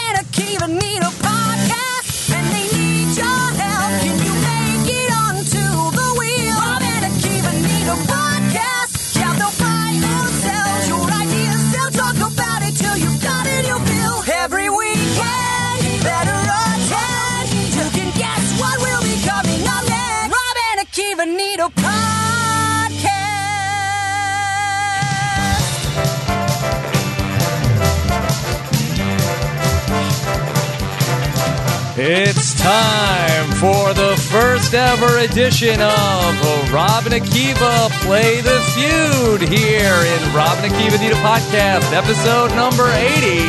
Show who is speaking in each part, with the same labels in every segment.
Speaker 1: to meet a podcast and they need your help. Can you make it onto the wheel? Rob and Akiva need a podcast. Yeah, they'll buy and sell your ideas. They'll talk about it till you've got it, you'll bill. Every weekend, you better attend. You can guess what will be coming up next. Rob and Akiva need a podcast.
Speaker 2: It's time for the first ever edition of Robin Akiva Play the Feud here in Robin Akiva Need a Podcast, episode number 80.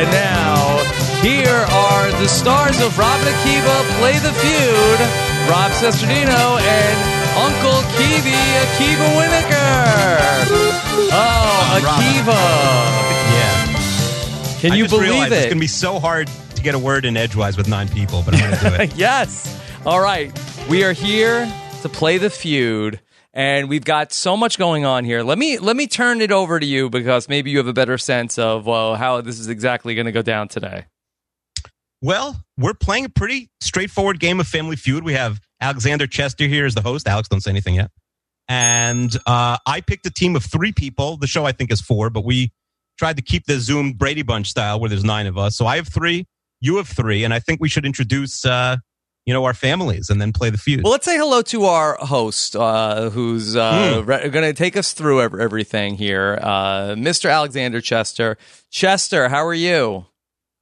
Speaker 2: And now, here are the stars of Robin Akiva Play the Feud Rob Sesternino and Uncle Kiwi Akiva Winokur. Oh,
Speaker 3: I'm Robin.
Speaker 2: Akiva.
Speaker 3: Yeah.
Speaker 2: Can
Speaker 3: I
Speaker 2: you
Speaker 3: just
Speaker 2: believe
Speaker 3: realized It's
Speaker 2: it?
Speaker 3: going to be so hard to get a word in edgewise with nine people, but I'm going to do it.
Speaker 2: yes. All right. We are here to play the feud and we've got so much going on here. Let me let me turn it over to you because maybe you have a better sense of well how this is exactly going to go down today.
Speaker 3: Well, we're playing a pretty straightforward game of Family Feud. We have Alexander Chester here as the host. Alex, don't say anything yet. And uh, I picked a team of three people. The show I think is four, but we tried to keep the Zoom Brady Bunch style where there's nine of us. So I have three, you have three, and I think we should introduce, uh, you know, our families and then play the feud.
Speaker 2: Well, let's say hello to our host uh, who's
Speaker 3: Hmm.
Speaker 2: uh, going to take us through ev- everything here. Uh, Mr. Alexander Chester. Chester, how are you?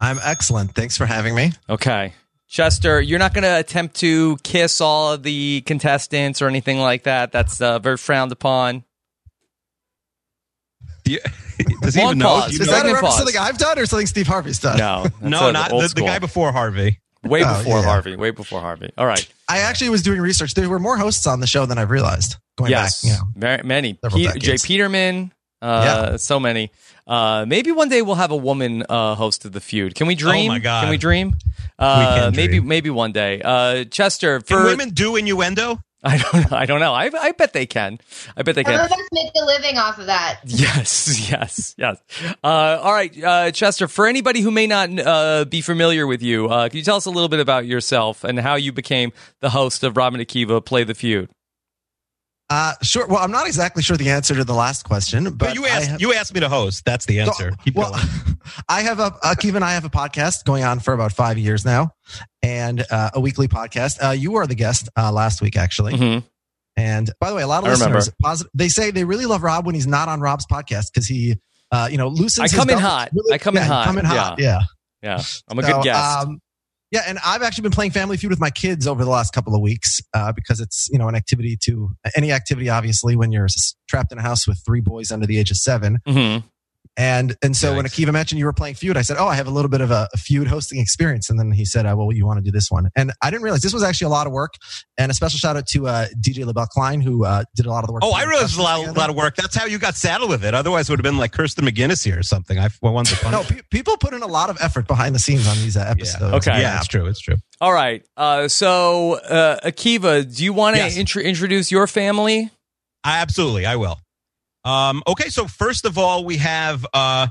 Speaker 4: I'm excellent. Thanks for having me.
Speaker 2: Okay. Chester, you're not going to attempt to kiss all of the contestants or anything like that. That's uh, very frowned upon.
Speaker 3: Do you- does he
Speaker 2: Long
Speaker 3: even know?
Speaker 2: pause.
Speaker 3: Do you
Speaker 2: Is
Speaker 3: know?
Speaker 2: that- Second
Speaker 4: a reference
Speaker 2: pause.
Speaker 4: to something I've done or something Steve Harvey's done?
Speaker 2: No, that's
Speaker 3: no,
Speaker 2: a-
Speaker 3: not
Speaker 2: old
Speaker 3: the, the
Speaker 2: school.
Speaker 3: guy before Harvey.
Speaker 2: Way
Speaker 4: Oh,
Speaker 2: before
Speaker 4: yeah.
Speaker 2: Harvey. Way before Harvey. All right.
Speaker 4: I actually was doing research. There were more hosts on the show than I've realized. Going
Speaker 2: yes.
Speaker 4: back, you know.
Speaker 2: Very- many.
Speaker 4: Several
Speaker 2: Pe- Jay
Speaker 4: decades.
Speaker 2: Peterman. Uh, So many. Uh, maybe one day we'll have a woman uh, host of the feud. Can we dream?
Speaker 3: Oh my God.
Speaker 2: Can we dream? Uh,
Speaker 3: can
Speaker 2: maybe
Speaker 3: dream.
Speaker 2: maybe one day. Uh, Chester
Speaker 3: Can
Speaker 2: for
Speaker 3: women do innuendo?
Speaker 2: I don't I don't know. I I bet they can. I bet they
Speaker 5: Some
Speaker 2: can.
Speaker 5: of us make a living off of that.
Speaker 2: Yes, yes, yes. Uh, all right, uh, Chester. For anybody who may not uh, be familiar with you, uh, can you tell us a little bit about yourself and how you became the host of Robin Akiva Play the Feud?
Speaker 4: Uh, sure. Well, I'm not exactly sure the answer to the last question, but,
Speaker 3: But you
Speaker 4: I
Speaker 3: asked
Speaker 4: have-
Speaker 3: you asked me to host. That's the
Speaker 4: So-
Speaker 3: answer. Keep
Speaker 4: well,
Speaker 3: going.
Speaker 4: I have a Akiva and I have a podcast going on for about five years now, and uh, a weekly podcast. Uh, you were the guest uh, last week, actually.
Speaker 2: Mm-hmm.
Speaker 4: And by the way, a lot of
Speaker 2: I remember.
Speaker 4: listeners posit- they say they really love Rob when he's not on Rob's podcast because he, uh, you know, loosens.
Speaker 2: I
Speaker 4: his
Speaker 2: come in
Speaker 4: belt.
Speaker 2: hot.
Speaker 4: Really-
Speaker 2: I come in
Speaker 4: yeah, you
Speaker 2: hot.
Speaker 4: Come in hot. Yeah.
Speaker 2: Yeah, I'm a
Speaker 4: So,
Speaker 2: good guest.
Speaker 4: Um, yeah, and I've actually been playing Family Feud with my kids over the last couple of weeks uh, because it's you know an activity to any activity obviously when you're s- trapped in a house with three boys under the age of seven
Speaker 2: Mhm.
Speaker 4: and and so when
Speaker 3: Yikes.
Speaker 4: Akiva mentioned you were playing Feud I said oh I have a little bit of a, a Feud hosting experience and then he said uh, well you want to do this one and I didn't realize this was actually a lot of work and a special shout out to uh, DJ LaBelle Klein who uh, did a lot of the work.
Speaker 3: Oh, I realized a lot, a lot of work. That's how you got saddled with it. Otherwise, it would have been like Kirsten McGinnis here or something. I wanted to
Speaker 4: No, pe-
Speaker 3: punish.
Speaker 4: people put in a lot of effort behind the scenes on these uh, episodes.
Speaker 2: Okay.
Speaker 3: Yeah, it's true. It's true.
Speaker 2: All right. Uh, so, uh, Akiva, do you want to
Speaker 3: Yes.
Speaker 2: introduce your family?
Speaker 3: I, absolutely, I will. Um, okay, so first of all, we have uh,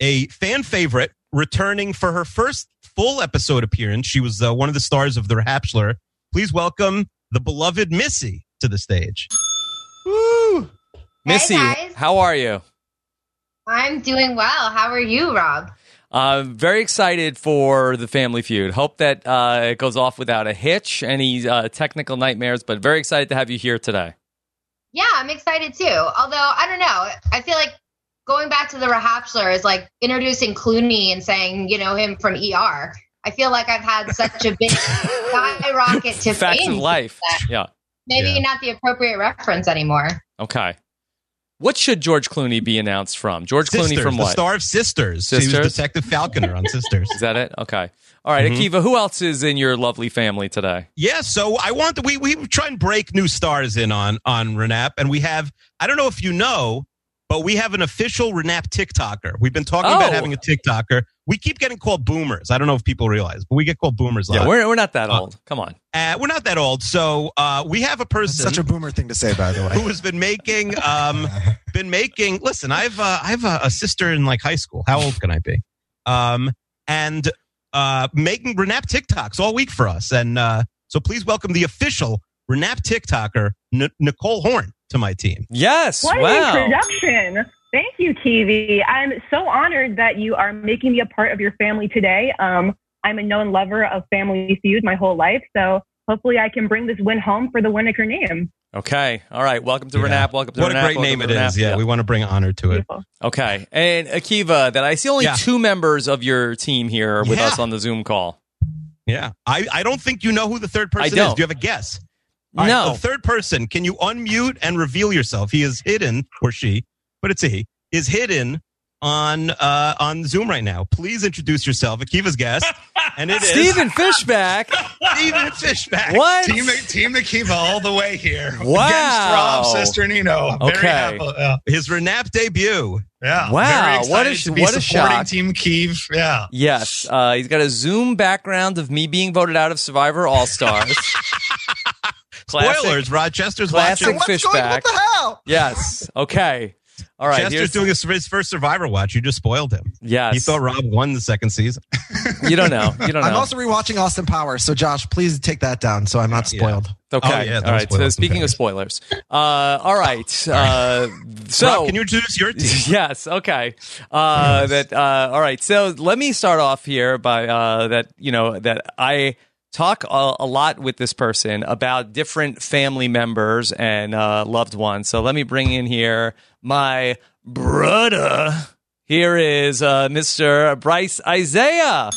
Speaker 3: a fan favorite returning for her first full episode appearance. She was uh, one of the stars of The Rapture. Please welcome the beloved Missy to the stage.
Speaker 4: Woo!
Speaker 5: Hey,
Speaker 2: Missy,
Speaker 5: guys.
Speaker 2: how are you?
Speaker 5: I'm doing well. How are you, Rob?
Speaker 2: Uh, very excited for the Family Feud. Hope that uh, it goes off without a hitch, any uh, technical nightmares, but very excited to have you here today.
Speaker 5: Yeah, I'm excited too. Although I don't know, I feel like going back to the Rahapshler is like introducing Clooney and saying, you know, him from ER. I feel like I've had such a big skyrocket to
Speaker 2: Facts
Speaker 5: fame.
Speaker 2: of life.
Speaker 5: that.
Speaker 2: Yeah.
Speaker 5: Maybe
Speaker 3: Yeah.
Speaker 5: not the appropriate reference anymore.
Speaker 2: Okay. What should George Clooney be announced from? George Clooney
Speaker 3: Sisters,
Speaker 2: from
Speaker 3: the
Speaker 2: what?
Speaker 3: star of Sisters. She
Speaker 2: Sisters?
Speaker 3: was Detective Falconer on Sisters.
Speaker 2: Is that it? Okay. All right,
Speaker 4: Mm-hmm.
Speaker 3: Mhm.
Speaker 2: Akiva, who else is in your lovely family today?
Speaker 3: Yeah, so I want to, we we try and break new stars in on on Renap, and we have I don't know if you know, but we have an official Renap TikToker. We've been talking
Speaker 2: Oh.
Speaker 3: about having a TikToker. We keep getting called boomers. I don't know if people realize, but we get called boomers. a
Speaker 2: Yeah,
Speaker 3: lot.
Speaker 2: we're, we're not that
Speaker 3: Uh,
Speaker 2: old. Come on.
Speaker 3: Uh, we're not that old, so uh, we have a person
Speaker 4: Such a boomer thing to say, by the way.
Speaker 3: who has been making um, been making. Listen, I've uh, I have a, a sister in like high school. How old can I be? Um, and uh, uh, making Renap TikToks all week for us. And uh, so please welcome the official Renap TikToker, N- Nicole Horn, to my team.
Speaker 2: Yes.
Speaker 6: What
Speaker 2: wow.
Speaker 6: an introduction. Thank you, TV. I'm so honored that you are making me a part of your family today. Um, I'm a known lover of Family Feud my whole life, so hopefully I can bring this win home for the Winnaker name.
Speaker 2: Okay. All right. Welcome to
Speaker 3: Yeah.
Speaker 2: Renap. Welcome to
Speaker 3: What
Speaker 2: Renap.
Speaker 3: a great
Speaker 2: Welcome
Speaker 3: name
Speaker 2: to
Speaker 3: it
Speaker 2: Renap.
Speaker 3: is. Yeah, we want to bring honor to it.
Speaker 6: Beautiful.
Speaker 2: Okay. And Akiva, that I see only
Speaker 3: Yeah.
Speaker 2: two members of your team here with
Speaker 3: Yeah.
Speaker 2: us on the Zoom call.
Speaker 3: Yeah. I, I don't think you know who the third person is. Do
Speaker 2: don't.
Speaker 3: you have a guess? All right,
Speaker 2: No.
Speaker 3: the third person, can you unmute and reveal yourself? He is hidden, or she, but it's a he, is hidden on uh, on Zoom right now. Please introduce yourself, Akiva's guest. And it is
Speaker 2: Steven Fishback.
Speaker 3: Steven Fishback.
Speaker 2: What?
Speaker 7: Team, team Akiva all the way here.
Speaker 2: Wow.
Speaker 7: Against Rob, Sister Nino. I'm
Speaker 2: Okay.
Speaker 7: Very happy. Yeah.
Speaker 3: His Renap debut.
Speaker 7: yeah.
Speaker 2: Wow,
Speaker 7: Very
Speaker 2: what a
Speaker 7: excited
Speaker 2: sh-
Speaker 7: to be
Speaker 2: what a
Speaker 7: supporting
Speaker 2: shock.
Speaker 7: Team Kiev. Yeah.
Speaker 2: Yes. Uh, he's got a Zoom background of me being voted out of Survivor All Stars. Classic-
Speaker 3: Spoilers, Rochester's
Speaker 2: Classic
Speaker 3: watching.
Speaker 4: What's going
Speaker 2: Fishback.
Speaker 4: What the hell?
Speaker 2: Yes. Okay. All right.
Speaker 3: Chester's
Speaker 2: Here's,
Speaker 3: doing his, his first Survivor watch. You just spoiled him.
Speaker 2: yes.
Speaker 3: He thought Rob won the second season.
Speaker 2: you don't know. You don't know.
Speaker 4: I'm also rewatching Austin Powers, so Josh, please take that down so I'm not
Speaker 3: Yeah.
Speaker 4: spoiled.
Speaker 2: okay.
Speaker 3: Oh, yeah,
Speaker 2: all
Speaker 3: don't
Speaker 2: right.
Speaker 3: spoil
Speaker 2: So
Speaker 3: it.
Speaker 2: speaking of spoilers, uh, all right. Uh, so
Speaker 3: Rob, can you introduce your team?
Speaker 2: yes okay uh that uh all right so let me start off here by uh that you know that i talk a, a lot with this person about different family members and uh loved ones so let me bring in here my brother here is uh mr bryce isaiah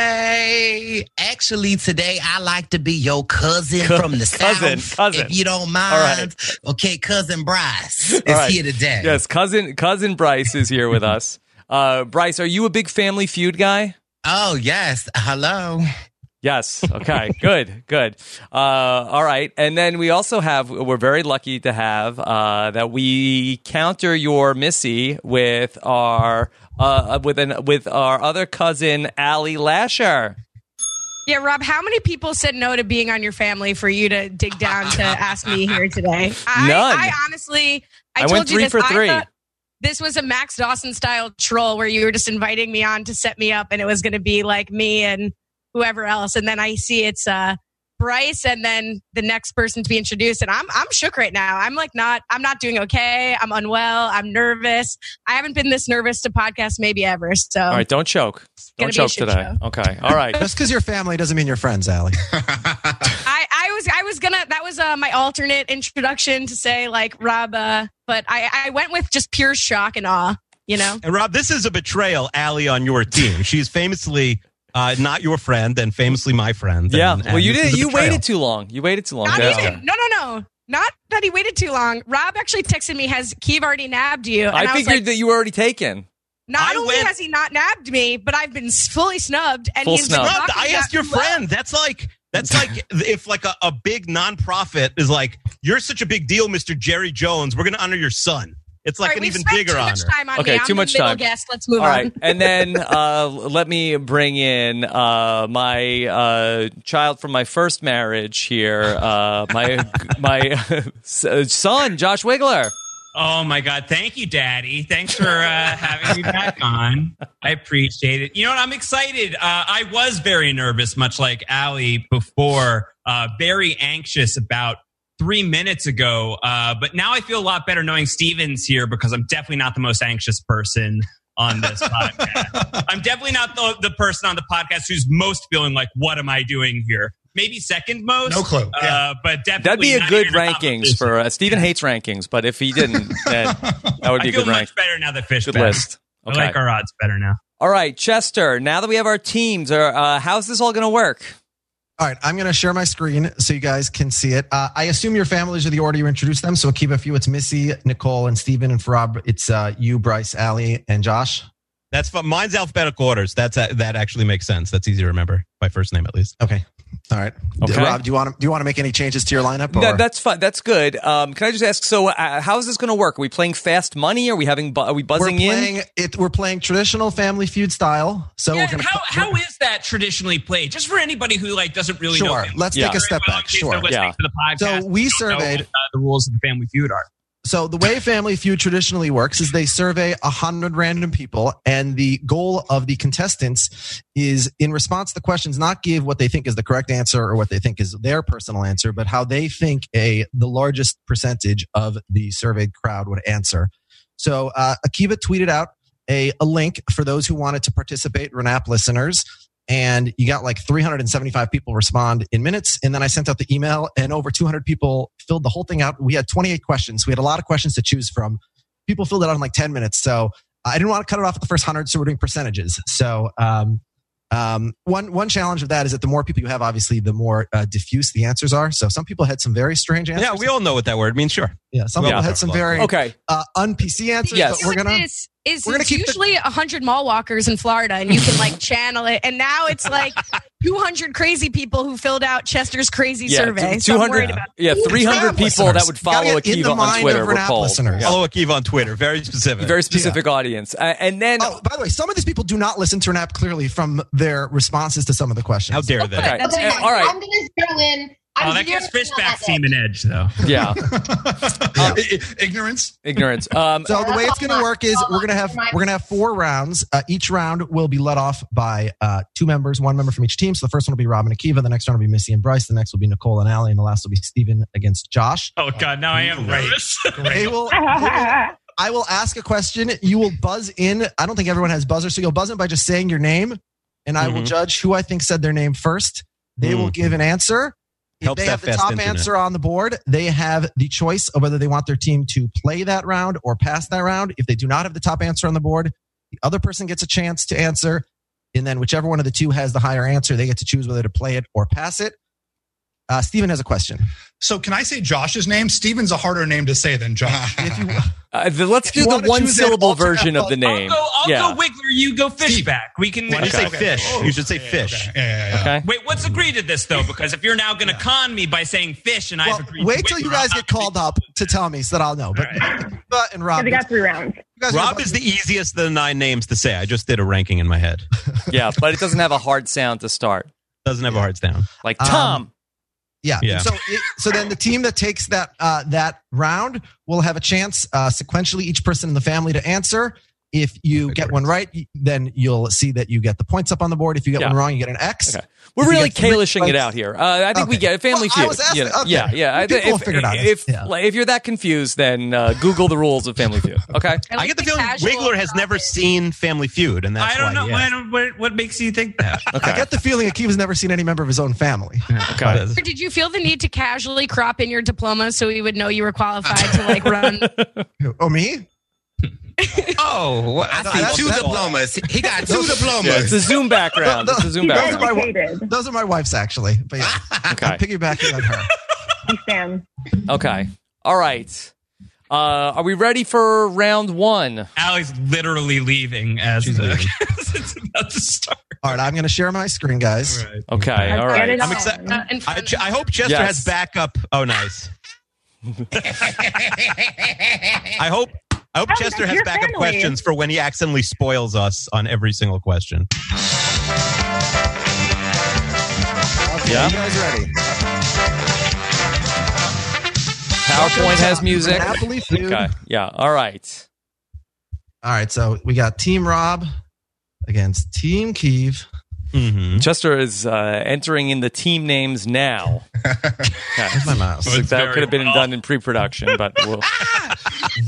Speaker 8: Hey, actually, today I like to be your cousin
Speaker 2: Cou-
Speaker 8: from the
Speaker 2: cousin,
Speaker 8: south,
Speaker 2: cousin.
Speaker 8: if you don't
Speaker 2: All right.
Speaker 8: mind. Okay, cousin Bryce is
Speaker 2: All right.
Speaker 8: here today.
Speaker 2: yes cousin cousin bryce is here with us uh bryce are you a big family feud guy
Speaker 8: Oh yes, hello.
Speaker 2: Yes. Okay. good. Good. Uh, all right. And then we also have. We're very lucky to have uh, that we counter your Missy with our uh, with an with our other cousin Allie Lasher.
Speaker 9: Yeah, Rob, how many people said no to being on your family for you to dig down to ask me here today? I,
Speaker 2: None.
Speaker 9: I honestly, I,
Speaker 2: I
Speaker 9: told
Speaker 2: went
Speaker 9: you
Speaker 2: three
Speaker 9: this,
Speaker 2: for
Speaker 9: I
Speaker 2: three.
Speaker 9: thought This was a Max Dawson style troll where you were just inviting me on to set me up, and it was going to be like me and whoever else. And then I see it's uh, Bryce, and then the next person to be introduced, and I'm I'm shook right now. I'm like not I'm not doing okay. I'm unwell. I'm nervous. I haven't been this nervous to podcast maybe ever. So
Speaker 2: All right. Don't choke. Don't
Speaker 9: gonna be a
Speaker 2: choke
Speaker 9: shit
Speaker 2: today. Okay. All right.
Speaker 4: Just because you're family doesn't mean you're friends, Allie.
Speaker 9: I, I was I was gonna that was uh, my alternate introduction to say like Rob, uh, but I, I went with just pure shock and awe. You know,
Speaker 3: And Rob, this is a betrayal, Allie, on your team. She's famously uh, not your friend and famously my friend.
Speaker 2: Yeah.
Speaker 3: And-
Speaker 2: Well,
Speaker 3: and
Speaker 2: you
Speaker 3: this
Speaker 2: did.
Speaker 3: is a
Speaker 2: You
Speaker 3: betrayal.
Speaker 2: waited too long. You waited too long.
Speaker 9: not
Speaker 2: That's
Speaker 9: even
Speaker 2: good.
Speaker 9: no no no not that he waited too long. Rob actually texted me has Keeve already nabbed you? And I,
Speaker 2: I
Speaker 9: was
Speaker 2: figured
Speaker 9: like,
Speaker 2: that you were already taken.
Speaker 9: not
Speaker 3: I
Speaker 9: only
Speaker 3: went-
Speaker 9: has he not nabbed me, but I've been s- fully snubbed and
Speaker 2: Full
Speaker 9: he's been
Speaker 2: snub.
Speaker 3: Rob,
Speaker 9: talking
Speaker 3: I
Speaker 9: about
Speaker 3: asked your
Speaker 9: you well.
Speaker 3: friend. That's like that's like if like a, a big nonprofit is like, you're such a big deal, Mr. Jerry Jones. We're gonna honor your son. It's like
Speaker 9: All right,
Speaker 3: an
Speaker 9: we've
Speaker 3: even
Speaker 9: spent
Speaker 3: bigger
Speaker 9: too
Speaker 3: honor.
Speaker 9: much time on
Speaker 2: Okay,
Speaker 9: me. I'm
Speaker 2: too
Speaker 9: the
Speaker 2: much
Speaker 9: middle
Speaker 2: time.
Speaker 9: Guest. Let's move
Speaker 2: All
Speaker 9: on.
Speaker 2: right, and then uh, let me bring in uh, my uh, child from my first marriage here, uh, my my uh, son, Josh Wiggler.
Speaker 10: Oh my God. Thank you, Daddy. Thanks for uh, having me back on. I appreciate it. You know what? I'm excited. Uh, I was very nervous, much like Allie before, uh, very anxious about three minutes ago. Uh, but now I feel a lot better knowing Steven's here because I'm definitely not the most anxious person on this podcast. I'm definitely not the, the person on the podcast who's most feeling like, what am I doing here? Maybe second most.
Speaker 7: No clue. Yeah.
Speaker 10: Uh, but definitely
Speaker 2: That'd be a
Speaker 10: not
Speaker 2: good
Speaker 10: near the top of
Speaker 2: rankings
Speaker 10: this.
Speaker 2: for uh, Stephen hates rankings, but if he didn't, then that would be
Speaker 10: I
Speaker 2: a
Speaker 10: feel
Speaker 2: good rank.
Speaker 10: much better now that fish
Speaker 2: Good
Speaker 10: better.
Speaker 2: list.
Speaker 10: I
Speaker 2: Okay.
Speaker 10: like our odds better now.
Speaker 2: All right, Chester. Now that we have our teams, uh, uh, how's this all going to work?
Speaker 4: All right, I'm going to share my screen so you guys can see it. Uh, I assume your families are the order you introduced them. So Akiva, for you, it's Missy, Nicole, and Steven. And for Rob, it's uh, you, Bryce, Allie, and Josh.
Speaker 3: That's fun. Mine's alphabetical orders. That's a, that actually makes sense. That's easy to remember by first name at least.
Speaker 4: Okay. All right.
Speaker 2: Okay.
Speaker 4: Rob, do you want to do you want to make any changes to your lineup? Or?
Speaker 2: That, that's fun. That's good. Um, can I just ask? So, uh, how is this going to work? Are we playing fast money? Are we having? Bu- are we
Speaker 4: we're
Speaker 2: buzzing in?
Speaker 4: playing it. We're playing traditional Family Feud style. So
Speaker 10: Yeah,
Speaker 4: we're gonna,
Speaker 10: how, how is that traditionally played? Just for anybody who like doesn't really know.
Speaker 4: sure.
Speaker 10: family
Speaker 4: Let's
Speaker 2: Yeah.
Speaker 4: take a
Speaker 10: very
Speaker 4: step
Speaker 10: well, in
Speaker 4: back.
Speaker 10: case they're
Speaker 4: Sure.
Speaker 10: listening
Speaker 2: Yeah.
Speaker 10: to the podcast,
Speaker 4: So we
Speaker 10: they don't know
Speaker 4: surveyed.
Speaker 10: what, uh, the rules of the Family Feud are.
Speaker 4: So the way Family Feud traditionally works is they survey a hundred random people, and the goal of the contestants is, in response to the questions, not give what they think is the correct answer or what they think is their personal answer, but how they think a the largest percentage of the surveyed crowd would answer. So uh, Akiva tweeted out a, a link for those who wanted to participate, Renap listeners. And you got like 375 people respond in minutes. And then I sent out the email, and over 200 people filled the whole thing out. We had 28 questions. We had a lot of questions to choose from. People filled it out in like 10 minutes. So I didn't want to cut it off at the first 100, so we're doing percentages. So um, um, one, one challenge of that is that the more people you have, obviously, the more uh, diffuse the answers are. So some people had some very strange answers.
Speaker 3: Yeah, we all know what that word means. Sure.
Speaker 4: Yeah, some
Speaker 3: we all
Speaker 4: people
Speaker 3: know.
Speaker 4: had some very
Speaker 2: Okay.
Speaker 4: uh, un-PC answers,
Speaker 2: Yes.
Speaker 4: but we're going to...
Speaker 9: Is, is
Speaker 4: we're gonna
Speaker 9: it's
Speaker 4: keep the-
Speaker 9: usually a 100 mall walkers in Florida, and you can like channel it. And now it's like 200 crazy people who filled out Chester's crazy survey.
Speaker 2: t-
Speaker 9: so I'm worried about
Speaker 2: yeah,
Speaker 4: Ooh,
Speaker 2: 300
Speaker 4: Renap
Speaker 2: people that
Speaker 4: listeners.
Speaker 2: would
Speaker 4: You gotta
Speaker 2: follow
Speaker 4: get in
Speaker 2: Akiva
Speaker 4: the
Speaker 2: on
Speaker 4: mind
Speaker 2: Twitter
Speaker 4: of
Speaker 2: were
Speaker 4: Renap
Speaker 2: called.
Speaker 4: listeners.
Speaker 2: Yeah.
Speaker 3: Follow Akiva on Twitter. Very specific.
Speaker 2: Very specific audience. Uh, and then,
Speaker 4: Oh, by the way, some of these people do not listen to an app clearly from their responses to some of the questions.
Speaker 3: How dare they?
Speaker 2: okay,
Speaker 5: That's
Speaker 2: uh,
Speaker 5: fine.
Speaker 2: all right.
Speaker 5: I'm gonna zero in. I'm
Speaker 10: Oh, that
Speaker 5: zeroing in
Speaker 10: gives
Speaker 5: on
Speaker 10: Fishback
Speaker 5: that
Speaker 10: team
Speaker 5: day.
Speaker 10: an edge, though.
Speaker 2: Yeah,
Speaker 4: Uh,
Speaker 7: I- I- Ignorance.
Speaker 2: ignorance. Um,
Speaker 4: So the way it's going to work is we're going to have
Speaker 5: Right.
Speaker 4: we're going to have four rounds. Uh, each round will be led off by uh, two members, one member from each team. So the first one will be Robin and Akiva. The next round will be Missy and Bryce. The next will be Nicole and Allie, and the last will be Steven against Josh.
Speaker 10: Oh God, now I am
Speaker 7: Great.
Speaker 10: nervous.
Speaker 4: They will. they will- I will ask a question. You will buzz in. I don't think everyone has buzzers, so you'll buzz in by just saying your name, and I will
Speaker 3: Mhm.
Speaker 4: judge who I think said their name first. They will
Speaker 3: Mhm.
Speaker 4: give an answer. If
Speaker 3: Helps
Speaker 4: they
Speaker 3: that
Speaker 4: have the
Speaker 3: fast
Speaker 4: top
Speaker 3: internet.
Speaker 4: answer on the board, they have the choice of whether they want their team to play that round or pass that round. If they do not have the top answer on the board, the other person gets a chance to answer. And then whichever one of the two has the higher answer, they get to choose whether to play it or pass it. Uh, Steven has a question.
Speaker 7: So can I say Josh's name? Steven's a harder name to say than Josh.
Speaker 4: If you,
Speaker 2: uh, the- let's do
Speaker 4: you
Speaker 2: the
Speaker 4: wanna
Speaker 2: one
Speaker 4: choose that
Speaker 2: syllable
Speaker 4: alternate
Speaker 2: version of the
Speaker 4: thought-
Speaker 10: I'll
Speaker 2: name.
Speaker 10: go. I'll
Speaker 2: yeah.
Speaker 10: go Wiggler. You go Fishback. We can.
Speaker 3: Why do you say
Speaker 10: Okay.
Speaker 3: fish?
Speaker 4: Oh.
Speaker 3: You should say
Speaker 7: Yeah,
Speaker 3: fish.
Speaker 7: okay. Yeah, yeah, yeah.
Speaker 2: Okay.
Speaker 10: Wait, what's agreed to this though? Because if you're now going to con me by saying fish, and
Speaker 4: well,
Speaker 10: I've agreed.
Speaker 4: wait
Speaker 10: to
Speaker 4: till you
Speaker 10: Wiggler,
Speaker 4: guys get
Speaker 10: I'm not gonna
Speaker 4: called up to tell me so that I'll know. But, but and
Speaker 6: Yeah,
Speaker 4: Rob,
Speaker 6: they got three rounds.
Speaker 4: You guys
Speaker 3: Rob
Speaker 4: are-
Speaker 3: is the easiest of the nine names to say. I just did a ranking in my head.
Speaker 2: yeah, but it doesn't have a hard sound to start.
Speaker 3: Doesn't have a hard sound.
Speaker 2: Like
Speaker 4: Um,
Speaker 2: Tom.
Speaker 4: yeah.
Speaker 3: Yeah.
Speaker 4: So it, so then the team that takes that uh, that round will have a chance uh, sequentially each person in the family to answer. If you
Speaker 3: Perfect
Speaker 4: get
Speaker 3: words.
Speaker 4: one right, y- then you'll see that you get the points up on the board. If you get
Speaker 2: Yeah.
Speaker 4: one wrong, you get an X.
Speaker 2: Okay. We're
Speaker 4: If you
Speaker 2: really
Speaker 4: get three
Speaker 2: Kalishing it
Speaker 4: strikes-
Speaker 2: out here. Uh, I think we
Speaker 4: Okay.
Speaker 2: get it. Family
Speaker 4: Well, I
Speaker 2: Feud.
Speaker 4: was asking-
Speaker 2: yeah,
Speaker 4: okay.
Speaker 2: yeah, yeah. I
Speaker 4: People
Speaker 2: think
Speaker 4: will
Speaker 2: if,
Speaker 4: figure it out.
Speaker 2: If,
Speaker 4: Yeah.
Speaker 2: like, if you're that confused, then uh, Google the rules of Family Feud. Okay.
Speaker 3: I
Speaker 9: like
Speaker 3: get the
Speaker 9: the
Speaker 3: feeling
Speaker 9: casual
Speaker 3: Wiggler has never
Speaker 9: topic.
Speaker 3: seen Family Feud, and that's
Speaker 10: I don't
Speaker 3: why.
Speaker 10: know.
Speaker 3: he
Speaker 10: I
Speaker 3: asked.
Speaker 10: don't- what, what makes you think that?
Speaker 4: I get the feeling Akiva's never seen any member of his own family.
Speaker 2: Okay.
Speaker 9: Or did you feel the need to casually crop in your diploma so we would know you were qualified to like run?
Speaker 4: oh, me?
Speaker 3: Oh, what-
Speaker 8: I
Speaker 4: No,
Speaker 8: see
Speaker 4: that's-
Speaker 8: two
Speaker 4: that's-
Speaker 8: diplomas. He got two
Speaker 2: Yeah, it's
Speaker 8: diplomas.
Speaker 2: a Zoom background. It's a Zoom
Speaker 6: He's
Speaker 4: Back.
Speaker 2: background.
Speaker 6: educated.
Speaker 4: Those are my wife's actually. But yeah,
Speaker 2: Okay.
Speaker 4: I'm piggybacking on her.
Speaker 6: He stands.
Speaker 2: Okay. All right. Uh, are we ready for round one?
Speaker 10: Alex literally leaving as
Speaker 3: She's
Speaker 10: the,
Speaker 3: leaving.
Speaker 10: as it's about to start.
Speaker 4: All right, I'm going to share my screen, guys.
Speaker 2: Okay. All
Speaker 6: Get
Speaker 2: right.
Speaker 6: it
Speaker 3: I'm
Speaker 6: on.
Speaker 3: excited.
Speaker 9: Uh, in front
Speaker 3: I,
Speaker 9: of-
Speaker 3: I hope Chester
Speaker 2: Yes.
Speaker 3: has backup. Oh, nice. I hope. I hope
Speaker 6: Oh,
Speaker 3: Chester
Speaker 6: that's
Speaker 3: has
Speaker 6: your
Speaker 3: backup
Speaker 6: family.
Speaker 3: questions for when he accidentally spoils us on every single question.
Speaker 4: Okay,
Speaker 2: Yeah.
Speaker 4: You guys ready?
Speaker 2: PowerPoint has music.
Speaker 4: Monopoly Feud.
Speaker 2: Okay. Yeah. All right.
Speaker 4: All right, so we got Team Rob against Team Keeve.
Speaker 10: Hmm?
Speaker 3: Mm-hmm.
Speaker 2: Chester is uh, entering in the team names now. Okay.
Speaker 4: Where's my mouse?
Speaker 10: It's
Speaker 2: that
Speaker 10: very
Speaker 2: could have been
Speaker 10: well.
Speaker 2: done in pre-production, but we'll,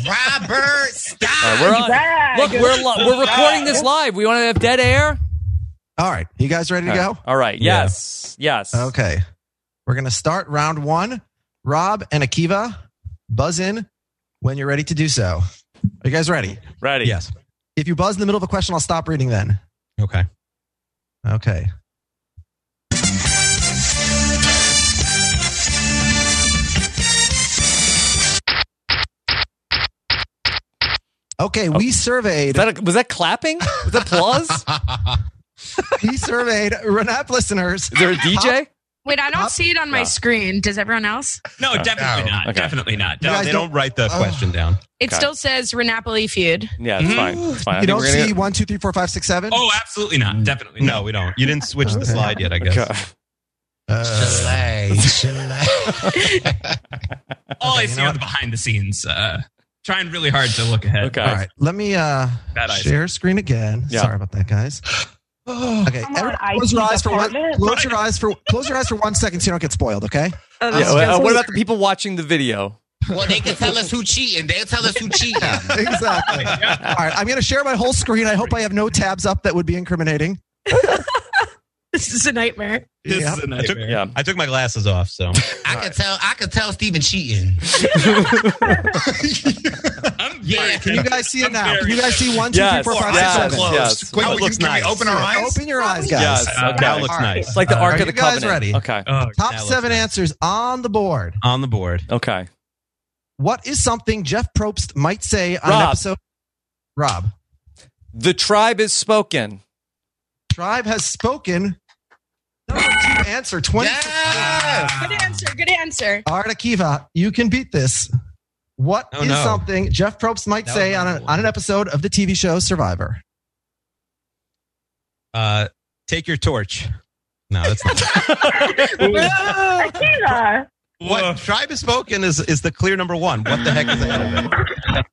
Speaker 8: Robert,
Speaker 2: uh,
Speaker 8: stop.
Speaker 2: we're on.
Speaker 6: Right.
Speaker 2: Look, we're li- we're recording this live. We want to have dead air.
Speaker 4: All right, you guys ready to go?
Speaker 2: All right.
Speaker 3: Yeah.
Speaker 2: Yes. Yes.
Speaker 4: Okay, we're gonna start round one. Rob and Akiva, buzz in when you're ready to do so. Are you guys ready?
Speaker 2: Ready.
Speaker 3: Yes.
Speaker 4: If you buzz in the middle of a question, I'll stop reading then.
Speaker 3: Okay.
Speaker 4: Okay. Okay, we surveyed
Speaker 2: Oh. Is that a- was that clapping? Was that applause? Is
Speaker 4: we surveyed Renap listeners.
Speaker 2: there a DJ?
Speaker 9: Wait, I don't
Speaker 4: Up.
Speaker 9: see it on my
Speaker 2: Yeah.
Speaker 9: screen. Does everyone else?
Speaker 10: No, definitely
Speaker 7: no.
Speaker 10: not.
Speaker 2: Okay. Oh.
Speaker 10: Definitely not.
Speaker 4: You
Speaker 10: No,
Speaker 4: guys
Speaker 3: they
Speaker 10: they
Speaker 3: don't,
Speaker 4: don't-
Speaker 3: write the
Speaker 4: Ugh.
Speaker 3: question down.
Speaker 9: It
Speaker 2: Okay.
Speaker 9: still Mm. says Renapoli feud. Mm-hmm.
Speaker 2: Yeah, it's fine. It's fine. I
Speaker 4: You
Speaker 2: think
Speaker 4: don't
Speaker 2: we're gonna
Speaker 4: see Mm. one, two,
Speaker 8: Oh,
Speaker 4: three, four, five, six, seven.
Speaker 10: don't- oh, absolutely not. Definitely
Speaker 3: No,
Speaker 10: not.
Speaker 3: we don't. You didn't switch the
Speaker 4: Okay.
Speaker 3: slide yet, I guess.
Speaker 2: get- Okay.
Speaker 4: Uh,
Speaker 8: Chalet, chalet.
Speaker 10: All Oh, I
Speaker 4: you
Speaker 10: see
Speaker 4: know
Speaker 10: are the behind the scenes. Uh, trying really hard to look ahead.
Speaker 2: Okay.
Speaker 4: All right, let me uh,
Speaker 10: Bad eyes.
Speaker 4: share screen again.
Speaker 2: Yeah.
Speaker 4: Sorry about that, guys. Okay,
Speaker 6: Come on,
Speaker 4: everyone,
Speaker 6: IT
Speaker 4: close your eyes for one.
Speaker 6: department.
Speaker 4: Close your eyes for close your eyes for one second so you don't get spoiled. Okay.
Speaker 9: Oh,
Speaker 2: Yeah,
Speaker 9: that's
Speaker 2: well,
Speaker 9: just-
Speaker 2: uh, what about the people watching the video?
Speaker 8: well, they can tell us who cheating. They'll tell us who cheating.
Speaker 4: exactly. All right, I'm going to share my whole screen. I hope I have no tabs up that would be incriminating.
Speaker 9: this is a nightmare.
Speaker 10: This
Speaker 4: Yep.
Speaker 10: is a
Speaker 3: I took,
Speaker 10: nightmare.
Speaker 2: Yeah.
Speaker 3: I took my glasses off, so
Speaker 8: I can tell. I can tell Steven cheating.
Speaker 10: I'm
Speaker 8: Yeah,
Speaker 10: very-
Speaker 4: Can you guys see it
Speaker 10: I'm
Speaker 4: now? Can
Speaker 10: very
Speaker 4: you guys see
Speaker 10: excited.
Speaker 4: one, two, three, four, five, six,
Speaker 2: yes,
Speaker 4: seven?
Speaker 2: yes.
Speaker 7: Wait,
Speaker 3: That
Speaker 7: wait,
Speaker 3: looks
Speaker 7: can, can
Speaker 3: nice.
Speaker 7: we open our eyes?
Speaker 4: Open your eyes, guys.
Speaker 2: Yes.
Speaker 10: Uh,
Speaker 2: Okay.
Speaker 3: now it looks
Speaker 8: All right.
Speaker 3: nice.
Speaker 2: It's like the
Speaker 4: All
Speaker 2: Ark
Speaker 4: right.
Speaker 2: of the
Speaker 4: You guys
Speaker 2: Covenant.
Speaker 4: ready?
Speaker 2: Okay.
Speaker 10: Oh,
Speaker 4: Top
Speaker 3: That looks
Speaker 4: seven
Speaker 3: nice.
Speaker 4: answers on the board.
Speaker 3: on the board.
Speaker 2: Okay.
Speaker 4: What is something Jeff Probst might say on an
Speaker 2: Rob.
Speaker 4: episode? Rob,
Speaker 2: The tribe is spoken.
Speaker 4: tribe has spoken. Number two answer twenty.
Speaker 8: yes.
Speaker 9: Good answer. Good answer.
Speaker 4: All right, Akiva, you can beat this. What is
Speaker 3: Oh, no.
Speaker 4: something Jeff Probst might
Speaker 3: That
Speaker 4: say
Speaker 3: was
Speaker 4: on an,
Speaker 3: horrible.
Speaker 4: on an episode of the TV show Survivor?
Speaker 3: Uh, take your torch. No, that's not.
Speaker 6: Akiva,
Speaker 3: what tribe is spoken is is the clear number one. What the heck is that?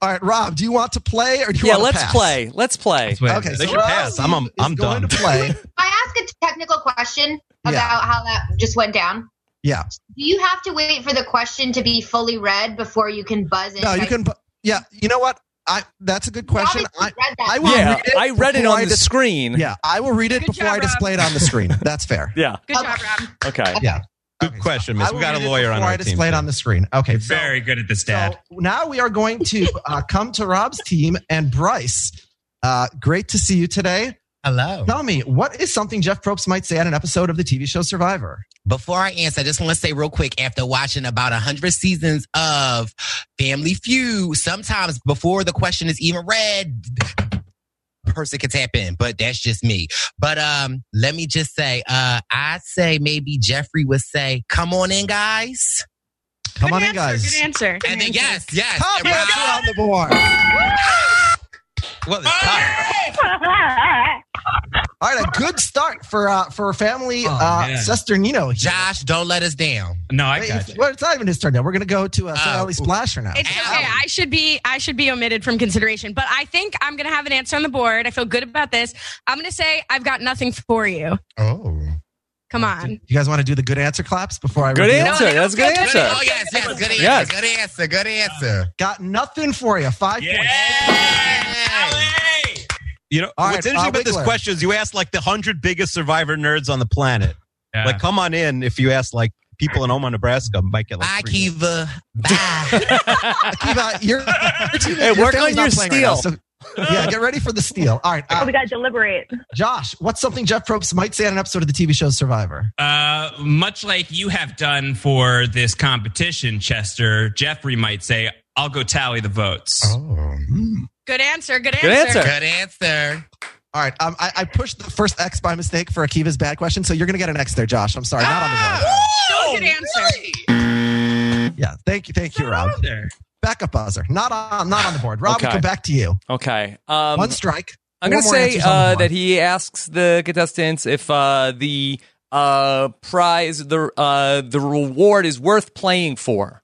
Speaker 4: All right, Rob, do you want to play or do you
Speaker 2: yeah,
Speaker 4: want to
Speaker 2: let's
Speaker 4: pass?
Speaker 2: play. Let's play.
Speaker 4: Okay,
Speaker 3: They
Speaker 4: so
Speaker 3: should
Speaker 4: Rob
Speaker 3: pass. I'm- I'm-
Speaker 4: is
Speaker 3: I'm
Speaker 4: going
Speaker 3: done.
Speaker 4: to play.
Speaker 5: I ask a technical question
Speaker 4: Yeah.
Speaker 5: about how that just went down?
Speaker 4: Yeah.
Speaker 5: Do you have to wait for the question to be fully read before you can buzz in?
Speaker 4: No, you
Speaker 5: Like,
Speaker 4: can. bu- Yeah, you know what? I that's a good question.
Speaker 5: obviously
Speaker 4: I,
Speaker 5: read that.
Speaker 4: I will
Speaker 2: Yeah,
Speaker 4: read it
Speaker 2: I read it
Speaker 4: before
Speaker 2: on
Speaker 4: I
Speaker 2: the
Speaker 4: dis-
Speaker 2: screen.
Speaker 4: yeah, I will read it
Speaker 9: Good
Speaker 4: before I
Speaker 9: job, Rob.
Speaker 4: display it on the screen. That's fair.
Speaker 2: Yeah.
Speaker 9: Good job, Rob.
Speaker 2: Okay.
Speaker 3: Good question,
Speaker 4: I
Speaker 3: Miss.
Speaker 4: will
Speaker 3: We got a
Speaker 4: read it
Speaker 3: lawyer on
Speaker 4: before
Speaker 3: our
Speaker 4: I
Speaker 3: team.
Speaker 4: display it
Speaker 3: too.
Speaker 4: on the screen. Okay, so,
Speaker 10: very good at this,
Speaker 4: so
Speaker 10: Dad.
Speaker 4: now we are going to uh, come to Rob's team and Bryce. Uh, great to see you today.
Speaker 8: Hello.
Speaker 4: Tell me, what is something Jeff Probst might say on an episode of the TV show Survivor?
Speaker 8: Before I answer, I just want to say real quick after watching about 100 seasons of Family Feud, sometimes before the question is even read, person can tap in, but that's just me. But um, let me just say, uh, I'd say maybe Jeffrey would say, Come on in, guys.
Speaker 4: Come
Speaker 9: Good
Speaker 4: on
Speaker 9: answer,
Speaker 4: in, guys.
Speaker 9: Good answer.
Speaker 8: And then, yes, yes.
Speaker 4: Top
Speaker 8: and Rob-
Speaker 4: answer on the board.
Speaker 3: Well, it's top.
Speaker 4: All right, a good start for uh, for family
Speaker 10: Oh,
Speaker 4: uh,
Speaker 10: man.
Speaker 4: sister Nino. here.
Speaker 8: Josh, don't let us down.
Speaker 10: No, I
Speaker 4: Wait,
Speaker 10: got
Speaker 4: if-
Speaker 10: you.
Speaker 4: well, it's not even his turn now. We're going to go to uh, Sally
Speaker 8: ooh.
Speaker 4: Splasher now.
Speaker 9: It's
Speaker 8: Ow.
Speaker 9: okay. I should be I should be omitted from consideration, but I think I'm gonna have an answer on the board. I feel good about this. I'm gonna say I've got nothing for you.
Speaker 8: Oh.
Speaker 9: Come
Speaker 4: Do
Speaker 9: on.
Speaker 4: you guys want to do the good answer claps before I
Speaker 2: Good
Speaker 4: reveal?
Speaker 2: answer.
Speaker 9: No, no,
Speaker 2: That's a good
Speaker 9: no, no,
Speaker 2: answer.
Speaker 8: Oh, yes, yes. Good answer.
Speaker 2: Yes.
Speaker 8: Good answer. Good answer.
Speaker 4: Got nothing for you. Five points.
Speaker 10: Yeah.
Speaker 3: You know,
Speaker 4: All right,
Speaker 3: what's interesting
Speaker 4: uh,
Speaker 3: about this
Speaker 4: Wiggler.
Speaker 3: question is you asked like the hundred biggest Survivor nerds on the planet.
Speaker 10: Yeah.
Speaker 3: Like, come on in. If you ask like people in Omaha, Nebraska, might get like.
Speaker 8: Bye,
Speaker 3: three.
Speaker 8: Kiva. Bye.
Speaker 4: Akiva, you're, your team,
Speaker 2: Hey,
Speaker 4: your
Speaker 2: work
Speaker 4: family's
Speaker 2: on your
Speaker 4: not playing right now,
Speaker 2: steal.
Speaker 4: so- yeah, get ready for the steal. All right,
Speaker 6: oh,
Speaker 4: uh,
Speaker 6: we gotta deliberate.
Speaker 4: Josh, what's something Jeff Probst might say on an episode of the TV show Survivor?
Speaker 10: Uh, much like you have done for this competition, Chester, Jeffrey might say, I'll go tally the votes.
Speaker 8: oh.
Speaker 4: hmm.
Speaker 9: Good answer. Good answer.
Speaker 2: Good answer.
Speaker 8: Good answer.
Speaker 4: All right, um, I, I pushed the first X by mistake for Akiva's bad question, so you're going to get an X there, Josh. I'm sorry, not on the
Speaker 9: So
Speaker 8: Oh,
Speaker 9: good answer.
Speaker 4: board. Yeah, thank you, thank you, Rob.
Speaker 10: There.
Speaker 4: Backup buzzer, not on, not on the board. Rob, we
Speaker 2: Okay.
Speaker 4: come back to you.
Speaker 2: Okay. Um,
Speaker 4: One strike.
Speaker 2: I'm
Speaker 4: Four
Speaker 2: going to
Speaker 4: more
Speaker 2: say
Speaker 4: answers on the
Speaker 2: uh,
Speaker 4: board.
Speaker 2: that he asks the contestants if uh, the uh, prize, the uh, the reward is worth playing for.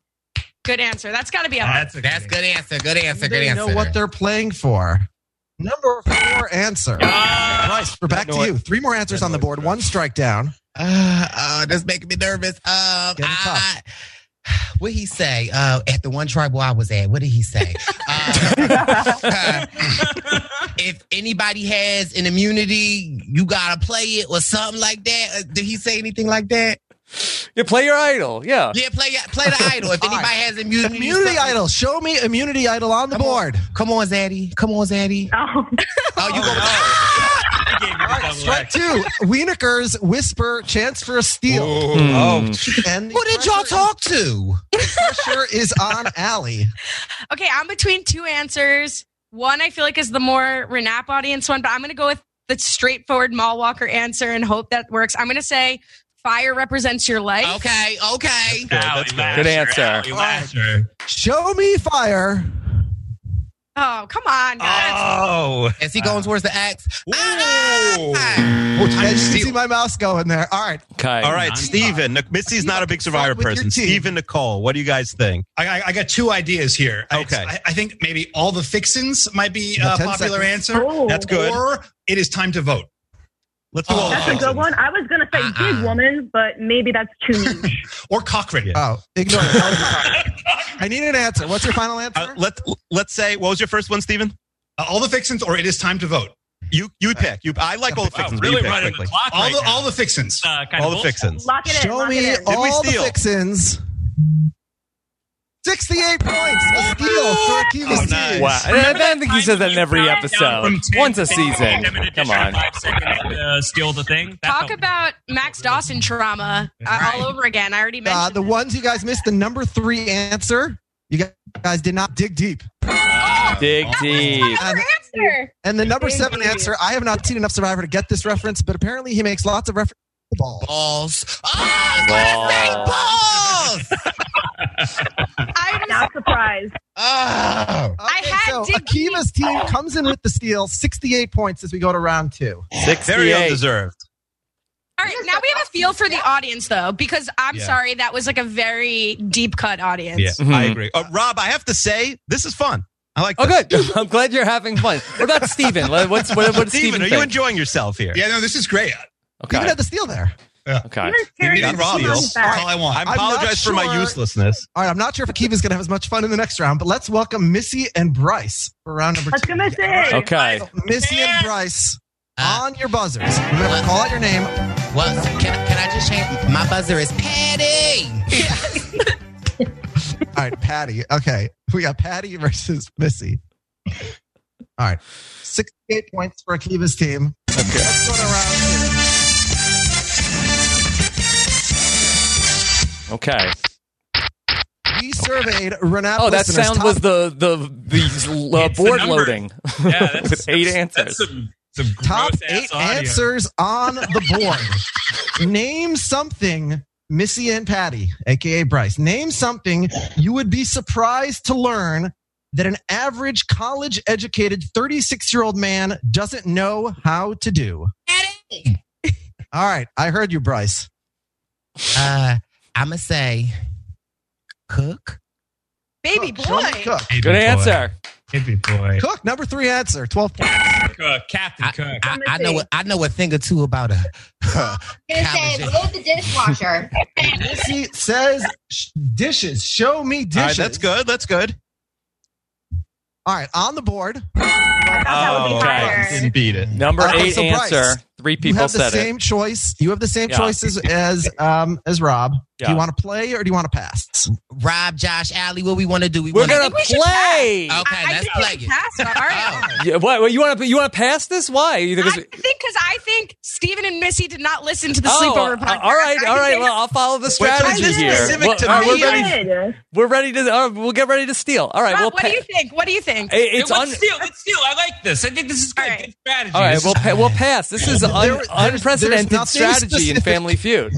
Speaker 9: Good answer. That's gotta be a hard.
Speaker 10: That's a
Speaker 8: That's good answer. Good answer. Good
Speaker 4: they
Speaker 8: answer.
Speaker 4: know what they're playing for. Number four answer. Bryce, we're back to you. Three more answers on the board. One strike down.
Speaker 8: Uh, uh, that's making me nervous. Um,
Speaker 4: Get it
Speaker 8: I, what he say? Uh, at the one tribal I was at, what did he say? uh, if anybody has an immunity, you gotta play it or something like that. Uh, did he say anything like that?
Speaker 2: You play your idol. Yeah.
Speaker 8: Yeah, play play the idol. If
Speaker 4: All
Speaker 8: anybody
Speaker 4: right.
Speaker 8: has immunity,
Speaker 4: Immunity
Speaker 8: something-
Speaker 4: idol. Show me immunity idol on the
Speaker 8: Come on.
Speaker 4: board.
Speaker 8: Come on, Zaddy. Come on, Zaddy.
Speaker 6: Oh,
Speaker 8: Oh, you go.
Speaker 10: I gave you the double
Speaker 4: Strike
Speaker 10: X.
Speaker 4: two. Wienerker's whisper chance for a steal. Oh.
Speaker 2: Hmm.
Speaker 4: And the
Speaker 8: Who did y'all
Speaker 4: pressure-
Speaker 8: talk to?
Speaker 4: Pressure is on Allie.
Speaker 9: Okay, I'm between two answers. One I feel like is the more Renap audience one, but I'm gonna go with the straightforward mall walker answer and hope that works. I'm gonna say fire represents your life.
Speaker 8: Okay, okay.
Speaker 10: Tally,
Speaker 2: Good
Speaker 10: Lasher,
Speaker 2: answer.
Speaker 10: Tally, Lasher.
Speaker 4: Show me fire.
Speaker 9: Oh, come on, guys.
Speaker 10: Oh.
Speaker 8: As he going towards the axe. Ah,
Speaker 7: Oh,
Speaker 10: Ooh.
Speaker 4: Yeah,
Speaker 7: time
Speaker 4: you
Speaker 7: to
Speaker 4: can see
Speaker 7: steal.
Speaker 4: my mouse going there. All right.
Speaker 2: Kai.
Speaker 3: All right,
Speaker 10: I'm
Speaker 3: Steven. Nic- Missy's not a big survivor
Speaker 4: with your
Speaker 3: person.
Speaker 4: team.
Speaker 3: Steven Nicole, what do you guys think?
Speaker 7: I, I- I got two ideas here. I-
Speaker 3: Okay.
Speaker 7: I, I think maybe all the fixins might be
Speaker 4: Yeah,
Speaker 7: a
Speaker 4: 10
Speaker 7: popular
Speaker 4: seconds.
Speaker 7: answer.
Speaker 6: Oh,
Speaker 3: That's good.
Speaker 7: Or it is time to vote. Uh,
Speaker 3: Let's do all the
Speaker 6: That's a
Speaker 3: fixins.
Speaker 6: good one. I was gonna say
Speaker 8: Uh-uh.
Speaker 6: gig woman, but maybe that's too niche.
Speaker 7: Or Cochrane.
Speaker 4: Oh, ignore it. I need an answer. What's your final answer?
Speaker 3: Uh, let Let's say what was your first one, Steven?
Speaker 7: Uh, all the fixins or it is time to vote.
Speaker 3: You you pick. You I like all the
Speaker 10: Wow,
Speaker 3: fixins. but you
Speaker 10: really
Speaker 3: pick
Speaker 10: running the
Speaker 3: quickly.
Speaker 10: clock
Speaker 7: All
Speaker 10: right
Speaker 7: the
Speaker 10: now.
Speaker 7: all the fixins.
Speaker 10: Uh, kind of
Speaker 3: All the
Speaker 10: bullshit.
Speaker 3: fixins.
Speaker 6: Lock it in.
Speaker 4: Show
Speaker 6: lock
Speaker 4: me
Speaker 6: it in.
Speaker 3: we
Speaker 4: all the
Speaker 3: steal?
Speaker 4: fixins. 68 points. A steal for Akiva's
Speaker 3: Oh,
Speaker 4: team.
Speaker 3: nice.
Speaker 2: Wow. And then I think he says that in every
Speaker 10: Down from
Speaker 2: episode.
Speaker 10: 10,
Speaker 2: Once a
Speaker 10: 15,
Speaker 2: season.
Speaker 10: give them an
Speaker 2: Come
Speaker 10: additional
Speaker 2: on.
Speaker 10: five seconds to, uh, steal the thing. That
Speaker 9: Talk
Speaker 10: felt-
Speaker 9: about Max Dawson trauma uh, all over again. I already mentioned
Speaker 4: Uh, the ones you guys missed, the number three answer, you guys did not dig deep.
Speaker 2: Dig deep.
Speaker 4: And,
Speaker 9: answer.
Speaker 4: and the number seven answer, I have not seen enough Survivor to get this reference, but apparently he makes lots of references. Ball.
Speaker 8: Balls. Oh, I was gonna say balls.
Speaker 9: I was,
Speaker 6: Not surprised.
Speaker 8: Oh.
Speaker 4: Okay,
Speaker 9: had
Speaker 4: so
Speaker 9: dig deep.
Speaker 4: Akiva's team comes in with the steal, 68 points as we go to round two.
Speaker 3: Very
Speaker 2: 68.
Speaker 3: undeserved.
Speaker 2: Uh,
Speaker 9: all right, now we have a feel for the audience though, because I'm sorry, that was like a very deep cut audience.
Speaker 3: Yeah,
Speaker 4: Mm-hmm.
Speaker 2: Mhm.
Speaker 3: I agree. Uh, Rob, I have to say this is fun. I like.
Speaker 2: Oh,
Speaker 3: this.
Speaker 2: good. I'm glad you're having fun. What about Steven? What- What's, what,
Speaker 3: Steven,
Speaker 2: what's Steven,
Speaker 3: are you
Speaker 2: think?
Speaker 3: enjoying yourself here?
Speaker 7: Yeah, no, this is great.
Speaker 4: Even
Speaker 2: Okay.
Speaker 4: had the steal there.
Speaker 2: Okay.
Speaker 6: Even Terry
Speaker 3: got
Speaker 7: Even
Speaker 6: Crews
Speaker 3: Rob,
Speaker 6: is
Speaker 7: Robbie,
Speaker 3: yo.
Speaker 6: on
Speaker 7: that's all
Speaker 6: back.
Speaker 7: I want.
Speaker 3: I
Speaker 4: I'm not
Speaker 3: apologize for my
Speaker 4: sure-
Speaker 3: useless.
Speaker 4: All right, I'm not sure if Akiva's going to have as much fun in the next round, but let's welcome Missy and Bryce for round number two.
Speaker 6: That's gonna say.
Speaker 2: Okay.
Speaker 4: Missy and Bryce
Speaker 8: Uh,
Speaker 4: on your buzzers. Remember, call out your name.
Speaker 8: Well, can, can I just change? My buzzer is Patty.
Speaker 4: All right, Patty. Okay, we got Patty versus Missy. All right, sixty-eight points for Akiva's team. Okay, let's go to round two.
Speaker 2: Okay.
Speaker 4: We surveyed Renato.
Speaker 2: Oh, that
Speaker 4: listeners
Speaker 2: sound
Speaker 4: top-
Speaker 2: was the the the uh,
Speaker 10: It's the
Speaker 2: board
Speaker 10: number.
Speaker 2: loading.
Speaker 10: Yeah, that's,
Speaker 2: with eight
Speaker 10: that's-
Speaker 2: answers.
Speaker 10: That's some, some
Speaker 4: top
Speaker 10: gross-ass
Speaker 4: eight
Speaker 10: audio.
Speaker 4: answers on the board. Name something, Missy and Patty, aka Bryce. Name something you would be surprised to learn that an average college-educated thirty-six-year-old man doesn't know how to do.
Speaker 8: Patty.
Speaker 4: All right, I heard you, Bryce.
Speaker 8: Uh, I'ma say cook.
Speaker 9: Baby
Speaker 4: Cook, show me
Speaker 9: boy.
Speaker 4: Cook.
Speaker 10: Baby
Speaker 2: Good
Speaker 10: boy.
Speaker 2: answer.
Speaker 10: Baby boy.
Speaker 4: Cook, number three answer, 12 points.
Speaker 10: Cook. Captain Cook.
Speaker 8: I, I know a- I know a thing or two about a.
Speaker 5: I'm gonna say
Speaker 8: Cabbages.
Speaker 5: load the dishwasher.
Speaker 4: Missy says "Sh- dishes. Show me dishes.
Speaker 3: All right, that's good. That's good.
Speaker 4: All right, on the board.
Speaker 6: I thought that would be
Speaker 2: okay.
Speaker 6: higher.
Speaker 3: Didn't beat it.
Speaker 2: Number
Speaker 4: Okay,
Speaker 2: eight
Speaker 4: so Bryce,
Speaker 2: answer. Three
Speaker 4: you
Speaker 2: people
Speaker 4: have the
Speaker 2: said it.
Speaker 4: same choice. You have the same
Speaker 2: Yeah.
Speaker 4: choices as um as Rob. Do
Speaker 2: Yeah.
Speaker 4: you want to play or do you want to pass?
Speaker 8: Rob, Josh, Allie, what we want to do? We
Speaker 2: We're
Speaker 8: wanna-
Speaker 2: gonna
Speaker 9: we should
Speaker 8: Okay,
Speaker 2: play.
Speaker 9: I, I
Speaker 8: let's
Speaker 9: think
Speaker 8: play
Speaker 9: we
Speaker 8: it.
Speaker 9: should pass. All right.
Speaker 2: Yeah, what, what you want to you want to pass this? Why? Either
Speaker 9: I
Speaker 2: 'cause-
Speaker 9: think because I think Stephen and Missy did not listen to the
Speaker 2: oh,
Speaker 9: sleepover
Speaker 2: uh,
Speaker 9: podcast.
Speaker 2: all right,
Speaker 9: I
Speaker 2: all right.
Speaker 9: think
Speaker 2: Well, I'll follow the
Speaker 3: Wait,
Speaker 2: strategy
Speaker 3: this is
Speaker 2: here.
Speaker 3: specific
Speaker 2: Well,
Speaker 3: to
Speaker 2: all right,
Speaker 3: me.
Speaker 2: we're ready.
Speaker 6: Good.
Speaker 2: We're ready to. all right, we'll get ready to steal. All right,
Speaker 9: Rob,
Speaker 2: we'll.
Speaker 9: what
Speaker 2: pa-
Speaker 9: do you think? What do you think?
Speaker 2: It- it's
Speaker 10: Let's
Speaker 2: un-
Speaker 10: steal. Let's steal. I like this. I think this is good.
Speaker 9: All right.
Speaker 10: Good strategy.
Speaker 2: all right,
Speaker 10: This
Speaker 2: we'll
Speaker 10: is-
Speaker 2: pa- we'll pass. This is un-
Speaker 4: There- there's- there's
Speaker 2: unprecedented
Speaker 4: nothing
Speaker 2: strategy in
Speaker 4: specific.
Speaker 2: Family Feud.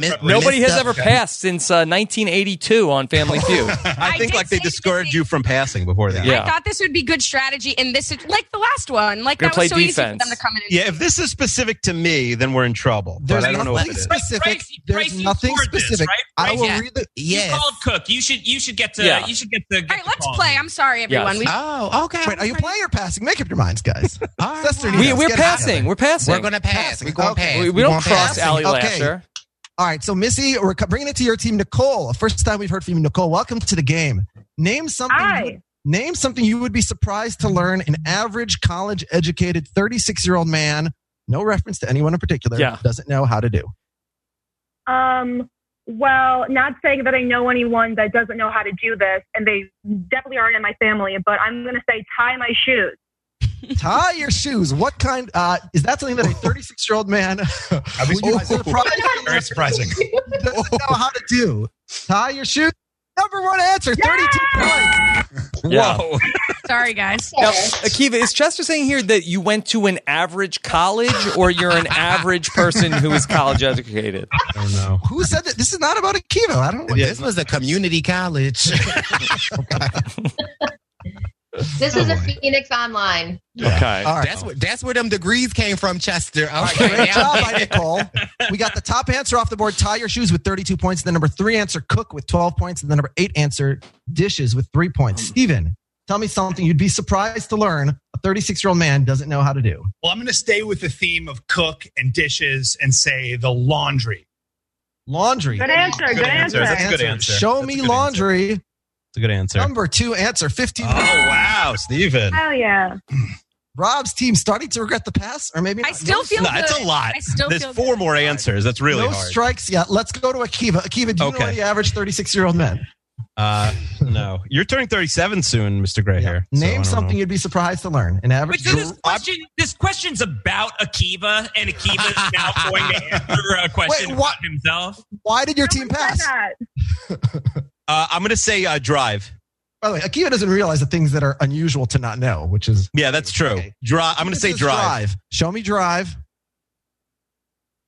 Speaker 8: Miss-
Speaker 2: Nobody
Speaker 8: missed
Speaker 2: has
Speaker 8: up-
Speaker 2: ever passed since uh, 1982 on Family Feud.
Speaker 3: I, think
Speaker 9: did
Speaker 3: like they
Speaker 9: say this
Speaker 3: discouraged
Speaker 9: is-
Speaker 3: you from passing before that.
Speaker 2: Yeah.
Speaker 9: I thought this would be good strategy in this, like the last one. Like
Speaker 2: Gonna
Speaker 9: that
Speaker 2: play
Speaker 9: was so easy for
Speaker 2: defense.
Speaker 9: them to come in. And
Speaker 3: Yeah, if this is specific to me, then we're in trouble. But
Speaker 4: There's
Speaker 3: I don't know what
Speaker 4: nothing
Speaker 3: it is.
Speaker 4: specific.
Speaker 10: Bryce, Bryce,
Speaker 4: There's
Speaker 10: you
Speaker 4: nothing
Speaker 10: scored this,
Speaker 4: specific.
Speaker 10: right?
Speaker 4: I will
Speaker 8: Bryce,
Speaker 4: read the
Speaker 10: You
Speaker 8: Yes.
Speaker 10: called Cook. You should. You should get to.
Speaker 2: Yeah.
Speaker 10: You should get to. Get
Speaker 9: all right,
Speaker 10: the
Speaker 9: let's
Speaker 10: call.
Speaker 9: play. I'm sorry, everyone.
Speaker 2: Yes.
Speaker 9: We,
Speaker 8: Oh, okay.
Speaker 4: Wait, are you playing or passing? Make up your minds, guys.
Speaker 8: All right.
Speaker 4: Sister,
Speaker 2: we,
Speaker 4: Yes,
Speaker 2: we're
Speaker 4: get out of
Speaker 2: passing.
Speaker 4: it.
Speaker 2: We're passing.
Speaker 8: We're gonna pass.
Speaker 4: Passing.
Speaker 8: We're going to
Speaker 4: Okay.
Speaker 8: pass.
Speaker 2: we, we
Speaker 8: We're
Speaker 2: don't
Speaker 8: gonna
Speaker 2: cross
Speaker 8: pass.
Speaker 2: Allie
Speaker 4: Okay.
Speaker 2: Lasher.
Speaker 4: All right, so Missy, we're co- bringing it to your team, Nicole. First time we've heard from you, Nicole. Welcome to the game. Name something.
Speaker 6: Hi.
Speaker 4: Name something you would be surprised to learn an average college educated 36 year old man, no reference to anyone in particular,
Speaker 2: Yeah.
Speaker 4: doesn't know how to do.
Speaker 6: Um, well, not saying that I know anyone that doesn't know how to do this, and they definitely aren't in my family, but I'm going to say tie my shoes.
Speaker 4: Tie your shoes. What kind? Uh, is that something that a 36 year old man
Speaker 7: I'd be
Speaker 4: who you're
Speaker 7: surprised.
Speaker 4: surprised to learn
Speaker 7: Very surprising.
Speaker 4: doesn't know how to do? Tie your shoes. Number one answer 32 points.
Speaker 2: Yeah.
Speaker 4: Whoa.
Speaker 9: sorry, guys.
Speaker 2: Now, Akiva, is Chester saying here that you went to an average college or you're an average person who is college educated?
Speaker 3: I don't know.
Speaker 4: Who said that? This is not about Akiva. I don't know.
Speaker 8: This was a community college.
Speaker 5: This
Speaker 3: Oh,
Speaker 5: is a Phoenix Online.
Speaker 2: Okay.
Speaker 4: All right.
Speaker 8: That's where that's where them degrees came from, Chester. All right,
Speaker 4: Great
Speaker 8: now-
Speaker 4: job by Nicole. We got the top answer off the board. Tie your shoes with 32 points. The number three answer, cook with 12 points. And the number eight answer, dishes with three
Speaker 9: Oh.
Speaker 4: points. Steven, tell me something you'd be surprised to learn a 36 year old man doesn't know how to do.
Speaker 7: Well, I'm going to stay with the theme of cook and dishes and say the laundry.
Speaker 4: Laundry.
Speaker 6: Good answer. Good,
Speaker 3: Good answer.
Speaker 6: answer.
Speaker 3: That's a good answer.
Speaker 4: Show
Speaker 3: That's a
Speaker 4: me
Speaker 3: good answer.
Speaker 4: laundry.
Speaker 3: It's a good answer.
Speaker 4: Number two answer, 15.
Speaker 3: Oh wow, Steven.
Speaker 6: Hell yeah.
Speaker 4: Rob's team starting to regret the pass, or maybe
Speaker 9: I
Speaker 4: not.
Speaker 9: still
Speaker 4: No
Speaker 9: feel
Speaker 3: No, that's
Speaker 9: good.
Speaker 3: a lot.
Speaker 9: I still
Speaker 3: There's
Speaker 9: feel
Speaker 3: four
Speaker 9: good.
Speaker 3: more answers. That's really
Speaker 4: no
Speaker 3: hard.
Speaker 4: strikes yet. Let's go to Akiva. Akiva, do you
Speaker 3: Okay.
Speaker 4: know the average 36 year old man?
Speaker 3: uh, no, you're turning 37 soon, Mr. Gray Hair. so I
Speaker 4: Name
Speaker 3: don't
Speaker 4: something
Speaker 3: know.
Speaker 4: you'd be surprised to learn. An
Speaker 10: Wait,
Speaker 4: average.
Speaker 10: so this question, this question's about Akiva, and Akiva's now going to answer a question
Speaker 4: Wait, what?
Speaker 10: about himself.
Speaker 4: Why did your
Speaker 6: No
Speaker 4: team
Speaker 6: one said
Speaker 4: pass?
Speaker 6: that.
Speaker 3: Uh, I'm going to say uh, drive.
Speaker 4: By the way, Akiva doesn't realize the things that are unusual to not know, which is
Speaker 3: Yeah, that's true.
Speaker 4: Okay.
Speaker 3: Drive. I'm going to
Speaker 4: This
Speaker 3: say
Speaker 4: is
Speaker 3: drive.
Speaker 4: Show me drive.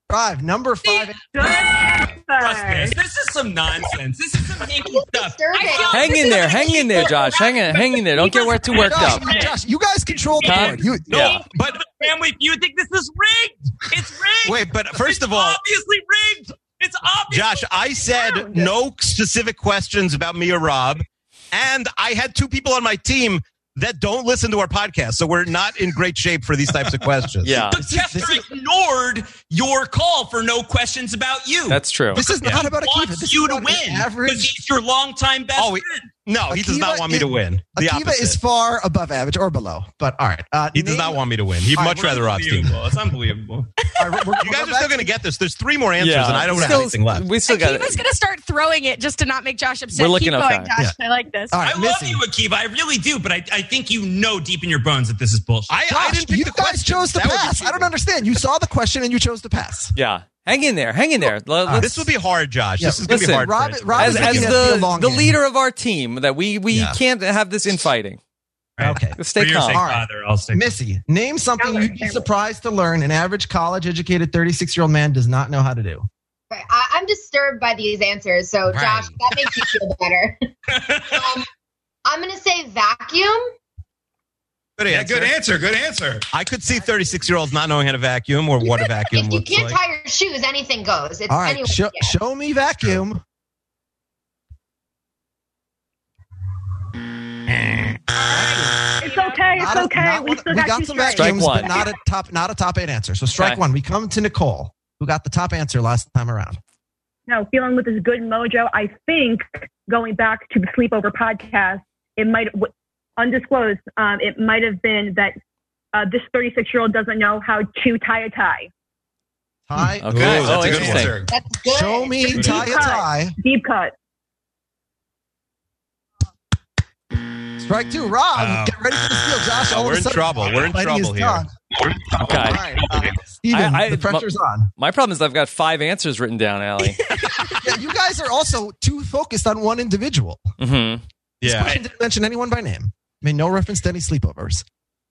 Speaker 4: Drive number five.
Speaker 6: Good
Speaker 10: Trust
Speaker 6: answer.
Speaker 10: this. This is some nonsense. This is some hanky stuff.
Speaker 5: Disturbing.
Speaker 10: I feel-
Speaker 2: Hang
Speaker 10: this
Speaker 2: in
Speaker 10: is
Speaker 2: there.
Speaker 10: like
Speaker 2: Hang in there,
Speaker 10: Akiva.
Speaker 2: Josh. Hang in. Hang in there. Don't get where too worked
Speaker 4: Josh,
Speaker 2: up.
Speaker 4: Josh, you guys control the
Speaker 2: Huh?
Speaker 4: board. You,
Speaker 10: No,
Speaker 2: Yeah.
Speaker 10: but family, you think this is rigged? It's rigged.
Speaker 3: Wait, but first
Speaker 10: It's
Speaker 3: of all,
Speaker 10: obviously rigged. It's obvious.
Speaker 3: Josh, I said no specific questions about me or Rob, and I had two people on my team that don't listen to our podcast, so we're not in great shape for these types of questions.
Speaker 2: Yeah,
Speaker 10: But Chester ignored your call for no questions about you.
Speaker 2: that's true.
Speaker 4: this is not about Akiva. This
Speaker 10: wants
Speaker 4: is
Speaker 10: you to
Speaker 4: about
Speaker 10: win
Speaker 4: an
Speaker 10: because
Speaker 4: Average.
Speaker 10: he's your longtime best
Speaker 3: Oh, he-
Speaker 10: friend.
Speaker 3: No, he does
Speaker 4: Akiva
Speaker 3: not want me
Speaker 4: is-
Speaker 3: to win. The
Speaker 4: Akiva
Speaker 3: opposite.
Speaker 4: is far above average or below. But all right, uh,
Speaker 3: he does
Speaker 4: name-
Speaker 3: not want me to win. He'd
Speaker 4: All right,
Speaker 3: much
Speaker 4: we're
Speaker 3: rather Rob's team.
Speaker 10: Unbelievable. It's unbelievable.
Speaker 4: all right, we're-
Speaker 3: You
Speaker 4: we're
Speaker 3: guys are
Speaker 4: back
Speaker 3: still going to get this. There's three more answers, and I don't have
Speaker 2: Still-
Speaker 3: anything left.
Speaker 2: We still got
Speaker 9: Akiva's
Speaker 2: it.
Speaker 9: going to start throwing it just to not make Josh upset.
Speaker 2: We're looking
Speaker 9: Keep going,
Speaker 2: okay.
Speaker 9: Josh. I like this.
Speaker 4: All
Speaker 10: I
Speaker 4: right, Missy.
Speaker 10: love you, Akiva. I really do, but I, I think you know deep in your bones that this is bullshit.
Speaker 3: I, I
Speaker 4: Josh,
Speaker 3: didn't pick
Speaker 4: you
Speaker 3: the
Speaker 4: guys
Speaker 3: question.
Speaker 4: chose to
Speaker 3: That would be
Speaker 4: pass. I don't
Speaker 3: cheating.
Speaker 4: understand. You saw the question and you chose to pass.
Speaker 2: Yeah. Hang in there. Hang in there. Let-
Speaker 4: right.
Speaker 2: let's-
Speaker 3: This will be hard, Josh.
Speaker 4: Yeah,
Speaker 3: This is going to be
Speaker 2: listen,
Speaker 3: hard. for
Speaker 4: Rob-
Speaker 3: us.
Speaker 4: Rob
Speaker 2: as,
Speaker 4: is
Speaker 2: as
Speaker 4: looking at the
Speaker 2: the,
Speaker 4: long
Speaker 2: the
Speaker 4: end.
Speaker 2: leader of our team that we, we
Speaker 3: Yeah.
Speaker 2: can't have this infighting.
Speaker 4: Okay.
Speaker 2: Stay
Speaker 10: For your
Speaker 2: calm.
Speaker 10: sake,
Speaker 4: All right.
Speaker 10: Father, I'll stay
Speaker 4: Missy, name something you'd be surprised to learn an average college educated 36 year old man does not know how to do.
Speaker 5: Right. I, I'm disturbed by these answers. So,
Speaker 8: Right.
Speaker 5: Josh, that makes you feel better. um, I'm going to say vacuum.
Speaker 3: Good
Speaker 7: Yeah,
Speaker 3: answer.
Speaker 7: good answer. Good answer.
Speaker 3: I could see 36 year olds not knowing how to vacuum or what a vacuum
Speaker 5: If you
Speaker 3: looks
Speaker 5: can't
Speaker 3: like.
Speaker 5: tie your shoes, anything goes. It's
Speaker 4: All right,
Speaker 5: anyone
Speaker 4: show,
Speaker 5: can.
Speaker 4: show me vacuum.
Speaker 6: It's okay. It's
Speaker 4: Not a-
Speaker 6: okay.
Speaker 4: not
Speaker 6: we
Speaker 4: one-
Speaker 6: still got,
Speaker 4: got
Speaker 6: you
Speaker 4: some
Speaker 6: straight.
Speaker 2: Strike
Speaker 4: vacuums,
Speaker 2: one.
Speaker 4: but not a top, not a top eight answer. So strike
Speaker 2: Okay.
Speaker 4: one. We come to Nicole, who got the top answer last time around.
Speaker 6: No, feeling with this good mojo. I think going back to the sleepover podcast, it might w- undisclosed. Um, it might have been that uh, this 36 year old doesn't know how to tie a tie.
Speaker 4: Tie.
Speaker 2: Okay.
Speaker 7: Good.
Speaker 2: oh,
Speaker 7: That's a good
Speaker 2: interesting.
Speaker 7: answer.
Speaker 5: That's good.
Speaker 4: Show me
Speaker 6: Good.
Speaker 4: tie a
Speaker 6: Deep cut.
Speaker 4: tie.
Speaker 6: Deep cut.
Speaker 4: Strike two. Rob,
Speaker 7: Oh.
Speaker 4: get ready for the steal. Josh,
Speaker 3: Oh,
Speaker 4: all
Speaker 3: we're
Speaker 4: of a
Speaker 3: in
Speaker 4: sudden,
Speaker 3: trouble. We're in
Speaker 4: biting his
Speaker 3: trouble here.
Speaker 4: tongue. All
Speaker 2: Okay.
Speaker 4: right, uh, Steven,
Speaker 2: I- I-
Speaker 4: the pressure's on.
Speaker 2: My problem is I've got five answers written down, Allie.
Speaker 4: Yeah, you guys are also too focused on one individual.
Speaker 2: hmm
Speaker 4: This
Speaker 3: Yeah.
Speaker 4: question didn't mention anyone by name. Made no reference to any sleepovers.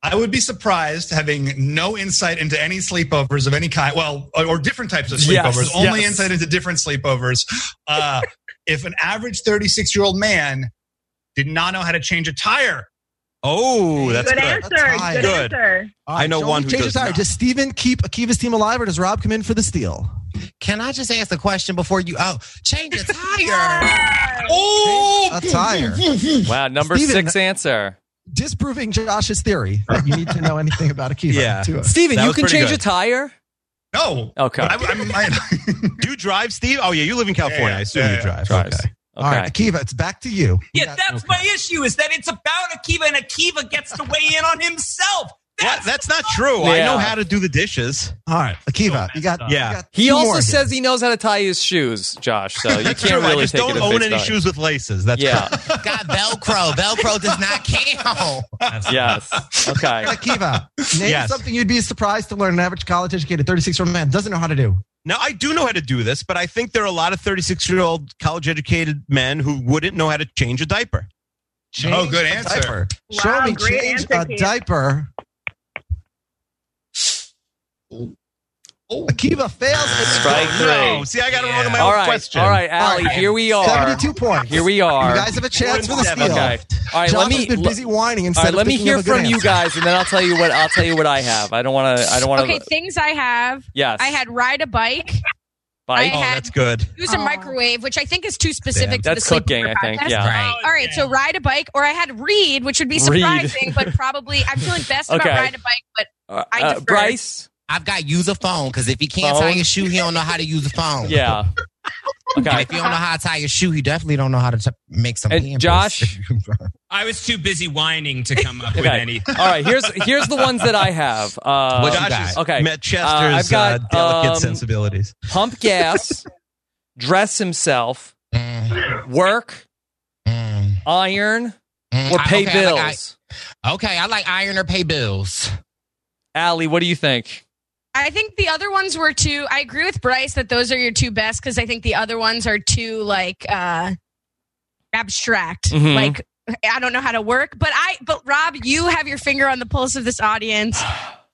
Speaker 7: I would be surprised having no insight into any sleepovers of any kind. Well, or, or different types of
Speaker 2: Yes,
Speaker 7: sleepovers. Only
Speaker 2: yes.
Speaker 7: insight into different sleepovers. Uh, if an average 36 year old man did not know how to change a tire,
Speaker 3: Oh, that's
Speaker 6: good,
Speaker 3: good.
Speaker 6: answer.
Speaker 4: That's high.
Speaker 6: Good,
Speaker 3: Good.
Speaker 6: answer.
Speaker 4: All right,
Speaker 3: I know
Speaker 4: Joel,
Speaker 3: one who
Speaker 4: change
Speaker 3: does
Speaker 4: the tire.
Speaker 3: not.
Speaker 4: Does Steven keep Akiva's team alive or does Rob come in for the steal?
Speaker 8: Can I just ask a question before you? Oh, change a tire.
Speaker 4: A tire.
Speaker 2: Wow. Number
Speaker 4: Steven-
Speaker 2: six answer.
Speaker 4: Disproving Josh's theory that you need to know anything about Akiva.
Speaker 3: Yeah.
Speaker 4: to-
Speaker 2: Steven,
Speaker 3: That
Speaker 2: you
Speaker 3: was
Speaker 2: can
Speaker 3: pretty
Speaker 2: change
Speaker 3: good.
Speaker 2: a tire?
Speaker 7: no.
Speaker 2: Okay.
Speaker 7: But I, I might-
Speaker 3: Do you drive, Steve? Oh, yeah. You live in California.
Speaker 7: Yeah,
Speaker 3: I assume
Speaker 7: yeah,
Speaker 3: you
Speaker 7: yeah.
Speaker 3: drive.
Speaker 2: Drives.
Speaker 3: Okay.
Speaker 2: Okay.
Speaker 4: All right, Akiva, it's back to you. We
Speaker 10: Yeah,
Speaker 4: got-
Speaker 10: that's my issue is that it's about Akiva and Akiva gets to weigh in on himself.
Speaker 3: What?
Speaker 10: That's
Speaker 3: That's not true. Oh, I know
Speaker 2: Yeah.
Speaker 3: how to do the dishes.
Speaker 4: All right, Akiva, you got.
Speaker 10: So
Speaker 4: you
Speaker 3: messed up.
Speaker 4: got
Speaker 2: He
Speaker 4: two
Speaker 2: also
Speaker 4: more here.
Speaker 2: says he knows how to tie his shoes, Josh. So you
Speaker 3: That's
Speaker 2: can't
Speaker 3: true.
Speaker 2: really
Speaker 3: I just
Speaker 2: take
Speaker 3: don't
Speaker 2: it at
Speaker 3: own
Speaker 2: face
Speaker 3: any
Speaker 2: value.
Speaker 3: shoes with Oh, laces. That's
Speaker 2: Yeah.
Speaker 8: Got Velcro. Velcro does not count.
Speaker 2: yes. Okay.
Speaker 4: Akiva, name
Speaker 3: Yes.
Speaker 4: something you'd be surprised to learn an average college educated 36 year old man doesn't know how to do.
Speaker 3: Now, I do know how to do this, but I think there are a lot of 36 year old college educated men who wouldn't know how to change a diaper.
Speaker 4: Change
Speaker 7: Oh, good
Speaker 4: a
Speaker 7: answer.
Speaker 4: diaper.
Speaker 6: Wow,
Speaker 4: Show me
Speaker 6: great
Speaker 4: change
Speaker 6: answer,
Speaker 4: a
Speaker 6: Keith.
Speaker 4: diaper. Oh. Akiva fails.
Speaker 2: Strike three.
Speaker 3: No, see, I got it wrong in my
Speaker 2: all
Speaker 3: own
Speaker 2: right,
Speaker 3: question.
Speaker 2: all right, Allie. Here we are.
Speaker 4: 72 points.
Speaker 2: Here we are.
Speaker 4: You guys have a chance for the steal.
Speaker 2: Okay. All right.
Speaker 4: John
Speaker 2: let me.
Speaker 4: has been busy whining
Speaker 2: all
Speaker 4: instead
Speaker 2: right.
Speaker 4: of
Speaker 2: Let me
Speaker 4: thinking
Speaker 2: hear
Speaker 4: of a good
Speaker 2: from you
Speaker 4: answer.
Speaker 2: guys, and then I'll tell you what I'll tell you what I have. I don't want to. I don't want to.
Speaker 9: Okay, things I have.
Speaker 2: yes.
Speaker 9: I had ride a bike,
Speaker 2: Bike.
Speaker 9: I
Speaker 3: Oh,
Speaker 9: had-
Speaker 3: that's good.
Speaker 9: use a microwave, which I think is too specific to the
Speaker 2: That's
Speaker 9: sleep
Speaker 2: cooking. I
Speaker 9: Number
Speaker 2: think.
Speaker 9: podcast.
Speaker 2: Yeah.
Speaker 8: Right.
Speaker 9: All right, so ride a bike, or I had read, which would be
Speaker 2: Read.
Speaker 9: surprising, but probably I'm feeling best
Speaker 2: Okay.
Speaker 9: about ride a bike. But
Speaker 2: Uh,
Speaker 9: I
Speaker 2: uh,
Speaker 9: defer.
Speaker 2: Bryce.
Speaker 8: I've got use a phone because if he can't tie
Speaker 2: Phone?
Speaker 8: his shoe, he don't know how to use a phone.
Speaker 2: Yeah.
Speaker 8: And
Speaker 2: Okay.
Speaker 8: if you don't know how to tie your shoe, he definitely don't know how to t- make some.
Speaker 2: And
Speaker 8: pampers.
Speaker 2: Josh?
Speaker 10: I was too busy whining to come up with
Speaker 2: Okay.
Speaker 10: any.
Speaker 2: All right. Here's here's the ones that I have. Uh,
Speaker 8: What you
Speaker 3: Josh
Speaker 8: got?
Speaker 3: has
Speaker 2: Okay.
Speaker 3: met
Speaker 2: Uh,
Speaker 3: Chester's
Speaker 2: I've
Speaker 3: uh,
Speaker 2: got,
Speaker 3: delicate
Speaker 2: um,
Speaker 3: sensibilities.
Speaker 2: pump gas, dress himself,
Speaker 8: Mm,
Speaker 2: work,
Speaker 8: mm,
Speaker 2: iron,
Speaker 8: mm.
Speaker 2: or
Speaker 8: I-
Speaker 2: pay
Speaker 8: okay, I like
Speaker 2: bills.
Speaker 8: I- okay, I like iron or pay bills.
Speaker 2: Allie, what do you think?
Speaker 9: I think the other ones were too. I agree with Bryce that those are your two best because I think the other ones are too like uh abstract.
Speaker 2: Mhm.
Speaker 9: Like I don't know how to work, but I but Rob, you have your finger on the pulse of this audience.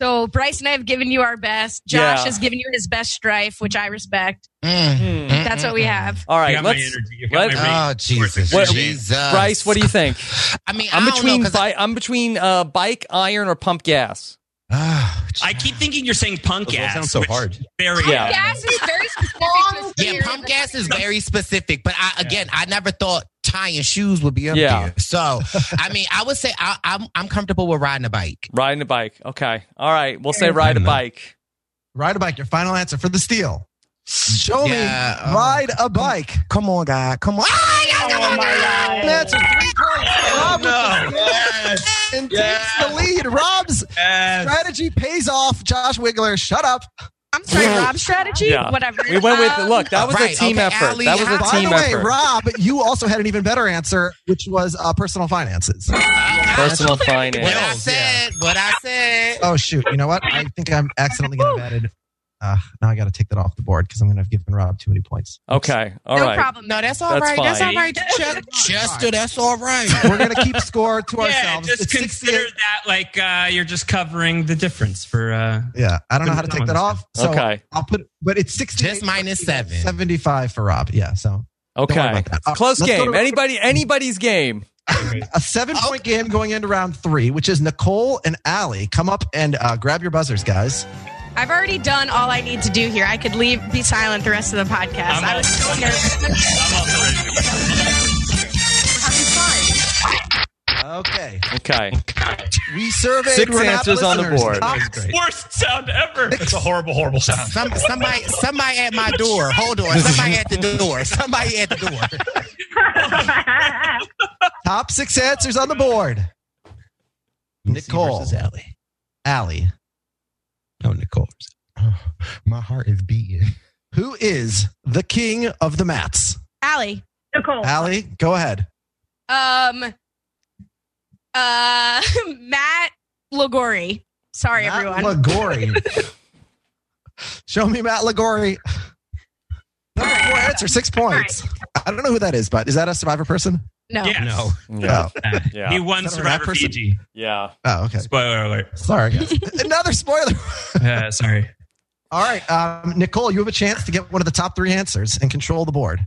Speaker 9: So Bryce and I have given you our best. Josh
Speaker 2: Yeah.
Speaker 9: has given you his best strife, which I respect.
Speaker 8: Mm, mm,
Speaker 9: That's what
Speaker 8: mm,
Speaker 9: we
Speaker 8: mm.
Speaker 9: have.
Speaker 2: Mm-hmm. All
Speaker 10: You
Speaker 2: right.
Speaker 10: got my
Speaker 2: Let's.
Speaker 10: energy. You got
Speaker 2: let's-
Speaker 10: my
Speaker 8: Oh Jesus,
Speaker 10: What-
Speaker 8: Jesus.
Speaker 2: Bryce, what do you think?
Speaker 8: I mean,
Speaker 2: I'm
Speaker 8: I don't
Speaker 2: between
Speaker 8: know, 'cause I-
Speaker 2: bi- I'm between uh, bike, iron, or pump gas. uh,
Speaker 8: Ah,
Speaker 10: I keep thinking you're saying punk
Speaker 3: Those all
Speaker 10: ass.
Speaker 3: sound so
Speaker 10: which is
Speaker 3: hard.
Speaker 10: Very
Speaker 2: Yeah.
Speaker 9: Gas is very specific.
Speaker 5: Long
Speaker 9: to
Speaker 8: Yeah,
Speaker 9: your-
Speaker 8: pump gas is very specific, but I again, I never thought tying shoes would be up
Speaker 2: Yeah.
Speaker 8: there. So, I mean, I would say I, I'm I'm comfortable with riding a bike.
Speaker 2: Riding a bike. Okay. All right. We'll say ride a
Speaker 3: enough.
Speaker 2: bike.
Speaker 4: Ride a bike. Your final answer for the steal. Show
Speaker 8: Yeah,
Speaker 4: me
Speaker 8: oh.
Speaker 4: ride a bike.
Speaker 8: Come on, guy. Come on. Ah, yes, come on, guy.
Speaker 4: That's a three point. Rob with the
Speaker 3: yes,
Speaker 4: and
Speaker 3: Yes.
Speaker 4: takes the lead. Rob's
Speaker 3: yes.
Speaker 4: strategy pays off. Josh Wiggler, shut up.
Speaker 9: I'm sorry, Rob's strategy.
Speaker 2: Yeah.
Speaker 9: Whatever.
Speaker 2: We went with
Speaker 9: Um,
Speaker 2: look. That was a
Speaker 8: Right,
Speaker 2: team
Speaker 8: okay,
Speaker 2: effort.
Speaker 8: Allie,
Speaker 2: that was
Speaker 8: how-
Speaker 2: a
Speaker 4: By
Speaker 2: team
Speaker 4: the way,
Speaker 2: effort.
Speaker 4: Rob, you also had an even better answer, which was uh, personal finances.
Speaker 2: Personal
Speaker 8: What
Speaker 2: finance.
Speaker 8: I said, what I said.
Speaker 4: Oh shoot! You know what? I think I'm accidentally going to have added. Uh, now I got to take that off the board because I'm going to have given Rob too many points.
Speaker 8: Uh,
Speaker 2: Okay. All
Speaker 9: no
Speaker 2: right.
Speaker 9: problem.
Speaker 8: No, that's all
Speaker 2: That's
Speaker 8: right. That's
Speaker 2: fine.
Speaker 8: all right, Chester. Chester, that's all right.
Speaker 4: We're going to keep score to
Speaker 10: Yeah,
Speaker 4: ourselves.
Speaker 10: just
Speaker 4: It's 68
Speaker 10: consider that like uh, you're just covering the difference for. Uh,
Speaker 4: Yeah, I don't know how to take that off. So
Speaker 2: Okay.
Speaker 4: I'll put, but it's 68.
Speaker 8: Just minus seven.
Speaker 4: 75 for Rob. Yeah, so don't worry
Speaker 2: Okay.
Speaker 4: about that. Uh,
Speaker 2: Close
Speaker 4: let's go
Speaker 2: game.
Speaker 4: to-
Speaker 2: Anybody anybody's game.
Speaker 4: A seven point game going into round three, which is Nicole and Allie. Come up and uh, grab your buzzers, guys.
Speaker 9: I've already done all I need to do here. I could leave, be silent the rest of the podcast.
Speaker 10: I'm
Speaker 9: I
Speaker 10: all-
Speaker 9: was so nervous.
Speaker 10: I'm also ready to go.
Speaker 4: Okay.
Speaker 2: Okay.
Speaker 4: We surveyed
Speaker 2: Six
Speaker 4: Renap
Speaker 2: answers on the
Speaker 4: listeners.
Speaker 2: board.
Speaker 4: Top
Speaker 10: Worst sound ever.
Speaker 7: It's a horrible, horrible sound.
Speaker 8: Some, somebody, somebody at my door. Hold on. Somebody at the door. Somebody at the door.
Speaker 4: Top six answers on the board. Nicole. Allie. Allie,
Speaker 3: No, Nicole.
Speaker 8: My heart is beating.
Speaker 4: who is the king of the mats?
Speaker 9: Allie.
Speaker 3: Oh.
Speaker 6: Nicole.
Speaker 4: Allie, go ahead.
Speaker 9: Um, uh, Matt Lagori. Sorry,
Speaker 4: Matt
Speaker 9: everyone.
Speaker 4: Ligori. Show me Matt Ligori. Number four answer, six points. I don't know who that is, but is that a survivor person?
Speaker 9: no.
Speaker 10: Yes.
Speaker 3: No.
Speaker 2: Yeah.
Speaker 10: Uh, He
Speaker 2: Yeah.
Speaker 10: won
Speaker 4: Is that a rap
Speaker 10: Survivor
Speaker 4: person?
Speaker 10: Fiji.
Speaker 2: Yeah.
Speaker 4: Oh, okay.
Speaker 10: Spoiler alert.
Speaker 4: Sorry, guys. Another spoiler.
Speaker 10: Uh, sorry.
Speaker 4: All right, um, Nicole, you have a chance to get one of the top three answers and control the board.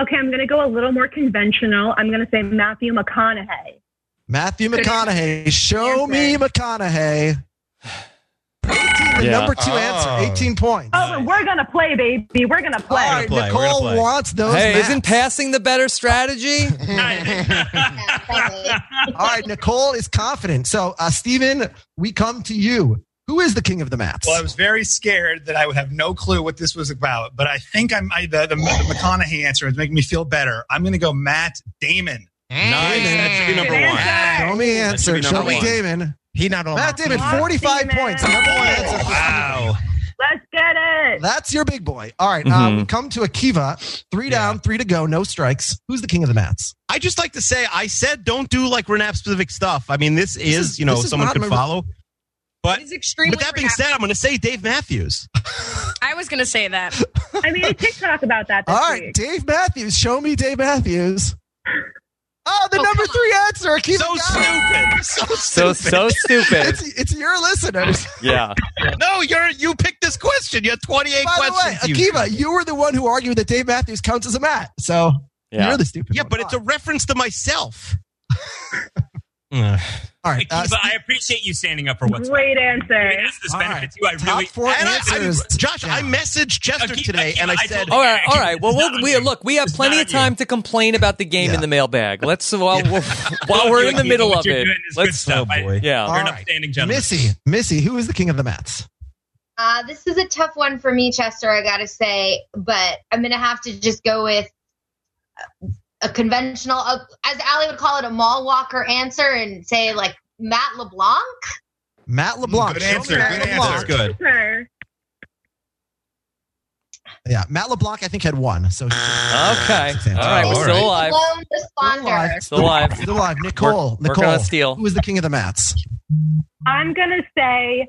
Speaker 6: Okay, I'm going to go a little more conventional. I'm going to say Matthew McConaughey.
Speaker 4: Matthew McConaughey, show me McConaughey. 18, the
Speaker 2: Yeah.
Speaker 4: number two
Speaker 3: Oh.
Speaker 4: answer, 18 points.
Speaker 6: Oh, but we're going to play, baby. We're going to
Speaker 4: All
Speaker 6: play.
Speaker 4: right,
Speaker 3: play, we're gonna
Speaker 4: Nicole
Speaker 3: play.
Speaker 4: wants those.
Speaker 2: Hey,
Speaker 4: mats.
Speaker 2: isn't passing the better strategy?
Speaker 4: All right, Nicole is confident. So, uh, Steven, we come to you. Who is the king of the mats?
Speaker 7: Well, I was very scared that I would have no clue what this was about, but I think I'm I, the, the McConaughey answer is making me feel better. I'm going to go Matt Damon.
Speaker 3: Nice. That should be number
Speaker 6: Good
Speaker 3: one.
Speaker 6: answer.
Speaker 4: show me
Speaker 3: That
Speaker 4: answer.
Speaker 3: should be
Speaker 4: Show
Speaker 3: number
Speaker 4: me
Speaker 3: one.
Speaker 4: Damon.
Speaker 8: He not on.
Speaker 4: Matt
Speaker 8: my
Speaker 4: Damon,
Speaker 8: team.
Speaker 4: 45
Speaker 6: Steven.
Speaker 4: points. Number one answer. for
Speaker 3: Wow.
Speaker 6: Let's get it.
Speaker 4: That's your big boy. All right, uh,
Speaker 2: Mhm.
Speaker 4: we come to Akiva. Three down, three to go, no strikes. Who's the king of the mats?
Speaker 3: I just like to say, I said don't do like Renap specific stuff. I mean, this is,
Speaker 4: is-
Speaker 3: you know,
Speaker 4: this is
Speaker 3: someone
Speaker 4: not
Speaker 3: could
Speaker 4: my-
Speaker 3: follow. But
Speaker 9: It is extremely
Speaker 3: with that being
Speaker 9: renowned.
Speaker 3: said, I'm going to say Dave Matthews.
Speaker 9: I was going to say that.
Speaker 6: I made a TikTok about that this
Speaker 4: All right,
Speaker 6: week.
Speaker 4: Dave Matthews. Show me Dave Matthews. Oh, the
Speaker 9: Oh,
Speaker 4: number
Speaker 9: come on.
Speaker 4: three answer. Akiva
Speaker 3: so
Speaker 4: got it.
Speaker 3: stupid. So
Speaker 2: So
Speaker 3: stupid.
Speaker 2: so stupid.
Speaker 4: It's, it's your listeners.
Speaker 2: Yeah.
Speaker 3: no, you're you picked this this question. You had 28
Speaker 4: By the way,
Speaker 3: questions. you-
Speaker 4: Akiva, you were the one who argued that Dave Matthews counts as a mat. So
Speaker 2: Yeah.
Speaker 4: you're the stupid.
Speaker 3: yeah,
Speaker 4: one.
Speaker 3: but it's a reference to myself. Ugh.
Speaker 4: all right. Uh,
Speaker 10: Akiva, I appreciate you standing up for what's
Speaker 6: Great
Speaker 10: I
Speaker 6: answer.
Speaker 10: mean, that's this
Speaker 4: All
Speaker 10: benefit
Speaker 4: right.
Speaker 10: too. I
Speaker 4: top
Speaker 10: really
Speaker 4: four
Speaker 3: And I- I-
Speaker 4: answers.
Speaker 3: Josh, I
Speaker 4: down.
Speaker 3: messaged Chester
Speaker 10: Akiva,
Speaker 3: today and I
Speaker 10: Akiva, I
Speaker 3: said,
Speaker 10: told-
Speaker 2: All right,
Speaker 10: Yeah,
Speaker 2: all right. Well,
Speaker 10: it's
Speaker 2: we'll
Speaker 10: not
Speaker 2: we
Speaker 10: you.
Speaker 2: look. We have
Speaker 10: It's
Speaker 2: plenty
Speaker 10: not
Speaker 2: of time to complain about the game
Speaker 4: Yeah.
Speaker 2: in the mailbag. Let's while we're, while we're in the
Speaker 10: Akiva,
Speaker 2: middle
Speaker 10: what
Speaker 2: of
Speaker 10: you're
Speaker 2: it.
Speaker 10: doing is good
Speaker 2: Let's
Speaker 10: stuff. I- You're
Speaker 2: yeah.
Speaker 10: an
Speaker 4: All right.
Speaker 10: upstanding gentleman.
Speaker 4: Missy, Missy, who is the king of the mats?
Speaker 5: Uh, this is a tough one for me, Chester, I gotta say, but I'm gonna have to just go with a conventional, a, as Ali would call it, a mall walker answer and say, like, Matt LeBlanc?
Speaker 4: Matt LeBlanc.
Speaker 7: Good
Speaker 4: Show me
Speaker 7: answer,
Speaker 4: Matt
Speaker 7: good
Speaker 4: LeBlanc.
Speaker 3: That's good.
Speaker 6: Sure.
Speaker 4: Yeah, Matt LeBlanc, I think, had one. So he's
Speaker 2: Okay. All right.
Speaker 5: He's
Speaker 2: We're
Speaker 5: the
Speaker 2: still alive.
Speaker 5: lone
Speaker 4: Still
Speaker 5: responder.
Speaker 2: Still alive.
Speaker 4: Still alive. Nicole.
Speaker 2: Work-
Speaker 4: Nicole.
Speaker 2: working on a steal.
Speaker 4: Who is the king of the mats?
Speaker 6: I'm going to say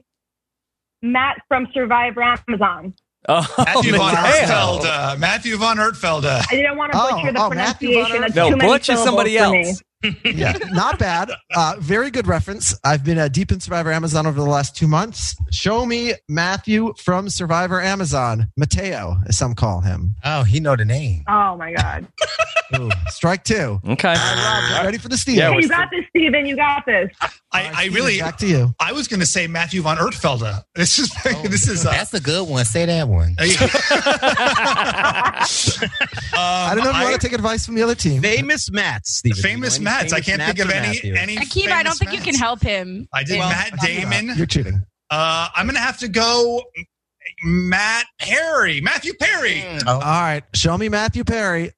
Speaker 6: Matt from Survivor Amazon.
Speaker 2: Oh,
Speaker 7: Matthew von
Speaker 2: man.
Speaker 7: Hertfeld. Uh, Matthew von Hertfeld. Uh,
Speaker 6: I didn't want to
Speaker 4: Oh,
Speaker 6: butcher the
Speaker 4: oh, Matthew
Speaker 6: pronunciation.
Speaker 4: Bonner.
Speaker 6: That's
Speaker 2: No,
Speaker 6: too many
Speaker 2: Butch is
Speaker 6: syllables
Speaker 2: somebody
Speaker 6: for me.
Speaker 2: else.
Speaker 4: Yeah, not bad. Uh, very good reference. I've been uh, deep in Survivor Amazon over the last two months. Show me Matthew from Survivor Amazon. Mateo, as some call him.
Speaker 8: Oh, he know the name.
Speaker 6: Oh, my God.
Speaker 4: Ooh, strike two.
Speaker 2: Okay.
Speaker 4: All right, Rob, get ready for the steal.
Speaker 2: Yeah,
Speaker 4: All
Speaker 2: we're-
Speaker 4: right,
Speaker 6: you got this, Steven. You got this.
Speaker 7: I, I
Speaker 4: Steven,
Speaker 7: really,
Speaker 4: back to you. Oh,
Speaker 7: I was going to say Matthew von Hertfeld. Uh, This is, this is. Uh,
Speaker 8: That's a good one. Say that one.
Speaker 4: I
Speaker 7: Um,
Speaker 4: don't know if you want to take advice from the other team.
Speaker 3: Famous Matt, Steven.
Speaker 7: famous
Speaker 3: Do you know any
Speaker 7: Matts. I
Speaker 3: famous
Speaker 7: can't think
Speaker 3: Matts
Speaker 7: of
Speaker 3: or
Speaker 7: any
Speaker 3: Matthews?
Speaker 7: any.
Speaker 9: Akiva, I don't
Speaker 7: famous
Speaker 9: think you can
Speaker 7: Matts.
Speaker 9: help him.
Speaker 7: I did
Speaker 9: Well,
Speaker 7: Matt Damon.
Speaker 4: You're cheating.
Speaker 7: Uh, I'm gonna have to go Matt Perry, Matthew Perry.
Speaker 8: Oh.
Speaker 4: All right, show me Matthew Perry.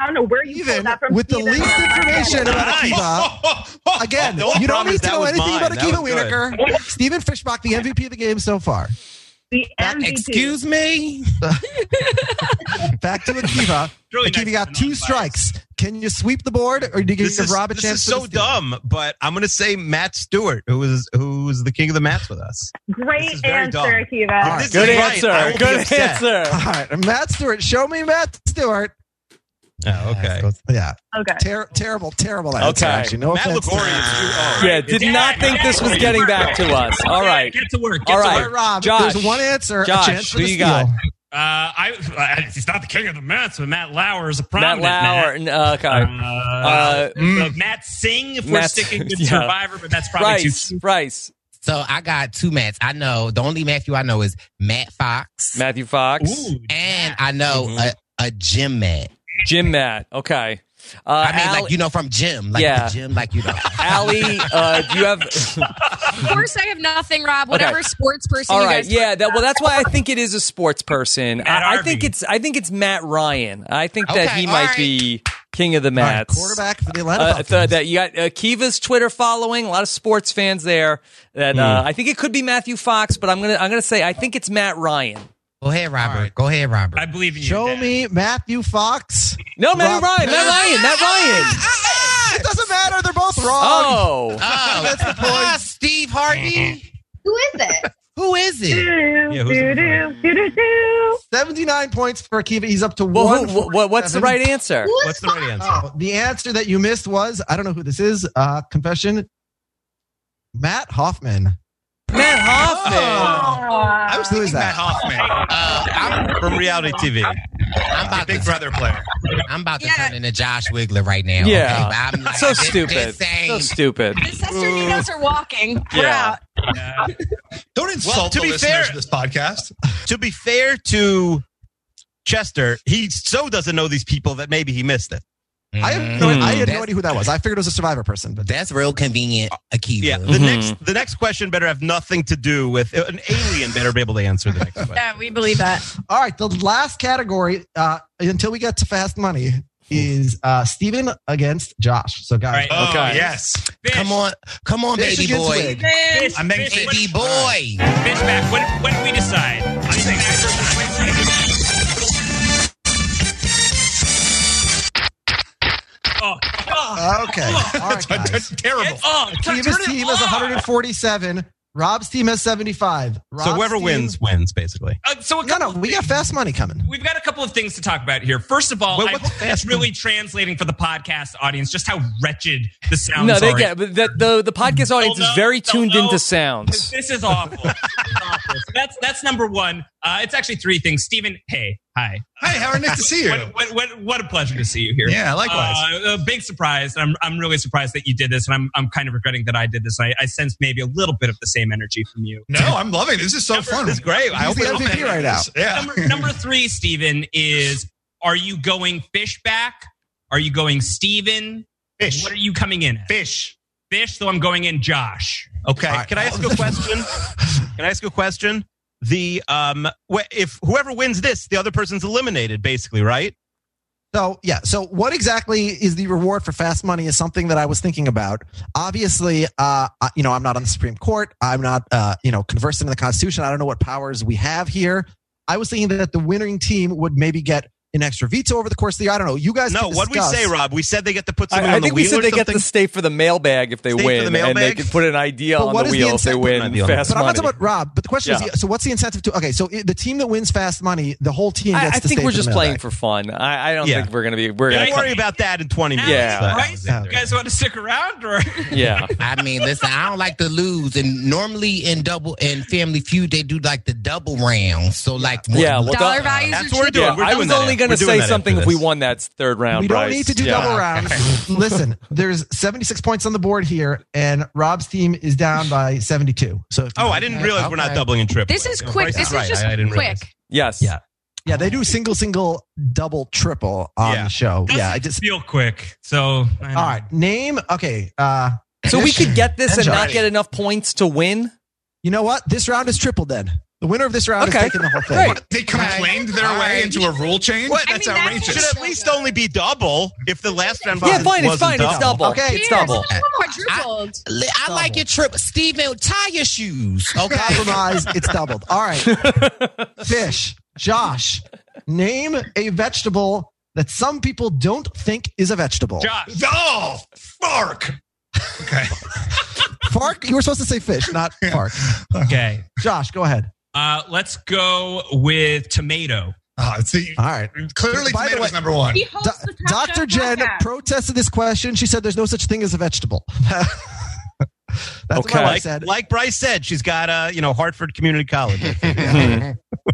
Speaker 6: I don't know where you
Speaker 4: Even
Speaker 6: pulled that from.
Speaker 4: with the
Speaker 6: Steven.
Speaker 4: least information about Akiva. Again,
Speaker 3: The only
Speaker 4: you don't
Speaker 3: problem
Speaker 4: need
Speaker 3: is
Speaker 4: to
Speaker 3: that
Speaker 4: know
Speaker 3: was
Speaker 4: anything
Speaker 3: mine.
Speaker 4: about
Speaker 3: That
Speaker 4: Akiva
Speaker 3: was good.
Speaker 4: Wienerker. Steven Fishbach, the MVP of the game so far.
Speaker 6: The MVP.
Speaker 8: Excuse me.
Speaker 4: Back to Akiva.
Speaker 10: Really
Speaker 4: Akiva
Speaker 10: nice
Speaker 4: got
Speaker 10: to
Speaker 4: two
Speaker 10: know.
Speaker 4: strikes. Can you sweep the board, or do you
Speaker 3: This
Speaker 4: give
Speaker 3: is,
Speaker 4: Rob a
Speaker 3: this
Speaker 4: chance?
Speaker 3: is
Speaker 4: for the
Speaker 3: so
Speaker 4: steal?
Speaker 3: dumb, but I'm going to say Matt Stewart, who is who's the king of the Mats with us.
Speaker 6: Great
Speaker 3: This is very
Speaker 6: answer,
Speaker 3: dumb.
Speaker 6: Akiva.
Speaker 4: All right.
Speaker 3: This
Speaker 2: Good
Speaker 3: is right.
Speaker 2: answer.
Speaker 3: I will be
Speaker 2: Good
Speaker 3: upset.
Speaker 2: answer.
Speaker 4: All right, Matt Stewart. Show me Matt Stewart.
Speaker 3: Oh, okay.
Speaker 4: Yeah,
Speaker 6: Okay.
Speaker 4: ter- terrible, terrible answer.
Speaker 2: Okay.
Speaker 4: Actually, no
Speaker 3: Matt
Speaker 4: offense. to
Speaker 3: Ligori
Speaker 4: Matt.
Speaker 3: is too old.
Speaker 2: Yeah. Did
Speaker 10: Yeah,
Speaker 2: not think this was getting back to us. All right.
Speaker 10: Get to work. Get
Speaker 2: All
Speaker 10: to
Speaker 2: right.
Speaker 4: All
Speaker 10: work.
Speaker 4: right, Rob.
Speaker 2: Josh.
Speaker 4: there's one answer.
Speaker 2: Josh,
Speaker 4: a chance for
Speaker 2: who
Speaker 4: the
Speaker 2: you got?
Speaker 4: steal.
Speaker 10: Uh, I, uh, he's not the king of the Mets, but Matt Lauer is a
Speaker 2: Matt
Speaker 10: prominent
Speaker 2: Lauer.
Speaker 10: Matt.
Speaker 2: n- uh, Okay. Uh,
Speaker 10: Uh, so Matt Singh, if we're
Speaker 2: Matt-
Speaker 10: sticking with
Speaker 2: yeah.
Speaker 10: Survivor, but that's probably
Speaker 2: Rice.
Speaker 10: too.
Speaker 2: Rice.
Speaker 8: So I got two Matts. I know the only Matthew I know is Matt Fox,
Speaker 2: Matthew Fox.
Speaker 10: Ooh,
Speaker 8: and I know
Speaker 2: Mhm.
Speaker 8: a, a gym Matt.
Speaker 2: Jim Matt. Okay. Uh,
Speaker 8: I mean,
Speaker 2: Al-
Speaker 8: like you know from gym, like
Speaker 2: Yeah.
Speaker 8: the gym, like you know.
Speaker 2: Allie, uh, do you have?
Speaker 9: Of course, I have nothing, Rob. Whatever sports person
Speaker 2: All
Speaker 9: you
Speaker 2: right,
Speaker 9: guys
Speaker 2: yeah. That, well, that's why I think it is a sports person.
Speaker 10: Matt
Speaker 2: I, I
Speaker 10: Harvey.
Speaker 2: think it's I think it's Matt Ryan. I think that
Speaker 8: Okay,
Speaker 2: he
Speaker 8: all
Speaker 2: might
Speaker 8: right.
Speaker 2: be king of the
Speaker 4: All right,
Speaker 2: Mats.
Speaker 4: quarterback for the Atlanta
Speaker 2: Uh,
Speaker 4: Falcons.
Speaker 2: th- that you got Akiva's Twitter following, a lot of sports fans there. That uh, I think it could be Matthew Fox, but I'm gonna I'm gonna say I think it's Matt Ryan.
Speaker 8: Go ahead, Robert. Go ahead, Robert.
Speaker 10: I believe in you.
Speaker 4: Show
Speaker 10: Dad.
Speaker 4: me Matthew Fox.
Speaker 2: No,
Speaker 4: Rob-
Speaker 2: Matt
Speaker 4: Ah,
Speaker 2: Ryan, Matt Ryan, Matt Ryan.
Speaker 4: It doesn't matter. They're both wrong.
Speaker 2: Oh,
Speaker 8: oh, that's the point. Steve Harvey.
Speaker 5: Who is it?
Speaker 8: Who is it?
Speaker 3: Yeah,
Speaker 6: Yeah,
Speaker 3: who's
Speaker 6: do,
Speaker 3: the-
Speaker 6: do, do, do, do.
Speaker 4: 79 points for Akiva. He's up to
Speaker 2: well,
Speaker 4: one.
Speaker 2: who, wh- wh- what's the right answer?
Speaker 5: Who is
Speaker 3: What's the right answer?
Speaker 4: Oh, the answer that you missed was I don't know who this is. Uh, confession. Matt Hoffman.
Speaker 2: Matt
Speaker 3: Oh.
Speaker 2: Hoffman.
Speaker 6: Aw.
Speaker 7: I was
Speaker 4: Who
Speaker 7: thinking
Speaker 4: is that?
Speaker 7: Matt Hoffman,
Speaker 8: Uh, I'm,
Speaker 3: From reality TV.
Speaker 8: I'm about
Speaker 7: Big
Speaker 8: to,
Speaker 7: Brother player.
Speaker 8: I'm about to
Speaker 9: Yeah.
Speaker 8: turn into Josh Wiggler right now.
Speaker 2: Yeah.
Speaker 8: okay? But I'm like,
Speaker 2: So
Speaker 8: this- this
Speaker 2: stupid.
Speaker 8: ain't-
Speaker 2: So stupid.
Speaker 9: The Sesternitos are walking. We're
Speaker 2: Yeah.
Speaker 9: out.
Speaker 10: Uh,
Speaker 7: Don't insult
Speaker 3: to
Speaker 7: the
Speaker 3: be
Speaker 7: listeners
Speaker 3: fair-
Speaker 7: of this podcast.
Speaker 3: To be fair to Chester, he so doesn't know these people that maybe he missed it.
Speaker 4: I had, no,
Speaker 2: Mm.
Speaker 4: I had no
Speaker 8: That's-
Speaker 4: idea who that was. I figured it was a survivor person, but
Speaker 8: That's real convenient, Akiva.
Speaker 3: Yeah. The
Speaker 2: Mhm.
Speaker 3: next the next question better have nothing to do with an alien better be able to answer the next question.
Speaker 9: Yeah, we believe that.
Speaker 4: all right. The last category uh, until we get to fast money is uh, Steven against Josh. So guys,
Speaker 10: All
Speaker 7: Oh,
Speaker 2: Okay.
Speaker 7: yes.
Speaker 10: Fish,
Speaker 8: Come on, come on,
Speaker 4: Fish
Speaker 8: baby
Speaker 4: against
Speaker 8: boy,
Speaker 4: Wig.
Speaker 10: Fish,
Speaker 7: I'm making-
Speaker 10: fish,
Speaker 8: baby
Speaker 10: what-
Speaker 8: boy.
Speaker 10: Fish back. What, what did we decide? I Oh, oh,
Speaker 4: Okay. All right, guys.
Speaker 7: Terrible.
Speaker 10: oh, turn
Speaker 4: Akiva's
Speaker 10: it
Speaker 4: team has
Speaker 10: off.
Speaker 4: 147. Rob's team has 75. Rob's
Speaker 3: so whoever
Speaker 4: team-
Speaker 3: wins wins basically.
Speaker 10: Uh, so a
Speaker 4: No, no,
Speaker 10: couple-
Speaker 4: we got fast money coming.
Speaker 10: We've got a couple of things to talk about here. First of all,
Speaker 3: Wait,
Speaker 10: I
Speaker 3: what's
Speaker 10: hope that's
Speaker 3: fast?
Speaker 10: really translating for the podcast audience just how wretched the sounds
Speaker 2: No,
Speaker 10: are.
Speaker 2: they get but the, the the podcast audience
Speaker 10: know-
Speaker 2: is very
Speaker 10: they'll
Speaker 2: tuned
Speaker 10: know.
Speaker 2: into sounds.
Speaker 10: This is awful. This is awful. So that's that's number one. Uh, it's actually three things. Stephen, hey, hi.
Speaker 7: Hey, Howard, nice to see you.
Speaker 10: What, what, what, what a pleasure to see you here.
Speaker 7: Yeah, likewise.
Speaker 10: Uh, a big surprise. I'm, I'm really surprised that you did this, and I'm, I'm kind of regretting that I did this. I, I sense maybe a little bit of the same energy from you.
Speaker 7: no, I'm loving it. This is so
Speaker 10: Number-
Speaker 7: fun.
Speaker 10: this is great.
Speaker 7: He's
Speaker 10: I hope
Speaker 7: the
Speaker 10: we don't
Speaker 7: MVP
Speaker 10: end
Speaker 7: right now. Yeah.
Speaker 10: Number, number three, Stephen, is are you going fish back? Are you going Steven?
Speaker 7: Fish.
Speaker 10: What are you coming in at?
Speaker 7: Fish.
Speaker 10: Fish, so I'm going in Josh.
Speaker 3: Okay.
Speaker 7: All right.
Speaker 3: Can I ask a question? Can I ask a question? The um, wh- if whoever wins this, the other person's eliminated, basically, right?
Speaker 4: So, yeah. So, what exactly is the reward for fast money is something that I was thinking about. Obviously, uh, I- you know, I'm not on the Supreme Court. I'm not, uh, you know, conversant in the Constitution. I don't know what powers we have here. I was thinking that the winning team would maybe get an extra veto over the course of the year. I don't know. You guys,
Speaker 3: No.
Speaker 4: can
Speaker 3: What we
Speaker 4: discuss.
Speaker 3: say, Rob? We said they get to put something
Speaker 2: I, I
Speaker 3: on the
Speaker 2: think
Speaker 3: wheel
Speaker 2: we said
Speaker 3: or
Speaker 2: they
Speaker 3: something.
Speaker 2: get to stay for the mailbag if they
Speaker 3: Stay for
Speaker 2: win,
Speaker 3: the
Speaker 2: and they
Speaker 3: mailbag?
Speaker 2: can put an idea
Speaker 4: But
Speaker 2: on
Speaker 4: what
Speaker 2: the
Speaker 4: is the
Speaker 2: wheel if they
Speaker 4: incentive?
Speaker 2: win
Speaker 3: Put an idea on the
Speaker 2: fast
Speaker 4: But I'm not
Speaker 2: money.
Speaker 4: talking about Rob. But the question
Speaker 2: Yeah.
Speaker 4: is, so what's the incentive to? Okay, so i- the team that wins fast money, the whole team
Speaker 2: I,
Speaker 4: gets
Speaker 2: I
Speaker 4: to
Speaker 2: think
Speaker 4: stay
Speaker 2: we're
Speaker 4: for the
Speaker 2: just
Speaker 4: mailbag.
Speaker 2: playing for fun. I, I don't
Speaker 3: Yeah.
Speaker 2: think we're gonna be. We're
Speaker 10: Yeah,
Speaker 3: Don't
Speaker 2: gonna.
Speaker 10: I
Speaker 2: Come,
Speaker 10: think-
Speaker 3: worry about that in 20 minutes.
Speaker 2: Yeah.
Speaker 3: That-
Speaker 10: Alex,
Speaker 4: Yeah.
Speaker 10: Price, you guys want to stick around or
Speaker 2: yeah.
Speaker 8: I mean, listen, I don't like to lose, and normally in double in Family Feud they do like the double round. So like,
Speaker 2: Yeah, well,
Speaker 9: Dollar
Speaker 2: that-
Speaker 9: values
Speaker 3: That's
Speaker 9: are
Speaker 3: what we're
Speaker 9: cheap.
Speaker 3: doing.
Speaker 2: Yeah,
Speaker 3: we're
Speaker 2: I
Speaker 3: doing
Speaker 2: was
Speaker 3: that
Speaker 2: only
Speaker 3: after-
Speaker 2: going
Speaker 3: we're
Speaker 2: to
Speaker 3: doing
Speaker 2: say
Speaker 3: that after
Speaker 2: something if we
Speaker 3: this.
Speaker 2: won that third round.
Speaker 4: We don't
Speaker 2: Bryce.
Speaker 4: need to do
Speaker 2: Yeah.
Speaker 4: double rounds. Listen, there's 76 points on the board here, and Rob's team is down by 72. So, if you-
Speaker 3: Oh, I didn't realize we're not
Speaker 8: Okay.
Speaker 3: doubling and tripling.
Speaker 9: This is
Speaker 3: Yeah,
Speaker 9: quick.
Speaker 3: Bryce
Speaker 9: This
Speaker 3: right.
Speaker 9: is just
Speaker 3: I- I didn't realize.
Speaker 9: quick.
Speaker 2: Yes.
Speaker 4: Yeah. yeah, they do single, single, double, triple on
Speaker 3: Yeah.
Speaker 4: the show.
Speaker 10: Doesn't
Speaker 4: Yeah, I just.
Speaker 10: feel quick? So I don't-
Speaker 4: All right, name. Okay, uh,
Speaker 2: So we could get this and not
Speaker 4: Enjoy.
Speaker 2: get enough points to win.
Speaker 4: you know what? This round is tripled. Then the winner of this round
Speaker 2: Okay.
Speaker 4: is taking the whole thing.
Speaker 2: Great.
Speaker 7: They complained their
Speaker 8: All
Speaker 7: way
Speaker 8: right.
Speaker 7: into a rule change.
Speaker 3: What?
Speaker 9: I
Speaker 7: That's
Speaker 9: mean, that's
Speaker 3: It
Speaker 7: outrageous.
Speaker 3: should at least only be double if the last round
Speaker 2: Yeah,
Speaker 3: wasn't-
Speaker 2: fine. It's
Speaker 3: wasn't
Speaker 2: fine. It's double.
Speaker 4: Okay.
Speaker 2: It's
Speaker 9: Cheers.
Speaker 2: double.
Speaker 9: Quadrupled.
Speaker 8: Li- I like your trip, Steven. Tie your shoes, okay?
Speaker 4: Compromise. it's doubled. All right, fish. Josh, name a vegetable that some people don't think is a vegetable.
Speaker 10: Josh.
Speaker 7: Oh, fork. Okay.
Speaker 4: Fark. You were supposed to say fish, not fark.
Speaker 10: Okay.
Speaker 4: Josh, go ahead.
Speaker 10: Uh, let's go with tomato.
Speaker 7: Oh, see,
Speaker 4: All right.
Speaker 7: clearly
Speaker 4: By the
Speaker 7: tomatoes
Speaker 4: way-
Speaker 7: number one.
Speaker 9: He hosts the Top
Speaker 4: Dr.
Speaker 9: Chef
Speaker 4: Jen
Speaker 9: podcast.
Speaker 4: protested this question. She said there's no such thing as a vegetable. That's what
Speaker 2: Okay.
Speaker 4: my wife
Speaker 3: Like,
Speaker 4: said.
Speaker 3: like Bryce said, she's got uh, you know Hartford Community College.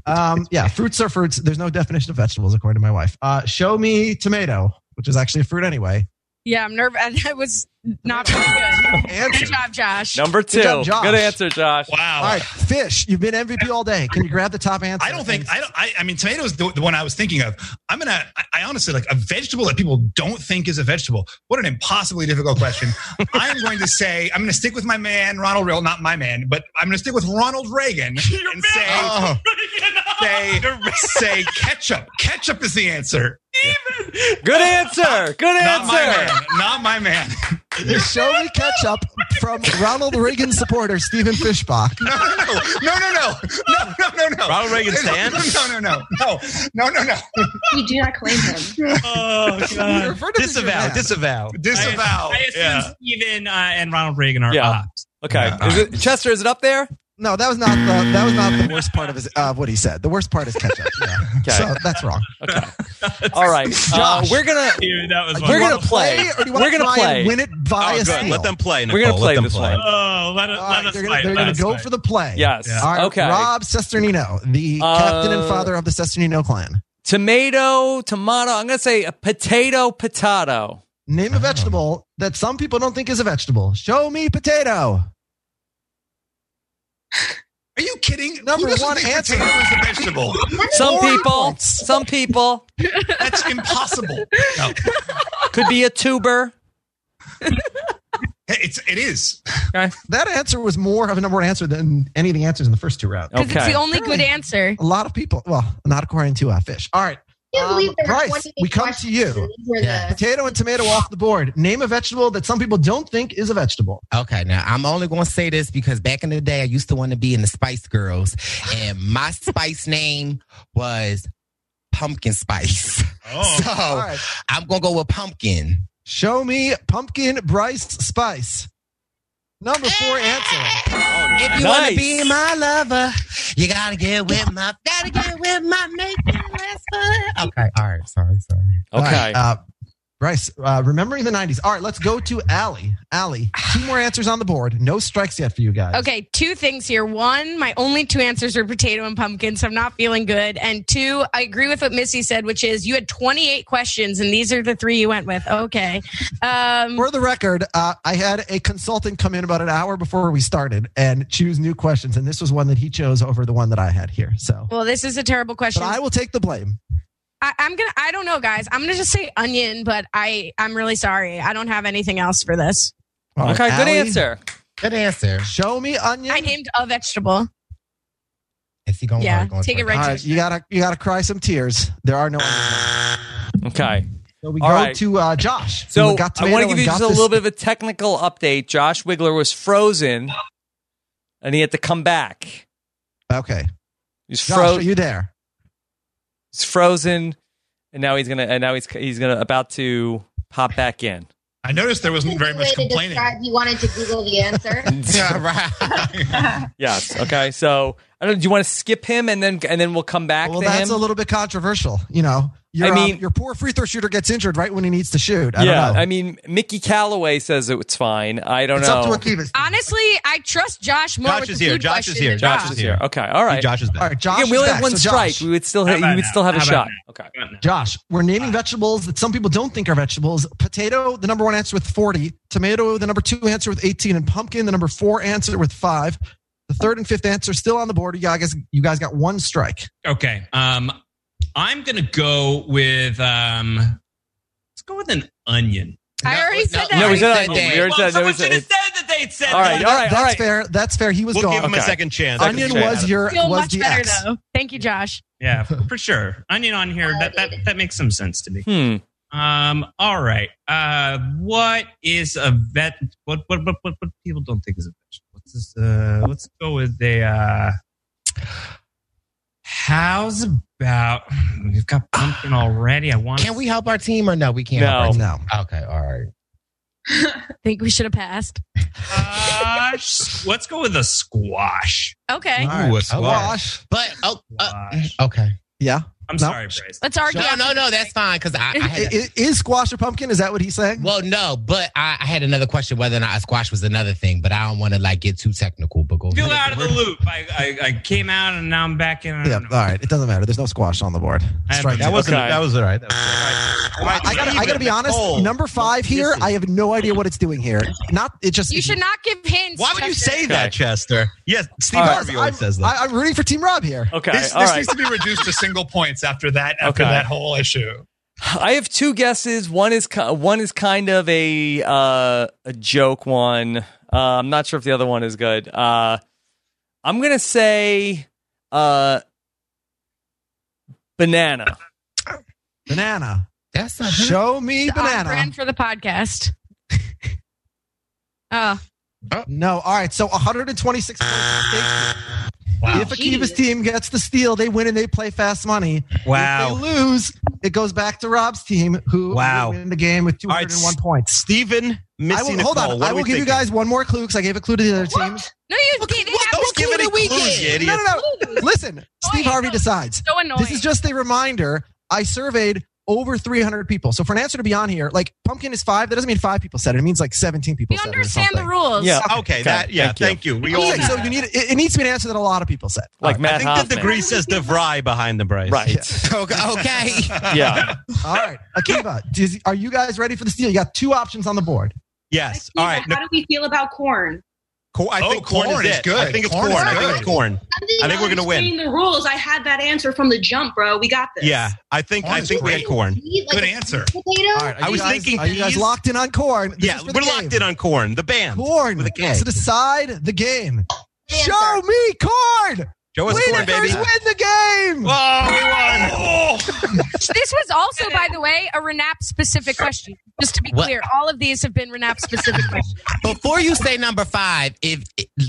Speaker 4: Um, yeah, fruits are fruits. There's no definition of vegetables, according to my wife. Uh, show me tomato, which is actually a fruit anyway.
Speaker 9: Yeah, I'm nervous. And I was not very good.
Speaker 4: Answer.
Speaker 9: Good job, Josh.
Speaker 2: Number two.
Speaker 4: Good job, Josh.
Speaker 2: Good answer, Josh.
Speaker 7: Wow.
Speaker 4: All right, fish. You've been MVP all day. Can you grab the top answer?
Speaker 7: I don't think I don't. I, I mean, tomato is the, the one I was thinking of. I'm gonna. I, I honestly like a vegetable that people don't think is a vegetable. What an impossibly difficult question. I'm going to say I'm going to stick with my man Ronald Reagan, not my man, but I'm going to stick with Ronald Reagan
Speaker 10: Your
Speaker 7: and
Speaker 10: man.
Speaker 7: say say say ketchup. Ketchup is the answer.
Speaker 2: Good answer. Good
Speaker 7: Not my
Speaker 2: answer.
Speaker 7: man. Not my man.
Speaker 4: Show me ketchup from Ronald Reagan supporter Stephen Fishbach.
Speaker 7: No, no, no, no, no, no, no, no, no.
Speaker 3: Ronald Reagan
Speaker 7: no,
Speaker 3: stand?
Speaker 7: no, no, no, no, no, no, no.
Speaker 11: We do not claim him.
Speaker 10: Oh
Speaker 4: You
Speaker 10: God.
Speaker 4: referred to him as your
Speaker 3: disavow,
Speaker 4: man.
Speaker 3: disavow.
Speaker 7: Disavow.
Speaker 10: I assume
Speaker 7: Yeah.
Speaker 10: Steven uh, and Ronald Reagan are
Speaker 2: Yeah.
Speaker 10: up.
Speaker 2: Okay. Is it, Chester, is it up there?
Speaker 4: No, that was not the that was not the worst part of his uh, what he said. The worst part is ketchup. Yeah.
Speaker 2: Okay.
Speaker 4: So that's wrong.
Speaker 2: All right. Uh, we're gonna
Speaker 10: Dude, that was
Speaker 2: We're
Speaker 4: You
Speaker 2: gonna
Speaker 4: wanna
Speaker 2: play.
Speaker 4: or do you wanna
Speaker 2: We're gonna
Speaker 4: try
Speaker 2: play.
Speaker 4: And win it
Speaker 3: Oh,
Speaker 4: via
Speaker 3: good.
Speaker 4: steal?
Speaker 3: Let them play. Nicole.
Speaker 2: We're gonna play
Speaker 3: Let them
Speaker 2: this
Speaker 3: play.
Speaker 2: one.
Speaker 10: Oh, let, it,
Speaker 4: All
Speaker 10: let
Speaker 4: right,
Speaker 10: us
Speaker 4: they're
Speaker 10: fight.
Speaker 4: gonna, they're
Speaker 10: let
Speaker 4: gonna
Speaker 10: us
Speaker 4: go
Speaker 10: fight.
Speaker 4: for the play.
Speaker 2: Yes.
Speaker 4: All right.
Speaker 2: Okay.
Speaker 4: Rob Sesternino, the
Speaker 2: Uh,
Speaker 4: captain and father of the Sesternino clan.
Speaker 2: tomato, tomato. I'm gonna say a potato, potato.
Speaker 4: Name a
Speaker 2: uh-huh.
Speaker 4: vegetable that some people don't think is a vegetable. Show me potato.
Speaker 7: Are you kidding?
Speaker 4: Number
Speaker 7: Who doesn't
Speaker 4: one
Speaker 7: think
Speaker 4: answer.
Speaker 7: potato is a vegetable.
Speaker 2: Some people, some people
Speaker 7: That's impossible. No, Hey,
Speaker 2: could be a tuber.
Speaker 7: it's it is.
Speaker 4: That answer was more of a number one answer than any of the answers in the first two rounds.
Speaker 2: Okay.
Speaker 9: Because it's the only good answer.
Speaker 4: A lot of people, well, not according to uh, fish. All right.
Speaker 5: Can't
Speaker 4: Um,
Speaker 5: believe there are
Speaker 4: Bryce,
Speaker 5: 28
Speaker 4: we come to
Speaker 5: questions
Speaker 4: you.
Speaker 5: for
Speaker 8: Yeah.
Speaker 5: this.
Speaker 4: Potato and tomato off the board. Name a vegetable that some people don't think is a vegetable.
Speaker 8: Okay, now I'm only going to say this because back in the day, I used to want to be in the Spice Girls, and my spice name was Pumpkin Spice.
Speaker 7: Oh,
Speaker 8: so
Speaker 4: All right.
Speaker 8: I'm going to go with pumpkin.
Speaker 4: Show me pumpkin Bryce spice. Number four, Ansel.
Speaker 8: If you
Speaker 2: Oh, Nice.
Speaker 8: wanna be my lover, you gotta get with my gotta get with my make it last forever. Okay, all right, sorry, sorry.
Speaker 4: All right,
Speaker 2: Okay.
Speaker 4: uh, Bryce, uh, remembering the 90s. All right, let's go to Allie. Allie, two more answers on the board. No strikes yet for you guys.
Speaker 9: Okay, two things here. One, my only two answers were potato and pumpkin, so I'm not feeling good. And two, I agree with what Missy said, which is you had 28 questions, and these are the three you went with. Okay. Um,
Speaker 4: For the record, uh, I had a consultant come in about an hour before we started and choose new questions. And this was one that he chose over the one that I had here. So,
Speaker 9: well, this is a terrible question.
Speaker 4: but I will take the blame.
Speaker 9: I, I'm gonna. I don't know, guys. I'm gonna just say onion, but I I'm really sorry. I don't have anything else for this.
Speaker 4: All right,
Speaker 2: okay, good
Speaker 4: Allie,
Speaker 2: answer.
Speaker 8: Good answer.
Speaker 4: Show me onion.
Speaker 9: I named a vegetable.
Speaker 8: Is he gonna
Speaker 9: Yeah,
Speaker 8: work on
Speaker 9: take it
Speaker 8: Twitter?
Speaker 9: right
Speaker 4: All
Speaker 9: to
Speaker 4: right, you gotta you gotta cry some tears. There are no. onions.
Speaker 2: Okay.
Speaker 4: So we
Speaker 2: All
Speaker 4: go
Speaker 2: right.
Speaker 4: to uh, Josh. who
Speaker 2: So
Speaker 4: got
Speaker 2: I
Speaker 4: tomato
Speaker 2: want to give
Speaker 4: and
Speaker 2: you
Speaker 4: got
Speaker 2: just a
Speaker 4: this-
Speaker 2: little bit of a technical update. Josh Wiggler was frozen, and he had to come back.
Speaker 4: Okay,
Speaker 2: He's
Speaker 4: Josh, are
Speaker 2: frozen.
Speaker 4: you there?
Speaker 2: He's frozen, and now he's gonna. And now he's he's gonna about to pop back in.
Speaker 7: I noticed there wasn't very
Speaker 5: Way
Speaker 7: much
Speaker 5: to
Speaker 7: complaining.
Speaker 5: describe you wanted to Google the answer.
Speaker 8: Yeah, right.
Speaker 2: yes. Okay. So I don't. Do you want to skip him and then and then we'll come back
Speaker 4: Well,
Speaker 2: to
Speaker 4: that's
Speaker 2: him?
Speaker 4: a little bit controversial. You know, your,
Speaker 2: I
Speaker 4: um,
Speaker 2: mean-
Speaker 4: your poor free throw shooter gets injured right when he needs to shoot. I
Speaker 2: yeah.
Speaker 4: don't know.
Speaker 2: I mean, Mickey Calloway says it's fine. I don't
Speaker 4: it's
Speaker 2: know.
Speaker 4: up to Akivas.
Speaker 9: Honestly, I trust Josh more.
Speaker 3: Josh
Speaker 9: with
Speaker 3: is
Speaker 9: the
Speaker 3: here.
Speaker 9: food
Speaker 3: Josh
Speaker 9: question
Speaker 3: is here.
Speaker 9: than
Speaker 3: Josh is here.
Speaker 2: Okay. All right.
Speaker 3: Josh is
Speaker 4: All
Speaker 3: back.
Speaker 4: right, Josh.
Speaker 2: Again, we
Speaker 4: is
Speaker 2: only
Speaker 4: back.
Speaker 2: have one
Speaker 4: So
Speaker 2: strike.
Speaker 4: Josh,
Speaker 2: We would still.
Speaker 10: How
Speaker 2: Have,
Speaker 10: about
Speaker 2: you would
Speaker 10: that?
Speaker 2: still have a
Speaker 10: How
Speaker 2: shot.
Speaker 10: about
Speaker 2: Okay.
Speaker 4: Josh, we're naming vegetables that some people don't think are vegetables. Potato, the number one answer with 40. Tomato, the number two answer with 18. And pumpkin, the number four answer with five. The third and fifth answer still on the board. You guys, you guys got one strike.
Speaker 10: Okay. Um, I'm gonna go with um, let's go with an onion.
Speaker 9: I already said that.
Speaker 2: No, we said that.
Speaker 8: that.
Speaker 2: We already
Speaker 10: Well,
Speaker 2: said-
Speaker 10: someone
Speaker 2: we said-
Speaker 10: should have said that they had said.
Speaker 2: All right.
Speaker 10: that.
Speaker 2: All right.
Speaker 4: That's
Speaker 2: All right.
Speaker 4: fair. That's fair. He was
Speaker 3: We'll give
Speaker 4: gone.
Speaker 3: him a
Speaker 2: Okay.
Speaker 3: second chance.
Speaker 4: Onion
Speaker 2: Second
Speaker 4: was your
Speaker 9: Feel
Speaker 4: was
Speaker 9: much
Speaker 4: the
Speaker 9: better
Speaker 4: X.
Speaker 9: though. Thank you, Josh.
Speaker 10: Yeah, for sure. Onion on here. That that that makes some sense to me.
Speaker 2: Hmm.
Speaker 10: Um. All right. Uh. What is a vet? What what what what, what people don't think is a vegetable? What's this? Uh. Let's go with a. Uh, how's about? We've got pumpkin already. I want.
Speaker 8: Can we help our team or no? We can't.
Speaker 2: No.
Speaker 8: help
Speaker 4: No.
Speaker 8: our team. Okay, all right.
Speaker 9: I think we should have passed.
Speaker 10: Uh, let's go with a squash.
Speaker 9: Okay.
Speaker 4: All right.
Speaker 3: Ooh, a squash.
Speaker 4: Josh.
Speaker 8: But oh, uh,
Speaker 10: Squash.
Speaker 8: okay.
Speaker 4: Yeah.
Speaker 10: I'm
Speaker 4: No.
Speaker 10: sorry, Bryce.
Speaker 9: Let's argue.
Speaker 8: No, no, no. That's fine because I, I
Speaker 4: I-
Speaker 8: had.
Speaker 4: I- Is squash a pumpkin? Is that what he's saying?
Speaker 8: Well, no, but I, I had another question whether or not a squash was another thing, but I don't want to like get too technical. But go
Speaker 10: feel
Speaker 8: ahead.
Speaker 10: out of the loop. I, I, I came out and now I'm back in. I
Speaker 4: yeah.
Speaker 10: don't
Speaker 4: All
Speaker 10: know.
Speaker 4: right. It doesn't matter. There's no squash on the board.
Speaker 10: I
Speaker 4: Strike.
Speaker 10: have
Speaker 3: That wasn't.
Speaker 2: Okay.
Speaker 3: That was all right. That
Speaker 4: I gotta, I gotta be honest. Number five here, I have no idea what it's doing here. Not it just.
Speaker 9: You should not give hints.
Speaker 3: Why would you
Speaker 9: Chester.
Speaker 3: say that, Chester? Yes, Steve
Speaker 2: All right.
Speaker 3: Harvey always says that.
Speaker 4: I, I'm rooting for Team Rob here.
Speaker 2: Okay.
Speaker 7: This,
Speaker 2: all
Speaker 7: this
Speaker 2: right.
Speaker 7: needs to be reduced to single points after that. After
Speaker 2: Okay.
Speaker 7: that whole issue,
Speaker 2: I have two guesses. One is ki- one is kind of a uh, a joke one. Uh, I'm not sure if the other one is good. Uh, I'm gonna say uh, banana.
Speaker 4: Banana.
Speaker 8: That's not
Speaker 4: Show me
Speaker 9: It's on
Speaker 4: banana.
Speaker 9: brand for the podcast. oh,
Speaker 4: No. All right. So 126 points. at stake here.
Speaker 7: Wow.
Speaker 4: If Akiva's team gets the steal, they win and they play fast money. If
Speaker 3: Wow.
Speaker 4: they lose, it goes back to Rob's team, who
Speaker 3: Wow.
Speaker 4: will win the game with
Speaker 3: right,
Speaker 4: 201 points.
Speaker 3: Steven,
Speaker 4: I
Speaker 3: Missy,
Speaker 4: will,
Speaker 3: Nicole,
Speaker 4: hold on.
Speaker 3: What
Speaker 4: I
Speaker 3: are
Speaker 4: will
Speaker 3: we
Speaker 4: give you
Speaker 3: thinking?
Speaker 4: guys one more clue because I gave a clue to the other team.
Speaker 9: no, you didn't
Speaker 3: What?
Speaker 9: have
Speaker 3: Don't
Speaker 9: to
Speaker 3: give
Speaker 9: clue
Speaker 3: any
Speaker 9: that we
Speaker 3: clues,
Speaker 9: did.
Speaker 3: you
Speaker 4: No,
Speaker 3: idiot.
Speaker 4: no, no. Listen, Steve
Speaker 9: no.
Speaker 4: Harvey decides.
Speaker 9: So annoying.
Speaker 4: This is just a reminder. I surveyed over 300 people. So for an answer to be on here, like pumpkin is five. That doesn't mean five people said it. It means like 17 people
Speaker 9: we
Speaker 4: said
Speaker 9: understand
Speaker 4: it.
Speaker 9: the rules.
Speaker 2: Yeah.
Speaker 3: Okay, that yeah.
Speaker 2: thank
Speaker 3: Thank,
Speaker 2: you.
Speaker 3: you. We
Speaker 4: Or
Speaker 3: all.
Speaker 4: something. Yeah, so you need it, it needs to be an answer that a lot of people said.
Speaker 2: Like
Speaker 3: I
Speaker 2: Matt
Speaker 3: think the
Speaker 2: Hoffman.
Speaker 3: degree says DeVry behind the Bryce.
Speaker 2: Right.
Speaker 8: okay.
Speaker 2: Yeah.
Speaker 4: All right, Akiva, does, are you guys ready for the steal? You got two options on the board.
Speaker 3: Yes. All right.
Speaker 11: How do we feel about corn?
Speaker 3: No, I think
Speaker 7: Oh,
Speaker 3: corn,
Speaker 7: corn
Speaker 3: is,
Speaker 7: is
Speaker 3: it.
Speaker 7: good.
Speaker 3: I think it's corn.
Speaker 7: Corn is
Speaker 3: I think
Speaker 7: good.
Speaker 3: it's corn. I think we're gonna win.
Speaker 11: Understanding The rules. I had that answer from the jump, bro. We got this.
Speaker 3: Yeah. I think.
Speaker 7: Corn
Speaker 3: I
Speaker 7: is
Speaker 3: think we
Speaker 7: great.
Speaker 3: had corn.
Speaker 5: Eat like
Speaker 7: good
Speaker 5: a
Speaker 7: answer.
Speaker 5: Potato.
Speaker 4: All right, are
Speaker 3: I
Speaker 4: you
Speaker 3: was
Speaker 4: guys-
Speaker 3: thinking
Speaker 4: are you guys
Speaker 3: peas?
Speaker 4: locked in on corn? This
Speaker 3: yeah,
Speaker 4: is for
Speaker 3: we're
Speaker 4: the
Speaker 3: locked
Speaker 4: game.
Speaker 3: in on corn. The band.
Speaker 4: corn
Speaker 3: with a K.
Speaker 4: to decide the game.
Speaker 5: Good answer.
Speaker 4: Show me corn.
Speaker 3: Show us corn,
Speaker 4: Winners
Speaker 3: baby.
Speaker 4: win the game.
Speaker 3: Oh, we won.
Speaker 9: This was also, by the way, a Renap specific question. Just to be
Speaker 8: What?
Speaker 9: clear, all of these have been Renap specific questions.
Speaker 8: Before you say number five, if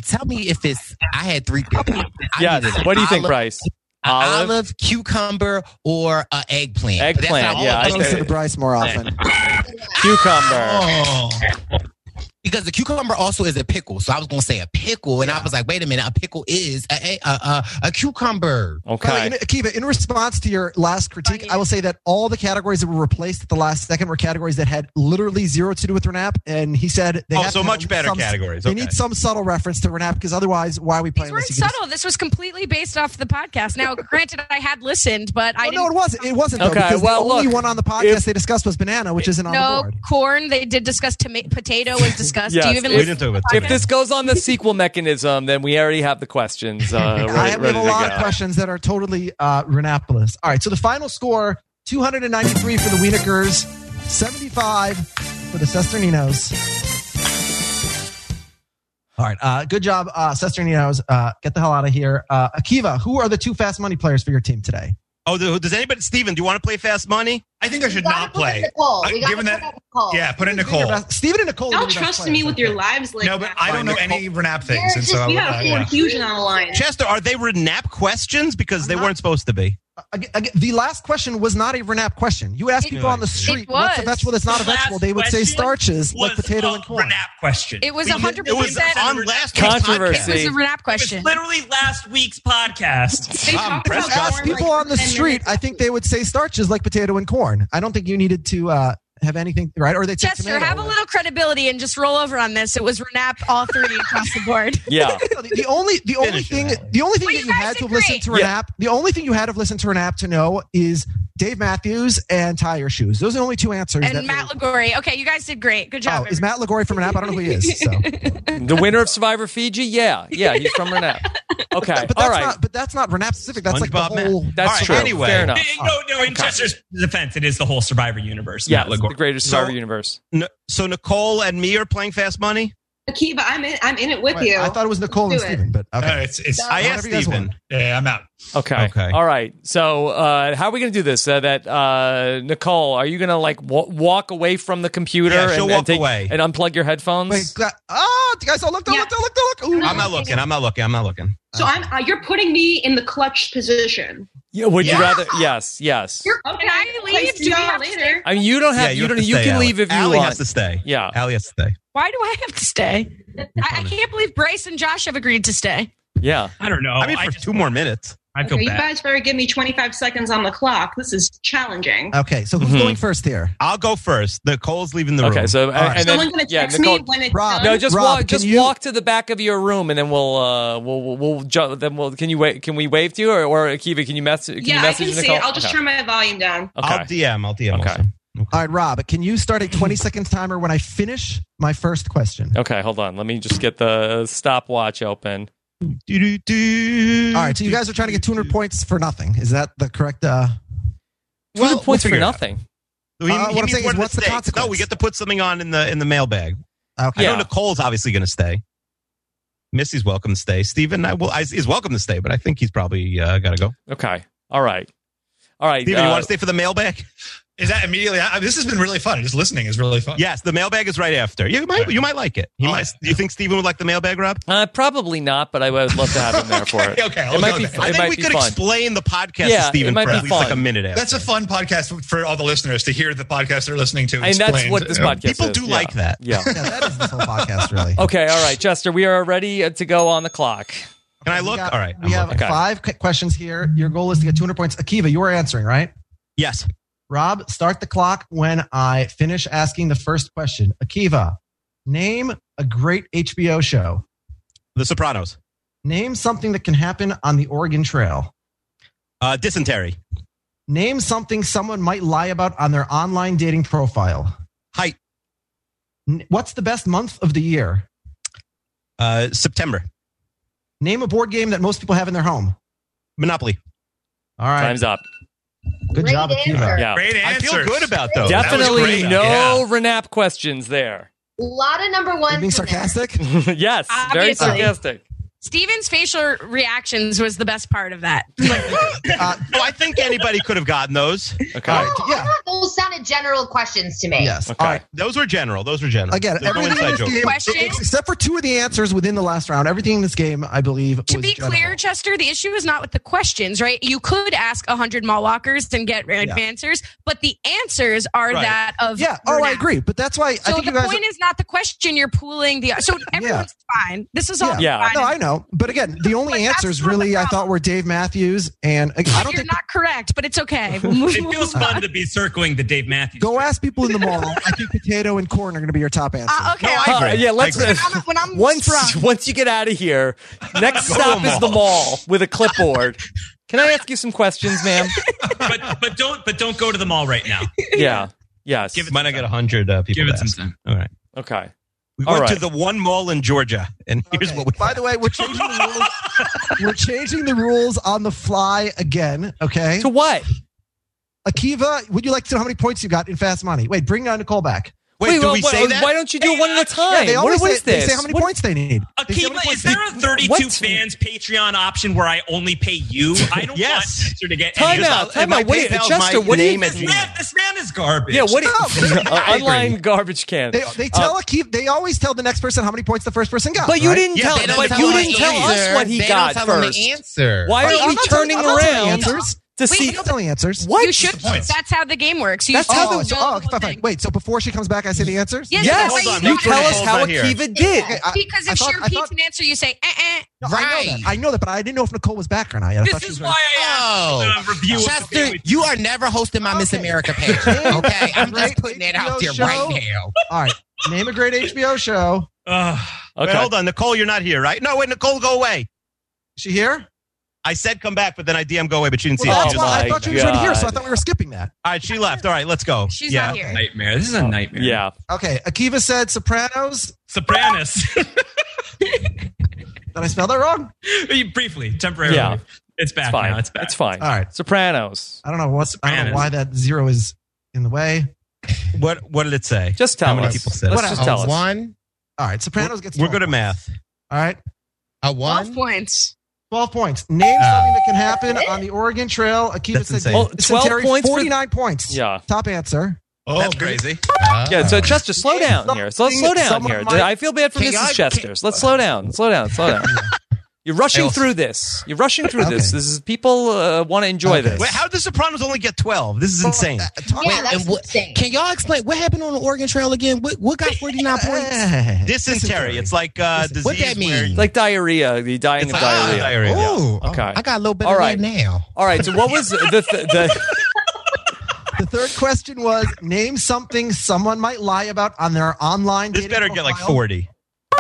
Speaker 8: tell me if it's I had three. I needed
Speaker 2: Yes.
Speaker 8: an
Speaker 2: What do you think,
Speaker 8: olive-
Speaker 2: Bryce?
Speaker 8: an
Speaker 2: Olive?
Speaker 8: Olive, cucumber, or an eggplant. But that's
Speaker 2: Eggplant,
Speaker 8: not all
Speaker 2: yeah,
Speaker 8: of
Speaker 2: I
Speaker 8: them.
Speaker 4: Listen to Bryce more often.
Speaker 2: Cucumber.
Speaker 7: Oh,
Speaker 8: because the cucumber also is a pickle. So I was gonna say a pickle, and I was like, wait a minute, a pickle is a a, a, a cucumber.
Speaker 4: By the way,
Speaker 2: Okay.
Speaker 4: in- Akiva, in response to your last
Speaker 9: Oh,
Speaker 4: critique, I will say that all the categories that were replaced at the last second were categories that had literally zero to do with Renap, and he said they
Speaker 3: Oh,
Speaker 4: have
Speaker 3: so
Speaker 4: to
Speaker 3: much
Speaker 4: have
Speaker 3: better
Speaker 4: some-
Speaker 3: categories.
Speaker 4: They
Speaker 3: Okay.
Speaker 4: need some subtle reference to Renap because otherwise, why are we playing
Speaker 9: These weren't
Speaker 4: this? You can just-
Speaker 9: subtle. This was completely based off the podcast. Now, granted, I had listened, but I
Speaker 4: Oh, no,
Speaker 9: didn't.
Speaker 4: it wasn't. It wasn't. Though,
Speaker 2: Okay,
Speaker 4: because
Speaker 2: well,
Speaker 4: the only
Speaker 2: look,
Speaker 4: one on the podcast they discussed was banana, which isn't on the
Speaker 9: No
Speaker 4: board.
Speaker 9: corn. They did discuss toma- potato was discussed. Do
Speaker 2: Yes,
Speaker 9: you even
Speaker 2: we
Speaker 9: listen?
Speaker 3: didn't talk about
Speaker 9: to
Speaker 2: If
Speaker 9: the
Speaker 3: Okay.
Speaker 2: this goes on the sequel mechanism, then we already have the questions. Uh,
Speaker 4: I
Speaker 2: ready,
Speaker 4: have, we have
Speaker 2: ready
Speaker 4: a
Speaker 2: to
Speaker 4: lot
Speaker 2: go.
Speaker 4: of questions that are totally uh, Renapolis. All right, so the final score 293 for the Wienekers, 75 for the Sesterninos. All right, uh, good job, uh, Sesterninos. Uh, get the hell out of here. Uh, Akiva, who are the two fast money players for your team today?
Speaker 3: Oh, do- does anybody, Steven, do you want to play Fast Money?
Speaker 7: I think I should
Speaker 5: gotta
Speaker 7: not
Speaker 5: put in
Speaker 7: play.
Speaker 5: Nicole.
Speaker 7: I-
Speaker 5: We gotta
Speaker 7: given
Speaker 5: put
Speaker 7: that-
Speaker 5: in Nicole.
Speaker 7: Yeah, put in Nicole.
Speaker 4: Your
Speaker 7: No,
Speaker 4: best- Steven and Nicole.
Speaker 11: Don't
Speaker 4: are your best
Speaker 11: trust me
Speaker 4: players,
Speaker 11: with your
Speaker 4: okay.
Speaker 11: lives like
Speaker 7: but
Speaker 11: that.
Speaker 7: I don't know any Renap
Speaker 11: You're
Speaker 7: things, and
Speaker 11: just-
Speaker 7: so I
Speaker 11: we
Speaker 7: would
Speaker 11: got a
Speaker 7: not.
Speaker 11: whole
Speaker 7: Yeah.
Speaker 11: infusion on the line.
Speaker 3: Chester, are they Renap questions? Because they
Speaker 4: I'm not-
Speaker 3: weren't supposed to be.
Speaker 4: Aga- aga- the last question was not a Renap question. You ask people on the street, what's a
Speaker 9: was.
Speaker 4: vegetable that's not a
Speaker 10: The last
Speaker 4: vegetable? They would say
Speaker 10: question
Speaker 4: starches like
Speaker 10: Was
Speaker 4: potato
Speaker 10: a
Speaker 4: and corn.
Speaker 10: Renap question.
Speaker 9: It was
Speaker 10: We-
Speaker 9: 100%
Speaker 3: It was on
Speaker 9: it
Speaker 3: last
Speaker 2: Controversy.
Speaker 3: week's podcast.
Speaker 9: was a Renap
Speaker 10: It
Speaker 9: question.
Speaker 10: was literally last week's podcast.
Speaker 11: They
Speaker 3: Tom
Speaker 11: talked about
Speaker 3: Prescott.
Speaker 11: corn,
Speaker 4: people
Speaker 11: like,
Speaker 4: on the
Speaker 11: 10
Speaker 4: street,
Speaker 11: minutes.
Speaker 4: I think they would say starches like potato and corn. I don't think you needed to uh, have anything right, or they took
Speaker 9: Chester,
Speaker 4: tomato.
Speaker 9: have a little credibility and just roll over on this. It was Renap all three across the board.
Speaker 2: Yeah.
Speaker 4: No, the, the only the only
Speaker 3: Finish it,
Speaker 4: thing
Speaker 3: Ally.
Speaker 4: the only thing
Speaker 9: Well,
Speaker 4: that
Speaker 9: you
Speaker 4: you
Speaker 9: guys
Speaker 4: had to have
Speaker 9: agree.
Speaker 4: listened to an
Speaker 2: Yeah.
Speaker 4: app the only thing you had to have listened to an app to know is Dave Matthews and tie your shoes. Those are the only two answers. that
Speaker 9: And Matt Liguori. Okay, you guys did great. Good
Speaker 4: oh,
Speaker 9: job.
Speaker 4: is Matt Lagori from an app? I don't know who he is. So. But
Speaker 2: The winner of Survivor Fiji? Yeah. Yeah. He's from Renap. Okay.
Speaker 4: that's
Speaker 2: All right.
Speaker 4: not but that's not Renap specific. That's like
Speaker 3: SpongeBob
Speaker 4: the whole
Speaker 2: That's
Speaker 3: All right,
Speaker 2: true.
Speaker 3: anyway.
Speaker 2: Fair enough.
Speaker 10: no, no, in Chester's defense, it is the whole Survivor universe.
Speaker 2: Yeah.
Speaker 10: not
Speaker 2: it's
Speaker 10: Ligor.
Speaker 2: The greatest Survivor
Speaker 3: So-
Speaker 2: universe.
Speaker 3: N- so Nicole and me are playing Fast Money?
Speaker 11: Akiva, I'm in. I'm in it with
Speaker 4: Wait,
Speaker 11: you.
Speaker 4: I thought it was Nicole and
Speaker 11: Let's do it.
Speaker 4: Steven, but okay.
Speaker 7: No, it's, it's,
Speaker 3: Uh, I
Speaker 4: Whatever
Speaker 3: asked
Speaker 4: you guys
Speaker 3: Steven.
Speaker 4: want.
Speaker 7: yeah, I'm out.
Speaker 2: Okay.
Speaker 3: Okay.
Speaker 2: All right. So, uh, how are we going to do this? Uh, that uh, Nicole, are you going to like wa- walk away from the computer
Speaker 3: Yeah, she'll
Speaker 2: and,
Speaker 3: walk
Speaker 2: and, take-
Speaker 3: away.
Speaker 2: and unplug your headphones?
Speaker 4: Wait, gla- oh, guys, oh, look, don't
Speaker 11: Yeah.
Speaker 4: look, don't look, don't look. Ooh.
Speaker 3: I'm not looking. I'm not looking. I'm not looking.
Speaker 11: so I'm. Uh, you're putting me in the clutch position.
Speaker 2: Yeah, would
Speaker 3: Yeah.
Speaker 2: you rather? Yes. Yes.
Speaker 11: You're
Speaker 9: Can I leave? Do we have to stay?
Speaker 2: I mean, you don't have. you,
Speaker 3: have
Speaker 2: don't.
Speaker 3: to
Speaker 2: You
Speaker 3: stay,
Speaker 2: can
Speaker 3: Ally.
Speaker 2: leave if you
Speaker 3: Ally
Speaker 2: want.
Speaker 3: has to stay.
Speaker 2: Yeah.
Speaker 3: Allie has to stay.
Speaker 9: Why do I have to stay? I, I can't believe Bryce and Josh have agreed to stay.
Speaker 2: Yeah.
Speaker 10: I don't know.
Speaker 3: I mean, for
Speaker 10: just-
Speaker 3: two more minutes.
Speaker 10: I feel
Speaker 11: Okay, you
Speaker 10: bad.
Speaker 11: guys better give me 25 seconds on the clock. This is challenging.
Speaker 4: Okay, so who's
Speaker 2: Mhm.
Speaker 4: going first here?
Speaker 3: I'll go first. Nicole's leaving the room.
Speaker 2: Okay. So, uh,
Speaker 4: right.
Speaker 2: and
Speaker 11: Someone's
Speaker 2: then
Speaker 11: gonna
Speaker 2: yeah,
Speaker 11: text
Speaker 2: Nicole.
Speaker 11: me when it's
Speaker 4: Rob,
Speaker 11: done.
Speaker 2: No, just
Speaker 4: Rob,
Speaker 2: walk.
Speaker 4: can
Speaker 2: Just
Speaker 4: you-
Speaker 2: walk to the back of your room, and then we'll uh, we'll we'll, we'll ju- then we'll. Can you wait? Can we wave to you, or, or Akiva? Can you message? Can you
Speaker 11: yeah, I
Speaker 2: message
Speaker 11: can see
Speaker 2: Nicole?
Speaker 11: it. I'll just
Speaker 2: okay.
Speaker 11: turn my volume down.
Speaker 2: Okay.
Speaker 3: I'll DM. I'll DM.
Speaker 2: Okay.
Speaker 3: also.
Speaker 4: All right, Rob, can you start a 20 second timer when I finish my first question?
Speaker 2: Okay, hold on. Let me just get the stopwatch open.
Speaker 3: All
Speaker 4: All right, so you guys are trying to get 200 points for nothing. Is that the correct? Uh,
Speaker 2: Two
Speaker 3: Well,
Speaker 2: points
Speaker 3: we'll
Speaker 2: for
Speaker 3: figure it out.
Speaker 2: nothing.
Speaker 3: We-
Speaker 4: Uh,
Speaker 3: he
Speaker 4: what I'm
Speaker 3: means
Speaker 4: saying
Speaker 3: what
Speaker 4: is,
Speaker 3: are the
Speaker 4: what's the
Speaker 3: stakes?
Speaker 4: consequence?
Speaker 3: No, we get to put something on in the in the mailbag.
Speaker 4: okay.
Speaker 3: I
Speaker 2: Yeah.
Speaker 3: know Nicole's obviously going to stay. Missy's welcome to stay. Steven I, well, I, is welcome to stay, but I think he's probably uh, got to go.
Speaker 2: Okay. All right. All right.
Speaker 3: Steven,
Speaker 2: uh,
Speaker 3: you want to stay for the mailbag?
Speaker 7: Is that immediately? I, this has been really fun. Just listening is really fun.
Speaker 3: Yes, the mailbag is right after. You might you might like it. He
Speaker 7: All
Speaker 3: might,
Speaker 7: right.
Speaker 3: Do you think Steven would like the mailbag, Rob?
Speaker 2: uh, probably not, but I would love to have him there for it.
Speaker 7: Okay, okay, I'll
Speaker 2: it might
Speaker 7: go
Speaker 2: be.
Speaker 7: there.
Speaker 2: Fun.
Speaker 3: I
Speaker 2: It
Speaker 3: think
Speaker 2: might
Speaker 3: we
Speaker 2: be
Speaker 3: could
Speaker 2: fun.
Speaker 3: explain the podcast
Speaker 2: Yeah,
Speaker 3: to Steven
Speaker 2: it might
Speaker 3: for
Speaker 2: be
Speaker 3: at least like a
Speaker 2: fun.
Speaker 3: minute after.
Speaker 7: That's a fun podcast for all the listeners to hear the podcast they're listening to.
Speaker 2: and that's
Speaker 7: explained.
Speaker 2: what this podcast.
Speaker 3: People
Speaker 2: is.
Speaker 3: do
Speaker 2: yeah.
Speaker 3: like that.
Speaker 2: Yeah.
Speaker 4: yeah, that is this whole podcast, really.
Speaker 2: Okay. All right, Chester. We are ready uh, to go on the clock.
Speaker 3: Can I
Speaker 4: We
Speaker 3: look?
Speaker 4: got-
Speaker 3: All right.
Speaker 4: We have
Speaker 2: looking. Okay.
Speaker 4: five qu- questions here. Your goal is to get 200 points. Akiva, you are answering, right?
Speaker 3: yes.
Speaker 4: Rob, start the clock when I finish asking the first question. Akiva, name a great HBO show.
Speaker 3: The Sopranos.
Speaker 4: Name something that can happen on the Oregon Trail.
Speaker 3: Uh, dysentery.
Speaker 4: Name something someone might lie about on their online dating profile.
Speaker 3: Height.
Speaker 4: N- What's the best month of the year?
Speaker 3: Uh, September.
Speaker 4: Name a board game that most people have in their home.
Speaker 3: Monopoly.
Speaker 4: All right.
Speaker 2: Time's up.
Speaker 4: Good
Speaker 5: Great
Speaker 4: job, Akiva.
Speaker 5: answer.
Speaker 2: Yeah.
Speaker 7: Great
Speaker 3: I
Speaker 7: answer.
Speaker 3: feel good about those.
Speaker 7: That was
Speaker 2: Definitely
Speaker 7: great.
Speaker 2: no
Speaker 7: Yeah.
Speaker 2: Renap questions there.
Speaker 5: A lot of number
Speaker 4: Are you
Speaker 5: one.
Speaker 4: being sarcastic?
Speaker 2: yes. Very
Speaker 9: Obviously.
Speaker 2: sarcastic.
Speaker 9: Steven's facial reactions was the best part of that.
Speaker 4: Uh,
Speaker 3: Oh, I think anybody could have gotten those.
Speaker 2: Okay.
Speaker 4: All right.
Speaker 5: Oh,
Speaker 4: Yeah.
Speaker 5: I thought those sounded general questions to me.
Speaker 4: Yes.
Speaker 2: Okay.
Speaker 4: All right.
Speaker 3: Those were general. Those were general.
Speaker 4: Again,
Speaker 3: There's no
Speaker 4: everything in
Speaker 3: inside
Speaker 4: this
Speaker 3: joke.
Speaker 4: game,
Speaker 9: Question?
Speaker 4: ex- except for two of the answers within the last round, everything in this game, I believe,
Speaker 9: To
Speaker 4: was
Speaker 9: be
Speaker 4: general.
Speaker 9: clear, Chester, the issue is not with the questions, right? You could ask 100 mall walkers and get answers, but the answers are
Speaker 3: Right.
Speaker 9: that of.
Speaker 4: Yeah. Oh, I
Speaker 9: Murnau.
Speaker 4: agree. But that's why I
Speaker 9: So
Speaker 4: think
Speaker 9: the
Speaker 4: you guys.
Speaker 9: point is not the question. You're pooling the. So everyone's fine. This is all
Speaker 2: Yeah.
Speaker 9: fine.
Speaker 4: no, I know. But again, the only
Speaker 9: that's
Speaker 4: answers
Speaker 9: not the
Speaker 4: really I
Speaker 9: problem.
Speaker 4: thought were Dave Matthews and I don't
Speaker 9: You're
Speaker 4: think
Speaker 9: not correct, but it's okay. We'll move,
Speaker 10: It feels
Speaker 9: move on.
Speaker 10: fun to be circling the Dave Matthews.
Speaker 4: go ask people in the mall. I think potato and corn are going to be your top answer.
Speaker 9: Uh, okay.
Speaker 2: Huh, yeah, let's.
Speaker 9: I'm- when I'm
Speaker 2: once
Speaker 9: sprung.
Speaker 2: once you get out of here, next stop is the mall with a clipboard. Can I ask you some questions, ma'am?
Speaker 10: but but don't but don't go to the mall right now.
Speaker 2: Yeah. Yes.
Speaker 10: Give it-
Speaker 3: Might not get 100 uh, people.
Speaker 10: Give it some
Speaker 3: to ask.
Speaker 10: time.
Speaker 3: All right.
Speaker 2: okay.
Speaker 3: We
Speaker 2: All
Speaker 3: went to
Speaker 2: right.
Speaker 3: the one mall in Georgia, and here's
Speaker 4: Okay.
Speaker 3: what we.
Speaker 4: By the way, we're changing the rules. we're changing the rules on the fly again. Okay.
Speaker 2: To what?
Speaker 4: Akiva, would you like to know how many points you got in fast money? Wait, bring uh, Nicole back.
Speaker 3: Wait, do
Speaker 2: well,
Speaker 3: we
Speaker 2: why,
Speaker 3: say that?
Speaker 2: why don't you do it one at a time?
Speaker 4: Yeah, they always
Speaker 2: what,
Speaker 4: say,
Speaker 2: what is
Speaker 4: they
Speaker 2: this?
Speaker 4: say how many
Speaker 2: What-
Speaker 4: points they need. They say how many
Speaker 10: Akiva,
Speaker 4: points
Speaker 10: is there
Speaker 4: they-
Speaker 10: a 32
Speaker 2: What?
Speaker 10: fans Patreon option where I only pay you? I don't
Speaker 3: Yes.
Speaker 10: want Chester to get
Speaker 2: Time
Speaker 10: any of
Speaker 2: out.
Speaker 10: that.
Speaker 2: Time
Speaker 3: my
Speaker 2: out. Wait,
Speaker 3: PayPal's
Speaker 2: Chester,
Speaker 3: my
Speaker 2: what do you
Speaker 3: name at
Speaker 10: This man, this man is garbage.
Speaker 2: Yeah, what do you,
Speaker 4: No,
Speaker 2: uh, online garbage can? Uh,
Speaker 4: They, they tell Akiva, they always tell the next person how many points the first person got.
Speaker 2: But you
Speaker 4: right?
Speaker 2: didn't
Speaker 3: Yeah,
Speaker 2: tell.
Speaker 3: they don't
Speaker 2: But
Speaker 3: tell
Speaker 2: you
Speaker 3: us
Speaker 2: didn't tell
Speaker 3: either.
Speaker 2: us what he
Speaker 8: They
Speaker 2: got
Speaker 8: don't tell them
Speaker 2: first.
Speaker 8: the answer.
Speaker 2: Why
Speaker 4: Right,
Speaker 2: are
Speaker 4: I'm
Speaker 2: we
Speaker 4: not telling-
Speaker 2: turning
Speaker 4: I'm not telling
Speaker 2: around
Speaker 4: answers.
Speaker 2: to
Speaker 4: You
Speaker 2: see?
Speaker 4: don't tell the answers.
Speaker 2: What?
Speaker 9: You should.
Speaker 7: points.
Speaker 9: That's how the game works. You
Speaker 2: That's
Speaker 9: should
Speaker 2: how
Speaker 4: Oh,
Speaker 9: know
Speaker 2: the-
Speaker 4: so,
Speaker 9: the
Speaker 4: oh,
Speaker 9: whole
Speaker 4: fine, fine.
Speaker 9: thing.
Speaker 4: Wait, so before she comes back, I say the answers?
Speaker 9: Yes,
Speaker 2: Yes,
Speaker 9: that's why
Speaker 3: Hold
Speaker 9: you
Speaker 2: you
Speaker 3: on,
Speaker 9: don't
Speaker 2: tell
Speaker 9: have
Speaker 2: us
Speaker 9: to-
Speaker 3: Nicole's
Speaker 2: how
Speaker 3: not here.
Speaker 2: Akiva did.
Speaker 4: Okay, I-
Speaker 9: Because
Speaker 4: I thought-
Speaker 9: if
Speaker 4: I
Speaker 9: she
Speaker 4: thought-
Speaker 9: repeats an answer, you say, eh, eh.
Speaker 4: No, I know
Speaker 8: Right.
Speaker 4: that. I know that, but I didn't know if Nicole was back or not yet. I thought
Speaker 10: This
Speaker 4: she
Speaker 10: is
Speaker 4: was
Speaker 10: why I asked for the review. of the
Speaker 8: Chester,
Speaker 10: sandwich.
Speaker 8: you are never hosting my Miss
Speaker 4: Okay.
Speaker 8: America page. Okay, I'm just
Speaker 4: Great
Speaker 8: putting that out there
Speaker 4: HBO
Speaker 8: right
Speaker 4: show.
Speaker 8: now.
Speaker 4: All right. Name a great HBO show.
Speaker 10: Ugh.
Speaker 3: Uh, Wait,
Speaker 2: Okay.
Speaker 3: hold on, Nicole, you're not here, right? No, wait, Nicole, go away.
Speaker 4: Is she here?
Speaker 3: I said come back, but then I DM go away, but she didn't see
Speaker 2: Well,
Speaker 3: it.
Speaker 4: that's
Speaker 3: She
Speaker 2: Oh
Speaker 3: just
Speaker 4: why
Speaker 3: left.
Speaker 4: I
Speaker 2: my
Speaker 4: thought she was already here, so I
Speaker 2: God.
Speaker 4: thought we were skipping that.
Speaker 3: All right, she left. All right, let's go.
Speaker 9: Oh, She's
Speaker 3: yeah.
Speaker 9: not here.
Speaker 10: nightmare. This is a nightmare.
Speaker 2: Oh, Yeah.
Speaker 4: Okay. Akiva said Sopranos.
Speaker 10: Sopranos.
Speaker 4: Did I spell that wrong?
Speaker 10: Briefly, temporarily.
Speaker 2: Yeah.
Speaker 10: It's back
Speaker 2: It's fine.
Speaker 10: now. It's back.
Speaker 2: fine.
Speaker 4: All right.
Speaker 2: Sopranos.
Speaker 4: I don't know what's. I don't know
Speaker 10: Sopranos.
Speaker 4: why that zero is in the way.
Speaker 3: What What did it say?
Speaker 2: Just tell
Speaker 3: How many
Speaker 2: us.
Speaker 3: people said
Speaker 2: Let's
Speaker 4: it?
Speaker 2: just tell
Speaker 8: a
Speaker 2: us.
Speaker 8: Oh, one,
Speaker 4: All right. Sopranos gets.
Speaker 3: We're
Speaker 4: 12
Speaker 3: good at
Speaker 4: points.
Speaker 3: math.
Speaker 4: All right.
Speaker 8: a
Speaker 9: 12
Speaker 8: one.
Speaker 9: points.
Speaker 4: 12 points. Name something that can happen on the Oregon Trail. Akiva
Speaker 3: Ah. That's
Speaker 4: said
Speaker 3: insane.
Speaker 2: Oh, 12
Speaker 4: dysentery,
Speaker 2: points for-
Speaker 4: 49 points.
Speaker 2: Yeah.
Speaker 4: Top answer.
Speaker 7: Oh,
Speaker 3: That's
Speaker 7: great.
Speaker 3: crazy.
Speaker 8: Oh.
Speaker 2: Yeah, so Chester, slow down here. So let's slow down
Speaker 4: Someone
Speaker 2: here.
Speaker 4: might-
Speaker 2: I feel bad for
Speaker 8: Can I-
Speaker 2: Mrs. Chester's. Let's slow down. Slow down. Slow down. You're rushing through this. You're rushing through this.
Speaker 4: Okay.
Speaker 2: This is people uh, want to enjoy
Speaker 4: Okay.
Speaker 2: this.
Speaker 3: Wait, how did the Sopranos only get 12? This is insane.
Speaker 4: Uh, talk
Speaker 5: Yeah,
Speaker 4: about-
Speaker 5: that's
Speaker 8: and what-
Speaker 5: insane.
Speaker 8: Can y'all explain what happened on the Oregon Trail again? What what got 49 points?
Speaker 4: Eh,
Speaker 3: Dysentery. It's like uh, disease.
Speaker 8: What that
Speaker 3: where-
Speaker 8: mean?
Speaker 2: like diarrhea, the dying
Speaker 3: It's
Speaker 2: of
Speaker 3: like ah,
Speaker 2: diarrhea.
Speaker 3: diarrhea. yeah.
Speaker 8: Ooh,
Speaker 2: Okay.
Speaker 8: I got a little bit
Speaker 2: All
Speaker 8: of
Speaker 2: right.
Speaker 8: that now.
Speaker 2: All right. So what was the the, the
Speaker 4: The third question was name something someone might lie about on their online.
Speaker 3: This
Speaker 4: dating
Speaker 3: better get like
Speaker 4: profile.
Speaker 3: 40.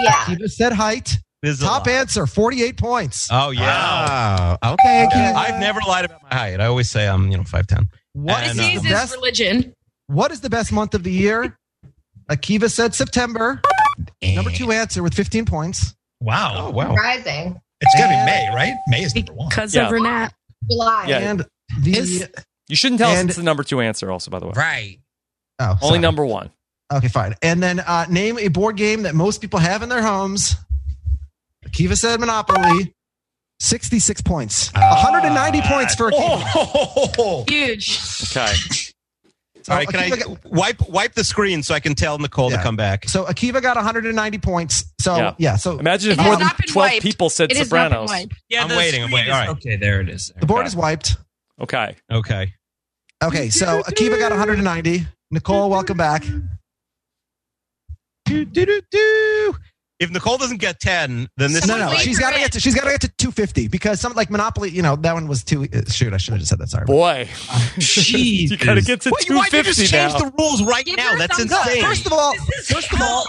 Speaker 5: Yeah.
Speaker 4: Akiva said height.
Speaker 3: This is a
Speaker 4: Top
Speaker 3: lot.
Speaker 4: answer, 48 points.
Speaker 3: Oh, yeah.
Speaker 4: Ah,
Speaker 8: Wow. Okay,
Speaker 4: Yeah.
Speaker 8: Akiva.
Speaker 3: I've never lied about my height. I always say I'm, you know, 5'10.
Speaker 4: What
Speaker 3: And,
Speaker 4: is, the
Speaker 3: uh,
Speaker 9: Disease is
Speaker 4: best,
Speaker 9: religion.
Speaker 4: what is the best month of the year? Akiva said September. Number two answer with 15 points.
Speaker 7: Wow.
Speaker 3: Oh, wow.
Speaker 5: Rising.
Speaker 7: It's got to be May, right? May is number one.
Speaker 9: Because
Speaker 2: Yeah.
Speaker 9: of Renat.
Speaker 5: July.
Speaker 2: Yeah.
Speaker 4: And the.
Speaker 8: It's-
Speaker 2: you shouldn't tell us
Speaker 4: And-
Speaker 2: it's the number two answer. Also, by the way,
Speaker 8: Right.
Speaker 4: oh,
Speaker 2: only
Speaker 4: sorry.
Speaker 2: number one.
Speaker 4: Okay, fine. And then uh, name a board game that most people have in their homes. Akiva said Monopoly. 66 points.
Speaker 3: Ah.
Speaker 4: 190 points for Akiva.
Speaker 7: Oh,
Speaker 9: Huge.
Speaker 2: Okay.
Speaker 4: So
Speaker 3: All right, can
Speaker 4: Akiva
Speaker 3: I
Speaker 4: got-
Speaker 3: wipe wipe the screen so I can tell Nicole to
Speaker 4: Yeah.
Speaker 3: come back?
Speaker 4: so Akiva got 190 points. So
Speaker 2: Yeah.
Speaker 4: yeah, so
Speaker 2: Imagine if
Speaker 9: It has
Speaker 2: more than
Speaker 9: not been
Speaker 2: twelve
Speaker 9: wiped.
Speaker 2: people said
Speaker 9: It is not
Speaker 2: Sopranos.
Speaker 9: wiped.
Speaker 10: Yeah,
Speaker 3: I'm
Speaker 10: the
Speaker 3: waiting, I'm
Speaker 10: screen
Speaker 3: waiting.
Speaker 10: is-
Speaker 3: All right.
Speaker 10: Okay, there it is.
Speaker 4: the board
Speaker 2: Okay.
Speaker 4: is wiped.
Speaker 2: Okay.
Speaker 3: Okay.
Speaker 4: Okay, so Akiva got 190. Nicole, welcome back.
Speaker 3: Do, do, do, do. If Nicole doesn't get 10, then this
Speaker 4: no,
Speaker 3: is
Speaker 4: no,
Speaker 3: like,
Speaker 4: she's got to get to she's got to get to 250 because some like Monopoly, you know, that one was too uh, shoot, I should have just said that. Sorry.
Speaker 2: Boy, you gotta get to
Speaker 3: Wait,
Speaker 2: two
Speaker 3: why did you just
Speaker 2: fifty
Speaker 3: change
Speaker 2: now.
Speaker 3: the rules right
Speaker 9: Give
Speaker 3: now?
Speaker 9: her
Speaker 3: That's
Speaker 9: thumbs up.
Speaker 3: insane.
Speaker 4: First of all,
Speaker 9: First of all,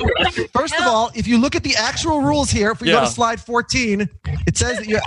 Speaker 4: First of all, if you look at the actual rules here, if we go
Speaker 2: Yeah.
Speaker 4: to slide 14, it says that you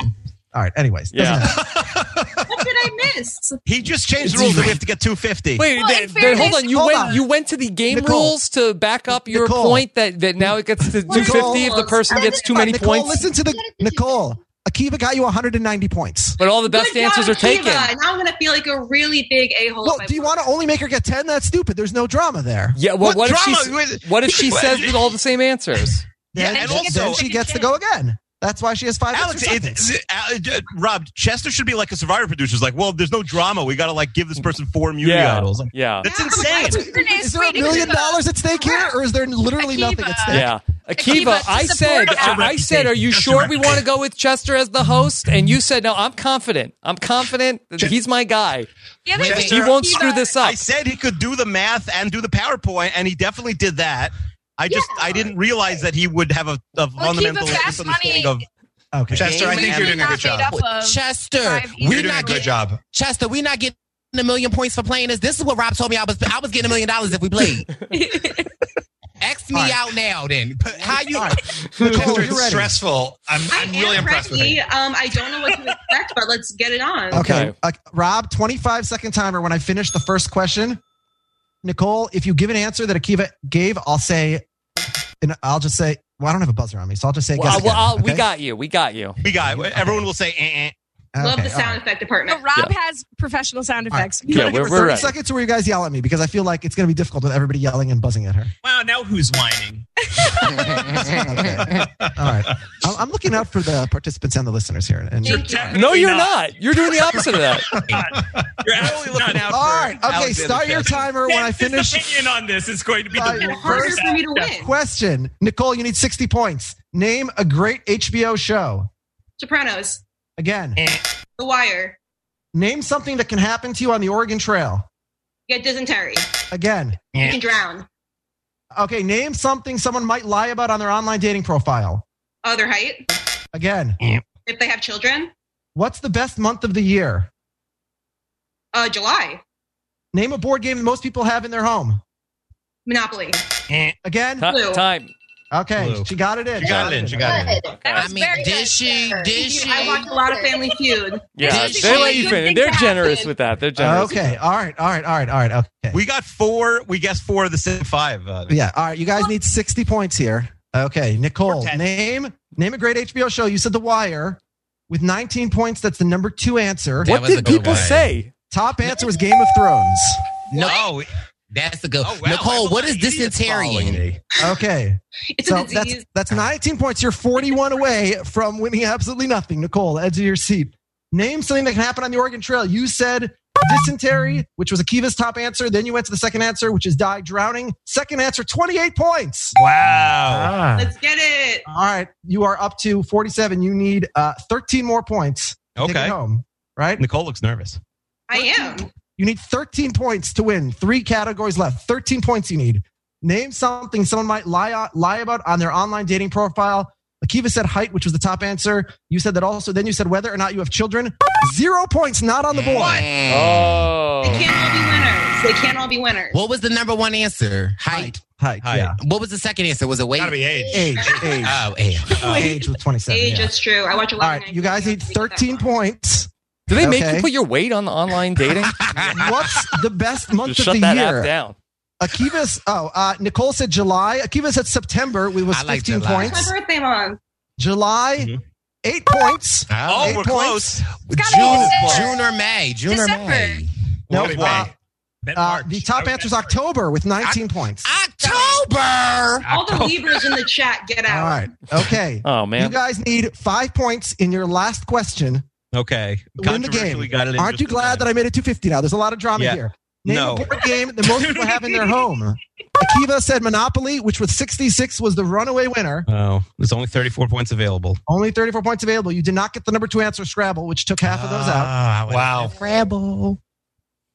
Speaker 4: All right, anyways. doesn't
Speaker 2: Yeah.
Speaker 4: matter.
Speaker 11: What did I miss?
Speaker 3: he just changed the rules that we have to get 250.
Speaker 2: Wait,
Speaker 9: Well,
Speaker 2: then-
Speaker 9: in
Speaker 2: then
Speaker 9: fairness-
Speaker 2: hold on. You
Speaker 4: Hold
Speaker 2: went
Speaker 4: on.
Speaker 2: you went to the game
Speaker 4: Nicole.
Speaker 2: rules to back up your
Speaker 4: Nicole.
Speaker 2: point that, that now it gets to
Speaker 5: Nicole.
Speaker 2: 250 if the person gets too
Speaker 4: Come on,
Speaker 2: many
Speaker 4: Nicole,
Speaker 2: points.
Speaker 4: listen to the Nicole. Akiva got you 190 points.
Speaker 2: But all the best
Speaker 11: Good
Speaker 2: answers are
Speaker 11: job,
Speaker 2: taken.
Speaker 11: Akiva. Now I'm gonna feel like a really big a hole.
Speaker 4: Well, do you want to only make her get 10? That's stupid. There's no drama there.
Speaker 2: Yeah. Well, what,
Speaker 3: What
Speaker 2: if she
Speaker 3: drama?
Speaker 2: what if she says with all the same answers?
Speaker 4: Then,
Speaker 3: and
Speaker 4: then
Speaker 3: also-
Speaker 4: she gets to go again. That's why she has five.
Speaker 3: Alex,
Speaker 4: extra
Speaker 3: it,
Speaker 4: seconds.
Speaker 3: it- Al- uh, Rob, Chester should be like a Survivor producer. It's like, well, there's no drama. We got to like give this person four immunity
Speaker 2: Yeah.
Speaker 3: idols. Like,
Speaker 2: Yeah.
Speaker 3: that's
Speaker 5: Yeah,
Speaker 3: insane.
Speaker 5: that's-
Speaker 4: is there a million dollars at stake here, or is there literally nothing at stake?
Speaker 2: Yeah. Akiva,
Speaker 9: Akiva, to
Speaker 2: I said,
Speaker 9: support
Speaker 2: I,
Speaker 9: us.
Speaker 2: I said, are you
Speaker 7: Just a
Speaker 2: sure we
Speaker 7: reputation.
Speaker 2: want to go with Chester as the host? And you said, no, I'm confident. I'm confident. that He's my guy.
Speaker 9: The other
Speaker 7: Wait,
Speaker 9: thing,
Speaker 2: He won't screw
Speaker 9: Akiva-
Speaker 2: this up.
Speaker 3: I said he could do the math and do the PowerPoint, and he definitely did that. I just I didn't realize that he would have a, a fundamental
Speaker 9: Fast
Speaker 3: misunderstanding of.
Speaker 9: Money-
Speaker 4: Okay.
Speaker 7: Chester, I
Speaker 8: Game
Speaker 7: think you're doing a good
Speaker 9: Not made
Speaker 7: job.
Speaker 9: up of
Speaker 8: Chester,
Speaker 9: five
Speaker 8: we
Speaker 7: You're doing a
Speaker 8: not
Speaker 7: good
Speaker 8: getting
Speaker 7: job.
Speaker 8: Chester, we not getting a million points for playing this. This is what Rob told me I was I was getting a million dollars if we played. X me
Speaker 4: All right.
Speaker 8: out now then. Put- How you
Speaker 4: Nicole,
Speaker 7: Chester,
Speaker 4: you're
Speaker 7: it's
Speaker 4: ready.
Speaker 7: stressful. I'm, I'm
Speaker 11: I
Speaker 7: really
Speaker 11: am
Speaker 7: impressed with
Speaker 11: ready.
Speaker 7: you.
Speaker 11: Um, I don't know what to expect, but let's get it on.
Speaker 4: Okay.
Speaker 2: Okay.
Speaker 4: Uh, Rob, 25 second timer. When I finish the first question, Nicole, if you give an answer that Akiva gave, I'll say, and I'll just say, well, I don't have a buzzer on me, so I'll just say,
Speaker 2: Well,
Speaker 4: guess
Speaker 2: I- well,
Speaker 4: again,
Speaker 2: I'll- We
Speaker 4: okay?
Speaker 2: got you. We got you.
Speaker 3: We got everyone will say. Eh, eh.
Speaker 11: Love
Speaker 4: Okay,
Speaker 11: the
Speaker 4: all
Speaker 11: sound
Speaker 4: right.
Speaker 11: effect
Speaker 9: No,
Speaker 11: department.
Speaker 9: Rob has professional sound
Speaker 4: All right.
Speaker 9: effects.
Speaker 4: You gotta
Speaker 2: Yeah,
Speaker 4: give her
Speaker 2: we're- we're
Speaker 4: 30
Speaker 2: ready.
Speaker 4: seconds where you guys yell at me because I feel like it's going to be difficult with everybody yelling and buzzing at her.
Speaker 10: Wow, now who's whining?
Speaker 8: doing?
Speaker 4: All right. I'm, I'm looking out for the participants and the listeners here. And
Speaker 11: Thank you.
Speaker 2: No,
Speaker 10: Definitely
Speaker 2: you're not. You're doing the opposite of that.
Speaker 10: You're absolutely looking out.
Speaker 4: all right. Okay. Start your timer when I finish.
Speaker 10: opinion on this is going to be
Speaker 4: Right.
Speaker 10: the
Speaker 11: And harder
Speaker 4: First-
Speaker 11: for me to win.
Speaker 4: Question Nicole, you need 60 points. Name a great HBO show.
Speaker 11: Sopranos,
Speaker 4: Again,
Speaker 2: Eh.
Speaker 11: The Wire,
Speaker 4: name something that can happen to you on the Oregon Trail.
Speaker 11: Get Dysentery,
Speaker 4: Again.
Speaker 2: Eh.
Speaker 11: You Can Drown,
Speaker 4: Okay, name something someone might lie about on their online dating profile.
Speaker 11: Other Height,
Speaker 4: Again,
Speaker 2: Eh.
Speaker 11: If They Have Children,
Speaker 4: what's the best month of the year?
Speaker 11: uh, July,
Speaker 4: Name a board game that most people have in their home.
Speaker 11: Monopoly.
Speaker 4: Again,
Speaker 2: Eh. Ti-
Speaker 11: Blue.
Speaker 2: time.
Speaker 4: okay,
Speaker 3: Blue.
Speaker 4: she got it in.
Speaker 3: She got it in. She got it in.
Speaker 5: Good.
Speaker 9: That
Speaker 8: I
Speaker 9: was
Speaker 8: mean,
Speaker 9: very
Speaker 8: did
Speaker 9: good,
Speaker 8: she?
Speaker 9: Sarah.
Speaker 8: Did she?
Speaker 11: I watch a lot of Family Feud.
Speaker 2: Yeah.
Speaker 8: Did
Speaker 2: They're
Speaker 8: she-
Speaker 2: even.
Speaker 9: Good
Speaker 2: They're
Speaker 9: things
Speaker 2: generous
Speaker 9: happen.
Speaker 2: with that. They're generous. with
Speaker 4: Okay, all right, all right, all right, all right. Okay.
Speaker 3: We got four. We guessed four of the same five. Uh,
Speaker 4: yeah, all right, you guys need 60 points here. Okay, Nicole, name name a great HBO show. You said The Wire. With 19 points, that's the number two answer.
Speaker 2: that.
Speaker 8: That
Speaker 2: What
Speaker 8: was a
Speaker 2: did
Speaker 8: good
Speaker 2: people
Speaker 8: one.
Speaker 2: say?
Speaker 4: Top answer was Game of Thrones.
Speaker 8: No,
Speaker 3: Oh,
Speaker 8: that's a good.
Speaker 3: oh, wow.
Speaker 8: Nicole, what is
Speaker 3: Everyone is following
Speaker 8: dysenterian?
Speaker 3: me.
Speaker 4: Okay.
Speaker 11: It's
Speaker 4: So
Speaker 11: a disease.
Speaker 4: that's that's 19 points. You're 41 away from winning absolutely nothing. Nicole, edge of your seat. Name something that can happen on the Oregon Trail. You said dysentery, which was Akiva's top answer. Then you went to the second answer, which is die drowning. Second answer, 28 points.
Speaker 3: Wow.
Speaker 4: Ah.
Speaker 11: Let's get it.
Speaker 4: All right, you are up to 47. You need uh, 13 more points. to Take it
Speaker 3: Okay.
Speaker 4: home, right?
Speaker 3: Nicole looks nervous.
Speaker 11: I am.
Speaker 4: You need 13 points to win. Three categories left. 13 points you need. Name something someone might lie, uh, lie about on their online dating profile. Akiva said height, which was the top answer. You said that also. Then you said whether or not you have children. Zero points, not on the board.
Speaker 11: They
Speaker 2: Oh.
Speaker 11: can't all be winners. They can't all be winners.
Speaker 8: What was the number one answer? Height.
Speaker 4: Height,
Speaker 3: Height.
Speaker 4: yeah.
Speaker 8: What was the second answer? Was it weight?
Speaker 7: Gotta be age.
Speaker 4: Age, age.
Speaker 8: Oh, yeah.
Speaker 4: age with 27.
Speaker 11: Age,
Speaker 4: yeah.
Speaker 11: it's true. I watch a
Speaker 4: All
Speaker 11: lot. of
Speaker 4: right, you
Speaker 11: 90s.
Speaker 4: guys
Speaker 11: I
Speaker 4: need
Speaker 11: have to get that
Speaker 4: 13
Speaker 11: one.
Speaker 4: points.
Speaker 2: Do they make
Speaker 4: Okay.
Speaker 2: you put your weight on the online dating?
Speaker 4: What's the best month
Speaker 2: Just
Speaker 4: of
Speaker 2: shut
Speaker 4: the
Speaker 2: that
Speaker 4: year?
Speaker 2: app down.
Speaker 4: Akiva's, oh, uh, Nicole said July. Akiva said September, which was
Speaker 8: I like
Speaker 4: 15
Speaker 8: July.
Speaker 11: It's
Speaker 4: points.
Speaker 11: my birthday month.
Speaker 4: July,
Speaker 3: Mm-hmm.
Speaker 4: eight points.
Speaker 3: Oh,
Speaker 4: Eight
Speaker 3: we're
Speaker 4: points.
Speaker 3: close.
Speaker 9: gotta
Speaker 8: June,
Speaker 9: be December.
Speaker 8: June or May. June or
Speaker 9: December.
Speaker 8: May.
Speaker 4: No,
Speaker 7: What did
Speaker 4: uh,
Speaker 7: they-
Speaker 10: Bet
Speaker 4: Uh,
Speaker 10: March.
Speaker 4: the top
Speaker 10: I would
Speaker 4: answer is
Speaker 10: bet March.
Speaker 4: October with 19 points.
Speaker 8: October.
Speaker 11: All the Libras in the chat, get
Speaker 4: All
Speaker 11: out.
Speaker 4: right. Okay.
Speaker 2: Oh
Speaker 4: you
Speaker 2: man.
Speaker 4: guys need five points in your last question.
Speaker 3: Okay.
Speaker 4: Win the game.
Speaker 3: Controversially got it in
Speaker 4: Aren't
Speaker 3: just
Speaker 4: you
Speaker 3: in
Speaker 4: glad that
Speaker 3: time.
Speaker 4: I made it 250 now? There's a lot of drama
Speaker 3: Yeah.
Speaker 4: here. Name
Speaker 3: No.
Speaker 4: a board game that most people have in their home. Akiva said Monopoly, which with 66 was the runaway winner.
Speaker 3: Oh, there's only 34 points available.
Speaker 4: Only 34 points available. You did not get the number two answer, Scrabble, which took half of
Speaker 8: Ah,
Speaker 4: those out.
Speaker 7: Wow.
Speaker 8: Scrabble.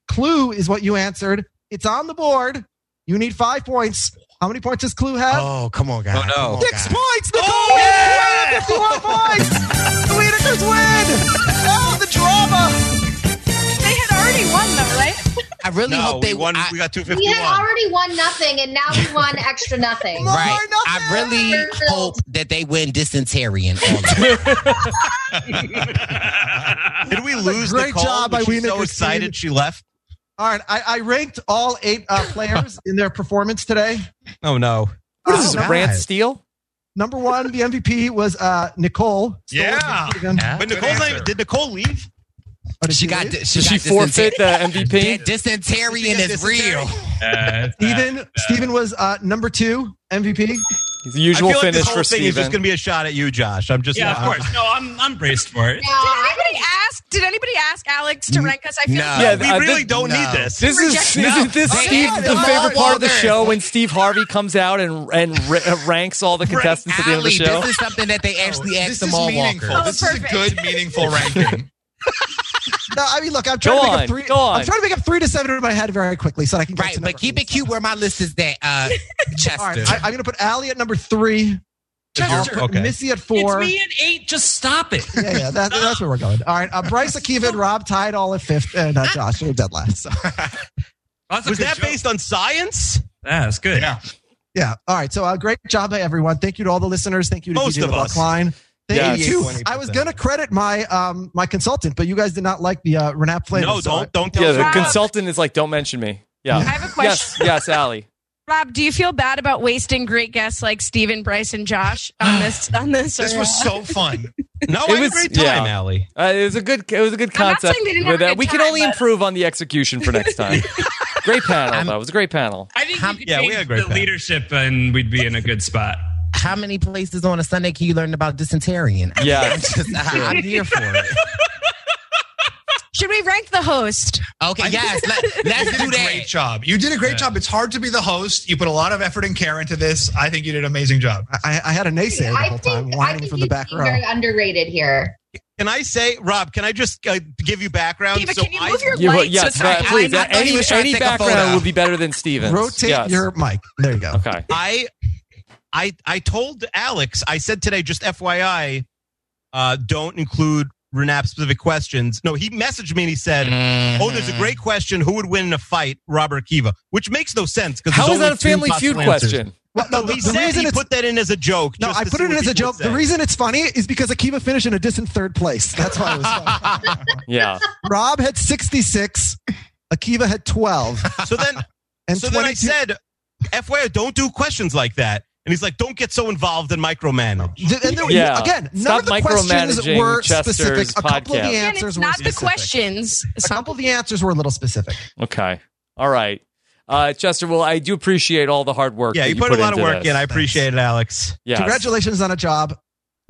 Speaker 4: Clue is what you answered. It's on the board. You need five points. How many points does Clue have?
Speaker 8: Oh, come on, guys.
Speaker 3: Oh, no.
Speaker 8: Come on,
Speaker 4: Six
Speaker 8: guys.
Speaker 4: points, Nicole!
Speaker 3: Oh, yeah!
Speaker 4: 51 points! The Whitakers win! Oh, the drama!
Speaker 9: They had already won, though, right?
Speaker 8: I really
Speaker 3: No,
Speaker 8: hope
Speaker 3: we
Speaker 8: they
Speaker 3: won.
Speaker 8: I,
Speaker 3: we got
Speaker 5: We
Speaker 3: 251.
Speaker 5: had already won nothing, and now we won extra nothing.
Speaker 4: More
Speaker 8: right. I
Speaker 4: nothing!
Speaker 8: really hope that they win dysentery and all that.
Speaker 3: Did we lose
Speaker 4: great
Speaker 3: Nicole?
Speaker 4: job
Speaker 3: Was
Speaker 4: by
Speaker 3: she
Speaker 4: Wiener
Speaker 3: so
Speaker 4: Christine.
Speaker 3: excited she left?
Speaker 4: All right, I, I ranked all eight uh, players in their performance today.
Speaker 3: Oh, no.
Speaker 2: What is
Speaker 4: Oh,
Speaker 2: this? Rant
Speaker 4: guys.
Speaker 2: Steele?
Speaker 4: Number one, the MVP was uh, Nicole. Still
Speaker 7: Yeah.
Speaker 4: with Steven.
Speaker 8: Yeah.
Speaker 3: But
Speaker 7: Good
Speaker 3: Nicole's not
Speaker 7: answer.
Speaker 3: even- did Nicole leave?
Speaker 4: Oh, did
Speaker 8: She got
Speaker 4: leave?
Speaker 8: di- she
Speaker 2: Did she
Speaker 8: got
Speaker 2: forfeit the MVP?
Speaker 8: That dysenterian
Speaker 3: She got
Speaker 8: is
Speaker 3: dysentery.
Speaker 8: real.
Speaker 10: Uh,
Speaker 4: Steven, Steven was uh, number two MVP.
Speaker 2: He's the usual
Speaker 3: I feel like
Speaker 2: finish
Speaker 3: this whole
Speaker 2: for
Speaker 3: thing is just
Speaker 2: Steven.
Speaker 3: going to be a shot at you, Josh. I'm just
Speaker 10: Yeah, uh, of
Speaker 3: I'm-
Speaker 10: course. No, I'm I'm braced for it.
Speaker 5: No, I
Speaker 9: Anybody ask? Did anybody ask Alex to rank us? I feel
Speaker 8: no.
Speaker 9: like
Speaker 2: Yeah,
Speaker 3: We
Speaker 2: I
Speaker 3: really
Speaker 2: did-
Speaker 3: don't
Speaker 8: no.
Speaker 3: need this.
Speaker 2: This is
Speaker 9: Reject-
Speaker 2: isn't this
Speaker 8: No.
Speaker 2: Steve
Speaker 8: Yeah,
Speaker 2: the
Speaker 8: no.
Speaker 2: favorite part of the
Speaker 8: Walter.
Speaker 2: show when Steve Harvey comes out and and ra- uh, ranks all the contestants at the end of the
Speaker 8: Allie,
Speaker 2: show?
Speaker 8: this is something that they actually
Speaker 7: Oh,
Speaker 8: asked
Speaker 7: this
Speaker 8: them
Speaker 7: is
Speaker 8: all
Speaker 7: meaningful.
Speaker 8: Walker.
Speaker 9: Oh,
Speaker 7: this is a
Speaker 9: perfect.
Speaker 7: good, meaningful ranking.
Speaker 4: No, I mean, look, I'm trying
Speaker 2: Go
Speaker 4: to make
Speaker 2: on,
Speaker 4: up three.
Speaker 2: go on.
Speaker 4: I'm trying to make up three to seven in my head very quickly so that I can. Get
Speaker 8: Right,
Speaker 4: to
Speaker 8: but
Speaker 4: number
Speaker 8: keep
Speaker 4: three.
Speaker 8: it cute where my list is that uh Chester.
Speaker 4: All right, I, I'm going to put Allie at number three.
Speaker 10: Chester.
Speaker 4: I'll put
Speaker 3: Okay.
Speaker 4: Missy at
Speaker 10: It's
Speaker 4: four.
Speaker 10: me and eight. Just stop it.
Speaker 4: Yeah, yeah, that, that's where we're going. All right, uh, Bryce Akiva and Rob tied all at fifth, and uh, Josh you're dead last. So,
Speaker 10: That's a
Speaker 3: Was
Speaker 10: good
Speaker 3: that
Speaker 10: joke.
Speaker 3: based on science?
Speaker 10: Yeah, that's good.
Speaker 7: Yeah.
Speaker 4: yeah, all right. So, uh, great job by everyone. Thank you to all the listeners. Thank you to
Speaker 3: Most
Speaker 4: DJ
Speaker 3: of
Speaker 4: LeBlanc
Speaker 3: us.
Speaker 4: Klein. Thank
Speaker 2: Yes.
Speaker 4: you. I was going to credit my um my consultant, but you guys did not like the uh, Renap flavor.
Speaker 3: no,
Speaker 4: so I-
Speaker 3: don't don't tell
Speaker 2: Yeah,
Speaker 3: us
Speaker 2: the
Speaker 3: about it.
Speaker 2: consultant is like, don't mention me.
Speaker 9: I
Speaker 2: Yeah.
Speaker 9: have a question.
Speaker 2: Yes, yes, Allie.
Speaker 9: Rob, do you feel bad about wasting great guests like Steven, Bryce, and Josh on this? On this,
Speaker 7: This
Speaker 9: or,
Speaker 7: was so fun.
Speaker 3: No,
Speaker 2: It
Speaker 3: I
Speaker 2: was-
Speaker 3: was, a great time,
Speaker 2: yeah.
Speaker 3: Allie.
Speaker 2: Uh, it was a good. It was a good
Speaker 9: I'm not
Speaker 2: concept.
Speaker 9: saying they didn't have
Speaker 2: with
Speaker 9: a
Speaker 2: that.
Speaker 9: good
Speaker 2: we can
Speaker 9: time,
Speaker 2: only
Speaker 9: but-
Speaker 2: improve on the execution for next time. great panel.
Speaker 8: I'm-
Speaker 2: that was a great panel.
Speaker 10: I think
Speaker 8: Hum-
Speaker 10: you could
Speaker 3: yeah, we
Speaker 10: change
Speaker 3: had a great
Speaker 10: the
Speaker 3: panel.
Speaker 10: leadership and we'd be in a good spot.
Speaker 8: How many places on a Sunday can you learn about dysentery? And
Speaker 2: Yeah.
Speaker 8: I'm just I, am here for it.
Speaker 9: should we rank the host?
Speaker 8: Okay, yes, let,
Speaker 7: You
Speaker 8: let's
Speaker 7: did
Speaker 8: do
Speaker 7: a
Speaker 8: that.
Speaker 7: great job. You did a great
Speaker 10: Yeah.
Speaker 7: job. It's hard to be the host. You put a lot of effort and care into this. I think you did an amazing job.
Speaker 4: I, I had a naysayer the
Speaker 5: I
Speaker 4: whole time,
Speaker 5: think, I
Speaker 4: whining
Speaker 5: think
Speaker 4: from the
Speaker 5: you'd
Speaker 4: back
Speaker 5: be
Speaker 4: row.
Speaker 5: very underrated here.
Speaker 3: Can I say, Rob? Can I just uh, give you background?
Speaker 9: Steven,
Speaker 3: So
Speaker 9: can you
Speaker 3: I-
Speaker 9: move your
Speaker 2: You-
Speaker 9: lights?
Speaker 2: yes,
Speaker 9: so
Speaker 2: Matt,
Speaker 9: that
Speaker 2: please.
Speaker 9: I'm not-
Speaker 8: thought he
Speaker 2: Any,
Speaker 8: was trying to
Speaker 2: any
Speaker 8: take a
Speaker 2: background
Speaker 8: photo.
Speaker 2: would be better than Steven's.
Speaker 4: Rotate
Speaker 2: Yes.
Speaker 4: your mic. There you go.
Speaker 2: Okay.
Speaker 3: I I I told Alex, I said today, just FYI, uh, don't include Renap specific questions. No, he messaged me and he said, Oh, there's a
Speaker 4: Mm-hmm.
Speaker 3: great question. Who would win in a fight, Robert Akiva? Which makes no sense because
Speaker 2: How is that a Family Feud question?
Speaker 4: Well, no,
Speaker 3: No,
Speaker 4: the,
Speaker 3: he
Speaker 4: the
Speaker 3: said
Speaker 4: reason
Speaker 3: he
Speaker 4: it's
Speaker 3: put that in as a joke.
Speaker 4: no,
Speaker 3: just
Speaker 4: I
Speaker 3: to
Speaker 4: put
Speaker 3: see
Speaker 4: it in
Speaker 3: what
Speaker 4: as a
Speaker 3: people would
Speaker 4: joke. The
Speaker 3: say.
Speaker 4: reason it's funny is because Akiva finished in a distant third place. That's why it was funny.
Speaker 2: Yeah.
Speaker 4: Rob had 66, Akiva had 12,
Speaker 3: so then,
Speaker 4: and 22.
Speaker 3: so then I said, FYI, don't do questions like that. And he's like, don't get so involved in micromanage.
Speaker 4: Th- and there-
Speaker 2: Yeah.
Speaker 4: Again, none
Speaker 2: Stop
Speaker 4: of the questions
Speaker 2: micromanaging
Speaker 4: were
Speaker 2: Chester's
Speaker 4: specific. A couple of
Speaker 2: podcast.
Speaker 4: the
Speaker 9: Again,
Speaker 4: answers
Speaker 9: it's
Speaker 4: were
Speaker 9: not the
Speaker 4: specific.
Speaker 9: questions.
Speaker 4: A couple of the answers were a little specific.
Speaker 2: Okay. All right. Uh, Chester, well, I do appreciate all the hard work.
Speaker 3: Yeah,
Speaker 2: that
Speaker 3: you, put, a lot of
Speaker 2: into
Speaker 3: work
Speaker 2: this.
Speaker 3: in. I appreciate it, Alex.
Speaker 2: Yes.
Speaker 4: Congratulations on a job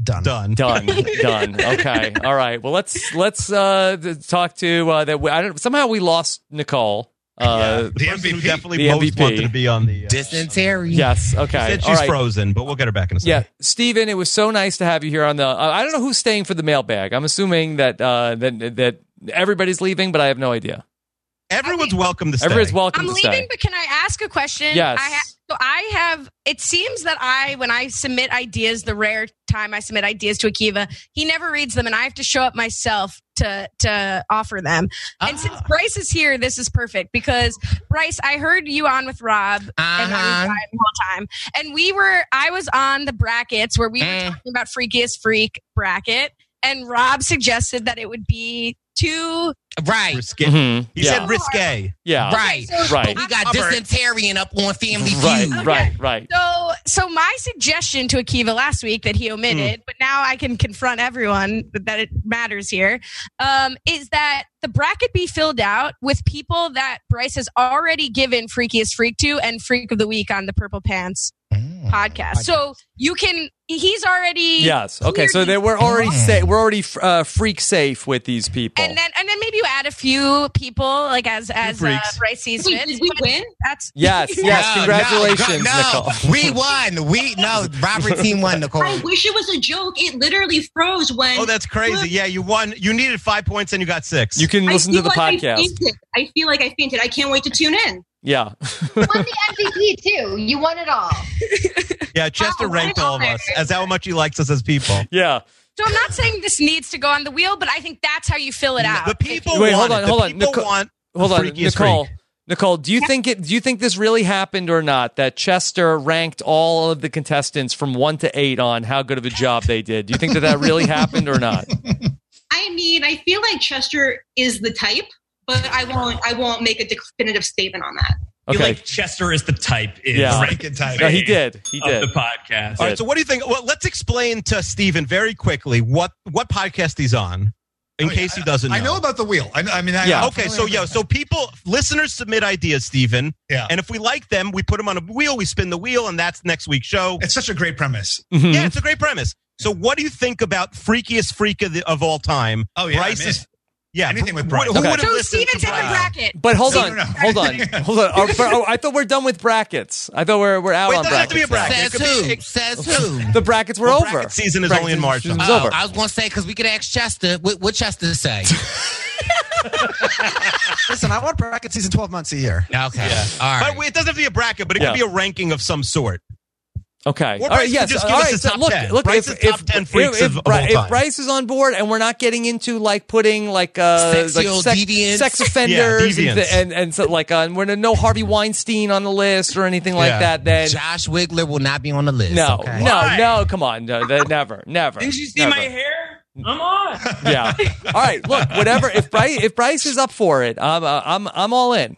Speaker 4: done.
Speaker 3: Done.
Speaker 2: Done. Done. Okay. All right. Well, let's let's uh, th- talk to uh, that. We, I don't, somehow we lost Nicole. Uh,
Speaker 7: The
Speaker 3: person who
Speaker 7: MVP.
Speaker 3: definitely
Speaker 2: The
Speaker 3: most
Speaker 2: MVP.
Speaker 3: wanted to be on the. Uh,
Speaker 8: Dysentery.
Speaker 2: Yes. Okay.
Speaker 3: said
Speaker 2: all
Speaker 3: she's
Speaker 2: right.
Speaker 3: frozen, but we'll get her back in a
Speaker 2: Yeah,
Speaker 3: second.
Speaker 2: Steven, it was so nice to have you here on the. Uh, I don't know who's staying for the mailbag. I'm assuming that uh, that that everybody's leaving, but I have no idea.
Speaker 3: Everyone's welcome to stay.
Speaker 2: Everyone's welcome
Speaker 9: I'm
Speaker 2: to
Speaker 9: leaving,
Speaker 2: stay.
Speaker 9: but can I ask a question?
Speaker 2: Yes.
Speaker 9: I ha- so I have. It seems that I, when I submit ideas, the rare time I submit ideas to Akiva, he never reads them, and I have to show up myself to to offer them. And since
Speaker 2: Ah.
Speaker 9: Bryce is here, this is perfect because Bryce, I heard you on with Rob and I was
Speaker 8: Uh-huh.
Speaker 9: by the whole time, and we were. I was on the brackets where we
Speaker 8: Mm.
Speaker 9: were talking about freakiest freak bracket, and Rob suggested that it would be two.
Speaker 8: Right.
Speaker 3: Risque.
Speaker 2: Mhm.
Speaker 3: He
Speaker 2: yeah.
Speaker 3: said risque.
Speaker 2: yeah.
Speaker 8: Right.
Speaker 2: Right.
Speaker 8: We got
Speaker 3: Robert.
Speaker 8: dysentery and up on Family
Speaker 2: Right.
Speaker 8: Feud.
Speaker 2: Right. Right.
Speaker 9: So, so my suggestion to Akiva last week that he
Speaker 2: Mm.
Speaker 9: omitted, but now I can confront everyone that it matters here, um, is that the bracket be filled out with people that Bryce has already given Freakiest Freak to and Freak of the Week on the Purple Pants
Speaker 8: Mm.
Speaker 9: podcast. So you can, he's already.
Speaker 2: Yes. Okay. So they we're already safe. We're already uh, freak safe with these people.
Speaker 9: And then, and then maybe you add a few people, like as as uh,
Speaker 3: freaks.
Speaker 9: Bryce sees
Speaker 11: Wait,
Speaker 9: fit.
Speaker 11: did we
Speaker 9: But
Speaker 11: win?
Speaker 9: That's
Speaker 2: yes. Yes.
Speaker 8: No,
Speaker 2: Congratulations,
Speaker 8: no, no.
Speaker 2: Nicole.
Speaker 8: We won. We no. Robert team won. Nicole.
Speaker 11: I wish it was a joke. It literally froze when.
Speaker 3: Oh, that's crazy. Yeah, you won. You needed five points and you got six.
Speaker 2: You can
Speaker 11: I
Speaker 2: listen to
Speaker 11: feel like
Speaker 2: the
Speaker 11: I,
Speaker 2: podcast.
Speaker 11: fainted. I feel like I fainted. I can't wait to tune in.
Speaker 2: Yeah.
Speaker 5: You won the MVP too. You won it all.
Speaker 3: yeah, Chester
Speaker 11: Oh,
Speaker 3: ranked all of us
Speaker 11: wow.
Speaker 3: as how much he likes us as people.
Speaker 2: Yeah.
Speaker 9: so. I'm not saying this needs to go on the wheel, but I think that's how you fill it out.
Speaker 3: The people
Speaker 2: Wait,
Speaker 3: want
Speaker 2: hold on,
Speaker 3: it. The
Speaker 2: hold on.
Speaker 3: people
Speaker 2: Nicole-
Speaker 3: want
Speaker 2: Hold
Speaker 3: the
Speaker 2: on,
Speaker 3: freakiest
Speaker 2: Nicole.
Speaker 3: freak.
Speaker 2: Nicole, do you think it? Do you think this really happened or not? That Chester ranked all of the contestants from one to eight on how good of a job they did. Do you think that that really happened or not?
Speaker 11: I mean, I feel like Chester is the type, but I won't. I won't make a definitive statement on that.
Speaker 10: You
Speaker 2: Okay.
Speaker 10: like Chester is the type is
Speaker 2: Yeah.
Speaker 10: the
Speaker 7: Ranking time.
Speaker 2: No, he did. He
Speaker 10: of
Speaker 2: did.
Speaker 10: the podcast.
Speaker 3: All right, so what do you think? Well, let's explain to Steven very quickly what what podcast he's on. in
Speaker 7: Oh, yeah.
Speaker 3: case he doesn't. Know.
Speaker 7: I know about the wheel. I, know- I mean, I,
Speaker 2: Yeah.
Speaker 7: I'm
Speaker 3: Okay,
Speaker 7: familiar
Speaker 3: so
Speaker 7: with
Speaker 3: yo,
Speaker 7: that.
Speaker 3: so people, listeners submit ideas, Stephen.
Speaker 7: Yeah.
Speaker 3: And if we like them, we put them on a wheel, we spin the wheel, and that's next week's show.
Speaker 7: it's such a great premise.
Speaker 2: Mhm.
Speaker 3: Yeah, it's a great premise. So, what do you think about freakiest freak of, the, of all time?
Speaker 7: Oh yeah,
Speaker 3: Bryce
Speaker 7: I'm in.
Speaker 3: is- Yeah,
Speaker 7: Anything with
Speaker 3: who-
Speaker 7: Bryce.
Speaker 3: Who,
Speaker 2: Okay.
Speaker 3: would have
Speaker 9: Joe
Speaker 3: listened
Speaker 9: Stevens
Speaker 3: to
Speaker 9: in the
Speaker 3: Bryce?
Speaker 9: bracket.
Speaker 2: But hold
Speaker 7: No,
Speaker 2: on,
Speaker 7: no, no.
Speaker 2: hold on, hold on. Are- for- oh, I thought we're done with brackets. I thought we're we're out
Speaker 3: Wait,
Speaker 2: on
Speaker 3: doesn't have to be a
Speaker 2: brackets.
Speaker 3: bracket.
Speaker 8: Says
Speaker 3: It could
Speaker 8: who?
Speaker 3: be-
Speaker 8: Says who?
Speaker 2: now. The brackets were
Speaker 3: Well,
Speaker 2: over.
Speaker 3: bracket season is
Speaker 2: Bracket
Speaker 3: only in
Speaker 2: season-
Speaker 3: March, Uh,
Speaker 2: season's
Speaker 8: Oh,
Speaker 2: over.
Speaker 8: I was gonna say because we could ask Chester. What, what Chester say?
Speaker 4: Listen, I want bracket season 12 months a year.
Speaker 8: Okay,
Speaker 3: Yeah.
Speaker 8: all right.
Speaker 3: But it doesn't have to be a bracket, but it
Speaker 2: Yeah.
Speaker 3: could be a ranking of some sort.
Speaker 2: Okay.
Speaker 3: Or Bryce could just give us his top 10. Bryce's top 10 freaks
Speaker 2: if,
Speaker 3: of- of
Speaker 2: Bri-
Speaker 3: all
Speaker 2: if
Speaker 3: time.
Speaker 2: Bryce is on board and we're not getting into like putting like uh
Speaker 8: Sexual
Speaker 2: like sex,
Speaker 8: deviants.
Speaker 2: sex offenders
Speaker 3: Yeah,
Speaker 2: and,
Speaker 3: deviants.
Speaker 2: and and so like uh, we're no Harvey Weinstein on the list or anything like
Speaker 3: Yeah.
Speaker 2: that then
Speaker 8: Josh Wiggler will not be on the list.
Speaker 2: no,
Speaker 8: okay?
Speaker 2: no,
Speaker 10: Why?
Speaker 2: no, come on. No, that, never, never.
Speaker 10: Didn't you see
Speaker 2: never.
Speaker 10: my hair? I'm on.
Speaker 2: Yeah. All right. Look, whatever. If Bryce, if Bryce is up for it, I'm, uh, I'm, I'm all in.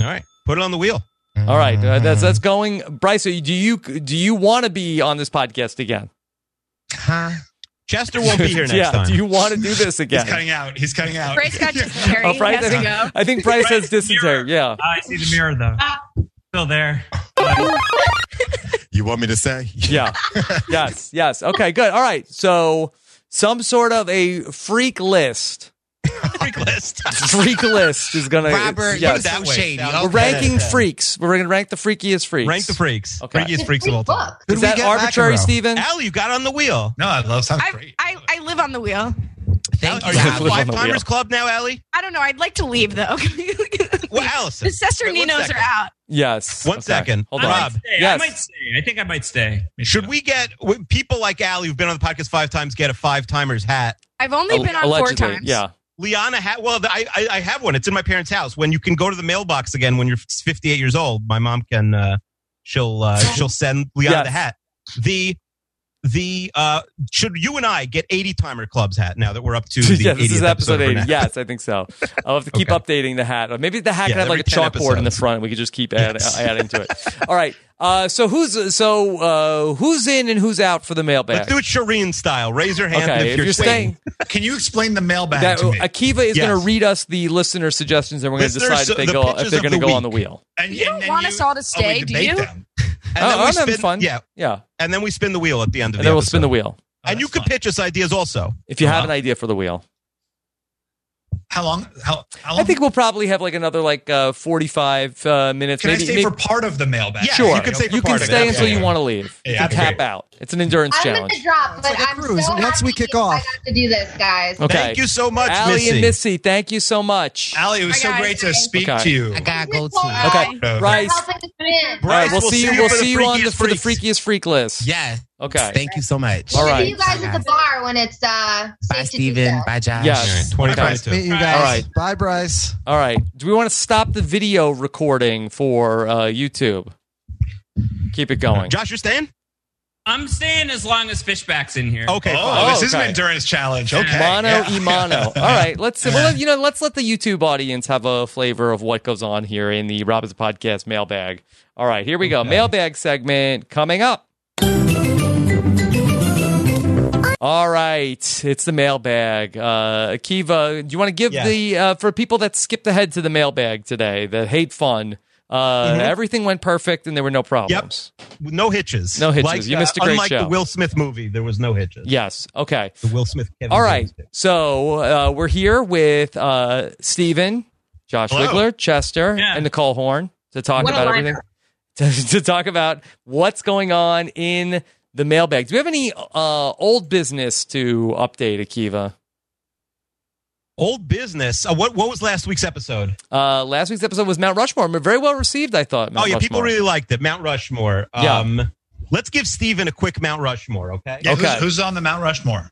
Speaker 3: All right, put it on the wheel. Mm-hmm.
Speaker 2: All right. Uh, that's, that's going. Bryce, do you, do you want to be on this podcast again?
Speaker 8: Huh?
Speaker 3: Chester won't be here next
Speaker 2: yeah.
Speaker 3: time.
Speaker 2: Do you want to do this
Speaker 7: He's
Speaker 2: again?
Speaker 7: cutting out. He's cutting out.
Speaker 9: Bryce got dysentery.
Speaker 2: Oh, Bryce
Speaker 9: he has to go.
Speaker 2: I think Bryce has
Speaker 10: Bryce,
Speaker 2: dysentery.
Speaker 10: you're-
Speaker 2: Yeah.
Speaker 10: I see the mirror though.
Speaker 11: Uh,
Speaker 10: Still there.
Speaker 12: You want me to say?
Speaker 2: Yeah. yes. Yes. Okay. Good. All right. So some sort of a freak list.
Speaker 3: Freak list.
Speaker 2: Freak list is gonna.
Speaker 8: Robert,
Speaker 2: Yes.
Speaker 8: you're so
Speaker 3: way.
Speaker 8: shady.
Speaker 3: We're
Speaker 2: We're
Speaker 8: Okay.
Speaker 2: ranking freaks. We're gonna rank the freakiest freaks.
Speaker 3: Rank the freaks.
Speaker 2: Okay.
Speaker 3: Freakiest
Speaker 5: It's
Speaker 3: freaks
Speaker 5: a
Speaker 3: of all
Speaker 5: free
Speaker 3: time.
Speaker 5: book.
Speaker 4: Could
Speaker 2: Is
Speaker 4: we
Speaker 2: that
Speaker 4: get
Speaker 2: arbitrary,
Speaker 4: McEnroe?
Speaker 2: Steven?
Speaker 3: Al, you got on the wheel.
Speaker 7: No, I love. Sounds
Speaker 9: I,
Speaker 7: great.
Speaker 9: I, I live on the wheel.
Speaker 8: Thank
Speaker 3: Al,
Speaker 8: you.
Speaker 3: are you in
Speaker 2: Live on
Speaker 3: the
Speaker 2: the
Speaker 3: Five
Speaker 2: wheel.
Speaker 3: Climbers Club now, Allie?
Speaker 9: I don't know. I'd like to leave though.
Speaker 3: Well,
Speaker 9: the
Speaker 3: Allison. wait, one
Speaker 9: Sasterninos
Speaker 3: second.
Speaker 9: are out.
Speaker 2: Yes.
Speaker 3: One
Speaker 2: One second.
Speaker 3: second.
Speaker 2: Hold
Speaker 10: I
Speaker 2: on.
Speaker 10: might
Speaker 3: Rob.
Speaker 10: stay.
Speaker 2: Yes.
Speaker 10: I might stay. I think I might stay.
Speaker 3: Should we get w- people like Allie, who've been on the podcast five times, get a five timers hat?
Speaker 9: I've only been on
Speaker 2: Allegedly.
Speaker 9: four times.
Speaker 2: Yeah.
Speaker 3: Liana hat. Well, the, I, I I have one. It's in my parents' house. When you can go to the mailbox again when you're 58 years old, my mom can. Uh, she'll uh, she'll send Liana
Speaker 2: Yes.
Speaker 3: the hat. The the uh, should you and I get 80 timer clubs hat now that we're up to the
Speaker 2: yeah, this
Speaker 3: 80th
Speaker 2: is episode
Speaker 3: of
Speaker 2: eight.
Speaker 3: Burnett?
Speaker 2: Yes, I think so. I'll have to keep updating the hat. Or Maybe the hat
Speaker 3: Yeah,
Speaker 2: can have like
Speaker 3: every
Speaker 2: a
Speaker 3: 10
Speaker 2: chalkboard in the
Speaker 3: episodes.
Speaker 2: front. We could just keep add,
Speaker 3: Yes.
Speaker 2: adding to it. All right. Uh, so who's so uh, who's in and who's out for the
Speaker 3: Let's
Speaker 2: mailbag?
Speaker 3: do it Shireen style. Raise your hand
Speaker 2: Okay,
Speaker 3: if you're, staying.
Speaker 2: staying,
Speaker 7: Can you explain the mailbag
Speaker 2: that, uh,
Speaker 7: to me?
Speaker 2: Akiva is
Speaker 3: Yes.
Speaker 2: going to read us the listener suggestions, and we're going to
Speaker 3: Listeners,
Speaker 2: decide if
Speaker 3: so
Speaker 2: they
Speaker 3: the
Speaker 2: go if
Speaker 3: pictures
Speaker 2: they're
Speaker 3: of
Speaker 2: going to
Speaker 3: the
Speaker 2: go on the
Speaker 3: week.
Speaker 2: wheel.
Speaker 7: and,
Speaker 9: You don't want us all
Speaker 7: oh,
Speaker 9: to
Speaker 7: we
Speaker 9: stay, do
Speaker 7: debate
Speaker 9: you?
Speaker 7: them.
Speaker 3: And
Speaker 2: Oh,
Speaker 3: then we
Speaker 2: I'm having
Speaker 3: spin-
Speaker 2: fun.
Speaker 3: Yeah,
Speaker 2: Yeah,
Speaker 3: and then we spin the wheel at the end of
Speaker 2: and
Speaker 3: the
Speaker 2: then we'll
Speaker 3: episode.
Speaker 2: spin the wheel.
Speaker 7: Oh,
Speaker 3: and you
Speaker 7: that's
Speaker 3: can
Speaker 7: fun.
Speaker 3: pitch us ideas also.
Speaker 2: If you have
Speaker 7: Wow.
Speaker 2: an idea for the wheel,
Speaker 7: How long? How, how long?
Speaker 2: I think we'll probably have like another like uh, forty-five uh, minutes.
Speaker 7: Can
Speaker 2: maybe,
Speaker 7: I stay
Speaker 2: maybe-
Speaker 7: for part of the mailbag?
Speaker 3: Yeah,
Speaker 2: Sure.
Speaker 3: you can stay for
Speaker 2: you can
Speaker 3: part of it.
Speaker 2: stay until
Speaker 7: Yeah,
Speaker 2: you
Speaker 7: yeah.
Speaker 2: want to leave.
Speaker 7: Yeah,
Speaker 2: you
Speaker 7: that'd
Speaker 2: can
Speaker 7: be
Speaker 2: tap
Speaker 7: great.
Speaker 2: out. It's an endurance
Speaker 5: I'm
Speaker 2: challenge.
Speaker 5: gonna drop, but
Speaker 4: like a
Speaker 5: I'm
Speaker 4: cruise.
Speaker 5: so
Speaker 4: Once we
Speaker 5: happy
Speaker 4: kick
Speaker 5: I
Speaker 4: off-
Speaker 5: got to do this, guys.
Speaker 2: Okay.
Speaker 3: Thank you so much,
Speaker 2: Allie
Speaker 3: Missy.
Speaker 2: and Missy, thank you so much.
Speaker 7: Allie, it was
Speaker 9: Hi,
Speaker 7: so
Speaker 9: guys.
Speaker 7: great to speak
Speaker 2: Okay.
Speaker 7: to you.
Speaker 8: I gotta go
Speaker 5: Well,
Speaker 8: to.
Speaker 2: Okay,
Speaker 7: Uh,
Speaker 2: Bryce.
Speaker 5: Helping us win.
Speaker 2: All right,
Speaker 3: Bryce,
Speaker 2: we'll, see you. We'll
Speaker 3: for the
Speaker 2: see you on the
Speaker 3: Freakiest
Speaker 2: for the
Speaker 3: Freaks.
Speaker 2: freakiest freak list.
Speaker 8: Yes.
Speaker 2: Okay.
Speaker 8: Thank you so much.
Speaker 2: All
Speaker 5: We'll
Speaker 2: right.
Speaker 5: See you guys at the bar when it's uh,
Speaker 8: Bye,
Speaker 5: safe to do so.
Speaker 8: Steven. Bye, Josh.
Speaker 2: Yes.
Speaker 3: All right,
Speaker 2: Okay.
Speaker 3: 25.
Speaker 4: Nice to meet you guys.
Speaker 2: All right.
Speaker 4: Bye, Bryce.
Speaker 2: All right. Do we want to stop the video recording for uh, YouTube? Keep it going.
Speaker 3: Josh, you're staying?
Speaker 10: I'm staying as long as Fishback's in here.
Speaker 3: Okay,
Speaker 7: Oh,
Speaker 3: fine.
Speaker 7: this is an
Speaker 2: okay.
Speaker 7: endurance challenge. Okay.
Speaker 2: Mono
Speaker 7: yeah.
Speaker 2: Imano. All right, let's well, let- you know. Let's let the YouTube audience have a flavor of what goes on here in the Robbins Podcast mailbag. All right, here we go. Mailbag segment coming up. All right, it's the mailbag. Uh, Akiva, do you want to give
Speaker 3: Yeah.
Speaker 2: the uh, for people that skipped ahead to the mailbag today that hate fun? Uh,
Speaker 3: Mhm.
Speaker 2: Everything went perfect and there were no problems.
Speaker 3: No hitches. uh,
Speaker 2: No hitches. You missed a great
Speaker 3: unlike
Speaker 2: show.
Speaker 3: the Will Smith movie, there was no hitches.
Speaker 2: Yes. Okay.
Speaker 3: The Will Smith. Kevin
Speaker 2: All
Speaker 3: James
Speaker 2: right.
Speaker 3: thing.
Speaker 2: So uh, we're here with uh, Steven, Josh
Speaker 7: Hello.
Speaker 2: Wiggler, Chester,
Speaker 10: Yeah.
Speaker 2: and Nicole Horn to talk
Speaker 11: What a
Speaker 2: about
Speaker 11: lineup.
Speaker 2: everything. To, to talk about what's going on in the mailbag. Do we have any uh, old business to update, Akiva?
Speaker 3: Old business. Uh, what What was last week's episode?
Speaker 2: Uh, last week's episode was Mount Rushmore. Very well received, I thought. Mount
Speaker 3: oh yeah, people
Speaker 2: Rushmore.
Speaker 3: really liked it. Mount Rushmore.
Speaker 2: Yeah.
Speaker 3: Um, Let's give Steven a quick Mount Rushmore, okay?
Speaker 7: Yeah,
Speaker 2: Okay.
Speaker 7: Who's, who's on the Mount Rushmore?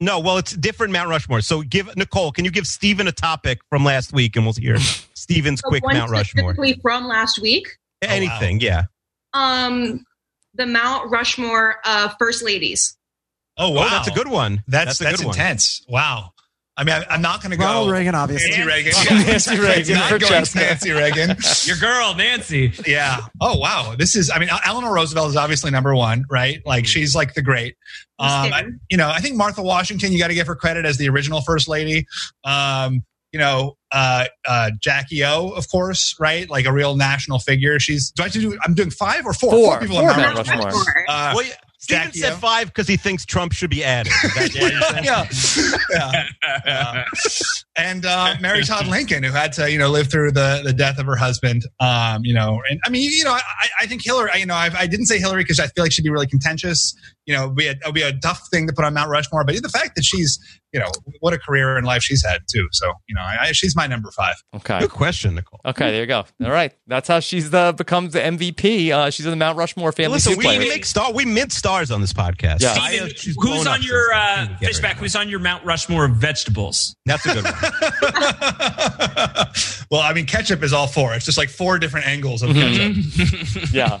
Speaker 3: No, well, it's different Mount Rushmore. So give Nicole. Can you give Steven a topic from last week, and we'll hear Steven's
Speaker 11: So
Speaker 3: quick
Speaker 11: one
Speaker 3: Mount Rushmore.
Speaker 11: specifically from last week.
Speaker 2: Oh,
Speaker 7: Oh,
Speaker 3: Anything, yeah.
Speaker 11: Um, the Mount Rushmore uh, first ladies.
Speaker 7: Oh,
Speaker 3: Oh,
Speaker 7: wow.
Speaker 3: that's a good one.
Speaker 7: That's that's,
Speaker 3: a good one.
Speaker 7: intense. Wow. I mean, I, I'm not going to go.
Speaker 4: Ronald Reagan, obviously.
Speaker 7: Nancy Reagan.
Speaker 2: Nancy Reagan
Speaker 7: Not
Speaker 2: for
Speaker 7: going
Speaker 2: Chester.
Speaker 7: Nancy Reagan.
Speaker 10: Your girl, Nancy.
Speaker 7: Yeah. Oh wow. This is. I mean, Eleanor Roosevelt is obviously number one, right? Like she's like the great. Um, I- you know, I think Martha Washington. You got to give her credit as the original first lady. Um, you know, uh, uh, Jackie O, of course, right? Like a real national figure. She's. Do I have to do? I'm doing five or four.
Speaker 2: Four.
Speaker 7: people.
Speaker 2: Four
Speaker 7: on
Speaker 2: Mount
Speaker 7: Mount
Speaker 2: Rushmore.
Speaker 7: Rushmore. Uh,
Speaker 3: Well, yeah, Steven
Speaker 7: Jackie
Speaker 3: said
Speaker 7: O.
Speaker 3: five because he thinks Trump should be added. Is that what you're saying?
Speaker 7: yeah. yeah. Yeah. And uh, Mary Todd Lincoln, who had to, you know, live through the, the death of her husband, um, you know, and I mean, you know, I, I think Hillary, I- you know, I, I didn't say Hillary because I feel like she'd be really contentious. You know, it'd be a, it'd be a tough thing to put on Mount Rushmore, but the fact that she's, you know, what a career and life she's had too. So, you know, I, I, she's my number five.
Speaker 2: Okay.
Speaker 3: Good question, Nicole.
Speaker 2: Okay, there you go. All right, that's how she's the becomes the MVP. Uh, she's in the Mount Rushmore family
Speaker 3: Listen,
Speaker 2: feud
Speaker 3: we
Speaker 2: player.
Speaker 3: make star. We mint stars on this podcast.
Speaker 2: Yeah.
Speaker 10: Steven,
Speaker 3: Saya, she's blown
Speaker 10: who's
Speaker 3: up
Speaker 10: on your
Speaker 3: since
Speaker 10: uh,
Speaker 3: we get her.
Speaker 10: fishback? Who's on your Mount Rushmore of vegetables?
Speaker 3: That's a good one.
Speaker 7: well, I mean, ketchup is all four. It's just like four different angles of ketchup.
Speaker 2: Mhm. yeah.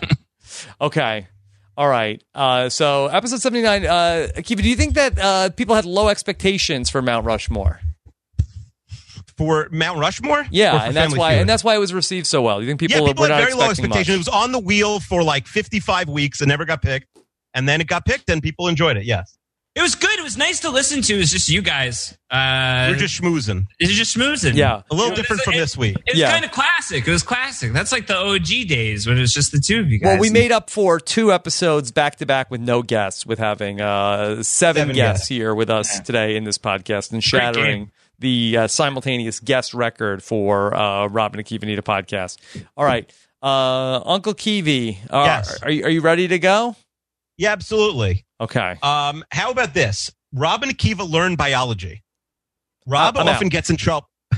Speaker 2: Okay. All right. Uh, so episode seventy nine. Uh, Akiva, do you think that uh, people had low expectations for Mount Rushmore?
Speaker 3: for Mount Rushmore.
Speaker 2: Yeah,
Speaker 3: Or for
Speaker 2: and that's
Speaker 3: Family
Speaker 2: why
Speaker 3: Feud?
Speaker 2: and that's why it was received so well. You think people,
Speaker 3: yeah, people
Speaker 2: were
Speaker 3: had
Speaker 2: not
Speaker 3: very low
Speaker 2: expecting
Speaker 3: expectations. It
Speaker 2: much?
Speaker 3: was on the wheel for like 55 weeks and never got picked, and then it got picked, and people enjoyed it. Yes,
Speaker 10: It was good. It was nice to listen to. It was just you guys. Uh,
Speaker 3: we're just schmoozing.
Speaker 10: it's just schmoozing.
Speaker 2: Yeah.
Speaker 3: A little
Speaker 10: You know,
Speaker 3: different
Speaker 10: there's a-
Speaker 3: from
Speaker 10: it-
Speaker 3: this week.
Speaker 10: It was
Speaker 2: Yeah.
Speaker 10: kind of classic. It was classic. That's like the OG days when it was just the two of you guys.
Speaker 2: Well, we made up for two episodes back to back with no guests, with having uh, seven,
Speaker 3: Seven
Speaker 2: guests
Speaker 3: guests.
Speaker 2: here with us today in this podcast
Speaker 10: Great game.
Speaker 2: and shattering the uh, simultaneous guest record for uh, Robin and Kivanita podcast. All right. Uh, Uncle Kiwi, uh,
Speaker 3: Yes.
Speaker 2: are, you, are you ready to go?
Speaker 3: Yeah, absolutely.
Speaker 2: Okay.
Speaker 3: Um, how about this? Rob and Akiva learn biology. Rob
Speaker 2: I'm out.
Speaker 3: often gets in trouble.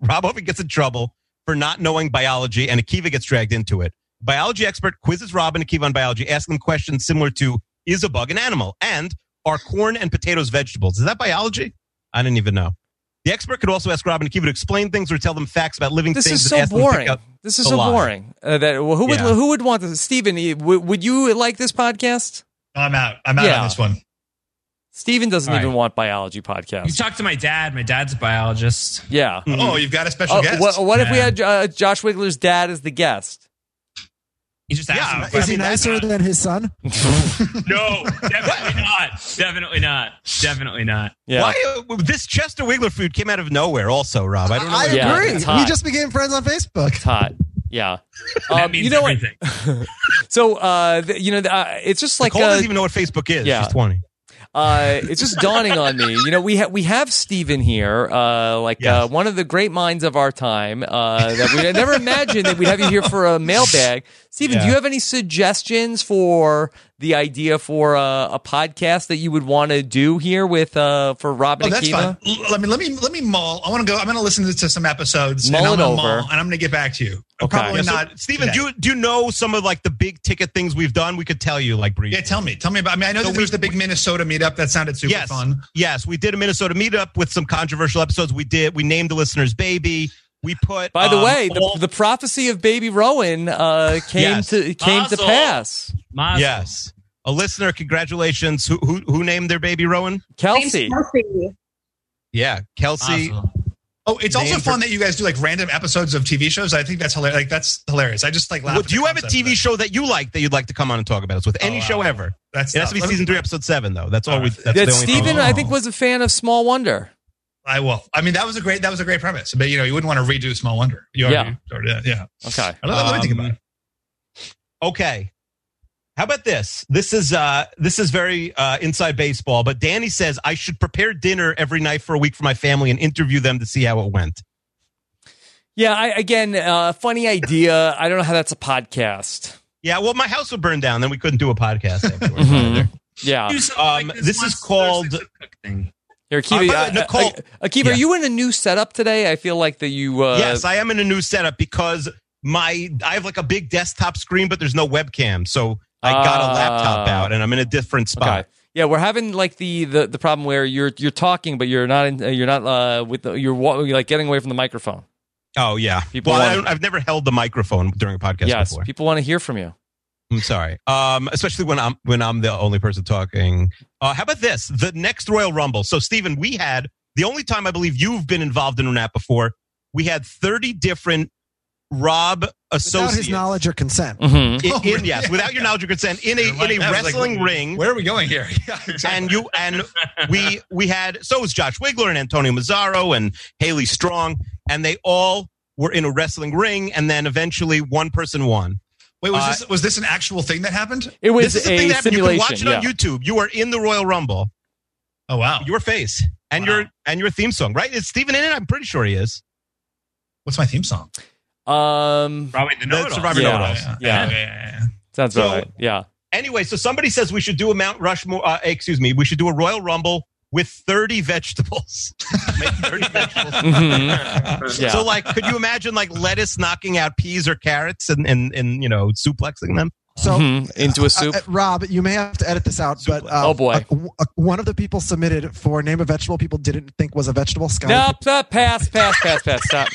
Speaker 3: Rob often gets in trouble for not knowing biology, and Akiva gets dragged into it. Biology expert quizzes Rob and Akiva on biology, asking them questions similar to "Is a bug an animal?" and "Are corn and potatoes vegetables?" Is that biology? I didn't even know. The expert could also ask Rob and Akiva to explain things or tell them facts about living
Speaker 2: This
Speaker 3: things. and
Speaker 2: is so
Speaker 3: ask them to pick
Speaker 2: boring.
Speaker 3: up-
Speaker 2: This is
Speaker 3: the
Speaker 2: so
Speaker 3: lie.
Speaker 2: boring. Uh, that well, who would
Speaker 3: Yeah.
Speaker 2: who would want this? Steven, eh, would, would you like this podcast?
Speaker 7: I'm out. I'm out
Speaker 2: Yeah.
Speaker 7: on this one.
Speaker 2: Steven doesn't
Speaker 10: All right.
Speaker 2: even want biology
Speaker 10: You
Speaker 2: podcasts.
Speaker 10: talk to my dad. My dad's a biologist.
Speaker 2: yeah.
Speaker 10: Mm-hmm.
Speaker 3: Mhm.
Speaker 7: Oh, you've got a special
Speaker 2: Uh,
Speaker 7: guest.
Speaker 2: what what if we
Speaker 10: Yeah.
Speaker 2: had uh, Josh Wiggler's dad as the guest?
Speaker 10: He just
Speaker 3: Yeah,
Speaker 10: asked. him
Speaker 3: I
Speaker 4: Is he
Speaker 3: mean, that's
Speaker 4: nicer than his son?
Speaker 10: No, definitely not. Definitely not. Definitely not.
Speaker 2: Yeah.
Speaker 3: Why uh, this Chester Wiggler food came out of nowhere? Also, Rob, I don't know.
Speaker 4: I
Speaker 3: what-
Speaker 2: Yeah,
Speaker 4: agree.
Speaker 2: it's hot.
Speaker 4: We just became friends on Facebook.
Speaker 2: It's hot. Yeah.
Speaker 10: That
Speaker 2: Um,
Speaker 10: means
Speaker 2: you know what?
Speaker 10: everything.
Speaker 2: So uh, th- you know, th- uh, it's just like
Speaker 3: Nicole
Speaker 2: uh,
Speaker 3: doesn't even know what Facebook is.
Speaker 2: yeah.
Speaker 3: She's twenty.
Speaker 2: uh, it's just dawning on me. You know, we ha- we have Steven here, uh, like uh,
Speaker 3: Yes.
Speaker 2: one of the great minds of our time. Uh, that we I never imagined that we'd have you here for a mailbag. Steven, do
Speaker 3: Yeah.
Speaker 2: you have any suggestions for the idea for uh, a podcast that you would want to do here with uh, for Robin
Speaker 7: Oh,
Speaker 2: and
Speaker 7: that's
Speaker 2: Akiva?
Speaker 7: fine. L- Let me let me let me mull. I want to go. I'm going to listen to some episodes. and
Speaker 2: Mull
Speaker 7: I'm
Speaker 2: it
Speaker 7: gonna
Speaker 2: over.
Speaker 7: and I'm going to get back to you.
Speaker 2: Okay.
Speaker 7: Probably
Speaker 3: Yeah, so,
Speaker 7: not,
Speaker 3: Steven,
Speaker 7: today.
Speaker 3: do you, do you know some of like the big ticket things we've done? We could tell you like brief.
Speaker 7: Yeah, tell me. Tell me about. I mean, I know
Speaker 3: So
Speaker 7: that there was
Speaker 3: we-
Speaker 7: the big Minnesota meetup that sounded super
Speaker 3: Yes.
Speaker 7: fun.
Speaker 3: Yes, we did a Minnesota meetup with some controversial episodes. We did. We named the listeners baby. We put.
Speaker 2: By the
Speaker 3: um,
Speaker 2: way, the,
Speaker 3: all-
Speaker 2: the prophecy of Baby Rowan uh, came
Speaker 3: Yes.
Speaker 2: to came to
Speaker 10: Awesome.
Speaker 2: pass.
Speaker 10: Mazel.
Speaker 3: yes, a listener. Congratulations. Who who, who named their baby Rowan?
Speaker 2: Kelsey,
Speaker 3: Yeah, Kelsey.
Speaker 10: Mazel.
Speaker 7: Oh, it's also
Speaker 3: Named
Speaker 7: fun that you guys do like random episodes of TV shows. I think that's hilarious. Like that's hilarious. I just like laugh.
Speaker 3: Well,
Speaker 7: at
Speaker 3: do you
Speaker 7: the
Speaker 3: have a
Speaker 7: concept of
Speaker 3: TV
Speaker 7: it.
Speaker 3: show that you like that you'd like to come on and talk about us with any
Speaker 7: Oh,
Speaker 3: show
Speaker 7: wow.
Speaker 3: ever?
Speaker 7: That's
Speaker 3: It has
Speaker 7: tough.
Speaker 3: to be
Speaker 7: Let me-
Speaker 3: season three, episode seven, though. That's all. we. That's
Speaker 2: that
Speaker 3: the only
Speaker 2: Steven,
Speaker 3: thing.
Speaker 2: I think, was a fan of Small Wonder.
Speaker 7: I will. I mean, that was a great. That was a great premise. But you know, you wouldn't want to redo Small Wonder. You already, yeah. Already, yeah.
Speaker 2: Okay.
Speaker 7: Let, let me think about it.
Speaker 3: Um, Okay. How about this? This is uh this is very uh inside baseball, but Danny says I should prepare dinner every night for a week for my family and interview them to see how it went.
Speaker 2: Yeah, I, again, uh, funny idea. I don't know how that's a podcast.
Speaker 3: Yeah, well my house would burn down, then we couldn't do a podcast afterwards.
Speaker 2: Mhm.
Speaker 3: either.
Speaker 2: Yeah.
Speaker 10: Do something
Speaker 3: Um,
Speaker 10: like
Speaker 3: this
Speaker 10: once
Speaker 3: is
Speaker 10: a
Speaker 3: called
Speaker 10: Thursday cook thing.
Speaker 2: Here, Akiva,
Speaker 3: Uh, by
Speaker 2: uh,
Speaker 3: the- Nicole-
Speaker 2: uh, Akiva,
Speaker 3: Yeah.
Speaker 2: are you in a new setup today? I feel like that you. Uh,
Speaker 3: yes, I am in a new setup because my I have like a big desktop screen, but there's no webcam. So I got
Speaker 2: Ah.
Speaker 3: a laptop out and I'm in a different spot.
Speaker 2: Okay. Yeah, we're having like the, the, the problem where you're you're talking, but you're not in, uh, you're not uh, with the, you're, wa- you're like getting away from the microphone.
Speaker 3: Oh yeah.
Speaker 2: People
Speaker 3: well, I
Speaker 2: want-
Speaker 3: don't, I've never held the microphone during a podcast
Speaker 2: yes,
Speaker 3: before.
Speaker 2: people want to hear from you.
Speaker 3: I'm sorry. Um, especially when I'm when I'm the only person talking. Uh, how about this? The next Royal Rumble. So, Steven, we had The only time I believe you've been involved in an app before, we had 30 different Rob
Speaker 4: Without
Speaker 3: associates.
Speaker 4: his knowledge or consent.
Speaker 2: Mm-hmm.
Speaker 3: in,
Speaker 7: Oh,
Speaker 3: in-
Speaker 7: yeah.
Speaker 3: yes, without your knowledge or consent, in a
Speaker 7: You're right.
Speaker 3: in
Speaker 7: I
Speaker 3: a
Speaker 7: was like,
Speaker 3: wrestling ring,
Speaker 7: Where are we going here? Yeah, exactly.
Speaker 3: and you and we we had so it was Josh Wiggler and Antonio Mazzaro and Haley Strong, and they all were in a wrestling ring, and then eventually one person won.
Speaker 7: Wait, was
Speaker 3: uh,
Speaker 7: this was this an actual thing that happened?
Speaker 2: It was
Speaker 3: this is the
Speaker 2: a
Speaker 3: thing that happened. You can
Speaker 2: simulation.
Speaker 3: watch it
Speaker 2: yeah.
Speaker 3: on YouTube. You are in the Royal Rumble.
Speaker 7: Oh wow.
Speaker 3: Your face and
Speaker 7: Wow.
Speaker 3: your and your theme song, right? Is Steven in it? I'm pretty sure he is.
Speaker 7: What's my theme song?
Speaker 2: Um,
Speaker 10: Probably the
Speaker 3: The
Speaker 10: know
Speaker 3: Survivor
Speaker 2: Yeah.
Speaker 3: Know-It-Alls.
Speaker 2: Yeah.
Speaker 7: yeah.
Speaker 2: sounds
Speaker 3: So-
Speaker 2: about right. Yeah.
Speaker 3: Anyway, so somebody says we should do a Mount Rushmore. Uh, excuse me, we should do a Royal Rumble with 30 vegetables. Make 30 vegetables.
Speaker 10: Mm-hmm.
Speaker 2: Mhm. Yeah.
Speaker 3: So, like, could you imagine like lettuce knocking out peas or carrots and and, and you know suplexing them?
Speaker 4: So
Speaker 2: Mhm. into a soup.
Speaker 4: Uh, uh, Rob, you may have to edit this out, but uh,
Speaker 2: Oh, boy.
Speaker 4: uh, w- uh, one of the people submitted for name a vegetable people didn't think was a vegetable. Scotty,
Speaker 2: nope. Uh, pass. Pass. Pass. Pass. Stop.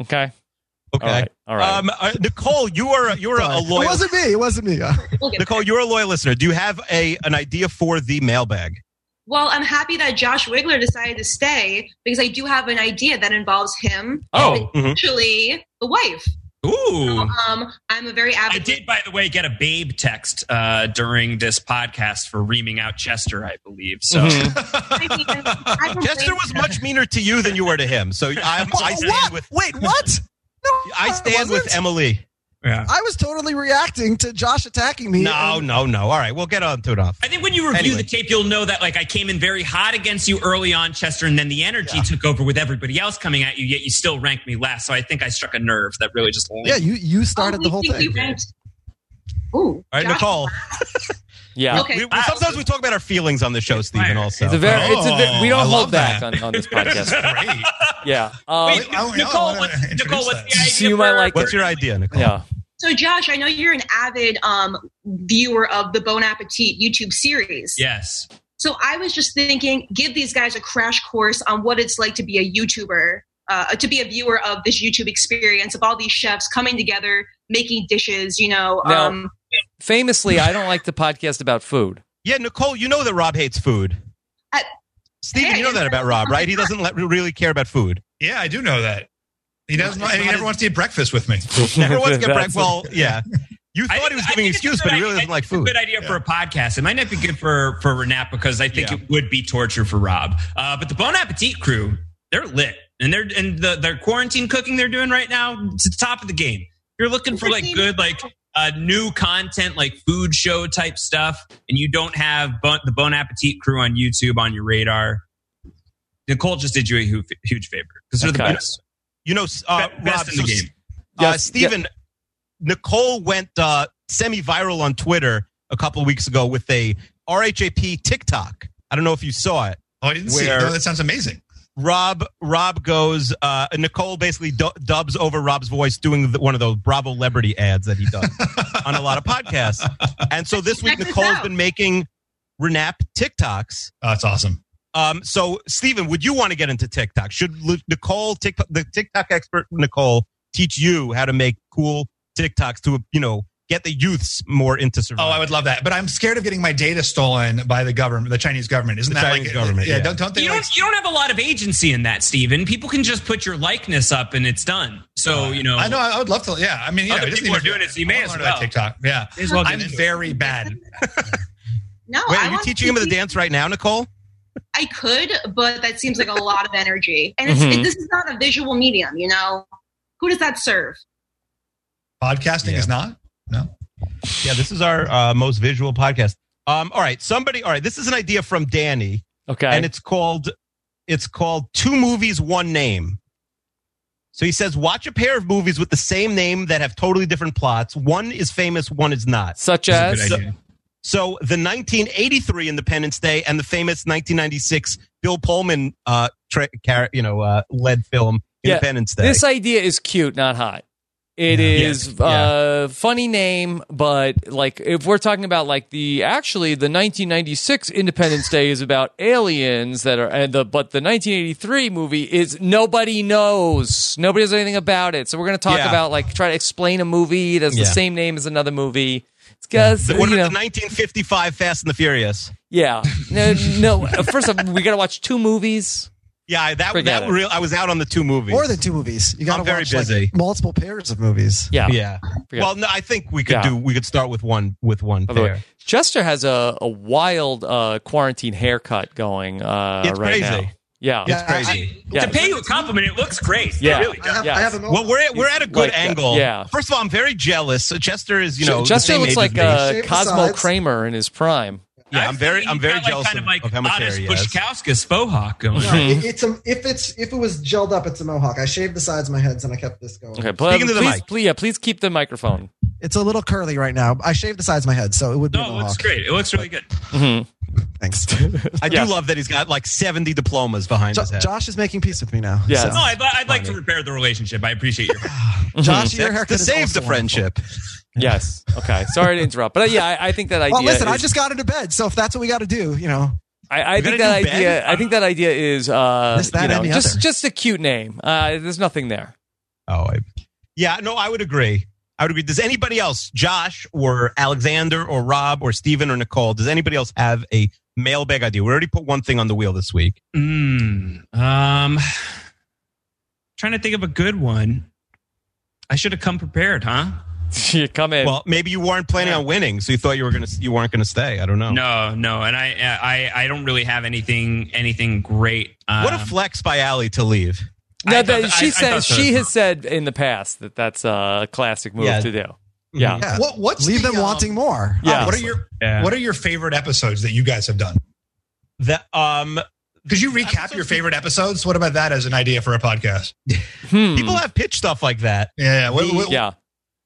Speaker 2: Okay.
Speaker 3: Okay.
Speaker 2: All right. All right.
Speaker 3: Um, uh, Nicole, you are you're a, a
Speaker 4: sorry. It
Speaker 3: loyal
Speaker 4: wasn't me. It wasn't me. Uh,
Speaker 11: We'll get
Speaker 3: Nicole. You're a loyal listener. Do you have a an idea for the mailbag?
Speaker 11: Well, I'm happy that Josh Wiggler decided to stay because I do have an idea that involves him,
Speaker 2: oh.
Speaker 11: actually the wife.
Speaker 3: Ooh,
Speaker 11: Um, I'm a very
Speaker 10: I
Speaker 11: avid.
Speaker 10: did, by the way, get a babe text uh, during this podcast for reaming out Chester, I believe. So
Speaker 2: Mhm.
Speaker 11: I mean, I don't
Speaker 3: Chester
Speaker 11: blame-
Speaker 3: was much meaner to you than you were to him. So I'm, I stand with
Speaker 4: Wait, what? No,
Speaker 3: I stand with
Speaker 4: wasn't.
Speaker 3: Emily.
Speaker 10: yeah.
Speaker 4: I was totally reacting to Josh attacking me.
Speaker 3: No,
Speaker 4: and-
Speaker 3: no, no. All right, we'll get on to it off.
Speaker 10: I think when you review
Speaker 3: Anyway.
Speaker 10: the tape, you'll know that like I came in very hot against you early on, Chester, and then the energy took over with everybody else coming at you. Yet you still ranked me last, so I think I struck a nerve that really just.
Speaker 4: yeah, you you started
Speaker 11: Oh,
Speaker 4: the
Speaker 11: we
Speaker 4: whole
Speaker 11: think we
Speaker 4: thing.
Speaker 11: ranked- Ooh,
Speaker 3: All right,
Speaker 11: Josh-
Speaker 3: Nicole.
Speaker 2: Yeah.
Speaker 11: Okay.
Speaker 3: We, we- sometimes we talk about our feelings on the show, Stephen. Also,
Speaker 2: It's a very. It's a ve- we
Speaker 7: Oh, I love
Speaker 2: don't hold back
Speaker 7: that.
Speaker 2: on, on this podcast.
Speaker 7: Great.
Speaker 2: Yeah. Um,
Speaker 3: Oh,
Speaker 7: Wait, I- I
Speaker 10: Nicole,
Speaker 7: wanna
Speaker 10: what's,
Speaker 7: introduce
Speaker 10: Nicole, what's
Speaker 7: that.
Speaker 10: the idea?
Speaker 2: So you might
Speaker 10: for-
Speaker 2: like
Speaker 3: what's your idea, Nicole?
Speaker 2: yeah.
Speaker 11: So, Josh, I know you're an avid um, viewer of the Bon Appetit YouTube series.
Speaker 10: Yes.
Speaker 11: So I was just thinking, give these guys a crash course on what it's like to be a YouTuber, uh, to be a viewer of this YouTube experience of all these chefs coming together, making dishes. You know,
Speaker 2: Now-
Speaker 11: um,
Speaker 2: Famously, I don't like the podcast about food.
Speaker 3: Yeah, Nicole, you know that Rob hates food.
Speaker 11: I-
Speaker 3: Steven, you know that about Rob, right? He doesn't let, really care about food.
Speaker 7: Yeah, I do know that. He doesn't.
Speaker 3: Well,
Speaker 7: want- He
Speaker 3: it's not
Speaker 7: never
Speaker 3: as-
Speaker 7: wants to eat breakfast with me.
Speaker 3: Everyone's get
Speaker 2: That's-
Speaker 3: breakfast. Well, yeah. You
Speaker 10: I think-
Speaker 3: thought he was
Speaker 10: I
Speaker 3: giving an
Speaker 10: think it's a
Speaker 3: excuse,
Speaker 10: good
Speaker 3: but he
Speaker 10: idea.
Speaker 3: really
Speaker 10: I
Speaker 3: doesn't
Speaker 10: think
Speaker 3: like
Speaker 10: it's a
Speaker 3: food.
Speaker 10: Good idea for a podcast. It might not be good for for Renap because I think
Speaker 3: Yeah.
Speaker 10: it would be torture for Rob. Uh, but the Bon Appetit crew, they're lit, and they're and the their quarantine cooking they're doing right now it's the top of the game. If you're looking for like good like uh, new content like food show type stuff, and you don't have bon, the Bon Appetit crew on YouTube on your radar. Nicole just did you a huge, huge favor because they're
Speaker 2: Okay.
Speaker 10: the best,
Speaker 3: You know, uh,
Speaker 10: best
Speaker 3: Rob,
Speaker 10: in the
Speaker 3: so,
Speaker 10: game.
Speaker 3: uh,
Speaker 2: Yes,
Speaker 3: Steven, Nicole went uh, semi-viral on Twitter a couple of weeks ago with a RHAP TikTok. I don't know if you saw it.
Speaker 7: Oh, I didn't see
Speaker 3: Where-
Speaker 7: it. No, that sounds amazing.
Speaker 3: Rob Rob goes uh, Nicole basically du- dubs over Rob's voice doing the, one of those Bravo Celebrity ads that he does on a lot of podcasts. And so this
Speaker 11: Check
Speaker 3: week
Speaker 11: this
Speaker 3: Nicole's
Speaker 11: out.
Speaker 3: been making Renap TikToks.
Speaker 7: Oh, that's awesome.
Speaker 3: Um, so Stephen, would you want to get into TikTok? Should Lu- Nicole TikTok, the TikTok expert Nicole teach you how to make cool TikToks to you know get the youths more
Speaker 7: Oh,
Speaker 3: into
Speaker 7: I
Speaker 3: survival?
Speaker 7: would love that. But I'm scared of getting my data stolen by the government, the Chinese government. Isn't
Speaker 3: The
Speaker 7: that
Speaker 3: Chinese
Speaker 7: like
Speaker 3: government,
Speaker 7: Yeah,
Speaker 3: yeah.
Speaker 7: Don't, don't they?
Speaker 10: you
Speaker 7: like,
Speaker 10: don't you don't have a lot of agency in that, Steven. People can just put your likeness up and it's done. So you know,
Speaker 7: I know. I would love to. Yeah. I mean, you
Speaker 10: Other
Speaker 7: know, it doesn't
Speaker 10: people
Speaker 7: even-
Speaker 10: are doing it, so you
Speaker 7: I
Speaker 10: may
Speaker 7: wanna
Speaker 10: as
Speaker 7: learn about
Speaker 10: well.
Speaker 7: TikTok. Yeah.
Speaker 10: May as well get
Speaker 7: I'm
Speaker 10: into it.
Speaker 7: very bad.
Speaker 11: no,
Speaker 3: Wait,
Speaker 11: I
Speaker 3: are you
Speaker 11: want
Speaker 3: teaching him
Speaker 11: to
Speaker 3: the
Speaker 11: see-
Speaker 3: dance right now, Nicole?
Speaker 11: I could, but that seems like a lot of energy, and it's,
Speaker 2: Mhm.
Speaker 3: Mm-hmm.
Speaker 11: it, this is not a visual medium. You know, who does that serve?
Speaker 7: Podcasting
Speaker 3: Yeah.
Speaker 7: is not.
Speaker 3: Yeah, this is our uh, most visual podcast. Um, all right, somebody. All right, this is an idea from Danny.
Speaker 2: Okay.
Speaker 3: and it's called it's called two movies one name so he says watch a pair of movies with the same name that have totally different plots one is famous one is not
Speaker 2: Such
Speaker 7: That's a
Speaker 2: as
Speaker 7: good idea.
Speaker 3: so the 1983 independence day and the famous 1996 bill pullman uh tra- car- you know uh lead film
Speaker 2: Yeah,
Speaker 3: independence day
Speaker 2: this idea is cute, not hot. It
Speaker 7: Yeah.
Speaker 2: is
Speaker 3: Yeah.
Speaker 2: uh, funny name, but like if we're talking about like the actually the 1996 Independence Day is about aliens that are and the but the 1983 movie is nobody knows nobody knows anything about it. So we're gonna talk
Speaker 3: Yeah.
Speaker 2: about like try to explain a movie that's
Speaker 3: Yeah.
Speaker 2: the same name as another movie. guys,
Speaker 3: The- What
Speaker 2: you
Speaker 3: about
Speaker 2: know.
Speaker 3: the 1955 Fast and the Furious?
Speaker 2: Yeah. No, no. First off, we got to watch two movies.
Speaker 3: Yeah, I- that
Speaker 2: Forget
Speaker 3: that
Speaker 2: it.
Speaker 3: real. I was out on the two movies.
Speaker 4: More than two movies. You got to
Speaker 3: I'm very
Speaker 4: watch
Speaker 3: busy.
Speaker 4: Like, multiple pairs of movies.
Speaker 2: Yeah.
Speaker 3: yeah.
Speaker 2: Forget
Speaker 3: Well, no, I think we could
Speaker 2: Yeah.
Speaker 3: do. We could start with one with one
Speaker 2: By the
Speaker 3: pair.
Speaker 2: way, Chester has a, a wild uh, quarantine haircut going uh,
Speaker 3: It's
Speaker 2: right
Speaker 3: crazy.
Speaker 2: now. Yeah.
Speaker 4: Yeah, I-
Speaker 3: Crazy.
Speaker 2: Yeah.
Speaker 10: To pay you a compliment, it looks great.
Speaker 2: Yeah.
Speaker 10: It really
Speaker 4: I,
Speaker 10: does.
Speaker 4: have,
Speaker 2: Yeah.
Speaker 4: I have a moment.
Speaker 3: Well, we're at, we're at a good
Speaker 2: Like,
Speaker 3: angle.
Speaker 2: yeah.
Speaker 3: First of all, I'm very jealous. So Chester is, you know,
Speaker 2: Chester
Speaker 3: the same
Speaker 2: looks
Speaker 3: age
Speaker 2: like
Speaker 3: as me.
Speaker 2: uh,
Speaker 4: Shape
Speaker 2: Cosmo
Speaker 4: asides.
Speaker 2: Kramer in his prime.
Speaker 3: yeah. I'm
Speaker 10: I've
Speaker 3: very
Speaker 10: seen
Speaker 3: I'm
Speaker 10: you've
Speaker 3: very
Speaker 10: got,
Speaker 3: jealous
Speaker 10: kind
Speaker 3: of,
Speaker 10: of, like,
Speaker 3: of how much hair
Speaker 10: honest
Speaker 3: he has.
Speaker 10: Bushkauskas bohawk going.
Speaker 3: Hmm.
Speaker 4: No, it- it's a, if it's if it was gelled up, it's a mohawk. I shaved the sides of my heads and I kept this going.
Speaker 2: Okay, please,
Speaker 3: Speaking to the
Speaker 2: please,
Speaker 3: mic.
Speaker 2: please, yeah, please keep the microphone.
Speaker 4: It's a little curly right now. I shaved the sides of my head, so it would be a
Speaker 10: No, Oh, it looks
Speaker 4: mohawk.
Speaker 10: great. It looks really good.
Speaker 2: Mhm.
Speaker 4: Thanks.
Speaker 3: I
Speaker 2: Yeah.
Speaker 3: do love that he's got like 70 diplomas behind
Speaker 4: Jo-
Speaker 3: his head.
Speaker 4: Josh is making peace with me now.
Speaker 2: Yeah.
Speaker 4: so.
Speaker 10: No, I'd, li- I'd like to repair the relationship. I appreciate your.
Speaker 2: Mm-hmm.
Speaker 4: Josh, your
Speaker 3: That's
Speaker 4: haircut
Speaker 3: to
Speaker 4: is
Speaker 3: save
Speaker 4: also
Speaker 3: the friendship.
Speaker 2: Yes. Okay. Sorry to interrupt, but uh, yeah, I, I think that idea.
Speaker 4: wonderful. Well, listen, I
Speaker 2: is-
Speaker 4: just got into bed, so if that's what we got to do, you know,
Speaker 2: I, I
Speaker 3: You
Speaker 2: think
Speaker 3: gotta
Speaker 2: that
Speaker 3: do Ben?
Speaker 2: idea. I think that idea is uh,
Speaker 4: This, that,
Speaker 2: you know,
Speaker 4: and the
Speaker 2: just
Speaker 4: other.
Speaker 2: just a cute name. Uh, there's nothing there.
Speaker 3: Oh, I, yeah. No, I would agree. I would agree. Does anybody else, Josh or Alexander or Rob or Steven or Nicole, does anybody else have a mailbag idea? We already put one thing on the wheel this week.
Speaker 10: Mm, um, trying to think of a good one. I should have come prepared, huh?
Speaker 2: You Come in.
Speaker 3: Well, maybe you weren't planning on winning, so you thought you were gonna you weren't gonna stay. I don't know.
Speaker 10: No, no, and I, I, I don't really have anything, anything great. Um,
Speaker 3: What a flex by Allie to leave.
Speaker 2: No,
Speaker 10: I
Speaker 2: that-
Speaker 10: thought-
Speaker 2: she
Speaker 10: I- I
Speaker 2: said
Speaker 10: thought so.
Speaker 2: she has said in the past that that's a classic move
Speaker 3: Yeah. Mm-hmm.
Speaker 2: to do. Yeah.
Speaker 4: Yeah.
Speaker 7: What, what's
Speaker 4: leave
Speaker 7: the,
Speaker 4: them
Speaker 7: um,
Speaker 4: wanting more.
Speaker 2: Yeah.
Speaker 7: What are your
Speaker 10: Yeah.
Speaker 7: What are your favorite episodes that you guys have done?
Speaker 3: That um
Speaker 7: Could you recap your favorite episodes? What about that as an idea for a podcast?
Speaker 2: Hmm.
Speaker 3: people have pitched stuff like that.
Speaker 7: Yeah. What, what-
Speaker 2: yeah.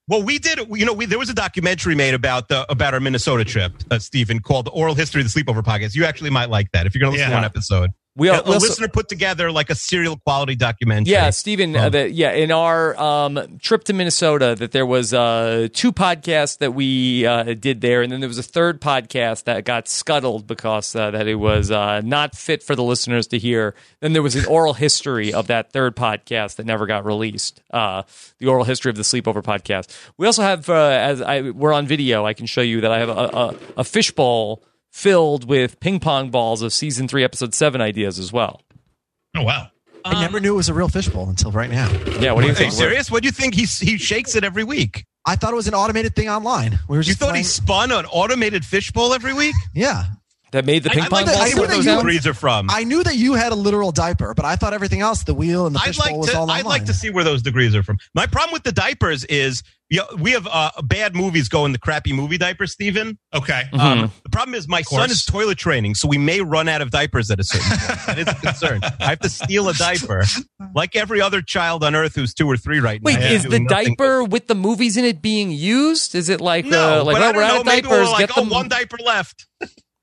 Speaker 3: Well, we did. You know, we there was a documentary made about the about our Minnesota trip, uh, Stephen, called "The Oral History of the Sleepover Podcast." You actually might like that if you're going to listen
Speaker 7: Yeah.
Speaker 3: to one episode.
Speaker 2: We
Speaker 3: a
Speaker 2: are, also-
Speaker 3: listener put together like a serial quality documentary.
Speaker 2: Yeah, Stephen. Uh,
Speaker 3: Oh.
Speaker 2: the, yeah, in our um, trip to Minnesota, that there was uh, two podcasts that we uh, did there, and then there was a third podcast that got scuttled because uh, that it was uh, not fit for the listeners to hear. Then there was an oral history of that third podcast that never got released. Uh, the oral history of the sleepover podcast. We also have, uh, as I we're on video, I can show you that I have a, a, a fishbowl filled with ping pong balls of season three, episode seven ideas as well.
Speaker 7: Oh wow.
Speaker 4: I never knew it was a real fishbowl until right now.
Speaker 2: Yeah, what do you
Speaker 3: Are you
Speaker 2: think?
Speaker 3: serious? What do you think? He he shakes it every week.
Speaker 4: I thought it was an automated thing online. We were
Speaker 3: You
Speaker 4: just
Speaker 3: thought he
Speaker 4: playing-
Speaker 3: spun an automated fishbowl every week?
Speaker 4: yeah.
Speaker 2: That made the
Speaker 10: I-
Speaker 2: ping
Speaker 3: I'd
Speaker 2: pong
Speaker 3: like to
Speaker 4: I
Speaker 2: balls.
Speaker 3: see where
Speaker 4: wouldn't
Speaker 3: those
Speaker 4: you-
Speaker 3: stories are from.
Speaker 4: I knew that you had a literal diaper, but I thought everything else, the wheel and the
Speaker 3: I'd
Speaker 4: fishbowl,
Speaker 3: like
Speaker 4: was
Speaker 3: to.
Speaker 4: all online.
Speaker 3: I'd like to see where those degrees are from. My problem with the diapers is you know, we have uh, bad movies go in the crappy movie diaper, Stephen.
Speaker 7: Okay.
Speaker 2: Mm-hmm.
Speaker 3: Um, the problem is my son
Speaker 7: course.
Speaker 3: is toilet training, so we may run out of diapers at a certain point. That is a concern. I have to steal a diaper, like every other child on earth who's two or three right
Speaker 2: Wait,
Speaker 3: now.
Speaker 2: is the
Speaker 3: doing nothing.
Speaker 2: diaper with the movies in it being used? Is it like
Speaker 3: No,
Speaker 2: uh, like
Speaker 3: but
Speaker 2: oh,
Speaker 3: I don't
Speaker 2: we're out
Speaker 3: know.
Speaker 2: of
Speaker 3: Maybe
Speaker 2: diapers?
Speaker 3: we're like,
Speaker 2: get
Speaker 3: oh,
Speaker 2: them.
Speaker 3: one diaper left.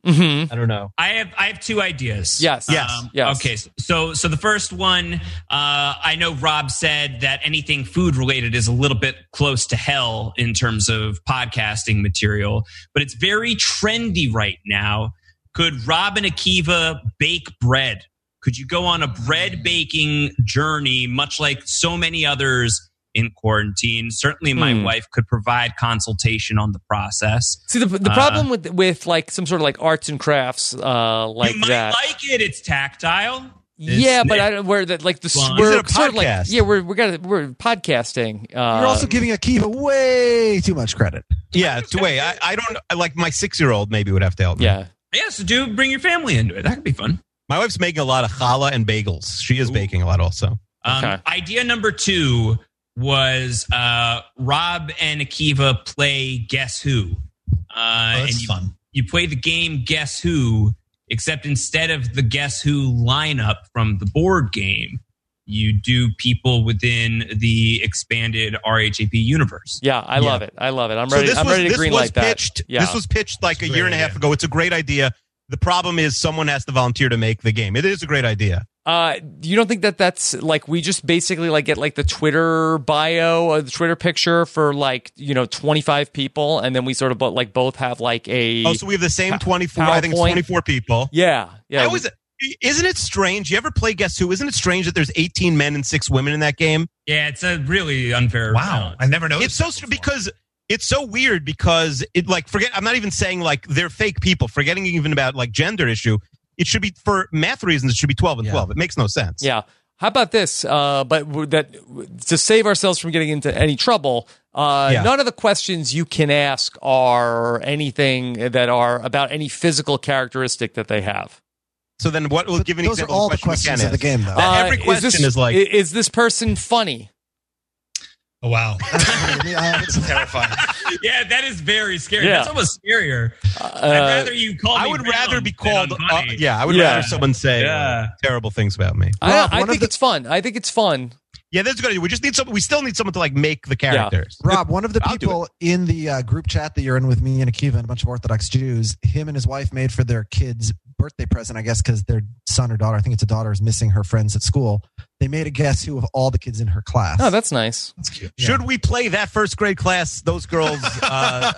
Speaker 2: Mhm.
Speaker 3: I don't know.
Speaker 10: I have I have two ideas.
Speaker 2: Yes.
Speaker 10: Um,
Speaker 3: Yes.
Speaker 2: Yes.
Speaker 10: Okay. So so the first one, uh, I know Rob said that anything food related is a little bit close to hell in terms of podcasting material, but it's very trendy right now. Could Rob and Akiva bake bread? Could you go on a bread baking journey, much like so many others in quarantine? Certainly, my
Speaker 2: Hmm.
Speaker 10: wife could provide consultation on the process.
Speaker 2: See the the
Speaker 10: Uh,
Speaker 2: problem with with like some sort of like arts and crafts uh like
Speaker 10: you might
Speaker 2: that.
Speaker 10: like it. It's tactile. It's-
Speaker 2: yeah, but I don't where that like the s-
Speaker 10: Fun.
Speaker 2: we're
Speaker 3: Is it a
Speaker 2: sort of like
Speaker 3: podcast?
Speaker 2: yeah we're we're gonna we're podcasting. Uh,
Speaker 4: You're also giving Akiva way too much credit.
Speaker 3: Yeah, to wait. I, I don't I- like my six year old maybe would have to help. me.
Speaker 2: yeah.
Speaker 10: Yeah, so do bring your family into it. That could be fun.
Speaker 3: My wife's making a lot of challah and bagels. She is baking a lot also.
Speaker 10: Um,
Speaker 2: Okay.
Speaker 10: Idea number two was uh, Rob and Akiva play Guess Who. Uh,
Speaker 7: Oh,
Speaker 10: and
Speaker 7: that's
Speaker 10: you,
Speaker 7: fun.
Speaker 10: you play the game Guess Who, except instead of the Guess Who lineup from the board game, you do people within the expanded RHAP universe.
Speaker 2: Yeah, I love it. I love it. I'm ready.
Speaker 3: this
Speaker 2: I'm
Speaker 3: was,
Speaker 2: ready to
Speaker 3: this
Speaker 2: green
Speaker 3: was
Speaker 2: like that.
Speaker 3: pitched,
Speaker 2: Yeah.
Speaker 3: This was pitched like a
Speaker 7: It's a
Speaker 3: year
Speaker 7: great
Speaker 3: and a half
Speaker 7: idea.
Speaker 3: ago. It's a great idea. The problem is someone has to volunteer to make the game. It is a great idea.
Speaker 2: Uh, you don't think that that's like we just basically like get like the Twitter bio or the Twitter picture for like you know 25 people, and then we sort of but like both have like a
Speaker 3: Oh, so we have the same
Speaker 2: Pa-
Speaker 3: 24, I think it's
Speaker 2: PowerPoint.
Speaker 3: 24 people.
Speaker 2: yeah yeah
Speaker 3: I was, isn't it strange? You ever play Guess Who? Isn't it strange that there's 18 men and six women in that game?
Speaker 10: Yeah, it's a really unfair.
Speaker 7: Wow. I never noticed.
Speaker 3: It's so strange because it's so weird because it like forget I'm not even saying like they're fake people, forgetting even about like gender issue. It should be for math reasons, it should be twelve and
Speaker 4: Yeah.
Speaker 3: twelve. It makes no sense.
Speaker 2: Yeah. How about this? Uh, but w- that to save ourselves from getting into any trouble, uh,
Speaker 3: Yeah.
Speaker 2: none of the questions you can ask are anything that are about any physical characteristic that they have.
Speaker 3: So then what will give an
Speaker 4: Those are
Speaker 3: example
Speaker 4: all the
Speaker 3: of a question we
Speaker 4: questions
Speaker 3: can
Speaker 4: of the
Speaker 3: ask?
Speaker 4: game, though.
Speaker 3: Uh, every question
Speaker 2: this,
Speaker 3: is like-
Speaker 2: i- is this person funny?
Speaker 7: Oh, wow.
Speaker 4: I-
Speaker 7: That's terrifying.
Speaker 10: yeah, that is very scary.
Speaker 2: Yeah.
Speaker 10: That's almost scarier. I'd
Speaker 2: Uh,
Speaker 10: rather you call.
Speaker 3: I
Speaker 10: me
Speaker 3: would
Speaker 10: brown
Speaker 3: rather be
Speaker 10: than
Speaker 3: called. Uh,
Speaker 10: unfunny.
Speaker 3: yeah, I would
Speaker 2: Yeah.
Speaker 3: rather someone say uh,
Speaker 10: Yeah.
Speaker 3: terrible things about me.
Speaker 2: I,
Speaker 4: Rob,
Speaker 2: I
Speaker 4: one of
Speaker 2: think
Speaker 4: the-
Speaker 2: it's fun. I think it's fun.
Speaker 3: Yeah, that's good. We just need some. We still need someone to like make the characters.
Speaker 4: Rob, one of the
Speaker 3: I'll do
Speaker 4: people in the uh, group chat that you're in with me and Akiva and a bunch of Orthodox Jews, him and his wife made for their kids' birthday present, I guess, because their son or daughter, I think it's a daughter, is missing her friends at school. They made a guess who of all the kids in her class.
Speaker 2: Oh, that's nice.
Speaker 7: That's cute.
Speaker 3: Should we play that first grade class? Those girls. Uh,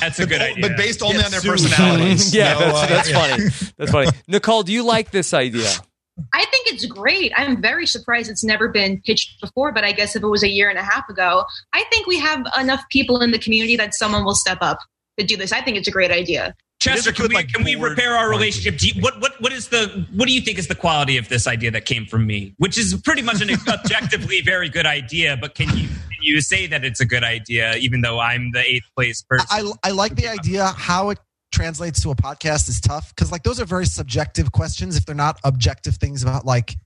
Speaker 10: That's a good
Speaker 7: but,
Speaker 10: idea.
Speaker 7: but based only
Speaker 3: Get
Speaker 7: on their
Speaker 3: sued.
Speaker 7: personalities.
Speaker 2: yeah,
Speaker 7: No,
Speaker 2: that's,
Speaker 7: uh,
Speaker 2: that's
Speaker 7: yeah.
Speaker 2: funny. That's funny. Nicole, do you like this idea?
Speaker 11: I think it's great. I'm very surprised it's never been pitched before, but I guess if it was a year and a half ago, I think we have enough people in the community that someone will step up to do this. I think it's a great idea.
Speaker 10: Chester,
Speaker 3: It is a
Speaker 10: can
Speaker 3: good,
Speaker 10: we,
Speaker 3: like,
Speaker 10: can we
Speaker 3: board
Speaker 10: repair our
Speaker 3: argument.
Speaker 10: relationship? Do you, what what what is the what do you think is the quality of this idea that came from me? Which is pretty much an objectively very good idea, but can you can you say that it's a good idea even though I'm the eighth place person?
Speaker 4: I, I like the idea how it translates to a podcast is tough because like those are very subjective questions if they're not objective things about like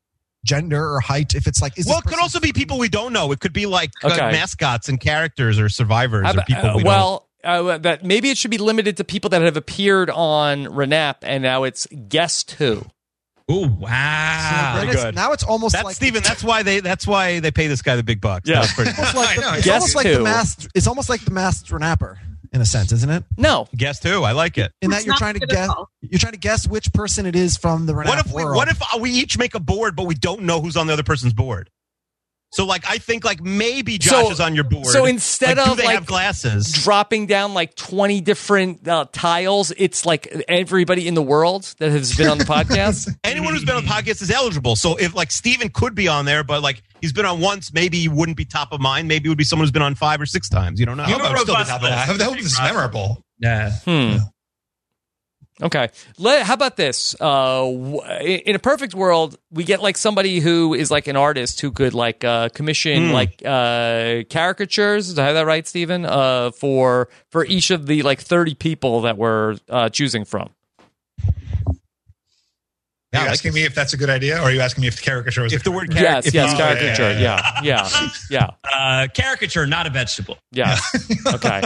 Speaker 4: gender or height if it's like is
Speaker 3: well, it
Speaker 4: this
Speaker 3: could
Speaker 4: person-
Speaker 3: also be people we don't know. It could be like uh,
Speaker 2: Okay.
Speaker 3: mascots and characters or survivors
Speaker 2: How
Speaker 3: or
Speaker 2: about-
Speaker 3: people.
Speaker 2: uh,
Speaker 3: we
Speaker 2: well, uh, that maybe it should be limited to people that have appeared on Renap, and now it's guest who.
Speaker 10: oh
Speaker 4: So,
Speaker 10: wow!
Speaker 4: then it's- now it's almost
Speaker 3: don't. that's
Speaker 4: like
Speaker 3: Steven. That's why they. That's why they pay this guy the big bucks. That
Speaker 2: Yeah.
Speaker 3: was pretty-
Speaker 4: almost like,
Speaker 7: I know,
Speaker 4: it's
Speaker 2: guess
Speaker 4: almost like the
Speaker 2: who?
Speaker 4: masked it's almost like the masked napper in a sense isn't it
Speaker 2: No,
Speaker 3: Guess who? I like it.
Speaker 4: in
Speaker 11: It's
Speaker 4: that you're
Speaker 11: not
Speaker 4: trying to
Speaker 11: good at
Speaker 4: guess
Speaker 11: all.
Speaker 4: you're trying to guess which person it is from the Renap
Speaker 3: What if we?
Speaker 4: world.
Speaker 3: What if we each make a board, but we don't know who's on the other person's board? So, like, I think like maybe Josh
Speaker 2: So-
Speaker 3: is on your board.
Speaker 2: so instead
Speaker 3: Like, do
Speaker 2: of
Speaker 3: they
Speaker 2: like
Speaker 3: have glasses?
Speaker 2: dropping down like twenty different uh, tiles, it's like everybody in the world that has been on the podcast.
Speaker 3: Anyone who's been on the podcast is eligible. So if like Steven could be on there, but like he's been on once, maybe he wouldn't be top of mind. Maybe it would be someone who's been on five or six times. You don't know.
Speaker 7: I hope
Speaker 10: You're
Speaker 7: I'm still at the top
Speaker 10: robust,
Speaker 7: of that. I hope- I hope this is memorable.
Speaker 10: Yeah.
Speaker 2: Hmm. Okay. Let, how about this? Uh, w- in a perfect world, we get like somebody who is like an artist who could like uh, commission
Speaker 3: Hmm.
Speaker 2: like uh, caricatures. Did I have that right, Stephen? Uh, for for each of the like thirty people that we're uh, choosing from.
Speaker 7: Are
Speaker 3: Yeah,
Speaker 7: you
Speaker 3: like-
Speaker 7: asking me if that's a good idea, or are you asking me if the caricature was
Speaker 3: if the word character,
Speaker 2: Yes,
Speaker 3: if
Speaker 2: yes,
Speaker 7: you-
Speaker 2: caricature.
Speaker 7: Yeah,
Speaker 2: Yeah, yeah, yeah,
Speaker 10: Uh, caricature, not a vegetable.
Speaker 2: yeah. Okay.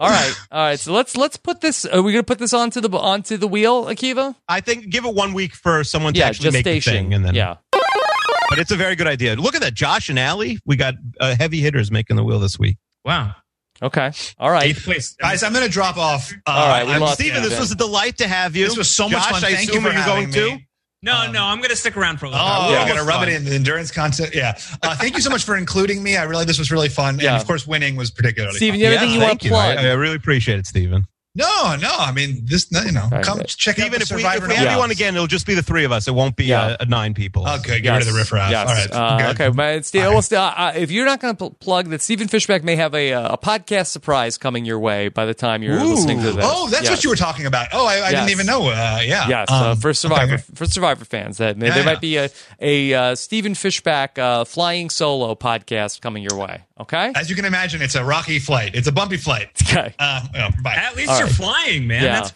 Speaker 2: All right, all right. So let's let's put this. Are we gonna put this onto the onto the wheel, Akiva?
Speaker 3: I think give it one week for someone to
Speaker 2: Yeah,
Speaker 3: actually make the
Speaker 2: gestation.
Speaker 3: thing, and then
Speaker 2: yeah.
Speaker 3: But it's a very good idea. Look at that, Josh and Allie. We got uh, heavy hitters making the wheel this week.
Speaker 10: Wow.
Speaker 2: Okay. All right.
Speaker 10: Eighth place.
Speaker 7: guys? I'm going to drop off. Uh,
Speaker 2: All right, we
Speaker 7: I'm-
Speaker 2: lost
Speaker 3: Steven,
Speaker 2: you.
Speaker 3: this was a delight to have you.
Speaker 7: This was so
Speaker 3: Josh,
Speaker 7: much fun.
Speaker 3: I
Speaker 7: Thank you
Speaker 3: assume
Speaker 7: for
Speaker 3: are you
Speaker 7: having
Speaker 3: going
Speaker 7: me.
Speaker 3: to?
Speaker 10: no,
Speaker 7: um,
Speaker 10: no, I'm going to stick around for a
Speaker 7: Oh,
Speaker 10: little.
Speaker 7: I'm
Speaker 2: Yeah.
Speaker 7: gonna rub
Speaker 3: Fun.
Speaker 7: it in the endurance contest. Yeah. Uh, thank you so much for including me. I really this was really fun,
Speaker 2: Yeah.
Speaker 7: and of course, winning was particularly. fun.
Speaker 2: Steven, you have anything you want
Speaker 3: thank
Speaker 2: to plug?
Speaker 3: I, I really appreciate it, Steven.
Speaker 7: No, no. I mean, this. You know,
Speaker 2: Okay.
Speaker 7: come check out
Speaker 3: Steven,
Speaker 7: the
Speaker 3: if we,
Speaker 7: Survivor.
Speaker 3: if we
Speaker 7: Night.
Speaker 3: have you on again, it'll just be the three of us. It won't be
Speaker 2: Yeah.
Speaker 3: uh, nine people.
Speaker 7: Oh, good. Get rid of the riffraff.
Speaker 2: Yes.
Speaker 7: All right.
Speaker 2: Uh,
Speaker 7: good.
Speaker 2: okay. But Steve,
Speaker 7: All
Speaker 2: well, Steve, uh, if you're not going to pl- plug that, Stephen Fishback may have a, uh, a podcast surprise coming your way by the time you're listening to this.
Speaker 7: Oh, that's what you were talking about. Oh, I, I
Speaker 2: Yes.
Speaker 7: didn't even know. Uh, yeah.
Speaker 2: Yes, uh,
Speaker 7: Um,
Speaker 2: for Survivor
Speaker 7: okay.
Speaker 2: for Survivor fans, that
Speaker 7: Yeah,
Speaker 2: there
Speaker 7: yeah.
Speaker 2: might be a a uh, Stephen Fishback uh, flying solo podcast coming your way. Okay.
Speaker 7: As you can imagine, it's a rocky flight. It's a bumpy flight.
Speaker 2: Okay.
Speaker 7: Uh, oh, bye.
Speaker 10: At least
Speaker 2: All
Speaker 10: you're
Speaker 2: right.
Speaker 10: flying, man.
Speaker 2: Yeah.
Speaker 10: That's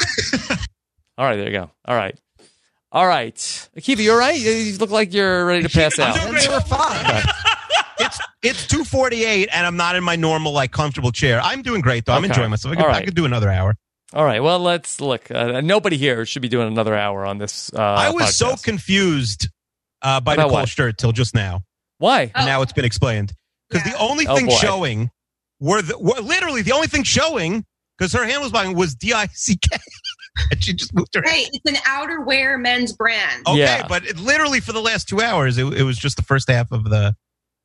Speaker 2: All right. There you go. All right. All right, Akiva, you're right. You look like you're ready to pass out.
Speaker 4: And we're fine.
Speaker 3: it's it's two forty eight, and I'm not in my normal like comfortable chair. I'm doing great though. I'm
Speaker 2: Okay.
Speaker 3: enjoying myself. I could,
Speaker 2: All right.
Speaker 3: I could do another hour.
Speaker 2: All right. Well, let's look. Uh, nobody here should be doing another hour on this. Uh,
Speaker 3: I was so
Speaker 2: podcast.
Speaker 3: confused uh, by
Speaker 2: About
Speaker 3: Nicole's
Speaker 2: what?
Speaker 3: shirt till just now,
Speaker 2: Why?
Speaker 3: and now it's been explained because the only
Speaker 2: Oh,
Speaker 3: thing
Speaker 2: boy.
Speaker 3: showing were, the, were literally the only thing showing because her hand was buying was D I C K, and she just moved her. hand.
Speaker 11: Hey, it's an outerwear men's brand.
Speaker 3: Okay,
Speaker 2: Yeah.
Speaker 3: but it, literally for the last two hours, it, it was just the first half of the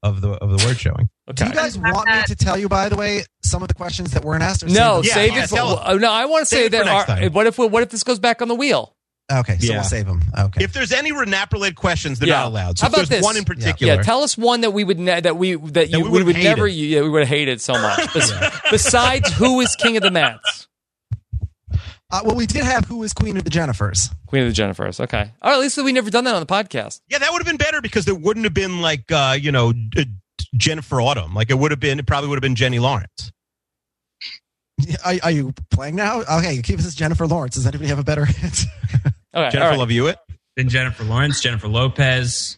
Speaker 3: of the of the word showing.
Speaker 4: Do
Speaker 2: Okay.
Speaker 4: you guys want me to tell you, by the way, some of the questions that weren't asked? or
Speaker 2: No,
Speaker 4: some-
Speaker 3: Yeah,
Speaker 2: save
Speaker 3: yeah,
Speaker 2: it. For,
Speaker 3: tell
Speaker 2: uh, no, I want to say
Speaker 3: Save it for
Speaker 2: that.
Speaker 3: next
Speaker 2: Our,
Speaker 3: time.
Speaker 2: what if what if this goes back on the wheel?
Speaker 4: Okay, so
Speaker 3: Yeah.
Speaker 4: we'll save them. Okay.
Speaker 3: If there's any Renap related questions, they're
Speaker 2: Yeah.
Speaker 3: not allowed. So
Speaker 2: How
Speaker 3: if
Speaker 2: about
Speaker 3: there's
Speaker 2: this?
Speaker 3: one in
Speaker 2: Yeah.
Speaker 3: particular.
Speaker 2: Yeah, tell us one that we would ne- that we that you
Speaker 3: we
Speaker 2: we,
Speaker 3: would
Speaker 2: would
Speaker 3: hate
Speaker 2: never
Speaker 3: it.
Speaker 2: u- yeah, we would hate it so much. Bes- Besides, who is king of the Mats?
Speaker 4: uh, well, we did have who is Queen of the Jennifers.
Speaker 2: Queen of the Jennifers. Okay. All right. At least we never done that on the podcast.
Speaker 3: Yeah, that would have been better because there wouldn't have been like uh, you know d- d- Jennifer Autumn. Like it would have been, it probably would have been Jenny Lawrence.
Speaker 4: Are, are you playing now? Okay, you keep us as Jennifer Lawrence. Does anybody have a better answer?
Speaker 2: Okay.
Speaker 3: Jennifer
Speaker 2: all right.
Speaker 3: Love Hewitt.
Speaker 10: Then Jennifer Lawrence, Jennifer Lopez,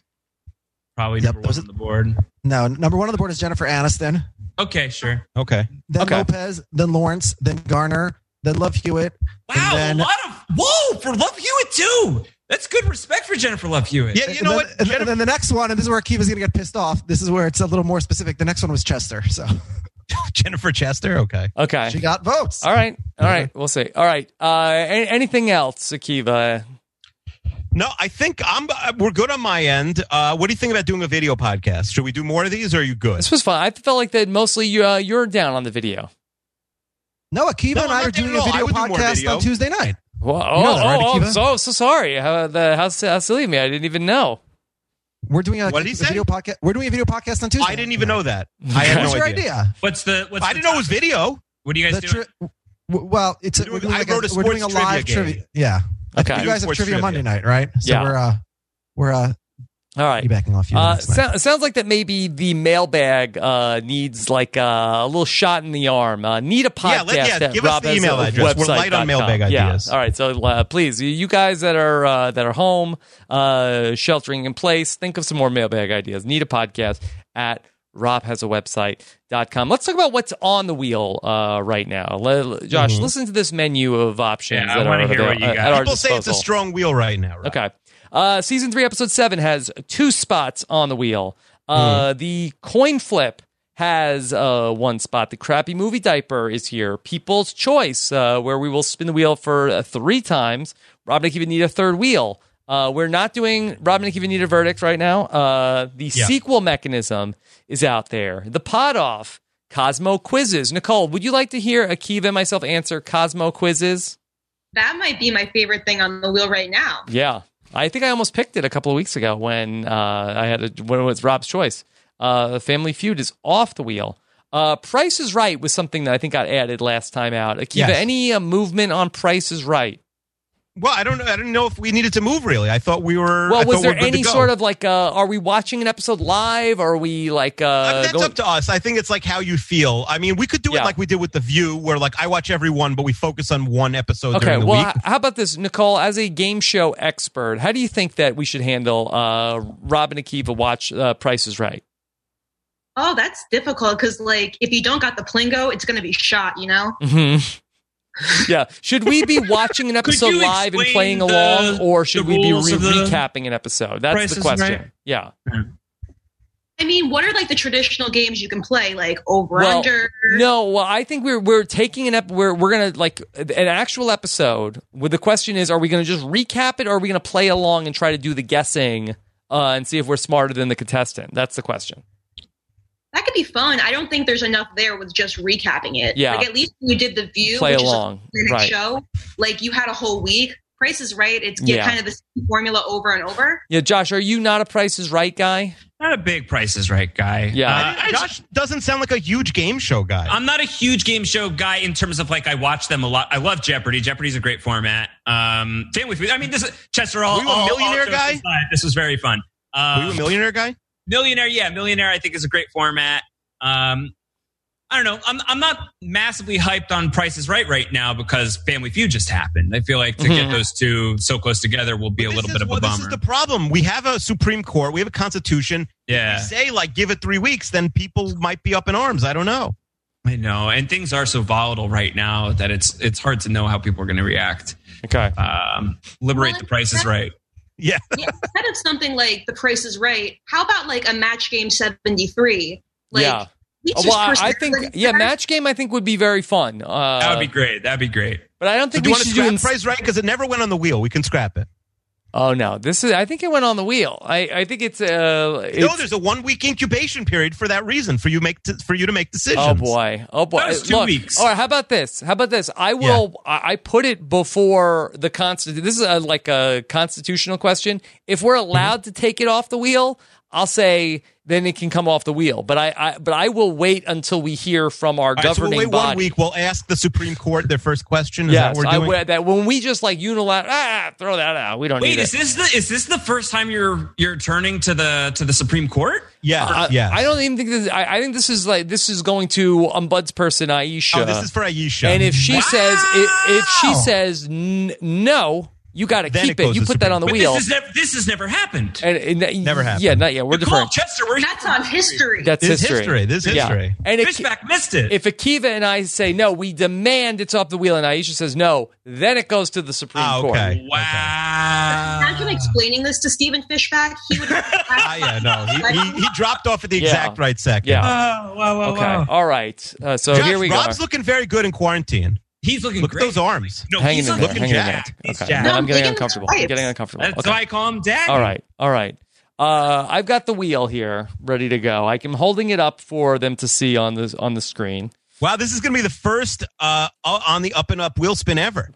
Speaker 10: probably
Speaker 4: Yep,
Speaker 10: number one
Speaker 4: those
Speaker 10: on the board.
Speaker 4: No, number one on the board is Jennifer Aniston,
Speaker 10: Okay, sure.
Speaker 3: Okay,
Speaker 4: then
Speaker 2: Okay.
Speaker 4: Lopez, then Lawrence, then Garner, then Love Hewitt.
Speaker 10: Wow,
Speaker 4: then-
Speaker 10: a lot of whoa for Love Hewitt too. That's good respect for Jennifer Love Hewitt.
Speaker 3: Yeah, you
Speaker 4: and
Speaker 3: know
Speaker 4: then,
Speaker 3: what?
Speaker 4: And,
Speaker 3: Jennifer,
Speaker 4: then the next one, and this is where Akiva's going to get pissed off. This is where it's a little more specific. The next one was Chester. So
Speaker 3: Jennifer Chester. Okay.
Speaker 2: Okay.
Speaker 4: she got votes.
Speaker 2: All right. All right. We'll see. All right. Uh, a- anything else, Akiva?
Speaker 3: No, I think I'm. uh, We're good on my end. Uh, what do you think about doing a video podcast? Should we do more of these? Or are you good?
Speaker 2: This was fun. I felt like that mostly you uh, you're down on the video.
Speaker 4: No, Akiva
Speaker 3: No,
Speaker 4: and I
Speaker 3: I'm
Speaker 4: are
Speaker 3: not doing
Speaker 4: doing
Speaker 3: it
Speaker 4: a
Speaker 3: all. I
Speaker 4: video
Speaker 3: would do more
Speaker 4: podcast
Speaker 3: video.
Speaker 4: on Tuesday night.
Speaker 2: Whoa, oh,
Speaker 4: know that, right,
Speaker 2: oh, oh,
Speaker 4: Akiva?
Speaker 2: I'm so so sorry. How the how, si- how silly of me. I didn't even know.
Speaker 4: We're doing a,
Speaker 3: What did he
Speaker 4: a
Speaker 3: say?
Speaker 4: video podcast. We're doing a video podcast on Tuesday.
Speaker 3: I didn't even know that. I
Speaker 4: That
Speaker 3: had
Speaker 4: was
Speaker 3: no
Speaker 4: your
Speaker 3: idea.
Speaker 4: idea.
Speaker 10: What's the what's
Speaker 3: I
Speaker 10: the
Speaker 3: didn't know it was
Speaker 10: topic?
Speaker 3: video.
Speaker 10: What do you guys
Speaker 4: The
Speaker 10: do?
Speaker 4: tri- w- well, it's
Speaker 3: We're
Speaker 4: we're
Speaker 3: doing-
Speaker 4: doing,
Speaker 3: I
Speaker 4: like a,
Speaker 3: wrote a
Speaker 4: we're doing a
Speaker 3: sports
Speaker 4: live
Speaker 3: trivia
Speaker 4: trivia.
Speaker 3: game.
Speaker 4: Yeah, I think
Speaker 2: Okay.
Speaker 4: you guys have
Speaker 3: Sports
Speaker 4: trivia
Speaker 3: trivia.
Speaker 4: Monday night, right? So
Speaker 2: Yeah.
Speaker 4: we're uh, we're uh,
Speaker 2: All right.
Speaker 4: backing off you.
Speaker 2: Uh,
Speaker 4: next night.
Speaker 2: so, sounds like that maybe the mailbag uh, needs like uh, a little shot in the arm. Uh, need a podcast.
Speaker 3: Yeah, let- yeah,
Speaker 2: at
Speaker 3: give us the
Speaker 2: Rob
Speaker 3: email
Speaker 2: Ezra
Speaker 3: address. We're
Speaker 2: website
Speaker 3: light on
Speaker 2: dot
Speaker 3: mailbag
Speaker 2: com. Yeah.
Speaker 3: ideas.
Speaker 2: All right, so uh, please, you- you guys that are uh, that are home, uh, sheltering in place, think of some more mailbag ideas. Need a podcast at robhasawebsite.com. Let's talk about what's on the wheel uh, right now. Le- Josh,
Speaker 4: Mm-hmm.
Speaker 2: listen to this menu of options
Speaker 10: Yeah, I
Speaker 2: that
Speaker 10: wanna
Speaker 2: are
Speaker 10: hear what
Speaker 2: avail-
Speaker 10: you
Speaker 2: at
Speaker 10: got.
Speaker 2: our
Speaker 3: People say it's a
Speaker 2: disposal.
Speaker 3: strong wheel right now. Rob.
Speaker 2: Okay. Uh, season three, episode seven has two spots on the wheel. Uh, The coin flip has uh, one spot. The crappy movie diaper is here. People's choice, uh, where we will spin the wheel for uh, three times. Rob and Akiva need a third wheel. Uh, we're not doing Rob and Akiva need a verdict right now. Uh, the sequel mechanism is out there. The pot off. Cosmo quizzes. Nicole, would you like to hear Akiva and myself answer Cosmo quizzes?
Speaker 11: That might be my favorite thing on the wheel right now.
Speaker 2: Yeah, I think I almost picked it a couple of weeks ago when uh, I had a, when it was Rob's choice. Uh, Family Feud is off the wheel. Uh, Price is Right was something that I think got added last time out. Akiva,
Speaker 3: Yes.
Speaker 2: any uh, movement on Price is Right?
Speaker 3: Well, I don't. I don't know if we needed to move. Really, I thought we were.
Speaker 2: Well,
Speaker 3: I
Speaker 2: was
Speaker 3: thought
Speaker 2: there
Speaker 3: we're good
Speaker 2: any
Speaker 3: to go.
Speaker 2: sort of like, uh, are we watching an episode live? Are we like, uh,
Speaker 3: I mean, that's
Speaker 2: going-
Speaker 3: up to us. I think it's like how you feel. I mean, we could do
Speaker 2: Yeah.
Speaker 3: it like we did with The View, where like I watch every one, but we focus on one episode Oh, during
Speaker 2: okay?
Speaker 3: the
Speaker 2: Well,
Speaker 3: week.
Speaker 2: h- how about this, Nicole? As a game show expert, how do you think that we should handle uh, Rob and Akiva watch uh, Price is Right?
Speaker 11: Oh, that's difficult because, like, if you don't got the plingo, it's going to be shot, you know?
Speaker 2: hmm Mm-hmm. Yeah. Should we be watching an
Speaker 10: Could
Speaker 2: episode
Speaker 10: you
Speaker 2: live and
Speaker 10: explain
Speaker 2: playing
Speaker 10: the-
Speaker 2: along, or should
Speaker 10: the
Speaker 2: we be
Speaker 10: rules
Speaker 2: re-
Speaker 10: of the
Speaker 2: recapping an episode? That's
Speaker 10: Price
Speaker 2: the
Speaker 10: is
Speaker 2: question.
Speaker 10: Right?
Speaker 2: Yeah.
Speaker 11: I mean, what are, like, the traditional games you can play? Like, over,
Speaker 2: Well,
Speaker 11: under?
Speaker 2: No. Well, I think we're we're taking an ep- we're we're gonna like an actual episode. With the question is, are we gonna just recap it, or are we gonna play along and try to do the guessing uh, and see if we're smarter than the contestant? That's the question.
Speaker 11: That could be fun. I don't think there's enough there with just recapping it.
Speaker 2: Yeah.
Speaker 11: Like, at least when you did The View,
Speaker 2: Play
Speaker 11: which
Speaker 2: along.
Speaker 11: is a
Speaker 2: Right.
Speaker 11: show, like, you had a whole week. Price is right. It's get
Speaker 2: Yeah.
Speaker 11: kind of the same formula over and over.
Speaker 2: Yeah, Josh, are you not a Price is Right guy?
Speaker 10: Not a big Price is Right guy.
Speaker 2: Yeah.
Speaker 10: Uh,
Speaker 3: I didn't-
Speaker 10: I just-
Speaker 3: Josh doesn't sound like a huge game show guy.
Speaker 10: I'm not a huge game show guy in terms of like I watch them a lot. I love Jeopardy. Jeopardy's a great format. Um, Family Feud. I mean, this is Chester. All
Speaker 3: Were you a
Speaker 10: all- all
Speaker 3: millionaire
Speaker 10: jokes
Speaker 3: guy?
Speaker 10: aside, oh, This was very fun.
Speaker 3: Were you
Speaker 10: Um,
Speaker 3: a millionaire guy?
Speaker 10: millionaire, yeah, millionaire. I think is a great format. Um, I don't know. I'm I'm not massively hyped on Price is Right right now because Family Feud just happened. I feel like to get those two so close together will be a
Speaker 3: Mm-hmm. This
Speaker 10: little
Speaker 3: is-
Speaker 10: bit of a
Speaker 3: well,
Speaker 10: bummer.
Speaker 3: This is the problem. We have a Supreme Court. We have a Constitution.
Speaker 10: yeah,
Speaker 3: We say like give it three weeks, then people might be up in arms. I don't know.
Speaker 10: I know. And things are so volatile right now that it's it's hard to know how people are going to react.
Speaker 2: Okay.
Speaker 10: Um, liberate
Speaker 11: Well,
Speaker 10: the Price is Right.
Speaker 11: Yeah, instead of something like The Price is Right, how about, like, a match game 73? Like,
Speaker 2: yeah.
Speaker 11: each
Speaker 2: Well, I- I
Speaker 11: personality
Speaker 2: think yeah,
Speaker 11: matters.
Speaker 2: match game. I think would be very fun. Uh,
Speaker 10: That would be great. That'd be great.
Speaker 2: but I don't
Speaker 3: So
Speaker 2: think
Speaker 3: do you
Speaker 2: we
Speaker 3: want to
Speaker 2: should do.
Speaker 3: scrap
Speaker 2: ins-
Speaker 3: price right because it never went on the wheel. We can scrap it.
Speaker 2: Oh no, this is. I think it went on the wheel. I, I think it's. Uh, it's
Speaker 3: no, there's a one week incubation period for that reason for you make for you to make decisions.
Speaker 2: Oh boy! Oh boy!
Speaker 10: That was two
Speaker 2: Look,
Speaker 10: weeks.
Speaker 2: All right. How about this? How about this? I will. I I put it before the constitution. This is a, like a constitutional question. If
Speaker 3: Mm-hmm.
Speaker 2: we're allowed to take it off the wheel, I'll say then it can come off the wheel. But I. I but I will wait until we hear from our
Speaker 3: All right, so
Speaker 2: governing
Speaker 3: we'll wait
Speaker 2: body.
Speaker 3: one week. We'll ask the Supreme Court their first question. Is that
Speaker 2: Yes,
Speaker 3: what we're
Speaker 2: I
Speaker 3: doing?
Speaker 2: would- that when we just like unilateral, ah, throw that out. We don't
Speaker 10: Wait,
Speaker 2: need
Speaker 10: is
Speaker 2: it.
Speaker 10: this the is this the first time you're you're turning to the to the Supreme Court?
Speaker 3: yeah,
Speaker 2: I,
Speaker 3: yeah.
Speaker 2: I don't even think this. I, I think this is like this is going to ombudsperson Aisha.
Speaker 3: oh, this is for Aisha.
Speaker 2: And if she
Speaker 10: Wow.
Speaker 2: says if, if she says n- no, you got to
Speaker 3: Then
Speaker 2: keep
Speaker 3: it
Speaker 2: it.
Speaker 3: goes
Speaker 2: You
Speaker 3: to
Speaker 2: put that
Speaker 3: Supreme
Speaker 2: on the
Speaker 10: But
Speaker 2: wheel.
Speaker 10: this is nev- this has never happened.
Speaker 2: and, and that-
Speaker 3: Never happened.
Speaker 2: Yeah, not yeah. We're
Speaker 10: Nicole
Speaker 2: different.
Speaker 10: Chester, we're
Speaker 11: That's on history.
Speaker 2: That's
Speaker 3: this is
Speaker 2: history.
Speaker 3: history. This is
Speaker 2: Yeah.
Speaker 3: history.
Speaker 2: And if,
Speaker 10: Fishback missed it.
Speaker 2: if Akiva and I say no, we demand it's off the wheel, and Aisha says no, then it goes to the Supreme
Speaker 3: Ah,
Speaker 2: Court.
Speaker 3: okay.
Speaker 10: wow.
Speaker 11: Imagine
Speaker 3: Uh.
Speaker 11: explaining this to Stephen Fishback. He would.
Speaker 3: Ah, yeah, no. He, he, he dropped off at the
Speaker 2: Yeah.
Speaker 3: exact right second.
Speaker 2: Yeah.
Speaker 3: Oh,
Speaker 10: wow, wow,
Speaker 2: okay. All right. Uh, so
Speaker 3: Josh,
Speaker 2: here we
Speaker 3: Rob's
Speaker 2: go.
Speaker 3: looking very good in quarantine.
Speaker 10: He's looking
Speaker 3: Look
Speaker 10: great.
Speaker 3: at those arms.
Speaker 10: No,
Speaker 2: Hanging
Speaker 10: he's
Speaker 2: in
Speaker 10: not
Speaker 2: there.
Speaker 10: looking
Speaker 2: Hanging in there.
Speaker 10: jacked. He's
Speaker 2: Okay.
Speaker 10: jacked.
Speaker 2: Now I'm
Speaker 11: No, digging
Speaker 2: getting
Speaker 11: the
Speaker 2: uncomfortable. I'm
Speaker 11: pipes.
Speaker 2: getting uncomfortable.
Speaker 10: That's
Speaker 2: okay.
Speaker 10: why I call him Dad.
Speaker 2: All right, all right. Uh, I've got the wheel here, ready to go. I am holding it up for them to see on the on the screen.
Speaker 3: Wow, this is going to be the first uh, on the up and up wheel spin ever.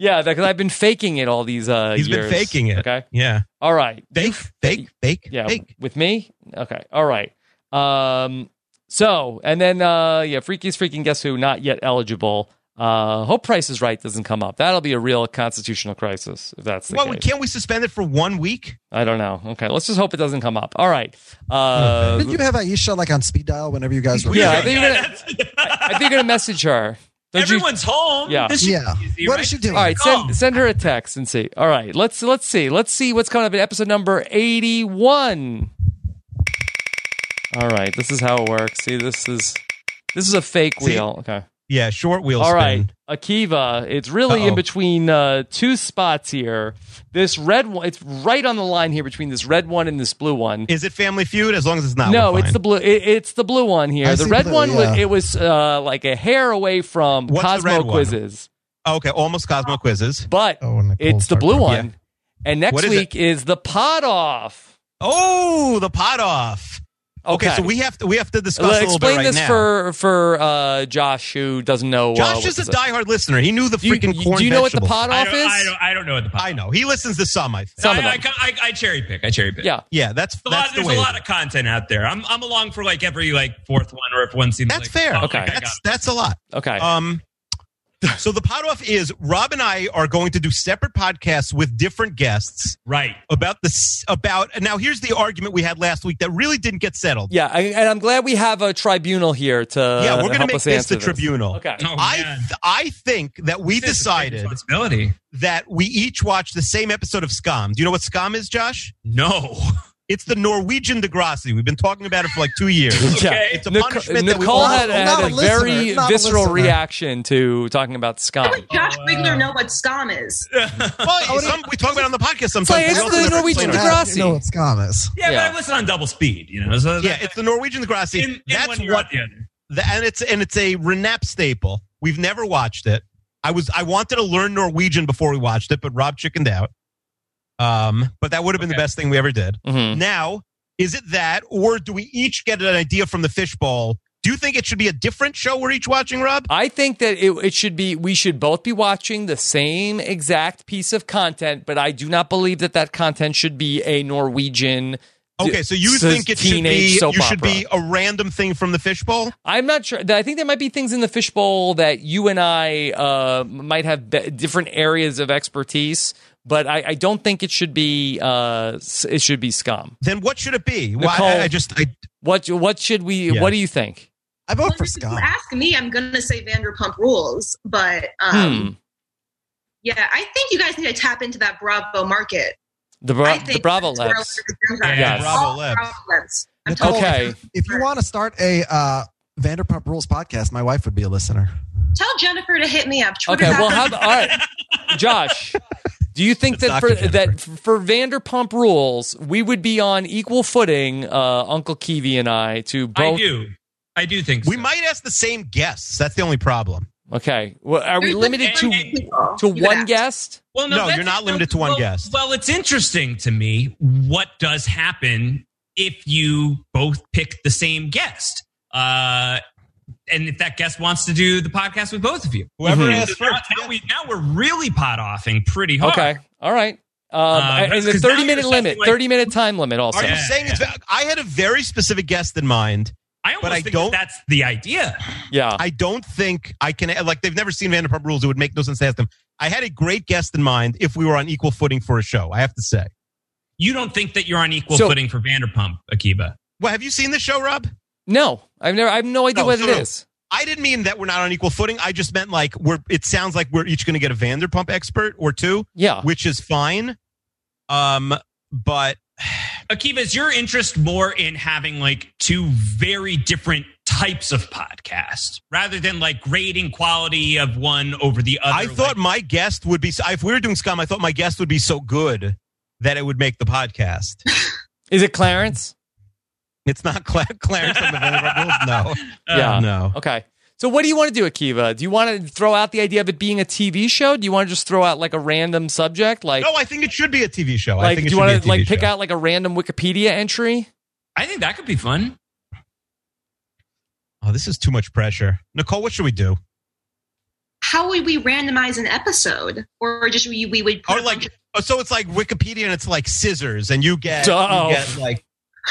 Speaker 2: Yeah, because I've been faking it all these uh,
Speaker 3: He's
Speaker 2: years.
Speaker 3: been faking it.
Speaker 2: Okay,
Speaker 3: Yeah.
Speaker 2: all right.
Speaker 3: Fake, fake, fake,
Speaker 2: Yeah,
Speaker 3: fake.
Speaker 2: with me. Okay, all right. Um, so and then uh, yeah, Freaky's freaking guess who not yet eligible. Uh, hope Price is Right doesn't come up. That'll be a real constitutional crisis if that's the
Speaker 3: Well,
Speaker 2: case.
Speaker 3: we- can't we suspend it for one week?
Speaker 2: I don't know. Okay, let's just hope it doesn't come up. All right. Uh,
Speaker 4: Did you have Aisha like on speed dial whenever you guys were?
Speaker 2: yeah, I
Speaker 10: Yeah,
Speaker 2: think you're gonna.
Speaker 10: that's-
Speaker 2: I think you're gonna message her. Don't you-
Speaker 10: Everyone's home.
Speaker 2: Yeah.
Speaker 10: This should
Speaker 4: Yeah.
Speaker 10: be easy,
Speaker 4: What
Speaker 10: right?
Speaker 4: is she doing?
Speaker 2: All right,
Speaker 10: Come.
Speaker 2: send send her a text and see. All right, let's let's see. Let's see what's coming up in episode number 81. All right, this is how it works. See, this is this is a fake
Speaker 3: See?
Speaker 2: wheel. Okay.
Speaker 3: Yeah, short wheel
Speaker 2: All
Speaker 3: spin.
Speaker 2: right, Akiva, it's really in
Speaker 3: Uh-oh.
Speaker 2: between uh, two spots here. This red one, it's right on the line here between this red one and this blue one.
Speaker 3: Is it Family Feud? As long as it's not.
Speaker 2: no,
Speaker 3: we're
Speaker 2: it's
Speaker 3: fine.
Speaker 2: the blue. It, it's the blue one here.
Speaker 4: I
Speaker 2: the
Speaker 4: see
Speaker 2: red
Speaker 4: blue,
Speaker 2: one was
Speaker 4: yeah.
Speaker 2: it was uh, like a hair away from
Speaker 3: What's the
Speaker 2: Cosmo
Speaker 3: red one?
Speaker 2: quizzes,
Speaker 3: Oh, okay. Almost Cosmo quizzes.
Speaker 2: but
Speaker 4: Oh, when Nicole
Speaker 2: it's the
Speaker 4: started-
Speaker 2: blue
Speaker 3: Yeah.
Speaker 2: one. And next
Speaker 3: What is
Speaker 2: week is the pot off.
Speaker 3: Oh, the pot off. Okay, so we have to we have to discuss
Speaker 2: Well,
Speaker 3: a little bit
Speaker 2: explain
Speaker 3: right
Speaker 2: this
Speaker 3: now.
Speaker 2: for for uh, Josh who doesn't know. uh,
Speaker 3: Josh
Speaker 2: what
Speaker 3: is a
Speaker 2: this
Speaker 3: diehard listiner. He knew the
Speaker 2: Do you-
Speaker 3: freaking
Speaker 2: you-
Speaker 3: corn.
Speaker 2: Do you know what the
Speaker 3: vegetables.
Speaker 2: pot
Speaker 10: I
Speaker 2: off
Speaker 10: don't,
Speaker 2: is?
Speaker 10: I don't. I don't know what the
Speaker 3: I
Speaker 10: pop.
Speaker 3: know he listens to some. I think.
Speaker 2: Some of
Speaker 10: I,
Speaker 2: them.
Speaker 10: I, I cherry pick. I cherry pick.
Speaker 2: yeah.
Speaker 3: Yeah, that's
Speaker 10: There's a
Speaker 3: that's
Speaker 10: lot,
Speaker 3: the
Speaker 10: there's
Speaker 3: way.
Speaker 10: a lot of content out there. I'm, I'm along for like every like fourth one or if one seems
Speaker 3: that's
Speaker 10: like,
Speaker 3: fair.
Speaker 10: oh,
Speaker 2: Okay.
Speaker 10: I got
Speaker 3: that's that's a lot.
Speaker 2: Okay.
Speaker 3: Um, so the pot off is Rob and I are going to do separate podcasts with different guests
Speaker 10: Right.
Speaker 3: about this about. And now here's the argument we had last week that really didn't get settled.
Speaker 2: yeah, I, and I'm glad we have a tribunal here Uh, to
Speaker 3: yeah, we're gonna
Speaker 2: help
Speaker 3: make
Speaker 2: us
Speaker 3: this
Speaker 2: answer
Speaker 3: the tribunal.
Speaker 2: Okay.
Speaker 10: Oh,
Speaker 3: I
Speaker 10: man.
Speaker 3: th- I think that we
Speaker 10: This is a big
Speaker 3: decided
Speaker 10: responsibility.
Speaker 3: that we each watched the same episode of Scum. Do you know what Scum is, Josh?
Speaker 10: No.
Speaker 3: It's the Norwegian Degrassi. We've been talking about it for like two years.
Speaker 10: Okay.
Speaker 3: It's a
Speaker 2: Nic-
Speaker 3: punishment that we
Speaker 2: Nicole
Speaker 3: all-
Speaker 2: had,
Speaker 4: Not-
Speaker 2: had
Speaker 4: not
Speaker 2: a,
Speaker 4: a listener,
Speaker 2: very
Speaker 4: not a
Speaker 2: visceral
Speaker 4: listener.
Speaker 2: reaction to talking about
Speaker 11: How
Speaker 2: scum.
Speaker 11: would Josh Wigler know what scum is?
Speaker 3: oh, Well, some- we talk about it on the podcast sometimes.
Speaker 2: it's
Speaker 3: We also
Speaker 2: the
Speaker 3: never
Speaker 2: Norwegian
Speaker 3: explain
Speaker 2: Degrassi.
Speaker 4: Yeah,
Speaker 3: it.
Speaker 4: you know what scum is.
Speaker 10: Yeah,
Speaker 2: Yeah.
Speaker 10: but I listen on double speed, you know. So
Speaker 3: Yeah, it's the Norwegian Degrassi.
Speaker 10: in, in
Speaker 3: That's
Speaker 10: one ear,
Speaker 3: what,
Speaker 10: out the other.
Speaker 3: the, and it's and it's a Renap staple. We've never watched it. I was I wanted to learn Norwegian before we watched it, but Rob chickened out. Um, but that would have been
Speaker 10: Okay.
Speaker 3: the best thing we ever did.
Speaker 2: Mhm.
Speaker 3: Now, is it that, or do we each get an idea from the fishbowl? Do you think it should be a different show we're each watching, Rob?
Speaker 2: I think that it, it should be we should both be watching the same exact piece of content, but I do not believe that that content should be a Norwegian.
Speaker 3: Okay, so you
Speaker 2: s-
Speaker 3: think it should
Speaker 2: teenage
Speaker 3: be
Speaker 2: soap
Speaker 3: you should
Speaker 2: opera.
Speaker 3: be a random thing from the fishbowl?
Speaker 2: I'm not sure. I think there might be things in the fishbowl that you and I uh, might have be- different areas of expertise, but I, I don't think it should be uh, s- it should be scum.
Speaker 3: Then what should it be? Why
Speaker 2: Nicole.
Speaker 3: I, I just I,
Speaker 2: What what should we?
Speaker 3: Yeah.
Speaker 2: What do you think?
Speaker 4: I vote for
Speaker 11: Well, if you
Speaker 4: scum.
Speaker 11: ask me, I'm gonna say Vanderpump Rules, but um,
Speaker 2: Hmm.
Speaker 11: yeah, I think you guys need to tap into that Bravo market.
Speaker 2: The, bra-
Speaker 11: I
Speaker 2: the
Speaker 11: think
Speaker 2: Bravo
Speaker 11: that's where
Speaker 2: Labs.
Speaker 11: we're going.
Speaker 10: Yes.
Speaker 11: All
Speaker 3: Bravo Labs.
Speaker 11: Labs. I'm
Speaker 4: Nicole,
Speaker 11: telling you.
Speaker 2: Okay.
Speaker 4: If you want to start a uh, Vanderpump Rules podcast, my wife would be a listener.
Speaker 11: Tell Jennifer to hit me up. Twitter
Speaker 2: Okay. Well, how, all right, Josh. Do you think
Speaker 3: It's
Speaker 2: that
Speaker 3: not
Speaker 2: for
Speaker 3: good,
Speaker 2: that for Vanderpump Rules, we would be on equal footing, uh, Uncle Kiwi and I, to
Speaker 10: I
Speaker 2: both?
Speaker 10: do. I do think
Speaker 3: we
Speaker 10: so.
Speaker 3: might ask the same guests. That's the only problem.
Speaker 2: Okay. Well, are we
Speaker 11: There's
Speaker 2: limited
Speaker 11: different
Speaker 2: to
Speaker 11: people
Speaker 2: to
Speaker 11: you could
Speaker 2: one
Speaker 11: ask.
Speaker 2: guest?
Speaker 10: Well,
Speaker 3: No,
Speaker 10: that's-
Speaker 3: you're not limited to one
Speaker 10: well-
Speaker 3: guest.
Speaker 10: Well, it's interesting to me what does happen if you both pick the same guest, uh, and if that guest wants to do the podcast with both of you.
Speaker 3: Whoever
Speaker 2: Mhm.
Speaker 3: asks
Speaker 10: Now,
Speaker 3: first.
Speaker 10: now we now we're really pot offing pretty hard.
Speaker 2: Okay. All right. Um, and
Speaker 10: that's-
Speaker 2: the
Speaker 10: Uh, 'cause now
Speaker 2: 30 minute
Speaker 10: you're
Speaker 2: limit,
Speaker 10: assessing, like-
Speaker 2: 30 minute time limit also.
Speaker 3: Are you
Speaker 10: Yeah,
Speaker 3: saying it's? va- I had a very specific guest in mind.
Speaker 10: I almost
Speaker 3: But I
Speaker 10: think
Speaker 3: don't-
Speaker 10: that that's the idea.
Speaker 2: Yeah.
Speaker 3: I don't think I can. Like they've never seen Vanderpump Rules. It would make no sense to ask them. I had a great guest in mind if we were on equal footing for a show. I have to say.
Speaker 10: You don't think that you're on equal
Speaker 2: So-
Speaker 10: footing for Vanderpump, Akiba?
Speaker 3: Well, have you seen the show, Rob?
Speaker 2: No, I've never, I have no idea
Speaker 3: No,
Speaker 2: what
Speaker 3: no,
Speaker 2: it
Speaker 3: no.
Speaker 2: is.
Speaker 3: I didn't mean that we're not on equal footing. I just meant like we're. It sounds like we're each going to get a Vanderpump expert or two,
Speaker 2: Yeah.
Speaker 3: which is fine. Um, but
Speaker 10: Akiva, is your interest more in having like two very different types of podcasts rather than like grading quality of one over the other?
Speaker 3: I thought my guest would be. If we were doing scum, I thought my guest would be so good that it would make the podcast.
Speaker 2: Is it Clarence?
Speaker 3: It's not Cla- Clarence on the Vanderpump Rules.
Speaker 10: Uh,
Speaker 2: yeah.
Speaker 3: No, no.
Speaker 2: Okay. So what do you want to do, Akiva? Do you want to throw out the idea of it being a TV show? Do you want to just throw out like a random subject? Like,
Speaker 3: No, I think it should be a TV show. I
Speaker 2: like
Speaker 3: think
Speaker 2: do
Speaker 3: it
Speaker 2: you
Speaker 3: should
Speaker 2: want
Speaker 3: be a
Speaker 2: to
Speaker 3: TV
Speaker 2: like
Speaker 3: show.
Speaker 2: pick out like a random Wikipedia entry?
Speaker 10: I think that could be fun.
Speaker 3: Oh, this is too much pressure. Nicole, what should we do?
Speaker 11: How would we randomize an episode, or just we, we would
Speaker 3: Or like, oh, so it's like Wikipedia and it's like scissors, and you get, you
Speaker 2: Duh.
Speaker 3: get like,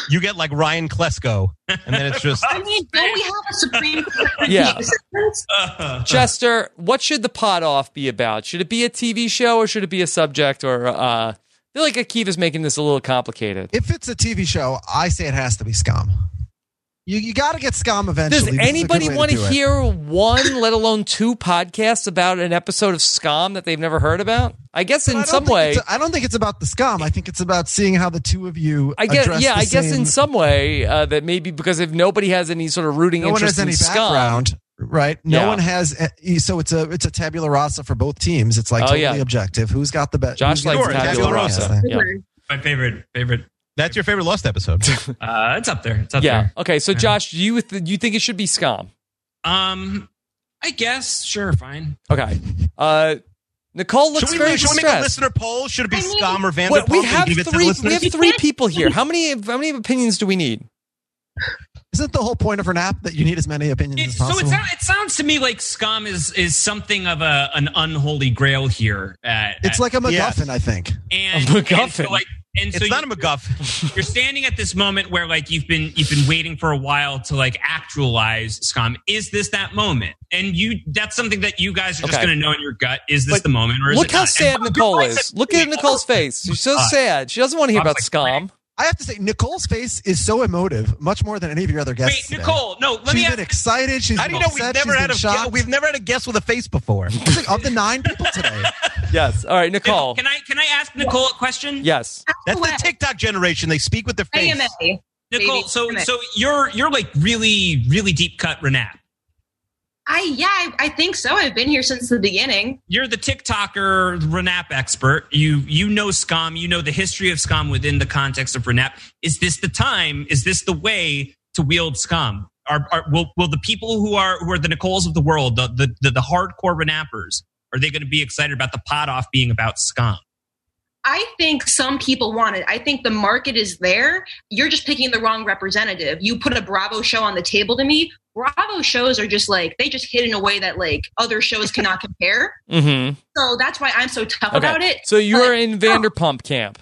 Speaker 3: you get like Ryan Klesko, and then it's just
Speaker 11: I mean, don't we have a Supreme Court?
Speaker 2: Yeah.
Speaker 11: decisions?
Speaker 10: Uh,
Speaker 2: Chester, what should the pot off be about? Should it be a TV show or should it be a subject or uh I feel like Akiva's making this a little complicated.
Speaker 4: If it's a TV show, I say it has to be scum. You, you got to get scum eventually.
Speaker 2: Does
Speaker 4: This is a good
Speaker 2: anybody
Speaker 4: way
Speaker 2: want to
Speaker 4: do it.
Speaker 2: hear one, let alone two podcasts about an episode of Scum that they've never heard about? I guess
Speaker 4: I
Speaker 2: in
Speaker 4: don't
Speaker 2: some
Speaker 4: think
Speaker 2: way,
Speaker 4: it's- I don't think it's about the scum. I think it's about seeing how the two of you.
Speaker 2: I guess,
Speaker 4: address
Speaker 2: yeah,
Speaker 4: the
Speaker 2: I guess
Speaker 4: same-
Speaker 2: in some way uh, that maybe because if nobody has any sort of rooting
Speaker 4: no one
Speaker 2: interest
Speaker 4: has any
Speaker 2: in Scum,
Speaker 4: background, right? No
Speaker 2: Yeah.
Speaker 4: one has. eh, So it's a it's a tabula rasa for both teams. It's like
Speaker 2: Oh,
Speaker 4: totally
Speaker 2: yeah.
Speaker 4: objective. Who's got the best?
Speaker 2: Josh likes
Speaker 3: Sure,
Speaker 2: Tabula
Speaker 3: tabula
Speaker 2: Rasa.
Speaker 4: rasa.
Speaker 2: Yeah.
Speaker 10: my favorite, favorite.
Speaker 3: that's your favorite Lost episode.
Speaker 10: Uh, it's up there. It's up
Speaker 2: Yeah.
Speaker 10: there.
Speaker 2: Okay. So,
Speaker 10: Yeah.
Speaker 2: Josh, do you th- you think it should be Scum?
Speaker 10: Um, I guess sure, fine.
Speaker 2: Okay. Uh, Nicole
Speaker 3: should
Speaker 2: looks
Speaker 3: we,
Speaker 2: very
Speaker 3: should we make a
Speaker 2: distressed.
Speaker 3: listener poll? Should it be
Speaker 11: I mean-
Speaker 3: Scum or
Speaker 2: What-
Speaker 3: Vanderpump?
Speaker 2: we
Speaker 3: and
Speaker 2: have
Speaker 3: give it to the
Speaker 2: three. We
Speaker 3: listeners?
Speaker 2: have three people here. How many? How many opinions do we need?
Speaker 4: Isn't the whole point of an app that you need as many opinions
Speaker 10: It,
Speaker 4: as
Speaker 10: so it,
Speaker 4: possible?
Speaker 10: sound, it sounds to me like scum is is something of a an unholy grail here. At,
Speaker 4: it's like a
Speaker 3: Yeah.
Speaker 4: MacGuffin, I think.
Speaker 10: and,
Speaker 2: A
Speaker 10: and
Speaker 2: MacGuffin.
Speaker 10: so like and so
Speaker 3: It's not
Speaker 10: you-
Speaker 3: a MacGuff.
Speaker 10: you're standing at this moment where like you've been you've been waiting for a while to like actualize scum is this that moment and you that's something that you guys are just
Speaker 2: Okay.
Speaker 10: going to know in your gut is this
Speaker 2: But
Speaker 10: the moment or is
Speaker 2: Look
Speaker 10: it
Speaker 2: how
Speaker 10: not?
Speaker 2: sad
Speaker 10: And-
Speaker 2: Nicole
Speaker 10: Bob's
Speaker 2: is.
Speaker 10: like-
Speaker 2: Look at Nicole's face. She's so
Speaker 10: God.
Speaker 2: sad. She doesn't want to hear
Speaker 10: Bob's
Speaker 2: about
Speaker 10: Uh, like,
Speaker 2: Scum.
Speaker 4: I have to say, Nicole's face is so emotive, much more than any of your other
Speaker 10: wait
Speaker 4: guests. today.
Speaker 10: nicole no let
Speaker 4: She's
Speaker 10: me
Speaker 4: been
Speaker 10: ask
Speaker 4: excited. She's
Speaker 3: How do
Speaker 4: been
Speaker 3: you know we've
Speaker 4: upset,
Speaker 3: never
Speaker 4: she's
Speaker 3: had
Speaker 4: been
Speaker 3: a
Speaker 4: shocked.
Speaker 3: we've never had a guest with a face before?
Speaker 4: I think of the nine people today.
Speaker 2: Yes. All right, Nicole.
Speaker 10: can i can i ask nicole a question
Speaker 2: yes.
Speaker 3: That's the TikTok generation. They speak with their face.
Speaker 11: AMA.
Speaker 10: nicole
Speaker 11: Maybe.
Speaker 10: so
Speaker 11: Wait a minute.
Speaker 10: so you're you're like really really deep cut renap
Speaker 11: I yeah, I, I think so. I've been here since the beginning.
Speaker 10: you're the TikToker Renap expert. You you know scum. You know the history of scum within the context of Renap. Is this the time? Is this the way to wield scum? Are, are will will the people who are who are the Nicoles of the world, the the the, the hardcore Renappers, are they going to be excited about the pot off being about scum?
Speaker 11: I think some people want it. I think the market is there. You're just picking the wrong representative. You put a Bravo show on the table to me. Bravo shows are just like they just hit in a way that like other shows cannot compare.
Speaker 2: Mm-hmm.
Speaker 11: So that's why I'm so tough about
Speaker 2: Okay.
Speaker 11: it.
Speaker 2: So you're
Speaker 11: But
Speaker 2: in Vanderpump camp.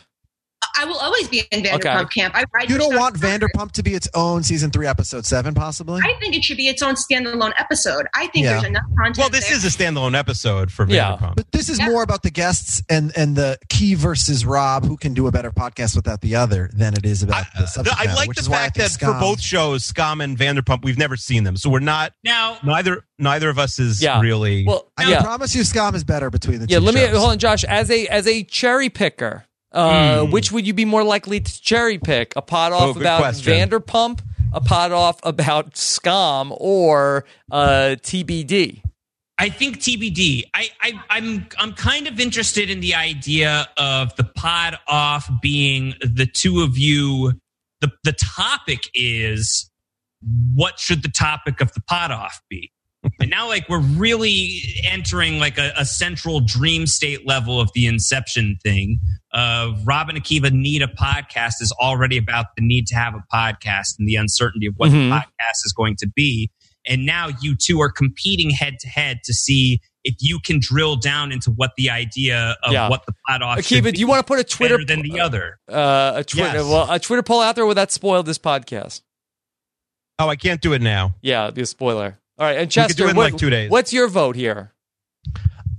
Speaker 11: I will always be in Vanderpump
Speaker 2: Okay.
Speaker 11: camp. I ride
Speaker 4: You
Speaker 11: the
Speaker 4: don't
Speaker 11: show
Speaker 4: want
Speaker 11: through.
Speaker 4: Vanderpump to be its own season three, episode seven, possibly.
Speaker 11: I think it should be its own standalone episode. I think
Speaker 4: Yeah.
Speaker 11: there's enough content.
Speaker 3: Well, this
Speaker 11: there.
Speaker 3: is a standalone episode for
Speaker 2: Yeah.
Speaker 3: Vanderpump.
Speaker 4: But this is
Speaker 11: Yeah.
Speaker 4: more about the guests and and the key versus Rob, who can do a better podcast without the other than it is about
Speaker 3: I,
Speaker 4: the subject.
Speaker 3: I
Speaker 4: matter,
Speaker 3: like
Speaker 4: which
Speaker 3: the
Speaker 4: is why I
Speaker 3: fact
Speaker 4: think
Speaker 3: that for
Speaker 4: Scum-
Speaker 3: both shows, Scum and Vanderpump, we've never seen them, so we're not
Speaker 10: Now,
Speaker 3: neither neither of us is
Speaker 2: Yeah.
Speaker 3: really.
Speaker 2: Well,
Speaker 4: I
Speaker 2: yeah.
Speaker 4: promise you, Scum is better between the
Speaker 2: Yeah,
Speaker 4: two.
Speaker 2: let me
Speaker 4: shows.
Speaker 2: hold on, Josh. As a as a cherry picker, uh,
Speaker 10: Mm.
Speaker 3: Hmm.
Speaker 2: which would you be more likely to cherry pick? A pot off
Speaker 3: Oh, good
Speaker 2: about
Speaker 3: question.
Speaker 2: Vanderpump, a pot off about Scum, or uh, TBD?
Speaker 10: I think TBD. I, I I'm I'm kind of interested in the idea of the pod off being the two of you. The the topic is what should the topic of the pod off be? and now, like, we're really entering like a, a central dream state level of the inception thing. Uh, Rob and Akiva need a podcast is already about the need to have a podcast and the uncertainty of what
Speaker 2: Mhm.
Speaker 10: the podcast is going to be. And now you two are competing head to head to see if you can drill down into what the idea of
Speaker 2: Yeah.
Speaker 10: what the pod off should
Speaker 2: Akiva,
Speaker 10: be
Speaker 2: do you want to put a Twitter
Speaker 10: better than the other.
Speaker 2: uh, a Twitter
Speaker 3: Yes.
Speaker 2: well a Twitter poll out there? Will that spoil this podcast?
Speaker 3: Oh, I can't do it now.
Speaker 2: Yeah, it'd be a spoiler. All right,
Speaker 3: We
Speaker 2: and
Speaker 3: could do
Speaker 2: Chester,
Speaker 3: it in
Speaker 2: what-
Speaker 3: like two days.
Speaker 2: what's your vote here?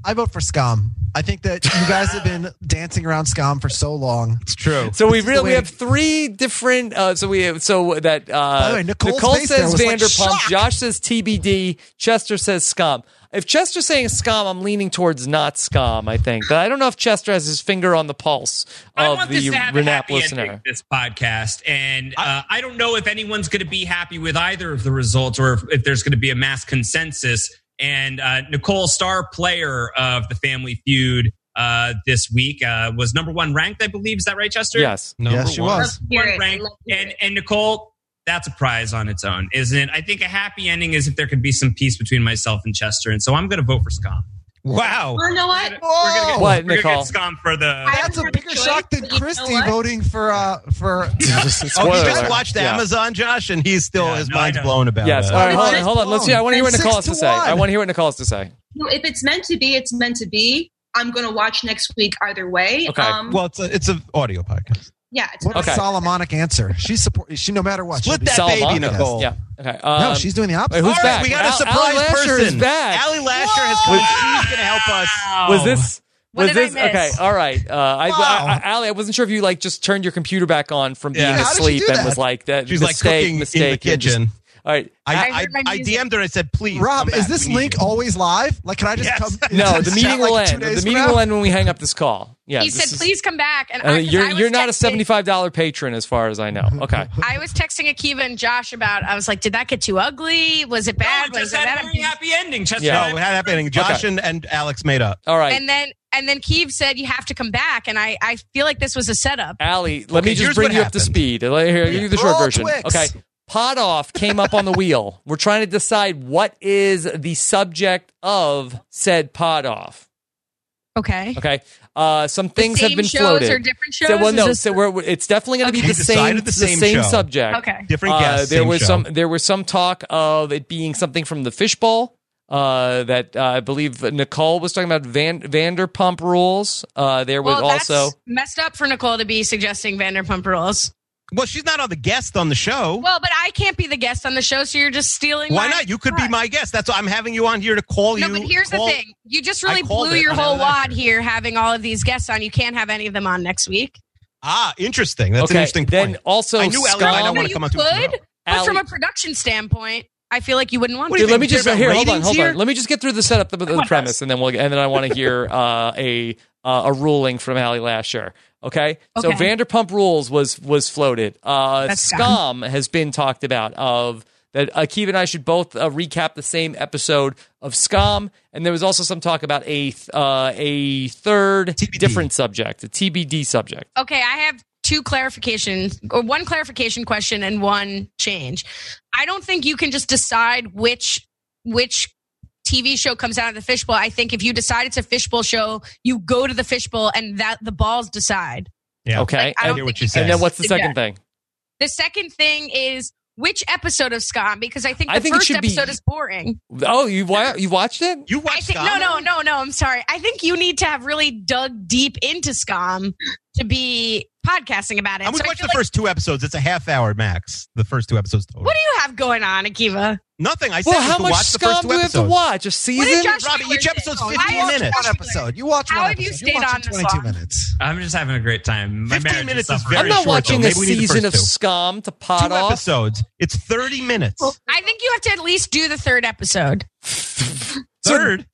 Speaker 4: I vote for Scum. I think that you guys have been dancing around Scum for so long.
Speaker 3: It's true.
Speaker 2: So we
Speaker 4: This is the
Speaker 2: really we
Speaker 4: way-
Speaker 2: have three different. Uh, so we have so that uh,
Speaker 4: the way, Nicole's
Speaker 2: Nicole
Speaker 4: face there
Speaker 2: says
Speaker 4: was like,
Speaker 2: Vanderpump,
Speaker 4: "Shock!"
Speaker 2: Josh says TBD, Chester says scum. If Chester's saying scum, I'm leaning towards not scum. I think. But I don't know if Chester has his finger on the pulse
Speaker 10: I
Speaker 2: of
Speaker 10: want
Speaker 2: the
Speaker 10: this to have a happy
Speaker 2: Renap
Speaker 10: ending,
Speaker 2: listener.
Speaker 10: This podcast, and uh, I don't know if anyone's going to be happy with either of the results, or if, if there's going to be a mass consensus. And uh, Nicole, star player of the Family Feud uh, this week, uh, was number one ranked. I believe is that right, Chester?
Speaker 2: Yes.
Speaker 3: Number
Speaker 4: yes, she
Speaker 3: one.
Speaker 4: was.
Speaker 11: Hear
Speaker 10: One
Speaker 11: it.
Speaker 10: ranked.
Speaker 11: Love to hear
Speaker 10: And
Speaker 11: it.
Speaker 10: and Nicole, that's a prize on its own, isn't it? I think a happy ending is if there could be some peace between myself and Chester, and so I'm going to vote for Scum.
Speaker 3: Wow.
Speaker 11: Well, you know what?
Speaker 10: We're gonna get,
Speaker 4: Whoa!
Speaker 10: we're
Speaker 2: What,
Speaker 10: gonna
Speaker 2: Nicole?
Speaker 10: get Scum for the.
Speaker 11: I
Speaker 4: That's a
Speaker 11: have
Speaker 4: bigger
Speaker 11: choice,
Speaker 4: shock than
Speaker 11: but you know
Speaker 4: Christie
Speaker 11: what?
Speaker 4: voting for uh for.
Speaker 3: Oh, you
Speaker 2: Spoiler.
Speaker 3: just watched
Speaker 2: Yeah.
Speaker 3: Amazon, Josh, and he's still
Speaker 10: Yeah,
Speaker 3: his
Speaker 10: no, I
Speaker 3: mind's
Speaker 10: know.
Speaker 3: blown about
Speaker 2: Yes.
Speaker 3: it.
Speaker 2: All right. Hold on.
Speaker 4: Mind
Speaker 2: Hold on. Let's see. I want to hear what
Speaker 4: blown.
Speaker 2: Nicole has to
Speaker 4: Six
Speaker 2: say.
Speaker 4: to one.
Speaker 2: I want to hear what Nicole has to say.
Speaker 11: No, if it's meant to be, it's meant to be. I'm going to watch next week either way.
Speaker 2: Okay.
Speaker 11: Um,
Speaker 3: Well, it's a, it's an audio podcast.
Speaker 11: yeah. It's
Speaker 4: What
Speaker 2: Okay.
Speaker 4: a Solomonic answer. She support. She no matter what. she'll
Speaker 3: Split
Speaker 4: be-
Speaker 3: that baby,
Speaker 2: Salamanca.
Speaker 3: Nicole.
Speaker 2: Yeah. Okay.
Speaker 4: No,
Speaker 2: um,
Speaker 4: she's doing the
Speaker 2: wait,
Speaker 4: opposite.
Speaker 2: who's
Speaker 3: All right,
Speaker 2: back?
Speaker 3: we got a
Speaker 2: Al-
Speaker 3: surprise
Speaker 2: Alan Lasher
Speaker 3: person.
Speaker 2: Is back.
Speaker 3: Allie Lasher has come.
Speaker 2: Whoa!
Speaker 3: She's going to help us.
Speaker 2: was this?
Speaker 9: Oh. What
Speaker 2: was
Speaker 9: did I
Speaker 2: this
Speaker 9: miss?
Speaker 2: okay? All right, uh, I, I,
Speaker 4: Wow.
Speaker 2: I, Ali, I wasn't sure if you like just turned your computer back on from being
Speaker 3: Yeah.
Speaker 4: How did she
Speaker 2: asleep
Speaker 4: do
Speaker 2: and
Speaker 4: that?
Speaker 2: was like that.
Speaker 3: She's
Speaker 2: mistake,
Speaker 3: like cooking in
Speaker 2: mistake,
Speaker 3: the
Speaker 2: and just-
Speaker 3: kitchen.
Speaker 2: all right,
Speaker 9: I
Speaker 3: I,
Speaker 9: heard my
Speaker 3: I, I
Speaker 9: music.
Speaker 3: DM'd her and I said, please.
Speaker 4: Rob,
Speaker 3: come
Speaker 4: is
Speaker 3: back.
Speaker 4: this
Speaker 3: We need
Speaker 4: link
Speaker 3: you.
Speaker 4: always live? Like, can I just
Speaker 3: Yes.
Speaker 4: come? into
Speaker 2: No, the
Speaker 4: this
Speaker 2: meeting
Speaker 4: chat,
Speaker 2: will
Speaker 4: like, two
Speaker 2: end. The
Speaker 4: days from
Speaker 2: meeting
Speaker 4: now?
Speaker 2: will end when we hang up this call. Yeah,
Speaker 9: he
Speaker 2: this
Speaker 9: said,
Speaker 2: is-
Speaker 9: "Please come back." And
Speaker 2: uh,
Speaker 9: I, 'cause
Speaker 2: you're
Speaker 9: I was
Speaker 2: you're not a
Speaker 9: texting-
Speaker 2: seventy five dollar patron, as far as I know. Okay,
Speaker 9: I was texting Akiva and Josh about. I was like, "Did that get too ugly? Was it
Speaker 10: No,
Speaker 9: bad?
Speaker 10: it just
Speaker 9: was it
Speaker 10: had a
Speaker 9: bad?"
Speaker 10: very happy ending, Chester. and
Speaker 2: Yeah.
Speaker 10: I
Speaker 3: No, it Oh, had happening. Josh
Speaker 2: Okay.
Speaker 3: and, and Alex made up.
Speaker 2: all right,
Speaker 9: And then and then Keeve said, "You have to come back." And I I feel like this was a setup.
Speaker 2: Allie, let
Speaker 3: Okay,
Speaker 2: me just
Speaker 3: here's
Speaker 2: bring
Speaker 3: what
Speaker 2: you up to
Speaker 3: happened.
Speaker 2: speed. Let- Here, give you the
Speaker 4: We're
Speaker 2: short
Speaker 4: all
Speaker 2: version.
Speaker 4: Twix.
Speaker 2: Okay. Pot off came up on the wheel. We're trying to decide what is the subject of said pot off.
Speaker 9: Okay.
Speaker 2: Okay. Uh, some things
Speaker 9: the
Speaker 2: have
Speaker 9: same
Speaker 2: been
Speaker 9: shows
Speaker 2: floated.
Speaker 9: or different shows?
Speaker 2: So, well,
Speaker 9: Is
Speaker 2: no.
Speaker 9: this-
Speaker 2: So we're, it's definitely going to
Speaker 3: Okay.
Speaker 2: be
Speaker 3: We
Speaker 2: the same,
Speaker 3: decided
Speaker 2: the
Speaker 3: the
Speaker 2: same,
Speaker 3: same show.
Speaker 2: subject.
Speaker 9: okay.
Speaker 3: Different
Speaker 2: Uh,
Speaker 3: guests.
Speaker 2: there
Speaker 3: same
Speaker 2: was
Speaker 3: show.
Speaker 2: some. There was some talk of it being something from the fishbowl. Uh, that uh, I believe Nicole was talking about Van, Vanderpump Rules. Uh, there was
Speaker 9: Well,
Speaker 2: also
Speaker 9: that's messed up for Nicole to be suggesting Vanderpump Rules.
Speaker 3: Well, she's not on the guest on the show.
Speaker 9: Well, but I can't be the guest on the show, so you're just stealing.
Speaker 3: Why
Speaker 9: my-
Speaker 3: not? You could be my guest. That's why I'm having you on here to call
Speaker 9: No,
Speaker 3: you.
Speaker 9: but here's
Speaker 3: call-
Speaker 9: the thing: you just
Speaker 3: I
Speaker 9: really
Speaker 3: called
Speaker 9: blew
Speaker 3: it
Speaker 9: your
Speaker 3: on
Speaker 9: whole
Speaker 3: Alan Asher.
Speaker 9: wad here, having all of these guests on. You can't have any of them on next week.
Speaker 3: Ah, interesting. That's
Speaker 2: okay.
Speaker 3: an interesting
Speaker 2: then
Speaker 3: point.
Speaker 2: also
Speaker 3: I knew Allie
Speaker 2: Scum,
Speaker 3: might not
Speaker 9: No,
Speaker 3: want
Speaker 9: you
Speaker 3: to come on to
Speaker 9: could,
Speaker 3: it.
Speaker 9: But from
Speaker 2: Allie-
Speaker 9: a production standpoint, I feel like you wouldn't want.
Speaker 3: What do
Speaker 2: Dude,
Speaker 3: you
Speaker 9: to.
Speaker 2: let me
Speaker 3: think?
Speaker 2: just
Speaker 3: Care about
Speaker 2: here. Hold on,
Speaker 3: ratings
Speaker 2: hold
Speaker 3: here?
Speaker 2: on. Let me just get through the setup, the, the premise, and then we'll and then I want to hear uh, a uh, a ruling from Hallie Lasher. Okay? so
Speaker 9: Okay.
Speaker 2: Vanderpump Rules was was floated. Uh,
Speaker 9: That's
Speaker 2: Scum has been talked about. Of that, Akiva and I should both uh, recap the same episode of Scum, and there was also some talk about a th- uh, a third
Speaker 3: TBD.
Speaker 2: different subject, a TBD subject.
Speaker 9: Okay, I have two clarifications, or one clarification question and one change. I don't think you can just decide which which TV show comes out of the fishbowl. I think if you decide it's a fishbowl show, you go to the fishbowl and that the balls decide.
Speaker 3: Yeah.
Speaker 2: Okay,
Speaker 9: I
Speaker 3: I
Speaker 2: and,
Speaker 9: don't
Speaker 3: hear what
Speaker 9: think you
Speaker 3: you
Speaker 9: can
Speaker 2: and
Speaker 3: said.
Speaker 2: then what's the
Speaker 9: suggest.
Speaker 2: second thing?
Speaker 9: The second thing is which episode of Scum because I think
Speaker 2: I
Speaker 9: the
Speaker 2: think it
Speaker 9: first
Speaker 2: should be-
Speaker 9: episode is boring.
Speaker 2: Oh, you wa- you watched it?
Speaker 3: You
Speaker 9: I
Speaker 3: watched
Speaker 9: think no, no, no, no. I'm sorry. I think you need to have really dug deep into Scum to be podcasting about it.
Speaker 3: And we
Speaker 9: So I
Speaker 3: watched
Speaker 9: feel
Speaker 3: the
Speaker 9: like-
Speaker 3: first two episodes. It's a half hour max. The first two episodes total.
Speaker 9: what do you have going on, Akiva?
Speaker 3: Nothing. I said
Speaker 2: Well,
Speaker 3: was
Speaker 2: how
Speaker 3: to
Speaker 2: much
Speaker 3: watch the first
Speaker 2: scum
Speaker 3: two
Speaker 2: do you have to
Speaker 3: episodes.
Speaker 2: watch? A
Speaker 9: What
Speaker 2: season?
Speaker 9: did Josh
Speaker 3: Robbie,
Speaker 9: Robbie,
Speaker 3: each episode's
Speaker 9: do?
Speaker 3: 15
Speaker 9: I watched
Speaker 3: minutes.
Speaker 9: Josh
Speaker 4: One
Speaker 9: Wheeler.
Speaker 4: episode. You watch
Speaker 9: How
Speaker 4: one
Speaker 9: have you
Speaker 4: episode.
Speaker 9: stayed
Speaker 4: watch
Speaker 9: on this
Speaker 4: 22
Speaker 9: long?
Speaker 4: minutes.
Speaker 10: I'm just having a great time. My
Speaker 3: 15
Speaker 10: marriage
Speaker 3: minutes is
Speaker 10: is suffering.
Speaker 2: I'm
Speaker 3: very
Speaker 2: not
Speaker 3: short,
Speaker 2: watching
Speaker 3: though.
Speaker 2: a
Speaker 3: Maybe we need the
Speaker 2: season
Speaker 3: first
Speaker 2: of
Speaker 3: two.
Speaker 2: Scum to pot
Speaker 3: two
Speaker 2: off.
Speaker 3: episodes. It's 30 Um, minutes.
Speaker 9: I think you have to at least do the third episode.
Speaker 3: Third.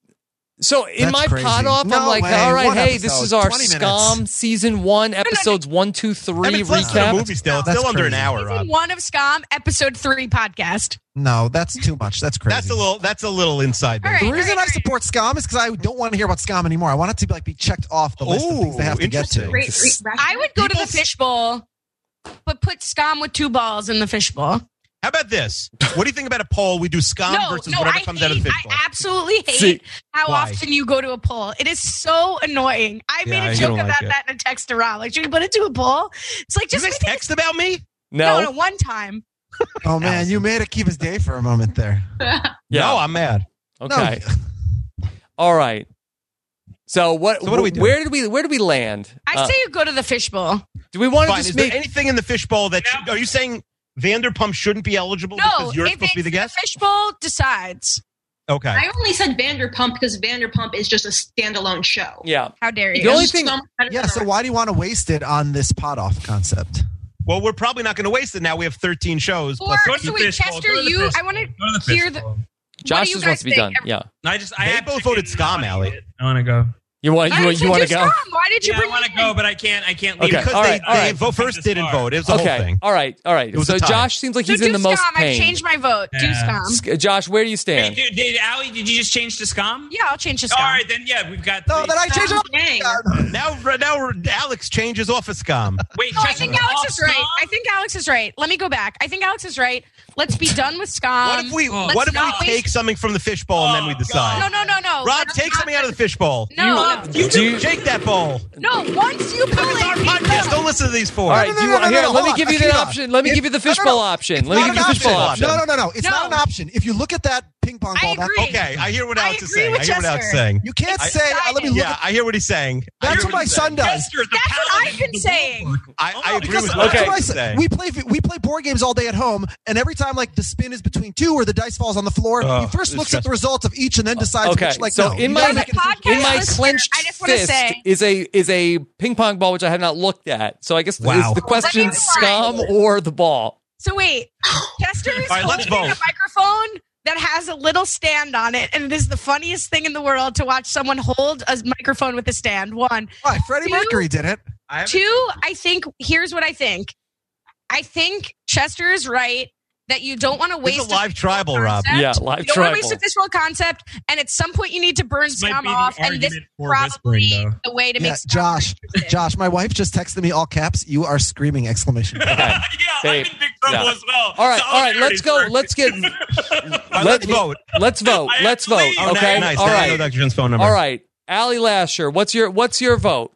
Speaker 2: So in
Speaker 4: That's
Speaker 2: my
Speaker 4: crazy.
Speaker 2: pot off, I'm
Speaker 4: No
Speaker 2: like,
Speaker 4: way.
Speaker 2: all right,
Speaker 4: One
Speaker 2: hey, this
Speaker 4: episode,
Speaker 2: is our
Speaker 4: 20 minutes.
Speaker 2: Scum season one, episodes one, two,
Speaker 3: I mean,
Speaker 2: three
Speaker 3: it's less than a
Speaker 2: recap.
Speaker 3: movie still. It's
Speaker 4: That's
Speaker 3: still under an
Speaker 4: crazy.
Speaker 3: hour,
Speaker 9: Season
Speaker 3: Rob.
Speaker 9: one of Scum, episode three podcast.
Speaker 4: No, that's too much. That's crazy.
Speaker 3: That's a little. That's a little inside.
Speaker 9: All
Speaker 3: baseball.
Speaker 9: right.
Speaker 4: The reason I support Scum is because I don't want to hear about Scum anymore. I want it to be like be checked off the list of things they have to get
Speaker 3: Ooh,
Speaker 4: to.
Speaker 11: Great, great
Speaker 9: I would go to the fishbowl, but put Scum with two balls in the fishbowl.
Speaker 3: How about this? What do you think about a poll? We do scum
Speaker 9: no,
Speaker 3: versus
Speaker 9: no,
Speaker 3: whatever
Speaker 9: I
Speaker 3: comes
Speaker 9: hate,
Speaker 3: out of the fishbowl.
Speaker 9: I absolutely hate
Speaker 2: See,
Speaker 9: how
Speaker 3: why?
Speaker 9: often you go to a poll. It is so annoying. I
Speaker 3: Yeah,
Speaker 9: made
Speaker 3: you
Speaker 9: a joke
Speaker 3: don't like
Speaker 9: about
Speaker 3: it.
Speaker 9: that in a text around. Like, should we put it to a poll? It's like
Speaker 3: you
Speaker 9: just
Speaker 3: guys
Speaker 9: make it-
Speaker 3: text about me?
Speaker 2: No.
Speaker 9: no, no, one time.
Speaker 4: Oh man, you made it keep his day for a moment there.
Speaker 2: Yeah.
Speaker 3: No, I'm mad.
Speaker 2: Okay. All right. So what?
Speaker 3: So what do we do?
Speaker 2: Where did we? Where did we land?
Speaker 9: I
Speaker 2: Uh,
Speaker 9: say you go to the fishbowl.
Speaker 2: do we want to
Speaker 3: Fine.
Speaker 2: just
Speaker 3: Is
Speaker 2: make?
Speaker 3: there anything in the fishbowl that should- are you saying Vanderpump shouldn't be eligible
Speaker 9: No,
Speaker 3: because you're
Speaker 9: if
Speaker 3: supposed to be
Speaker 9: it's
Speaker 3: the guest?
Speaker 9: fishbowl decides.
Speaker 3: Okay.
Speaker 11: I only said Vanderpump because Vanderpump is just a standalone show.
Speaker 2: yeah.
Speaker 9: How dare you?
Speaker 2: The only
Speaker 11: It's
Speaker 2: thing-
Speaker 11: so much better
Speaker 4: Yeah,
Speaker 11: than
Speaker 4: so why do you want to waste it on this pot off concept?
Speaker 3: Well, we're probably not going to waste it now. We have 13 shows.
Speaker 9: Or
Speaker 3: plus
Speaker 10: Go to
Speaker 9: so
Speaker 10: the
Speaker 9: wait,
Speaker 10: fishbowl.
Speaker 9: Chester,
Speaker 10: Go to the
Speaker 9: you- I
Speaker 10: fishbowl. Go
Speaker 9: wanna
Speaker 10: to the
Speaker 9: hear the-
Speaker 10: fishbowl.
Speaker 2: Josh
Speaker 9: you
Speaker 2: just
Speaker 9: guys
Speaker 2: wants to be
Speaker 9: think?
Speaker 2: done. Yeah.
Speaker 10: I just I
Speaker 3: They
Speaker 10: have
Speaker 3: both
Speaker 10: chicken
Speaker 3: voted
Speaker 10: in
Speaker 3: scum,
Speaker 10: my
Speaker 3: Ally.
Speaker 10: bucket. I want to go.
Speaker 2: Oh, You want? You,
Speaker 9: I
Speaker 2: you want to
Speaker 9: introduced
Speaker 2: go?
Speaker 9: Tom. Why did you
Speaker 10: Yeah, I
Speaker 9: bring
Speaker 10: want to
Speaker 9: me
Speaker 10: go,
Speaker 9: in?
Speaker 10: but I can't. I can't leave
Speaker 2: Okay.
Speaker 10: because
Speaker 3: because
Speaker 2: All
Speaker 3: they,
Speaker 2: right, all
Speaker 3: they
Speaker 2: right.
Speaker 3: vote first didn't vote. It was the
Speaker 2: okay.
Speaker 3: whole thing.
Speaker 2: All right. All right.
Speaker 3: It was
Speaker 2: So
Speaker 3: a tie.
Speaker 2: Josh seems like
Speaker 9: So
Speaker 2: he's
Speaker 9: do
Speaker 2: in the most
Speaker 9: scum.
Speaker 2: pain.
Speaker 9: I've changed my vote. Do
Speaker 10: Yeah.
Speaker 9: scum.
Speaker 2: S- Josh, where do you
Speaker 10: Hey,
Speaker 2: stand?
Speaker 10: dude, did Allie? Did you just change to scum?
Speaker 9: Yeah, I'll change to
Speaker 10: All
Speaker 9: scum.
Speaker 10: right, then. Yeah, we've got.
Speaker 4: No,
Speaker 10: three.
Speaker 4: then I change
Speaker 11: Tom
Speaker 4: up.
Speaker 11: Dang.
Speaker 3: Now, now Alex changes off a scum.
Speaker 10: Wait,
Speaker 9: No, I
Speaker 10: Chester,
Speaker 9: think
Speaker 10: we're off
Speaker 9: Alex is right.
Speaker 10: scum?
Speaker 9: I think Alex is right. Let me go back. I think Alex is right. Let's be done with scum.
Speaker 3: What if we?
Speaker 10: oh.
Speaker 3: what if
Speaker 9: Um, Let's not
Speaker 3: we take something from the fishbowl and then we
Speaker 10: Oh,
Speaker 3: decide?
Speaker 9: No, no, no, no.
Speaker 3: Rob,
Speaker 9: Let's
Speaker 3: take
Speaker 9: not-
Speaker 3: something out of the fishbowl.
Speaker 9: No,
Speaker 2: Do you-
Speaker 3: Shake that bowl.
Speaker 9: no. Once you pull
Speaker 3: It's our
Speaker 9: it,
Speaker 3: podcast. Don't listen to these four.
Speaker 2: all right.
Speaker 4: No, no,
Speaker 2: do you
Speaker 4: no,
Speaker 2: want,
Speaker 4: no, no,
Speaker 2: here,
Speaker 4: no,
Speaker 2: let me
Speaker 4: hold
Speaker 2: give
Speaker 4: on.
Speaker 2: you the
Speaker 4: Akira,
Speaker 2: option. Let me
Speaker 4: it-
Speaker 2: give you the
Speaker 4: no, no, no.
Speaker 2: fishbowl option.
Speaker 4: Not
Speaker 2: Let me give
Speaker 4: an
Speaker 2: you the fishbowl
Speaker 4: option.
Speaker 2: option.
Speaker 4: No, no, no, no. It's not an
Speaker 9: No.
Speaker 4: option. If you look at that ping pong
Speaker 9: I
Speaker 4: ball, that,
Speaker 9: agree.
Speaker 3: Okay, I hear what
Speaker 9: I
Speaker 3: Alex is
Speaker 9: agree
Speaker 3: saying.
Speaker 9: with
Speaker 3: I hear what Alex is
Speaker 9: Chester.
Speaker 3: saying.
Speaker 4: you can't
Speaker 9: It's
Speaker 4: say, oh, let me
Speaker 9: exciting.
Speaker 4: look
Speaker 3: Yeah,
Speaker 4: at
Speaker 3: I hear what he's saying. I
Speaker 4: That's
Speaker 3: hear
Speaker 4: what my
Speaker 3: he's
Speaker 4: son
Speaker 3: saying.
Speaker 4: does.
Speaker 10: Chester, the
Speaker 9: That's what
Speaker 10: paladin
Speaker 9: I've been
Speaker 10: of the
Speaker 9: saying.
Speaker 10: Warlord.
Speaker 3: I, I agree
Speaker 4: Oh, Because
Speaker 3: with
Speaker 4: that's
Speaker 3: what
Speaker 2: Okay.
Speaker 4: what I
Speaker 3: Alex is
Speaker 4: said.
Speaker 3: saying.
Speaker 4: we play we play board games all day at home, and every time like the spin is between two or the dice falls on the floor,
Speaker 3: Oh,
Speaker 4: he first
Speaker 3: it's
Speaker 4: looks at the results of each and then decides
Speaker 2: Okay,
Speaker 4: which like
Speaker 2: so
Speaker 4: no,
Speaker 2: in
Speaker 4: you
Speaker 2: my-
Speaker 4: gotta
Speaker 9: as a
Speaker 4: make a decision.
Speaker 9: podcast
Speaker 2: in my
Speaker 9: listener,
Speaker 2: clenched
Speaker 9: I just wanna
Speaker 2: fist
Speaker 9: say-
Speaker 2: is a is a ping pong ball which I have not looked at. So I guess
Speaker 4: Wow.
Speaker 2: is the question
Speaker 9: Let me
Speaker 2: scum
Speaker 9: rewind.
Speaker 2: or the ball?
Speaker 9: So wait, Chester is
Speaker 3: All right, let's
Speaker 9: holding
Speaker 3: vote.
Speaker 9: a microphone that has a little stand on it, and it is the funniest thing in the world to watch someone hold a microphone with a stand. One,
Speaker 4: Why Freddie
Speaker 9: Two-
Speaker 4: Mercury did it?
Speaker 9: two. I think here's what I think. I think Chester is right that you don't want to
Speaker 3: This is
Speaker 9: waste
Speaker 3: a live tribal, Rob.
Speaker 9: concept.
Speaker 2: Yeah, live
Speaker 9: you don't want to
Speaker 2: tribal.
Speaker 9: waste a fishbowl concept, and at some point you need to burn
Speaker 10: This might
Speaker 9: scum
Speaker 10: be the
Speaker 9: off, and this
Speaker 10: argument
Speaker 9: is
Speaker 10: for
Speaker 9: probably
Speaker 10: whispering, though.
Speaker 9: the way to
Speaker 4: Yeah,
Speaker 9: make scum more
Speaker 4: Josh,
Speaker 9: interesting.
Speaker 4: Josh, my wife just texted me all caps. You are screaming! Exclamation. point."
Speaker 2: Okay.
Speaker 10: yeah,
Speaker 2: Hey,
Speaker 10: I'm in big trouble
Speaker 2: yeah.
Speaker 10: as well.
Speaker 2: All right, all right. Let's go.
Speaker 10: Solidarity's
Speaker 2: Let's get.
Speaker 3: All right,
Speaker 2: Let
Speaker 3: let's
Speaker 2: me-
Speaker 3: vote.
Speaker 2: Let's vote.
Speaker 10: I have
Speaker 2: Let's
Speaker 10: to
Speaker 2: vote.
Speaker 10: leave.
Speaker 3: Oh,
Speaker 2: Okay.
Speaker 3: okay. nice.
Speaker 2: All
Speaker 3: Now I know
Speaker 2: right.
Speaker 3: Dr. Jones' phone number.
Speaker 2: All right. Allie Lasher, what's your what's your vote?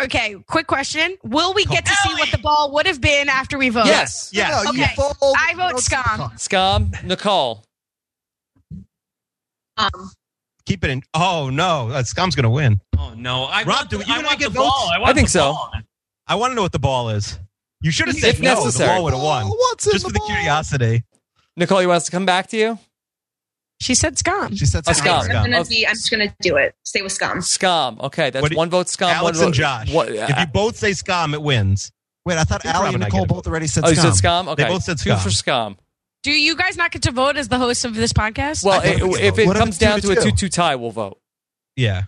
Speaker 9: Okay, quick question: Will we get to see what the ball would have been after we vote?
Speaker 2: Yes.
Speaker 3: Yeah.
Speaker 4: No, you
Speaker 9: Okay.
Speaker 4: fold,
Speaker 9: I
Speaker 4: you
Speaker 9: vote
Speaker 4: don't see the
Speaker 9: scum.
Speaker 4: call.
Speaker 2: Scum. Nicole.
Speaker 11: Um,
Speaker 3: Keep it in. Oh no, uh, Scum's going to win.
Speaker 10: Oh no, I
Speaker 3: Rob,
Speaker 10: want
Speaker 3: do
Speaker 10: the,
Speaker 3: you
Speaker 10: I
Speaker 3: and I
Speaker 10: want
Speaker 3: get
Speaker 10: the
Speaker 3: votes?
Speaker 10: ball. I, want
Speaker 2: think
Speaker 10: the
Speaker 2: so.
Speaker 10: ball.
Speaker 3: I want to know what the ball is. You should have said
Speaker 2: If
Speaker 3: no.
Speaker 2: necessary.
Speaker 3: The ball would have won.
Speaker 4: Oh, what's in
Speaker 3: Just for the
Speaker 4: ball?
Speaker 3: curiosity.
Speaker 2: Nicole, you want us to come back to you?
Speaker 9: she said scum.
Speaker 4: She said
Speaker 2: A
Speaker 4: scum.
Speaker 2: scum.
Speaker 11: I'm, gonna
Speaker 2: Oh.
Speaker 11: be, I'm just gonna do it. Stay with scum.
Speaker 2: Scum. Okay, that's
Speaker 3: What do-
Speaker 2: one vote. Scum.
Speaker 3: Alex
Speaker 2: one vote.
Speaker 3: and Josh.
Speaker 2: What,
Speaker 3: If you both say scum, it wins.
Speaker 4: Wait, I thought
Speaker 3: You're
Speaker 4: Allie
Speaker 3: probably
Speaker 4: and
Speaker 3: not
Speaker 4: Nicole
Speaker 3: gonna
Speaker 4: both already said
Speaker 2: oh, you
Speaker 4: scum.
Speaker 2: said scum. Okay.
Speaker 3: They both said
Speaker 2: Two
Speaker 3: scum.
Speaker 2: for scum.
Speaker 9: Do you guys not get to vote as the host of this podcast?
Speaker 2: Well,
Speaker 4: I think
Speaker 2: it-
Speaker 4: we can
Speaker 2: if
Speaker 4: vote.
Speaker 2: it
Speaker 4: What if
Speaker 2: comes
Speaker 4: it's two
Speaker 2: down
Speaker 4: to
Speaker 2: to a
Speaker 4: two?
Speaker 2: two-two tie, we'll vote.
Speaker 3: Yeah.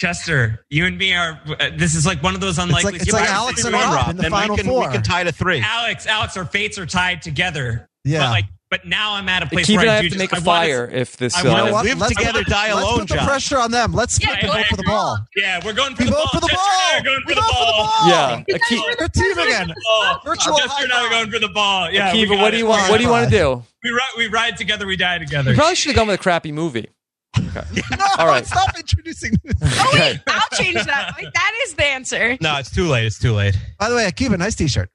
Speaker 10: Chester, you and me are. Uh, this is like one of those
Speaker 4: It's
Speaker 10: unlikely.
Speaker 4: like, it's like
Speaker 10: situations.
Speaker 4: Alex and
Speaker 3: Come on,
Speaker 4: Rob in the
Speaker 3: then
Speaker 4: final
Speaker 3: we can,
Speaker 4: four.
Speaker 3: We can tie to three.
Speaker 10: Alex, Alex, our fates are tied together.
Speaker 4: Yeah.
Speaker 10: But, like, but now I'm at a place
Speaker 2: Keep
Speaker 10: where
Speaker 2: and I
Speaker 10: I,
Speaker 2: have
Speaker 10: do
Speaker 2: to
Speaker 10: just-
Speaker 2: make a
Speaker 10: I wanna-
Speaker 2: fire if this.
Speaker 10: I wanna
Speaker 2: uh,
Speaker 10: know what?
Speaker 3: Live together, die
Speaker 4: let's
Speaker 3: alone,
Speaker 4: put the
Speaker 3: Josh.
Speaker 4: pressure on them. Let's
Speaker 9: Yeah,
Speaker 4: flip
Speaker 10: I
Speaker 4: vote for the
Speaker 10: agree.
Speaker 4: ball.
Speaker 10: yeah, we're going for
Speaker 4: We
Speaker 10: the
Speaker 4: vote
Speaker 10: ball.
Speaker 4: for the
Speaker 10: Chester
Speaker 4: ball.
Speaker 10: and I are going
Speaker 4: We
Speaker 10: for
Speaker 4: vote
Speaker 10: the
Speaker 4: for the
Speaker 10: ball.
Speaker 4: ball.
Speaker 2: Yeah.
Speaker 11: You guys
Speaker 2: Aki-
Speaker 11: were the
Speaker 4: They're team
Speaker 11: first
Speaker 4: again.
Speaker 10: Oh,
Speaker 4: Virtual
Speaker 10: Chester and I
Speaker 4: high
Speaker 10: are going for the ball. Yeah, we
Speaker 2: Akiva,
Speaker 10: got
Speaker 2: what do you
Speaker 10: it.
Speaker 2: want? What do you want to do?
Speaker 10: We ride, we ride together, we die together.
Speaker 2: You probably should have gone with a crappy movie.
Speaker 4: No,
Speaker 2: All right.
Speaker 4: stop introducing.
Speaker 9: Oh wait, I'll change that. Like, that is the answer.
Speaker 3: No, it's too late. It's too late.
Speaker 4: By the way, Akiva, nice T-shirt.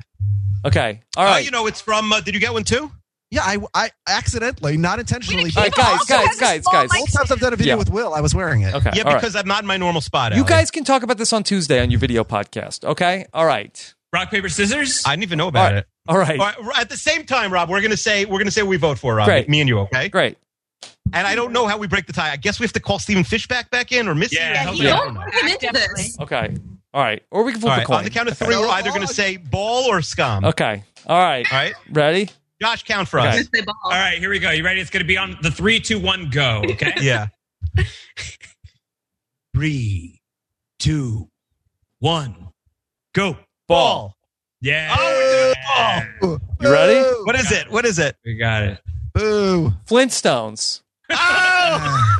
Speaker 2: Okay. All
Speaker 3: Oh,
Speaker 2: right.
Speaker 3: you know, it's from. Uh, did you get one too?
Speaker 4: Yeah, I, I accidentally, not intentionally.
Speaker 2: All right,
Speaker 9: Akiva
Speaker 2: guys,
Speaker 9: also
Speaker 2: guys,
Speaker 9: has a
Speaker 2: guys,
Speaker 9: small
Speaker 2: guys.
Speaker 9: mic
Speaker 4: Both times I've done a video
Speaker 2: Yeah.
Speaker 4: with Will, I was wearing it.
Speaker 2: okay.
Speaker 3: Yeah,
Speaker 2: all right.
Speaker 3: because I'm not in my normal spot.
Speaker 2: you
Speaker 3: Ally.
Speaker 2: guys can talk about this on Tuesday on your video podcast. Okay. All right.
Speaker 10: Rock, paper, scissors?
Speaker 3: I didn't even know about
Speaker 2: All right.
Speaker 3: it.
Speaker 2: All right.
Speaker 3: All right, at the same time, Rob, we're gonna say we're gonna say what we vote for Rob.
Speaker 2: Great.
Speaker 3: Me and you, okay?
Speaker 2: Great.
Speaker 3: And I don't know how we break the tie. I guess we have to call Steven Fishback back in or Missy.
Speaker 10: Yeah,
Speaker 3: I
Speaker 10: hell
Speaker 3: don't
Speaker 10: yeah.
Speaker 3: know.
Speaker 11: Don't bring him into
Speaker 9: Definitely.
Speaker 11: this.
Speaker 2: Okay. All right. Or we can
Speaker 3: All
Speaker 2: flip a
Speaker 3: right,
Speaker 2: coin.
Speaker 3: on the count of three, we're either gonna say ball or scum.
Speaker 2: Okay. All right.
Speaker 3: All right,
Speaker 2: Ready?
Speaker 3: Josh, count for
Speaker 2: Okay.
Speaker 3: us.
Speaker 11: They ball.
Speaker 10: All right, here we go. You ready? It's going to be on the three, two, one, go. Okay.
Speaker 3: Yeah.
Speaker 10: three, two, one, go.
Speaker 2: Ball.
Speaker 10: Yeah.
Speaker 3: Oh,
Speaker 10: Yeah.
Speaker 4: You
Speaker 2: You ready?
Speaker 3: What is it? What is it?
Speaker 10: We got it.
Speaker 4: Boo.
Speaker 2: Flintstones.
Speaker 3: Oh!
Speaker 4: Ah!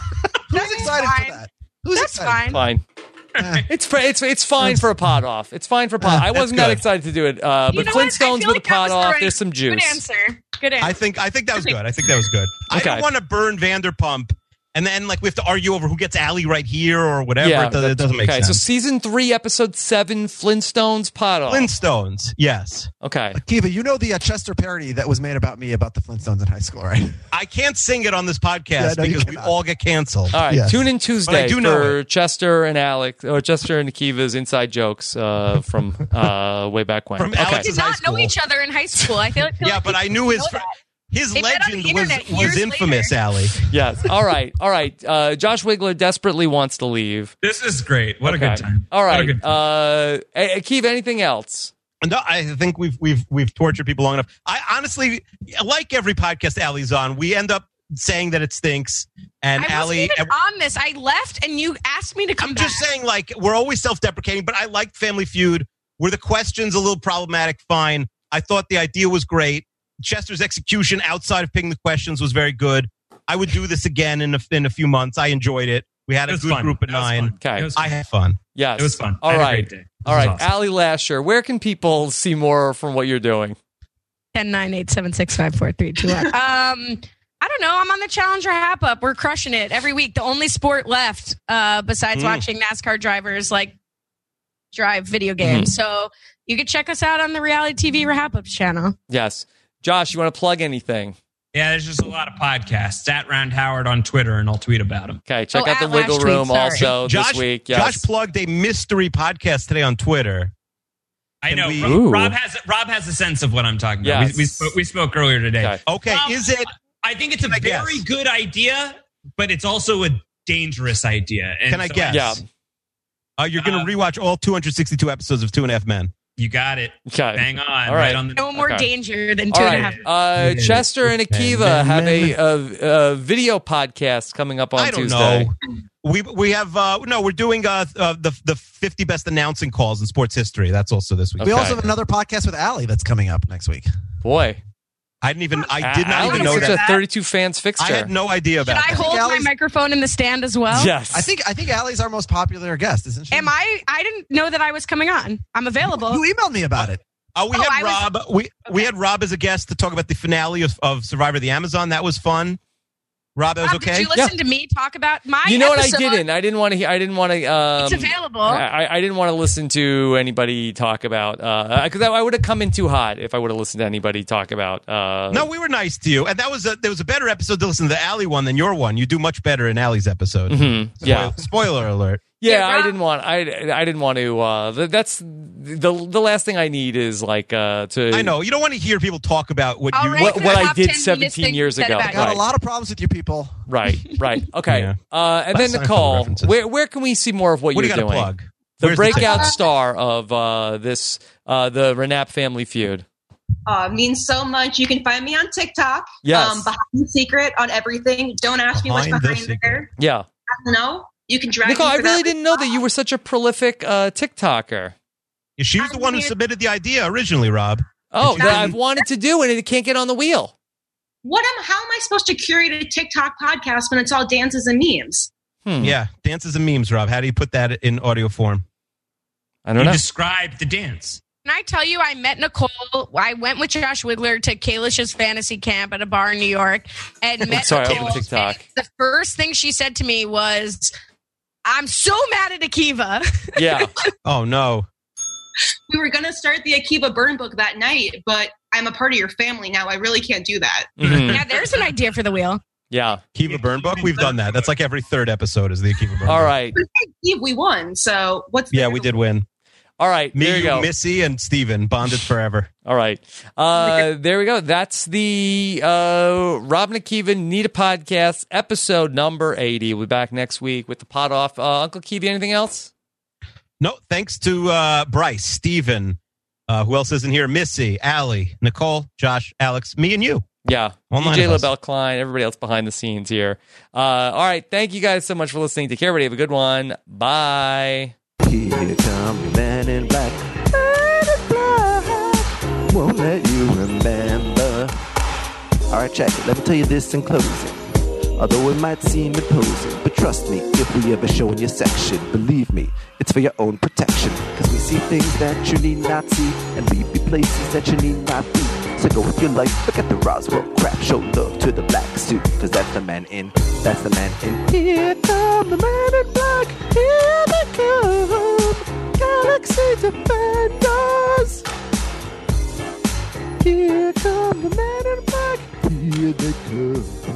Speaker 4: Who's excited
Speaker 9: fine.
Speaker 4: for that? Who's
Speaker 9: That's
Speaker 4: excited?
Speaker 9: fine.
Speaker 2: Fine.
Speaker 4: Eh,
Speaker 2: It's fr- it's it's fine for a pot off. It's fine for pot. I wasn't that
Speaker 3: good.
Speaker 2: excited to do it, uh,
Speaker 9: You
Speaker 2: but
Speaker 9: know what? I
Speaker 2: Flintstones with
Speaker 9: feel like
Speaker 2: a
Speaker 9: that
Speaker 2: pot
Speaker 9: was the
Speaker 2: off.
Speaker 9: right-
Speaker 2: There's some
Speaker 9: Good
Speaker 2: juice.
Speaker 9: answer. Good answer.
Speaker 3: I think I think that was good. I think that was good. I
Speaker 2: Okay.
Speaker 3: don't want to burn Vanderpump, and then like we have to argue over who gets Allie right here or whatever. it, does, it doesn't make
Speaker 2: okay, so
Speaker 3: sense.
Speaker 2: season three, episode seven, Flintstones pot off.
Speaker 3: Flintstones, yes.
Speaker 2: okay,
Speaker 4: Akiva, you know the uh, Chester parody that was made about me about the Flintstones in high school, right?
Speaker 3: I can't sing it on this podcast
Speaker 4: Yeah, no, you
Speaker 3: because we
Speaker 4: cannot.
Speaker 3: all get canceled.
Speaker 2: all right.
Speaker 4: Yes.
Speaker 2: Tune in Tuesday
Speaker 3: do know
Speaker 2: for Chester and Alex, or Chester and Akiva's inside jokes uh, from uh, way back when.
Speaker 3: From
Speaker 2: okay,
Speaker 9: We
Speaker 3: Alex-
Speaker 9: did
Speaker 3: high
Speaker 9: not know
Speaker 3: school.
Speaker 9: each other in high school. I feel like
Speaker 3: yeah, but I knew his
Speaker 9: know
Speaker 3: fr-
Speaker 9: that.
Speaker 3: his
Speaker 9: They met on the
Speaker 3: legend was
Speaker 9: internet years
Speaker 3: was infamous.
Speaker 9: later.
Speaker 3: Allie,
Speaker 2: yes. All right, all right. Uh, Josh Wiggler desperately wants to leave.
Speaker 10: This is great. What a
Speaker 2: Okay.
Speaker 10: good time.
Speaker 2: All
Speaker 10: What a
Speaker 2: right,
Speaker 10: good time.
Speaker 2: uh, A- Akiva. Anything else?
Speaker 3: no, I think we've we've we've tortured people long enough. I honestly like every podcast Allie's on. We end up saying that it stinks, and
Speaker 9: I wasn't
Speaker 3: Allie.
Speaker 9: even
Speaker 3: every-
Speaker 9: on this. I left and you asked me to come
Speaker 3: I'm
Speaker 9: back.
Speaker 3: just saying, like, we're always self deprecating, but I liked Family Feud. Were the questions a little problematic? Fine. I thought the idea was great. Chester's execution outside of picking the questions was very good. I would do this again in a, in a few months. I enjoyed it. We had
Speaker 10: It
Speaker 3: a
Speaker 10: was
Speaker 3: good
Speaker 10: fun.
Speaker 3: group of
Speaker 10: It was
Speaker 3: nine.
Speaker 10: fun.
Speaker 2: Okay.
Speaker 10: It was
Speaker 3: I
Speaker 10: fun.
Speaker 3: had fun.
Speaker 2: Yes.
Speaker 10: It was fun.
Speaker 2: All
Speaker 10: I had
Speaker 2: right.
Speaker 10: a great day. This
Speaker 2: All
Speaker 10: was
Speaker 2: right,
Speaker 10: awesome.
Speaker 2: Allie Lasher. Where can people see more from what you're doing?
Speaker 9: 10 9 8 7 6 5 4 3 2 1. Um, I don't know. I'm on the Challenger Hap Up. We're crushing it every week. The only sport left uh, besides
Speaker 3: Mm.
Speaker 2: Hmm.
Speaker 9: watching NASCAR drivers like drive video
Speaker 2: Hmm.
Speaker 9: games. So you can check us out on the Reality TV Hap Up channel.
Speaker 2: Yes. Josh, you want to plug anything?
Speaker 10: Yeah, there's just a lot of podcasts. At Round Howard on Twitter, and I'll tweet about them.
Speaker 2: Okay, check
Speaker 9: Oh,
Speaker 2: out the
Speaker 9: at last
Speaker 2: Wiggle
Speaker 9: week,
Speaker 2: Room
Speaker 9: sorry.
Speaker 2: also
Speaker 3: Josh,
Speaker 2: this week. Yes.
Speaker 3: Josh plugged a mystery podcast today on Twitter.
Speaker 10: I
Speaker 3: Can
Speaker 10: know.
Speaker 3: we-
Speaker 10: Rob, Rob
Speaker 2: Ooh.
Speaker 10: has Rob has a sense of what I'm talking about.
Speaker 2: Yes.
Speaker 10: We, we, spoke, we spoke earlier today.
Speaker 2: Okay.
Speaker 3: Okay,
Speaker 10: Um,
Speaker 3: is it?
Speaker 10: I think it's a
Speaker 3: Can I guess?
Speaker 10: very good idea, but it's also a dangerous idea. And
Speaker 3: Can I
Speaker 10: so
Speaker 3: guess?
Speaker 2: Yeah.
Speaker 3: Uh, you're going
Speaker 10: uh,
Speaker 3: to rewatch all 262 episodes of Two and a Half Men.
Speaker 10: You got it.
Speaker 2: Okay.
Speaker 10: Bang on. Right.
Speaker 2: All right.
Speaker 10: on the.
Speaker 9: No more
Speaker 2: Okay.
Speaker 9: danger than two
Speaker 2: All
Speaker 9: and a half.
Speaker 2: right. Uh, Chester and Akiva have a, a, a video podcast coming up on
Speaker 3: I don't
Speaker 2: Tuesday.
Speaker 3: know. We we have uh, no. We're doing uh, uh, the the 50 best announcing calls in sports history. That's also this week.
Speaker 2: Okay.
Speaker 4: We also have another podcast with Allie that's coming up next week.
Speaker 2: Boy,
Speaker 3: I didn't even. I did not
Speaker 2: Allie
Speaker 3: even
Speaker 2: is
Speaker 3: know
Speaker 2: such
Speaker 3: that.
Speaker 2: a 32 fans fixture.
Speaker 3: I had no idea
Speaker 9: Should
Speaker 3: about.
Speaker 9: I
Speaker 3: that.
Speaker 9: hold my
Speaker 4: Alex-
Speaker 9: microphone in the stand as well?
Speaker 2: yes.
Speaker 4: I think I think Allie's our most popular guest, isn't she?
Speaker 9: Am I? I didn't know that I was coming on. I'm available.
Speaker 4: You emailed me about it.
Speaker 3: Oh, we
Speaker 9: Oh,
Speaker 3: had
Speaker 9: I was-
Speaker 3: Rob. we we had Rob as a guest to talk about the finale of, of Survivor of the Amazon. That was fun. Rob, that was
Speaker 9: Rob,
Speaker 3: okay.
Speaker 9: Uh, Did you listen to me talk about my?
Speaker 2: you know
Speaker 9: episode?
Speaker 2: what I didn't. I didn't want to. hear I didn't want to. Um,
Speaker 9: It's available.
Speaker 2: I, I didn't want to listen to anybody talk about because I, I would have come in too hot if I would have listened to anybody talk about. Uh,
Speaker 3: no, we were nice to you, and that was a there was a better episode to listen to the Alley one than your one. You do much better in Alley's episode.
Speaker 9: Mm-hmm.
Speaker 2: mhm, yeah,
Speaker 3: Spoil- Spoiler alert.
Speaker 2: yeah.
Speaker 9: Yeah,
Speaker 2: I
Speaker 9: Rob-
Speaker 2: didn't want. I I didn't want to. Uh, th- that's the the last thing I need is like uh, to.
Speaker 3: I know you don't want to hear people talk about what
Speaker 9: All
Speaker 3: you.
Speaker 9: right,
Speaker 2: What-
Speaker 9: for
Speaker 2: what
Speaker 9: the
Speaker 2: I
Speaker 9: top
Speaker 2: did
Speaker 9: 10 minutes
Speaker 2: 17
Speaker 9: that you
Speaker 2: years
Speaker 9: said
Speaker 2: ago.
Speaker 9: about
Speaker 4: I got
Speaker 2: Right.
Speaker 4: a lot of problems with you people.
Speaker 2: Right. Right. Okay.
Speaker 3: Yeah.
Speaker 2: Uh, and
Speaker 3: Last
Speaker 2: then
Speaker 3: Seinfeld
Speaker 2: Nicole,
Speaker 3: references.
Speaker 2: where where can we see more of what,
Speaker 3: What do you
Speaker 2: you're
Speaker 3: got to
Speaker 2: doing?
Speaker 3: plug?
Speaker 2: The
Speaker 3: Where's
Speaker 2: breakout
Speaker 3: ticket?
Speaker 2: star of uh, this uh, the Renap family feud.
Speaker 11: Uh, means so much. You can find me on TikTok.
Speaker 2: Yes.
Speaker 11: Um, behind the secret on everything. Don't ask me
Speaker 3: Behind
Speaker 11: what's
Speaker 3: the
Speaker 11: behind
Speaker 3: Secret.
Speaker 11: there.
Speaker 2: Yeah.
Speaker 11: I don't know. You can drag
Speaker 2: Nicole,
Speaker 11: me
Speaker 2: I
Speaker 11: for
Speaker 2: really
Speaker 11: that.
Speaker 2: didn't know that you were such a prolific uh, TikToker.
Speaker 3: She was the one who submitted the idea originally, Rob.
Speaker 2: Oh,
Speaker 3: Did you
Speaker 2: that
Speaker 3: do-
Speaker 2: I've wanted to do and it can't get on the wheel.
Speaker 11: What am? How am I supposed to curate a TikTok podcast when it's all dances and memes?
Speaker 2: Hmm.
Speaker 3: Yeah, dances and memes, Rob. How do you put that in audio form?
Speaker 2: I
Speaker 10: You
Speaker 2: don't know.
Speaker 10: described the dance.
Speaker 9: Can I tell you, I met Nicole. I went with Josh Wiggler to Kalish's fantasy camp at a bar in New York and met
Speaker 2: Oh, Sorry, I
Speaker 9: Nicole.
Speaker 2: was on TikTok.
Speaker 9: And The first thing she said to me was, I'm so mad at Akiva.
Speaker 2: yeah.
Speaker 3: Oh no.
Speaker 11: We were gonna start the Akiva Burn book that night, but I'm a part of your family now. I really can't do that.
Speaker 2: Mhm.
Speaker 9: yeah, there's an idea for the wheel.
Speaker 2: Yeah.
Speaker 3: Akiva Burn book? We've done that. That's like every third episode is the Akiva Burn.
Speaker 2: All
Speaker 3: book.
Speaker 2: right.
Speaker 11: But hey, Steve, we won. So what's?
Speaker 3: Yeah,
Speaker 11: there?
Speaker 3: we did win.
Speaker 2: All right.
Speaker 3: Me,
Speaker 2: there you
Speaker 3: you,
Speaker 2: go.
Speaker 3: Missy, and Steven bonded forever.
Speaker 2: All right. Uh, there we go. That's the uh, Rob Nikiva Need a Podcast episode number 80. We'll be back next week with the pot off. Uh, Uncle Kiva, anything else?
Speaker 3: No, thanks to uh, Bryce, Steven, uh, who else isn't here? Missy, Allie, Nicole, Josh, Alex, me, and you.
Speaker 2: Yeah.
Speaker 3: All nine
Speaker 2: DJ
Speaker 3: of us.
Speaker 2: LaBelle Klein, everybody else behind the scenes here. Uh, all right. Thank you guys so much for listening. Take care, everybody. Have a good one. Bye.
Speaker 1: Here come your man in black. Man in black. Won't let you remember. Alright, check it. Let me tell you this in closing. Although it might seem imposing, but trust me, if we ever show in your section, believe me, it's for your own protection. Cause we see things that you need not see, and we be places that you need not be.
Speaker 4: So go with your life, forget the Roswell crap. Show love to the black suit, cause that's the man in, that's the man in. Here come the man in black, here they come. Galaxy Defenders. Here come the man in black, here they come.